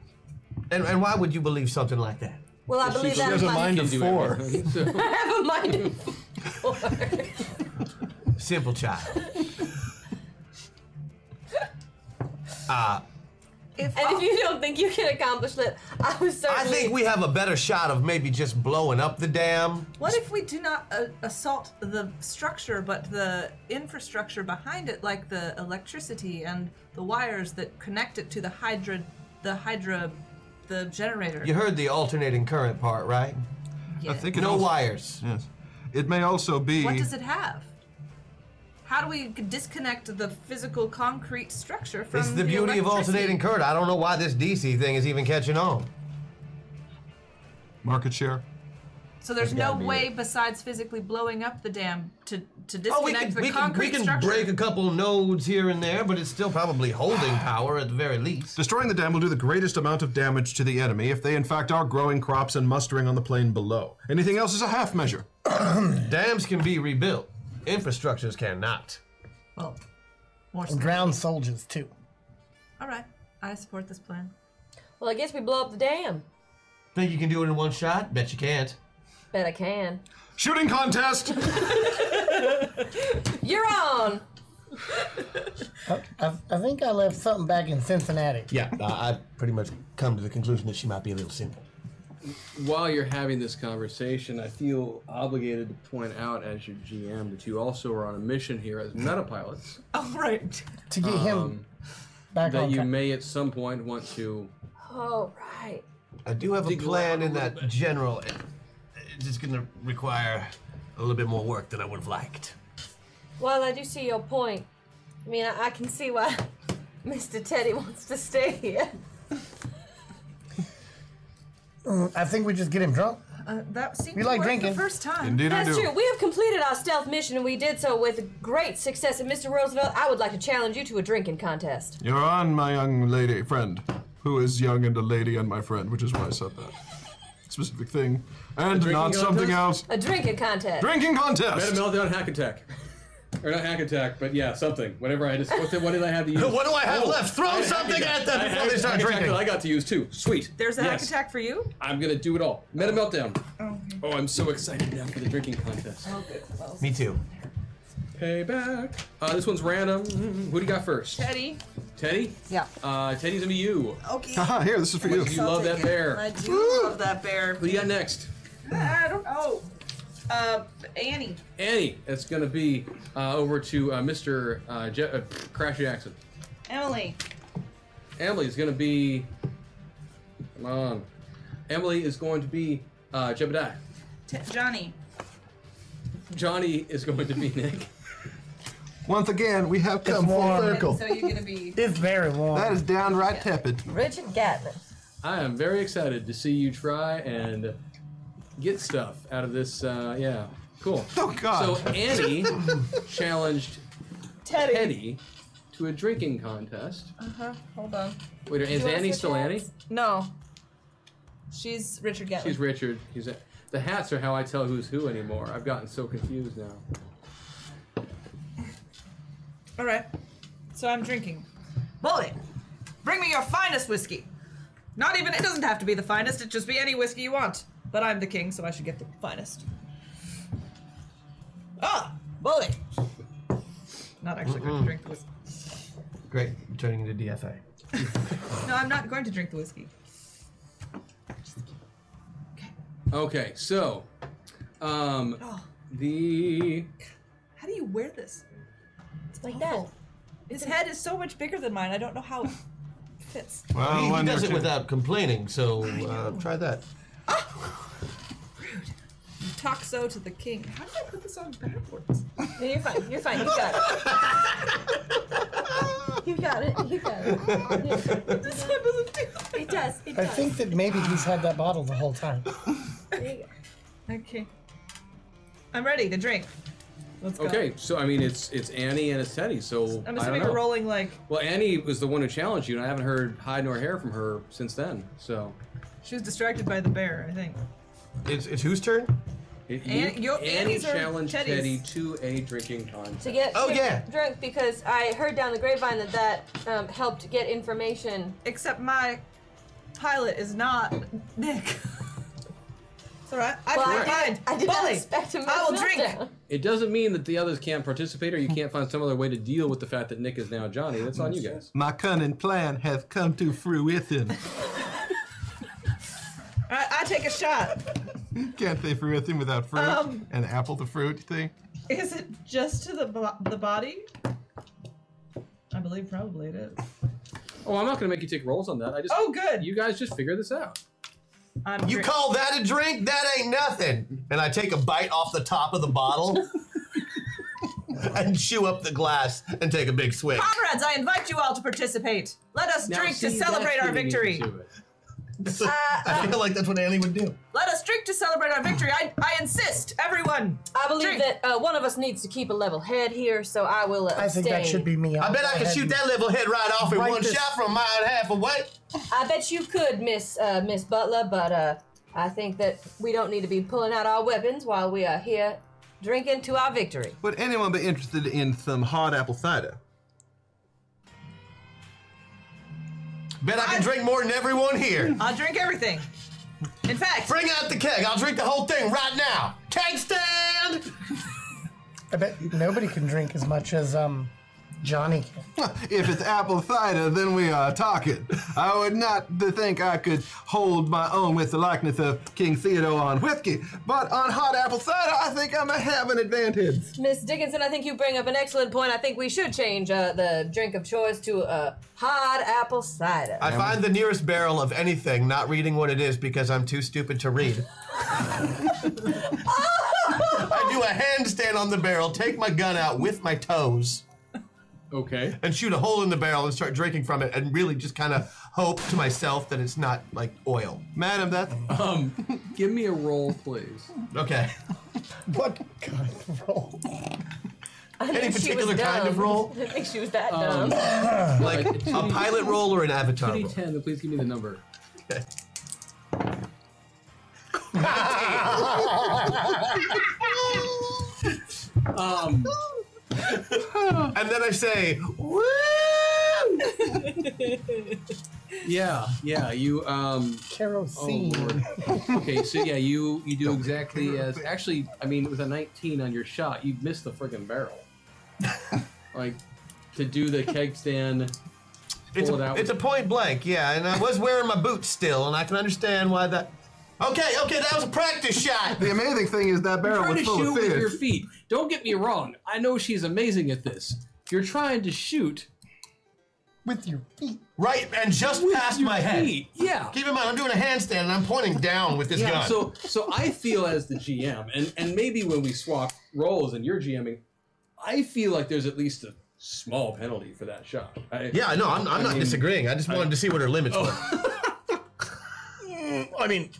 Speaker 5: And, and why would you believe something like that?
Speaker 4: Well, I believe that
Speaker 7: has a
Speaker 4: if I-
Speaker 7: mind of
Speaker 2: Can do
Speaker 7: four.
Speaker 2: everything, so-
Speaker 4: I have a mind of four.
Speaker 5: Simple child.
Speaker 4: and if you don't think you can accomplish that, I was certainly.
Speaker 5: I think we have a better shot of maybe just blowing up the dam.
Speaker 10: What if we do not uh, assault the structure, but the infrastructure behind it, like the electricity and the wires that connect it to the hydra, the hydra, the generator?
Speaker 5: You heard the alternating current part, right?
Speaker 10: Yeah.
Speaker 7: I think it
Speaker 5: No
Speaker 7: also-
Speaker 5: wires.
Speaker 7: Yes. It may also be.
Speaker 10: What does it have? How do we disconnect the physical concrete structure from
Speaker 5: It's the beauty of
Speaker 10: electricity?
Speaker 5: alternating current. I don't know why this DC thing is even catching on.
Speaker 7: Market share.
Speaker 10: So there's
Speaker 2: That's
Speaker 10: no
Speaker 2: gotta be
Speaker 10: way
Speaker 2: it.
Speaker 10: besides physically blowing up the dam to to disconnect
Speaker 5: Oh, we can,
Speaker 10: the
Speaker 5: we can,
Speaker 10: concrete
Speaker 5: we can
Speaker 10: structure.
Speaker 5: break a couple nodes here and there, but it's still probably holding power at the very least.
Speaker 7: Destroying the dam will do the greatest amount of damage to the enemy if they, in fact, are growing crops and mustering on the plain below. Anything else is a half measure.
Speaker 5: Dams can be rebuilt, infrastructures cannot.
Speaker 10: well, more
Speaker 6: And
Speaker 10: stuff.
Speaker 6: drowned soldiers too.
Speaker 10: All right, I support this plan.
Speaker 4: Well, I guess we blow up the dam.
Speaker 5: Think you can do it in one shot? Bet you can't.
Speaker 4: Bet I can.
Speaker 7: Shooting contest!
Speaker 4: You're on.
Speaker 6: I, I, I think I left something back in Cincinnati.
Speaker 5: Yeah, I, I've pretty much come to the conclusion that she might be a little simple.
Speaker 2: while you're having this conversation, I feel obligated to point out, as your GM, that you also are on a mission here as metapilots.
Speaker 10: All right.
Speaker 6: To get him back
Speaker 2: Um, that
Speaker 6: on
Speaker 2: you
Speaker 6: track.
Speaker 2: may at some point want to.
Speaker 4: All right.
Speaker 5: I do have a
Speaker 2: Dig around
Speaker 5: plan
Speaker 2: a
Speaker 5: in
Speaker 2: little
Speaker 5: that
Speaker 2: bit.
Speaker 5: general. It- It's just gonna require a little bit more work than I would have liked.
Speaker 4: Well, I do see your point, I mean, I, I can see why Mr. Teddy wants to stay here.
Speaker 6: Mm, I think we just get him drunk.
Speaker 10: Uh, that seemed
Speaker 6: We
Speaker 10: to
Speaker 6: like
Speaker 10: work
Speaker 6: drinking.
Speaker 10: the first time.
Speaker 6: Indeed I
Speaker 4: That's
Speaker 6: do.
Speaker 4: true. We have completed our stealth mission, and we did so with great success. And Mr. Roosevelt, I would like to challenge you to a drinking contest.
Speaker 7: You're on, my young lady friend, who is young and a lady and my friend, which is why I said that specific thing, and
Speaker 2: drinking
Speaker 7: not something else.
Speaker 2: contest?
Speaker 4: A drinking contest.
Speaker 7: Drinking contest.
Speaker 2: Meta meltdown hack attack. Or not hack attack, but yeah, something. Whatever I just. What did, what did I have to use?
Speaker 5: What do I have left? Throw
Speaker 2: Oh, I had hack
Speaker 5: something
Speaker 2: attack.
Speaker 5: at them
Speaker 2: I had
Speaker 5: before they
Speaker 2: hack
Speaker 5: start
Speaker 2: attack
Speaker 5: drinking.
Speaker 2: that I got to use too. Sweet.
Speaker 10: There's a hack
Speaker 2: yes.
Speaker 10: attack for you.
Speaker 2: I'm gonna do it all. Meta meltdown. Oh, I'm so excited now for the drinking contest.
Speaker 10: Oh, good. Well,
Speaker 5: Me too.
Speaker 2: Payback. Uh, this one's random. Who do you got first?
Speaker 10: Teddy.
Speaker 2: Teddy.
Speaker 10: Yeah.
Speaker 2: Uh, Teddy's gonna be you.
Speaker 10: Okay.
Speaker 7: Haha, here, this is for you.
Speaker 2: You love that bear.
Speaker 10: I do love that bear.
Speaker 2: Who you got next?
Speaker 10: I don't know. Oh, Uh, Annie.
Speaker 2: Annie. It's gonna be uh, over to uh, Mr. Uh, Je- uh, Crash Jackson.
Speaker 10: Emily.
Speaker 2: Emily is going to be. Come on. Emily is going to be uh, Jebediah.
Speaker 10: T- Johnny.
Speaker 2: Johnny is going to be Nick.
Speaker 7: Once again, we have come full circle.
Speaker 10: So you're gonna be.
Speaker 6: It's very warm.
Speaker 7: That is downright tepid.
Speaker 4: Richard Gatlin.
Speaker 2: I am very excited to see you try and get stuff out of this. Uh, yeah, cool.
Speaker 7: Oh God.
Speaker 2: So Annie challenged
Speaker 10: Teddy.
Speaker 2: Teddy to a drinking contest.
Speaker 10: Uh huh. Hold on.
Speaker 2: Wait,
Speaker 10: Do you
Speaker 2: is
Speaker 10: wanna
Speaker 2: Annie
Speaker 10: switch
Speaker 2: still Annie?
Speaker 10: hats? No. She's Richard Gatlin.
Speaker 2: She's Richard. He's a, the hats are how I tell who's who anymore. I've gotten so confused now.
Speaker 10: All right. So I'm drinking. Bully, bring me your finest whiskey. Not even, it doesn't have to be the finest, it just be any whiskey you want. But I'm the king, so I should get the finest. Ah, bully. Not actually going to
Speaker 11: Mm-mm.
Speaker 10: drink the whiskey.
Speaker 11: Great, I'm turning into DFA.
Speaker 10: No, I'm not going to drink the whiskey.
Speaker 2: Okay, so um,
Speaker 10: Oh.
Speaker 2: the
Speaker 10: How do you wear this?
Speaker 4: It's like
Speaker 10: that. His head is so much bigger than mine, I don't know how it fits.
Speaker 7: Well,
Speaker 11: he, he
Speaker 7: when
Speaker 11: does it
Speaker 7: you're kid-
Speaker 11: without complaining, so uh, try that.
Speaker 10: Talk so to the king. How did I put this on backwards?
Speaker 4: No, you're fine. You're fine. You got it. you got it. You got it.
Speaker 10: this head doesn't do that.
Speaker 4: It does. It
Speaker 6: I
Speaker 4: does.
Speaker 6: think that maybe he's had that bottle the whole time.
Speaker 4: There you go.
Speaker 10: Okay. I'm ready to drink. Let's go.
Speaker 2: okay, so I mean it's it's Annie and it's Teddy. So
Speaker 10: I'm
Speaker 2: I don't
Speaker 10: assuming
Speaker 2: know.
Speaker 10: we're rolling like
Speaker 2: Well, Annie was the one who challenged you, and I haven't heard hide nor hair from her since then. So
Speaker 10: she was distracted by the bear, I think.
Speaker 11: It's, it's whose turn?
Speaker 2: it,
Speaker 10: Ann- yo-
Speaker 2: Annie
Speaker 10: Annie's or
Speaker 2: challenged
Speaker 10: Teddy's?
Speaker 2: Teddy to a drinking contest.
Speaker 4: To get
Speaker 11: Oh,
Speaker 4: drink-
Speaker 11: yeah.
Speaker 4: drunk because I heard down the grapevine that that um, helped get information.
Speaker 10: Except my pilot is not Nick. it's alright. I
Speaker 4: Well, I
Speaker 10: can find.
Speaker 4: did- I did not
Speaker 10: Bully,
Speaker 4: expect a
Speaker 10: I will drink.
Speaker 4: meltdown.
Speaker 2: It doesn't mean that the others can't participate, or you can't find some other way to deal with the fact that Nick is now Johnny. That's on you guys.
Speaker 7: My cunning plan has come to fruition.
Speaker 10: Alright, I take a shot.
Speaker 7: Can't say fruition without fruit.
Speaker 10: Um.
Speaker 7: An apple to fruit thing.
Speaker 10: Is it just to the bo- the body? I believe probably it is.
Speaker 2: Oh, I'm not going to make you take rolls on that. I just
Speaker 10: Oh, good.
Speaker 2: you guys just figure this out.
Speaker 10: I'm
Speaker 11: You
Speaker 10: drink-
Speaker 11: call that a drink? That ain't nothing. And I take a bite off the top of the bottle and chew up the glass and take a big swig.
Speaker 10: Comrades, I invite you all to participate. Let us
Speaker 2: Now,
Speaker 10: drink to
Speaker 2: see, that's
Speaker 10: celebrate our
Speaker 2: who we need to
Speaker 10: victory.
Speaker 2: do it.
Speaker 10: Uh,
Speaker 11: I feel like that's what Annie would do.
Speaker 10: Let us drink to celebrate our victory. I, I insist, everyone.
Speaker 4: I believe
Speaker 10: Drink.
Speaker 4: that uh, one of us needs to keep a level head here, so I will uh,
Speaker 6: I think
Speaker 4: abstain.
Speaker 6: that should be me.
Speaker 11: I bet I can shoot that level head right off in
Speaker 6: Right
Speaker 11: one
Speaker 6: this-
Speaker 11: shot from a mile and a half away.
Speaker 4: I bet you could, Miss uh, Miss Butler, but uh, I think that we don't need to be pulling out our weapons while we are here drinking to our victory.
Speaker 7: Would anyone be interested in some hard apple cider?
Speaker 11: Bet I can drink more than everyone here.
Speaker 10: I'll drink everything. In fact,
Speaker 11: Bring out the keg. I'll drink the whole thing right now. Keg stand!
Speaker 6: I bet nobody can drink as much as um, Johnny can.
Speaker 7: If it's apple cider, then we are talking. I would not think I could hold my own with the likeness of King Theodore on whiskey, but on hot apple cider, I think I'm gonna have an advantage.
Speaker 4: Miss Dickinson, I think you bring up an excellent point. I think we should change uh, the drink of choice to uh, hard apple cider.
Speaker 11: I find the nearest barrel of anything, not reading what it is because I'm too stupid to read. I do a handstand on the barrel, take my gun out with my toes.
Speaker 2: Okay.
Speaker 5: And shoot a hole in the barrel and start drinking from it and really just kind of hope to myself that it's not like oil. Madam, that.
Speaker 2: Um, give me a roll, please.
Speaker 5: Okay.
Speaker 6: What kind of roll?
Speaker 4: I
Speaker 5: Any
Speaker 4: think she was
Speaker 5: particular kind of
Speaker 4: dumb.
Speaker 5: roll?
Speaker 4: I think she was that
Speaker 2: Um,
Speaker 4: dumb.
Speaker 5: Like a pilot roll or an avatar roll?
Speaker 2: 2d10, then please give me the number. Um,
Speaker 5: And then I say, woo!
Speaker 2: yeah, yeah, you, um, oh,
Speaker 6: Kerosene.
Speaker 2: Lord. Okay, so yeah, you, you do exactly as, actually, I mean, it was a 19 on your shot. You missed the friggin' barrel. Like, to do the keg stand,
Speaker 5: It's
Speaker 2: pull it
Speaker 5: a,
Speaker 2: out.
Speaker 5: it's a point blank, yeah. And I was wearing my boots still, and I can understand why that. Okay, okay, that was a practice shot.
Speaker 7: The amazing thing is that barrel
Speaker 2: trying
Speaker 7: was
Speaker 2: to
Speaker 7: full
Speaker 2: shoot
Speaker 7: of
Speaker 2: with your
Speaker 7: fish.
Speaker 2: feet. Don't get me wrong. I know she's amazing at this. You're trying to shoot
Speaker 6: With your feet.
Speaker 5: Right, and just
Speaker 2: with
Speaker 5: past
Speaker 2: your
Speaker 5: my head.
Speaker 2: feet. Yeah.
Speaker 5: Keep in mind, I'm doing a handstand and I'm pointing down with this
Speaker 2: yeah.
Speaker 5: gun.
Speaker 2: So so I feel as the GM, and and maybe when we swap roles and you're GMing, I feel like there's at least a small penalty for that shot. I,
Speaker 5: yeah, no, I'm, I'm
Speaker 2: I
Speaker 5: not
Speaker 2: mean,
Speaker 5: disagreeing. I Oh. just wanted to see what her limits were.
Speaker 12: I mean,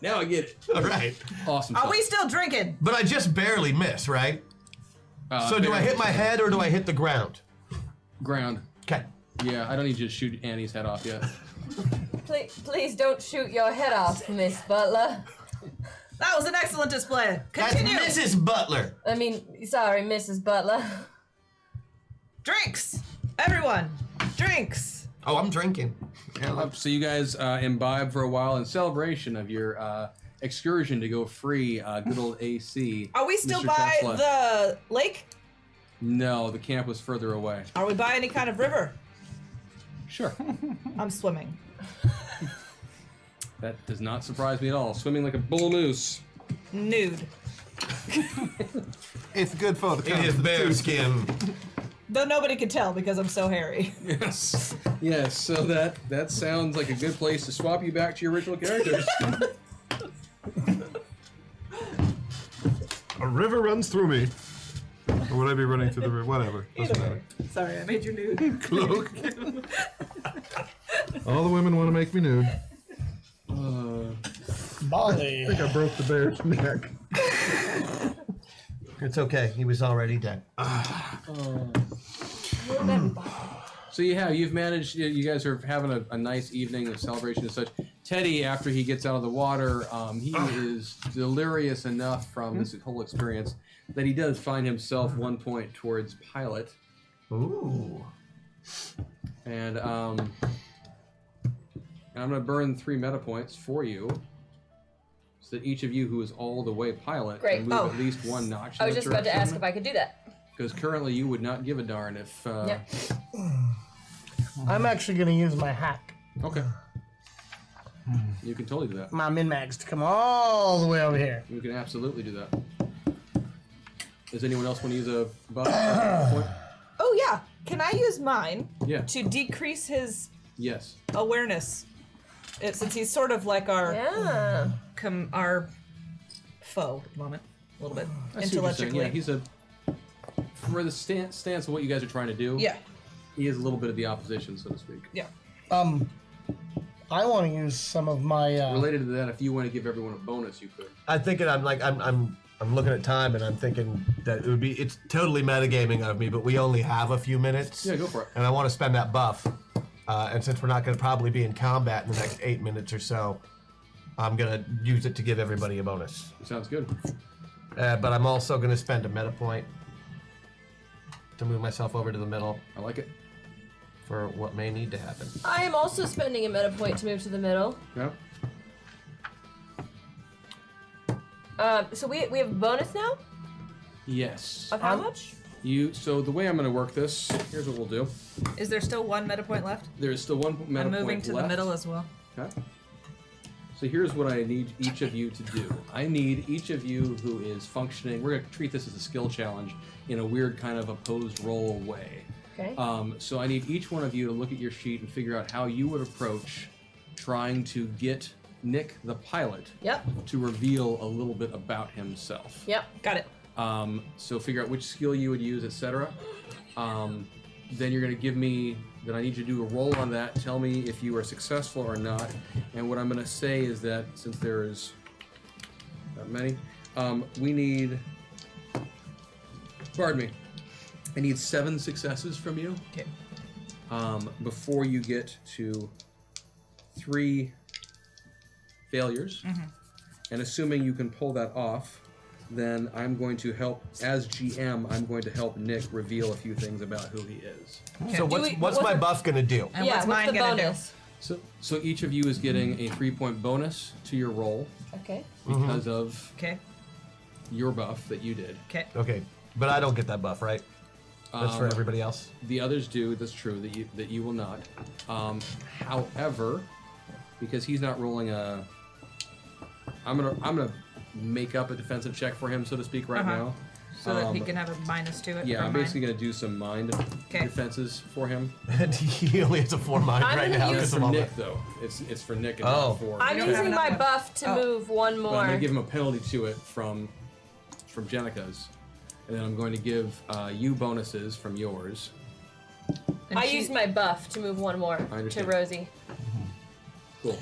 Speaker 2: Now I get it.
Speaker 5: All right,
Speaker 2: Awesome.
Speaker 10: Are
Speaker 2: shot.
Speaker 10: we still drinking?
Speaker 5: but I just barely miss, right?
Speaker 2: Uh,
Speaker 5: so do I
Speaker 2: barely.
Speaker 5: hit my head or do I hit the ground?
Speaker 2: ground?
Speaker 5: Okay.
Speaker 2: Yeah, I don't need you to shoot Annie's head off yet.
Speaker 4: Please, please don't shoot your head off, Miss Butler.
Speaker 10: That was an excellent display.
Speaker 5: That's
Speaker 10: Continue.
Speaker 5: Mrs. Butler.
Speaker 4: I mean, sorry, Mrs. Butler.
Speaker 10: Drinks. Everyone, drinks.
Speaker 5: Oh, I'm drinking.
Speaker 2: Up, So you guys uh, imbibe for a while in celebration of your uh, excursion to go free, uh, good old AC.
Speaker 10: Are we still
Speaker 2: Mr.
Speaker 10: by
Speaker 2: Tesla.
Speaker 10: the lake?
Speaker 2: No, the camp was further away.
Speaker 10: Are we by any kind of river?
Speaker 2: Sure.
Speaker 10: I'm swimming.
Speaker 2: that does not surprise me at all. Swimming like a bull moose.
Speaker 10: Nude.
Speaker 7: It's good for the
Speaker 5: It is bear skin.
Speaker 10: Though nobody can tell because I'm so hairy.
Speaker 2: Yes. Yes, so that that sounds like a good place to swap you back to your original characters.
Speaker 7: A river runs through me. Or would I be running through the river? Whatever. Doesn't matter.
Speaker 10: Sorry, I made you nude.
Speaker 7: Cloak. All the women want to make me nude.
Speaker 6: Molly.
Speaker 7: I think I broke the bear's neck.
Speaker 5: It's okay. He was already dead.
Speaker 2: so you have you've managed you- you guys are having a, a nice evening of celebration and such. Teddy, after he gets out of the water, um, he is delirious enough from this whole experience that he does find himself one point towards pilot.
Speaker 5: Ooh.
Speaker 2: And um, and I'm gonna burn three meta points for you, so that each of you who is all the way pilot
Speaker 4: Great.
Speaker 2: can move
Speaker 4: Oh.
Speaker 2: at least one notch.
Speaker 4: I was just about to ask if I could do that.
Speaker 2: Because currently you would not give a darn if. Uh,
Speaker 4: Yeah.
Speaker 6: I'm actually going to use my hack,
Speaker 2: Okay. You can totally do that.
Speaker 6: my min max, to come all the way over here.
Speaker 2: You can absolutely do that. Does anyone else want to use a buff? point?
Speaker 10: Oh yeah. Can I use mine
Speaker 2: Yeah.
Speaker 10: to Oh, decrease his
Speaker 2: Yes.
Speaker 10: awareness? It, since he's sort of like our
Speaker 4: Yeah.
Speaker 10: com- our foe at the moment, a little bit
Speaker 2: I see what you're saying.
Speaker 10: intellectually.
Speaker 2: Yeah, he's a. For the stance, stance of what you guys are trying to do,
Speaker 10: yeah,
Speaker 2: he is a little bit of the opposition, so to speak.
Speaker 10: yeah.
Speaker 6: Um, I want to use some of my. Uh,
Speaker 2: Related to that, if you want to give everyone a bonus, you could.
Speaker 5: I think it, I'm like I'm I'm I'm looking at time and I'm thinking that it would be it's totally metagaming of me, but we only have a few minutes.
Speaker 2: Yeah, go for it.
Speaker 5: And I want to spend that buff. Uh, and since we're not going to probably be in combat in the next eight minutes or so, I'm going to use it to give everybody a bonus.
Speaker 2: Sounds good.
Speaker 5: Uh, but I'm also going to spend a meta point to move myself over to the middle
Speaker 2: I like it.
Speaker 5: for what may need to happen.
Speaker 4: I am also spending a meta point to move to the middle.
Speaker 2: Yeah.
Speaker 4: Um, so we we have a bonus now
Speaker 2: Yes.
Speaker 4: of how
Speaker 10: Um,
Speaker 4: much?
Speaker 2: You. So the way I'm going to work this, here's what we'll do.
Speaker 10: Is there still one meta point left?
Speaker 2: There's still one meta
Speaker 10: I'm moving
Speaker 2: point
Speaker 10: to
Speaker 2: left.
Speaker 10: the middle as well.
Speaker 2: Okay. So here's what I need each of you to do. I need each of you who is functioning. We're going to treat this as a skill challenge in a weird kind of opposed role way.
Speaker 4: Okay.
Speaker 2: Um, so I need each one of you to look at your sheet and figure out how you would approach trying to get Nick the pilot
Speaker 4: Yep.
Speaker 2: to reveal a little bit about himself.
Speaker 4: Yep.
Speaker 10: Got it.
Speaker 2: Um, so figure out which skill you would use, etc. Um, then you're going to give me that I need you to do a roll on that. Tell me if you are successful or not. And what I'm going to say is that since there is not many, um, we need. Pardon me. I need seven successes from you. Okay. Um, before you get to three failures. And assuming you can pull that off, then I'm going to help, as GM, I'm going to help Nick reveal a few things about who he is.
Speaker 11: So what's, what's my buff gonna do?
Speaker 10: And what's mine gonna
Speaker 2: So, so each of you is getting a three point bonus to your roll
Speaker 4: Okay.
Speaker 2: because
Speaker 10: Mm-hmm.
Speaker 2: of
Speaker 10: Okay.
Speaker 2: your buff that you did.
Speaker 10: Okay.
Speaker 11: Okay, but I don't get that buff, right? That's for
Speaker 2: Um,
Speaker 11: everybody else.
Speaker 2: The others do. That's true. That you that you will not. Um, however, because he's not rolling a, I'm gonna I'm gonna make up a defensive check for him, so to speak, right
Speaker 10: Uh-huh.
Speaker 2: now.
Speaker 10: So that he
Speaker 2: Um,
Speaker 10: can have a minus to it.
Speaker 2: Yeah,
Speaker 10: for
Speaker 2: I'm
Speaker 10: mine.
Speaker 2: basically gonna do some mind defenses for him.
Speaker 11: And he only has a four mind
Speaker 4: I'm
Speaker 11: right
Speaker 4: gonna
Speaker 11: now.
Speaker 4: use-
Speaker 11: because
Speaker 2: It's
Speaker 11: of
Speaker 2: for
Speaker 11: all
Speaker 2: Nick
Speaker 11: that.
Speaker 2: though. It's it's for Nick and
Speaker 11: Oh.
Speaker 2: not for.
Speaker 4: I'm
Speaker 2: Jack.
Speaker 4: using my buff
Speaker 10: Oh.
Speaker 4: to move one
Speaker 2: But I'm
Speaker 4: more.
Speaker 2: gonna give him a penalty to it from from Jenica's, and then I'm going to give uh, you bonuses from yours.
Speaker 4: I used my buff to move one more to
Speaker 2: understand.
Speaker 4: Rosie.
Speaker 2: Cool.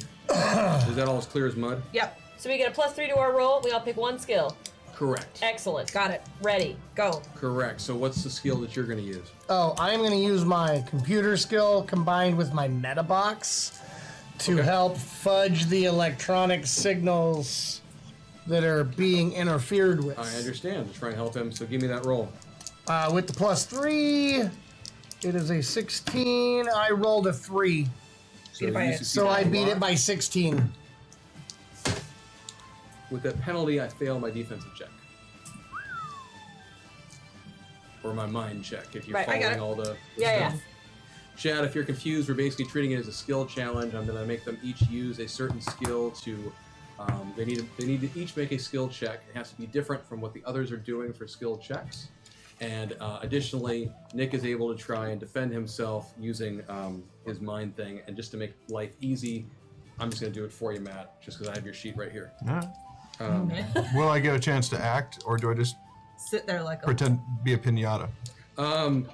Speaker 2: Is that all as clear as mud?
Speaker 10: Yep.
Speaker 4: So we get a plus three to our roll. We all pick one skill.
Speaker 2: Correct.
Speaker 4: Excellent. Got it. Ready.
Speaker 10: Go.
Speaker 2: Correct. So what's the skill that you're going to use?
Speaker 6: Oh, I'm going to use my computer skill combined with my meta box to help fudge the electronic signals that are being interfered with.
Speaker 2: I understand. Try and help him. So give me that roll.
Speaker 6: Uh, with the plus three, it is a 16. I rolled a three.
Speaker 2: So, you succeed
Speaker 6: So I
Speaker 2: by a
Speaker 6: beat it
Speaker 2: lot.
Speaker 6: by 16.
Speaker 2: With that penalty, I fail my defensive check. Or my mind check, if you're
Speaker 4: Right, I
Speaker 2: following
Speaker 4: got it.
Speaker 2: all the.
Speaker 4: Yeah, yeah.
Speaker 2: Chad, if you're confused, we're basically treating it as a skill challenge. I'm going to make them each use a certain skill to. Um, they need they need to each make a skill check. It has to be different from what the others are doing for skill checks. And uh, additionally, Nick is able to try and defend himself using um, his mind thing. And just to make life easy, I'm just going to do it for you, Matt, just because I have your sheet right here.
Speaker 7: Alright.
Speaker 2: Um,
Speaker 7: Will I get a chance to act, or do I just
Speaker 10: Sit there like a.
Speaker 7: pretend be a pinata?
Speaker 2: Um,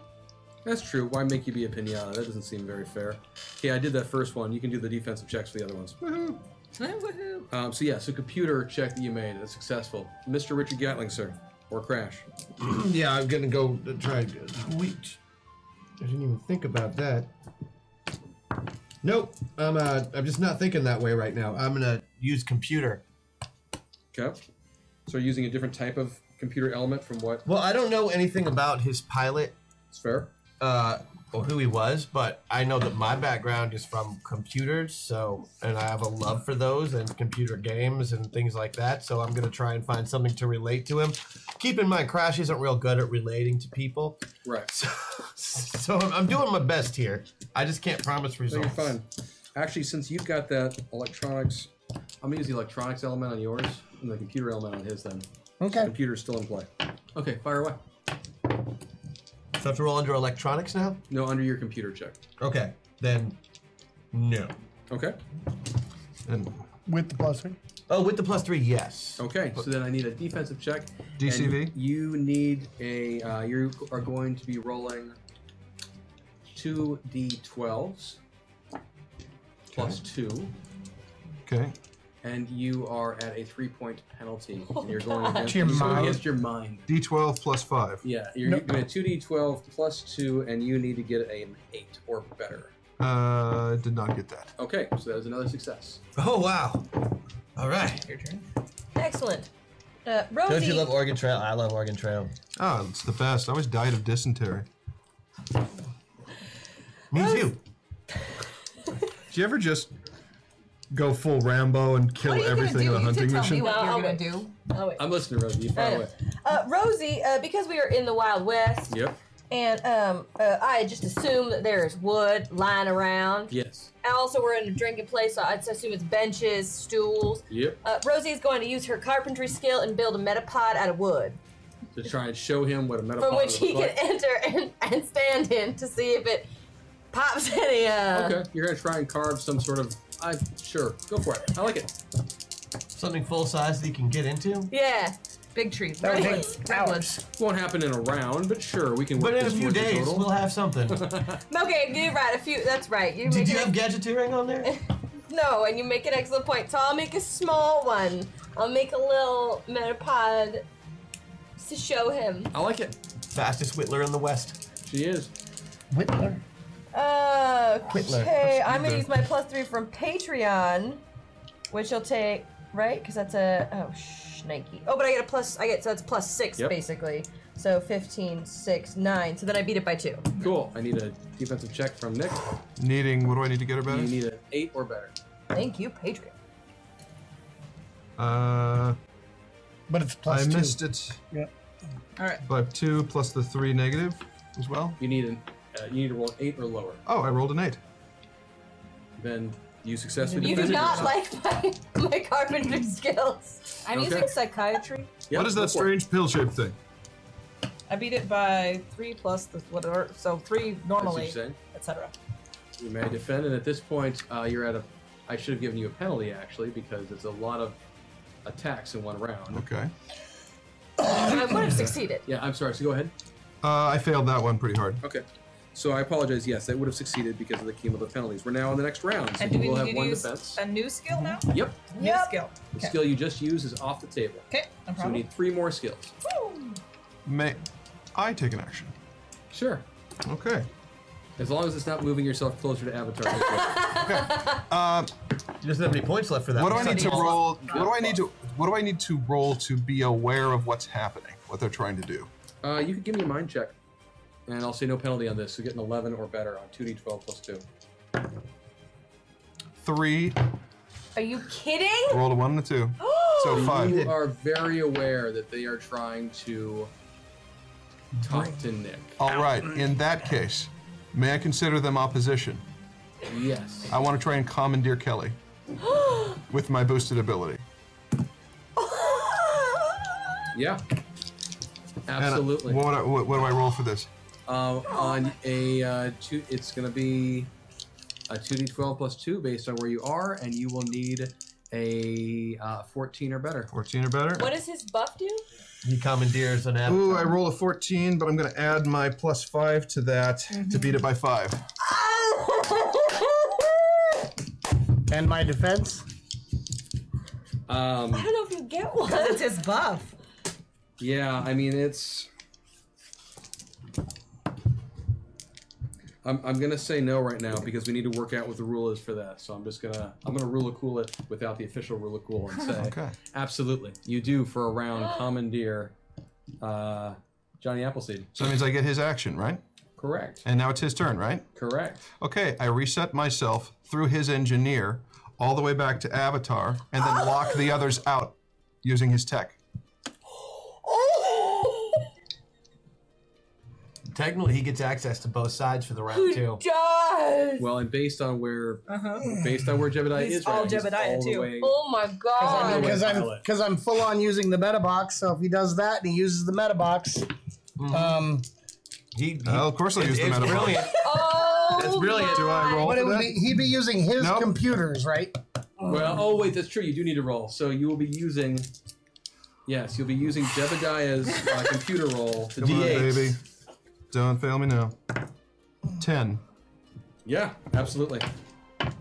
Speaker 2: that's true. Why make you be a pinata? That doesn't seem very fair. Okay, I did that first one. You can do the defensive checks for the other ones. Woohoo!
Speaker 10: Woohoo.
Speaker 2: Um, so yeah, so computer check that you made that's successful. Mr. Richard Gatling, sir, or Crash.
Speaker 5: yeah, I'm gonna go try tweet. I didn't even think about that. Nope, I'm uh, I'm just not thinking that way right now. I'm gonna use computer.
Speaker 2: Okay. So you're using a different type of computer element from what?
Speaker 11: Well, I don't know anything about his pilot
Speaker 2: It's fair.
Speaker 11: uh, or who he was, but I know that my background is from computers, so and I have a love for those and computer games and things like that. So I'm gonna try and find something to relate to him. Keep in mind, Crash isn't real good at relating to people,
Speaker 2: Right.
Speaker 11: so, so I'm, I'm doing my best here. I just can't promise
Speaker 2: So you're
Speaker 11: results.
Speaker 2: fine. Actually, since you've got that electronics, I'm gonna use the electronics element on yours and the computer element on his. Then
Speaker 6: Okay.
Speaker 2: computer's still in play. Okay, fire away.
Speaker 11: So I have to roll under electronics now.
Speaker 2: No, under your computer check.
Speaker 11: Okay, then no.
Speaker 2: Okay.
Speaker 7: And
Speaker 6: With the plus three?
Speaker 11: Oh, with the plus three, yes.
Speaker 2: Okay, so then I need a defensive check.
Speaker 7: DCV?
Speaker 2: and You need a. Uh, you are going to be rolling two d12s plus two,
Speaker 7: Okay.
Speaker 2: and you are at a three-point penalty. and you're going
Speaker 4: Oh, God.
Speaker 2: against
Speaker 6: To your
Speaker 2: you're going
Speaker 6: mind.
Speaker 2: against your mind.
Speaker 7: D12 plus five.
Speaker 2: Yeah, you're
Speaker 6: No.
Speaker 2: doing a two d12 plus two, and you need to get an eight or better.
Speaker 7: Uh, did not get that.
Speaker 2: Okay, so that was another success.
Speaker 11: Oh wow. All right.
Speaker 10: Your turn.
Speaker 4: Excellent. Uh, Rosie.
Speaker 11: Don't you love Oregon Trail? I love Oregon Trail.
Speaker 7: Oh, it's the best. I always died of dysentery.
Speaker 11: Me too.
Speaker 7: Did you ever just go full Rambo and kill
Speaker 10: What are you
Speaker 7: everything in
Speaker 10: gonna
Speaker 7: a
Speaker 10: do? You can tell
Speaker 7: hunting
Speaker 10: me
Speaker 7: mission?
Speaker 10: what
Speaker 4: No, I'll
Speaker 10: you're gonna
Speaker 4: wait.
Speaker 10: do.
Speaker 4: oh, wait.
Speaker 2: I'm listening, Rosie. Fire away.
Speaker 4: Uh, Rosie, uh, because we are in the Wild West,
Speaker 2: Yep.
Speaker 4: and um, uh, I just assume that there is wood lying around.
Speaker 2: Yes.
Speaker 4: Also, we're in a drinking place, so I just assume it's benches, stools.
Speaker 2: Yep.
Speaker 4: Uh, Rosie is going to use her carpentry skill and build a metapod out of wood,
Speaker 2: To try and show him what a metapod
Speaker 4: from which
Speaker 2: looks
Speaker 4: he can
Speaker 2: Oh, like.
Speaker 4: enter and, and stand in to see if it pops any. Uh,
Speaker 2: Okay, you're gonna try and carve some sort of. I sure, go for it. I like it.
Speaker 11: Something full size that you can get into.
Speaker 4: Yeah.
Speaker 10: Big trees.
Speaker 6: That would
Speaker 10: redwoods,
Speaker 6: take
Speaker 10: Redwoods.
Speaker 2: Won't happen in a round, but sure, we can work
Speaker 11: But in a
Speaker 2: this
Speaker 11: few
Speaker 2: towards the
Speaker 11: days,
Speaker 2: total.
Speaker 11: we'll have something.
Speaker 4: Okay, you're right. A few. That's right. You
Speaker 11: Did
Speaker 4: make
Speaker 11: you
Speaker 4: an
Speaker 11: have gadgeteering on there?
Speaker 4: No, and you make an excellent point. So I'll make a small one. I'll make a little metapod to show him.
Speaker 2: I like it.
Speaker 11: Fastest whittler in the West.
Speaker 2: She is.
Speaker 6: Whitler.
Speaker 4: Uh,
Speaker 11: Whitler.
Speaker 4: okay, I'm gonna use my plus three from Patreon, which will take right because that's a oh shnikey. Oh, but I get a plus. I get so that's plus six
Speaker 2: Yep.
Speaker 4: basically. So 15, 6, 9. So then I beat it by two.
Speaker 2: Cool. I need a defensive check from Nick.
Speaker 7: Needing, what do I need to get her better?
Speaker 2: You need an eight or better.
Speaker 4: Thank you, Patreon.
Speaker 7: Uh,
Speaker 6: But it's plus
Speaker 7: I
Speaker 6: two.
Speaker 7: missed it
Speaker 6: Yeah.
Speaker 10: All right.
Speaker 7: by two plus the three negative as well.
Speaker 2: You need an. Uh, you need to roll an eight or lower.
Speaker 7: Oh, I rolled an eight.
Speaker 2: Then you successfully.
Speaker 4: You do
Speaker 2: defended
Speaker 4: not
Speaker 2: yourself.
Speaker 4: like my, my carpenter skills.
Speaker 10: I'm
Speaker 2: Okay.
Speaker 10: using psychiatry.
Speaker 2: Yep,
Speaker 7: what is
Speaker 2: go
Speaker 7: that
Speaker 2: for it.
Speaker 7: strange pill shaped thing?
Speaker 10: I beat it by three plus the whatever, so three
Speaker 2: That's what
Speaker 10: normally,
Speaker 2: you're saying.
Speaker 10: etc.
Speaker 2: You may defend, and at this point, uh, you're at a. I should have given you a penalty actually, because it's a lot of attacks in one round.
Speaker 7: Okay.
Speaker 4: I would have succeeded.
Speaker 2: Yeah, I'm sorry. So go ahead.
Speaker 7: Uh, I failed that one pretty hard.
Speaker 2: Okay. So I apologize. Yes, that would have succeeded because of the cumulative penalties. We're now on the next round, so
Speaker 10: And do we
Speaker 2: we'll have
Speaker 10: need
Speaker 2: one
Speaker 10: to use
Speaker 2: defense.
Speaker 10: a new skill now?
Speaker 2: Yep.
Speaker 10: New skill.
Speaker 2: The
Speaker 10: Okay.
Speaker 2: skill you just used is off the table.
Speaker 10: Okay,
Speaker 2: So
Speaker 10: no
Speaker 2: we
Speaker 10: problem.
Speaker 2: need three more skills.
Speaker 7: May I take an action?
Speaker 2: Sure.
Speaker 7: Okay.
Speaker 2: As long as it's not moving yourself closer to Avatar. that's right.
Speaker 7: Uh,
Speaker 11: You doesn't have any points left for that.
Speaker 7: what do I
Speaker 11: one.
Speaker 7: need to roll? What do I need to? What do I need to roll to be aware of what's happening? What they're trying to do?
Speaker 2: Uh, you could give me a mind check, and I'll say no penalty on this. So get an 11 or better on 2d12 plus 2.
Speaker 7: Three.
Speaker 4: Are you kidding?
Speaker 7: Rolled a one and a two. So
Speaker 2: You
Speaker 7: five.
Speaker 2: are very aware that they are trying to talk to Nick.
Speaker 7: All right. In that case, may I consider them opposition?
Speaker 2: Yes.
Speaker 7: I want to try and commandeer Kelly with my boosted ability.
Speaker 2: Yeah.
Speaker 7: And, uh,
Speaker 2: Absolutely.
Speaker 7: What, I- what, what do I roll for this?
Speaker 2: Uh, on a uh, two, it's going to be a 2d12 plus 2 based on where you are, and you will need a uh, 14 or better.
Speaker 7: 14 or better?
Speaker 4: What does his buff do?
Speaker 11: He commandeers an app.
Speaker 7: Ooh, I roll a 14, but I'm going to add my plus five to that
Speaker 2: Mm-hmm.
Speaker 7: to beat it by five.
Speaker 6: And my defense?
Speaker 2: Um,
Speaker 4: I don't know if you get one.
Speaker 10: That's his buff.
Speaker 2: Yeah, I mean it's. I'm, I'm gonna say no right now because we need to work out what the rule is for that. So I'm just gonna I'm gonna rule of cool it without the official rule of cool and say
Speaker 7: Okay.
Speaker 2: absolutely you do for a round commandeer, uh, Johnny Appleseed.
Speaker 7: So that means I get his action, right?
Speaker 2: Correct.
Speaker 7: And now it's his turn, right?
Speaker 2: Correct.
Speaker 7: Okay, I reset myself through his engineer all the way back to Avatar and then lock the others out using his tech.
Speaker 11: Technically, he gets access to both sides for the round
Speaker 4: Who
Speaker 11: too.
Speaker 4: does?
Speaker 2: Well, and based on where based on where Jebediah
Speaker 10: He's
Speaker 2: is right,
Speaker 10: all
Speaker 2: now,
Speaker 10: Jebediah,
Speaker 2: all the
Speaker 10: too.
Speaker 2: way-
Speaker 4: Oh my
Speaker 2: I'm
Speaker 4: god.
Speaker 2: aware.
Speaker 6: Because I'm
Speaker 2: Pilot.
Speaker 6: because I'm full on using the meta box. So if he does that and he uses the meta box,
Speaker 7: Mm-hmm.
Speaker 6: um,
Speaker 11: He, he
Speaker 7: Oh, of course I'll use the
Speaker 11: it's
Speaker 7: metaphor.
Speaker 11: brilliant.
Speaker 4: Oh,
Speaker 11: That's brilliant.
Speaker 7: Do I roll
Speaker 6: but it
Speaker 7: for
Speaker 6: would
Speaker 7: that?
Speaker 6: be, he'd be using his
Speaker 7: Nope.
Speaker 6: computers, right?
Speaker 2: Well, oh wait, that's true. You do need to roll. So you will be using. Yes, you'll be using Jebediah's uh, computer roll to
Speaker 7: Come on,
Speaker 2: D8.
Speaker 7: baby. Don't fail me now. 10.
Speaker 2: Yeah, absolutely.
Speaker 10: Ah.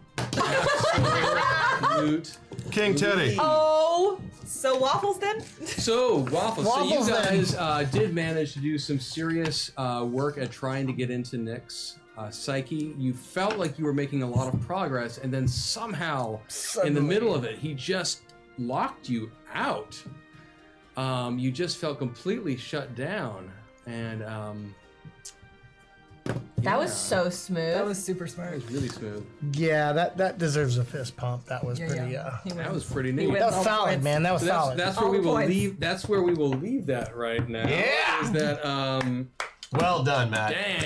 Speaker 2: Absolute.
Speaker 7: King Teddy.
Speaker 4: Oh,
Speaker 10: So waffles then?
Speaker 2: So waffles.
Speaker 6: Waffles,
Speaker 2: so you
Speaker 6: then.
Speaker 2: guys uh, did manage to do some serious uh, work at trying to get into Nick's uh, psyche. You felt like you were making a lot of progress, and then somehow, in the middle of it, he just locked you out. Um, you just felt completely shut down, and um,
Speaker 4: that was
Speaker 2: yeah,
Speaker 4: so smooth.
Speaker 10: That was super
Speaker 2: That
Speaker 10: smart.
Speaker 2: was really smooth.
Speaker 6: Yeah, that that deserves a fist pump. That was
Speaker 10: Yeah,
Speaker 6: pretty.
Speaker 10: yeah.
Speaker 6: Uh,
Speaker 10: He
Speaker 2: That
Speaker 10: wins.
Speaker 2: was pretty neat.
Speaker 10: went
Speaker 6: that was
Speaker 10: all
Speaker 6: solid,
Speaker 10: points.
Speaker 6: man. That was
Speaker 2: So
Speaker 6: solid.
Speaker 2: that's, that's where
Speaker 10: All
Speaker 2: we
Speaker 10: the
Speaker 2: will
Speaker 10: points.
Speaker 2: leave. That's where we will leave that right now.
Speaker 11: Yeah.
Speaker 2: Is that um?
Speaker 11: Well done, Matt.
Speaker 2: Dang.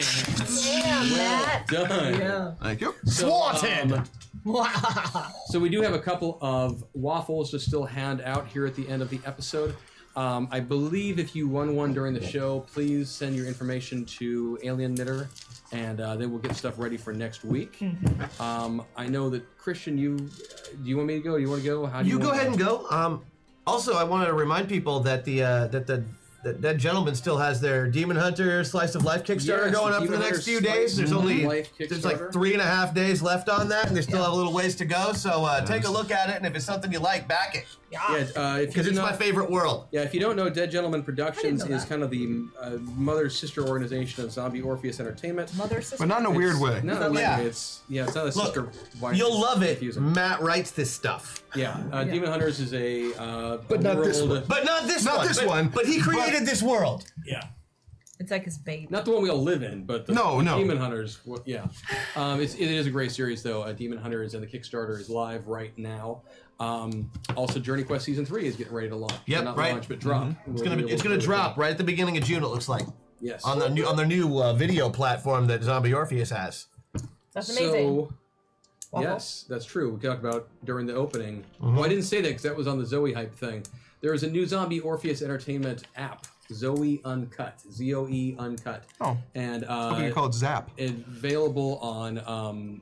Speaker 4: Damn, Matt.
Speaker 2: Done.
Speaker 10: Yeah.
Speaker 7: Thank you.
Speaker 2: So,
Speaker 6: Swatted.
Speaker 2: um, so we do have a couple of waffles to still hand out here at the end of the episode. Um, I believe if you won one during the show, please send your information to Alien Knitter, and uh, they will get stuff ready for next week. Um, I know that Christian, you do you want me to go? Do you want to go? How do you,
Speaker 11: You go
Speaker 2: wanna
Speaker 11: ahead and go. Um,
Speaker 5: Also, I wanted to remind people that the uh, that the that, that gentleman still has their Demon Hunter Slice of Life Kickstarter
Speaker 2: Yes,
Speaker 5: going up for
Speaker 2: Demon
Speaker 5: the
Speaker 2: Hunter
Speaker 5: next few
Speaker 2: Slice
Speaker 5: days. There's
Speaker 2: of
Speaker 5: only
Speaker 2: Life
Speaker 5: there's like
Speaker 2: Kickstarter.
Speaker 5: three and a half days left on that, and they still have a little ways to go. So uh, take a look at it, and if it's something you like, back it.
Speaker 2: Yeah, uh, if you
Speaker 5: Because
Speaker 2: do
Speaker 5: it's
Speaker 2: not-
Speaker 5: my favorite world.
Speaker 2: Yeah, if you don't know, Dead Gentleman Productions
Speaker 10: know
Speaker 2: is
Speaker 10: that.
Speaker 2: kind of the uh, mother sister organization of Zombie Orpheus Entertainment.
Speaker 10: Mother sister.
Speaker 7: But not in a weird way.
Speaker 2: Not in a weird
Speaker 5: Yeah.
Speaker 2: way, It's yeah, it's not a
Speaker 5: Look,
Speaker 2: sister. wife.
Speaker 5: You'll love it.
Speaker 2: Confusing.
Speaker 7: Mm-hmm.
Speaker 5: Matt writes this stuff.
Speaker 2: Yeah, uh, Demon Hunters is a uh,
Speaker 7: But
Speaker 2: a
Speaker 7: not this
Speaker 2: world-
Speaker 7: one.
Speaker 5: But not this
Speaker 7: Not
Speaker 5: one.
Speaker 7: this
Speaker 5: but,
Speaker 7: one,
Speaker 5: But he created this world.
Speaker 2: Yeah.
Speaker 10: It's like his baby.
Speaker 2: Not the one we all live in, but the
Speaker 7: No, no.
Speaker 2: Demon Hunters. wh- Yeah, um, it's, it is a great series though. Uh, Demon Hunters and the Kickstarter is live right now. Um, also, Journey Quest season three is getting ready to launch.
Speaker 5: Yep,
Speaker 2: not
Speaker 5: right. Mm-hmm.
Speaker 2: launch but drop.
Speaker 5: It's gonna be, it's gonna drop right at the beginning of June. It looks like
Speaker 2: Yes,
Speaker 5: on the new on their new uh, video platform that Zombie Orpheus has.
Speaker 4: That's amazing.
Speaker 2: So, yes, that's true. We talked about during the opening.
Speaker 7: Mm-hmm.
Speaker 2: Well, I didn't say that because that was on the Zoe hype thing. There is a new Zombie Orpheus Entertainment app, Zoe Uncut, Z O E Uncut.
Speaker 7: Oh.
Speaker 2: and
Speaker 7: What do
Speaker 2: uh,
Speaker 7: you call it? Zap.
Speaker 2: available on um,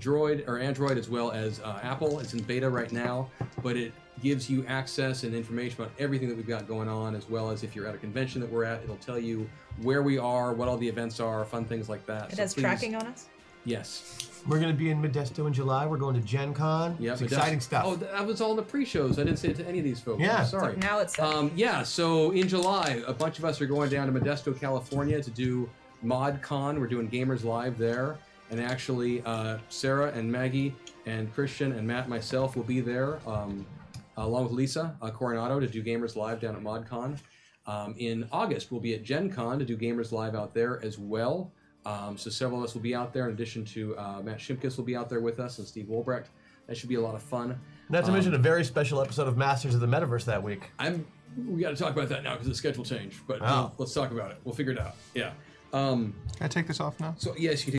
Speaker 2: Droid or Android as well as uh, Apple. It's in beta right now, but it gives you access and information about everything that we've got going on, as well as if you're at a convention that we're at, it'll tell you where we are, what all the events are, fun things like that.
Speaker 10: It has tracking on us.
Speaker 2: Yes.
Speaker 5: We're gonna be in Modesto in July. We're going to Gen Con.
Speaker 2: Yeah,
Speaker 5: it's
Speaker 2: but that's-
Speaker 5: exciting stuff.
Speaker 2: Oh, that was all in the pre-shows. I didn't say it to any of these folks.
Speaker 5: Yeah.
Speaker 2: I'm sorry.
Speaker 10: Now it's
Speaker 2: Um, yeah, so in July, a bunch of us are going down to Modesto, California to do ModCon. We're doing Gamers Live there. And actually, uh, Sarah and Maggie and Christian and Matt and myself will be there, um, along with Lisa uh, Coronado, to do Gamers Live down at ModCon. Um, in August, we'll be at Gen Con to do Gamers Live out there as well. Um, so several of us will be out there, in addition to uh, Matt Shimkus will be out there with us and Steve Wolbrecht. That should be a lot of fun.
Speaker 5: Not to mention a very special episode of Masters of the Metaverse that week.
Speaker 2: I'm. We got to talk about that now because the schedule changed. But
Speaker 5: Oh.
Speaker 2: let's talk about it. We'll figure it out. Yeah. Um,
Speaker 7: Can I take this off now?
Speaker 2: so yes, you